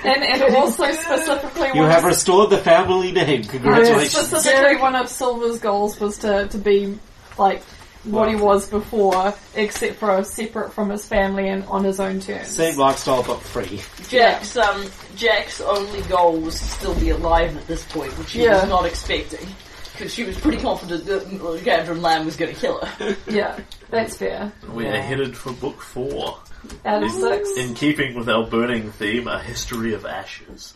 [SPEAKER 2] And, and it also specifically
[SPEAKER 3] You
[SPEAKER 2] one
[SPEAKER 3] have
[SPEAKER 2] of,
[SPEAKER 3] restored the family name. Congratulations.
[SPEAKER 2] specifically one of Silver's goals was to, to be like what he was before, except for separate from his family and on his own terms.
[SPEAKER 3] Same lifestyle but free.
[SPEAKER 4] Jack's um, Jack's only goal was to still be alive at this point, which she
[SPEAKER 2] Yeah.
[SPEAKER 4] was not expecting. Because she was pretty confident that uh, Gavin Lamb was going to kill her.
[SPEAKER 2] Yeah, that's fair.
[SPEAKER 1] We are headed for book four.
[SPEAKER 2] Out of
[SPEAKER 1] In,
[SPEAKER 2] six.
[SPEAKER 1] in keeping with our burning theme, a history of ashes.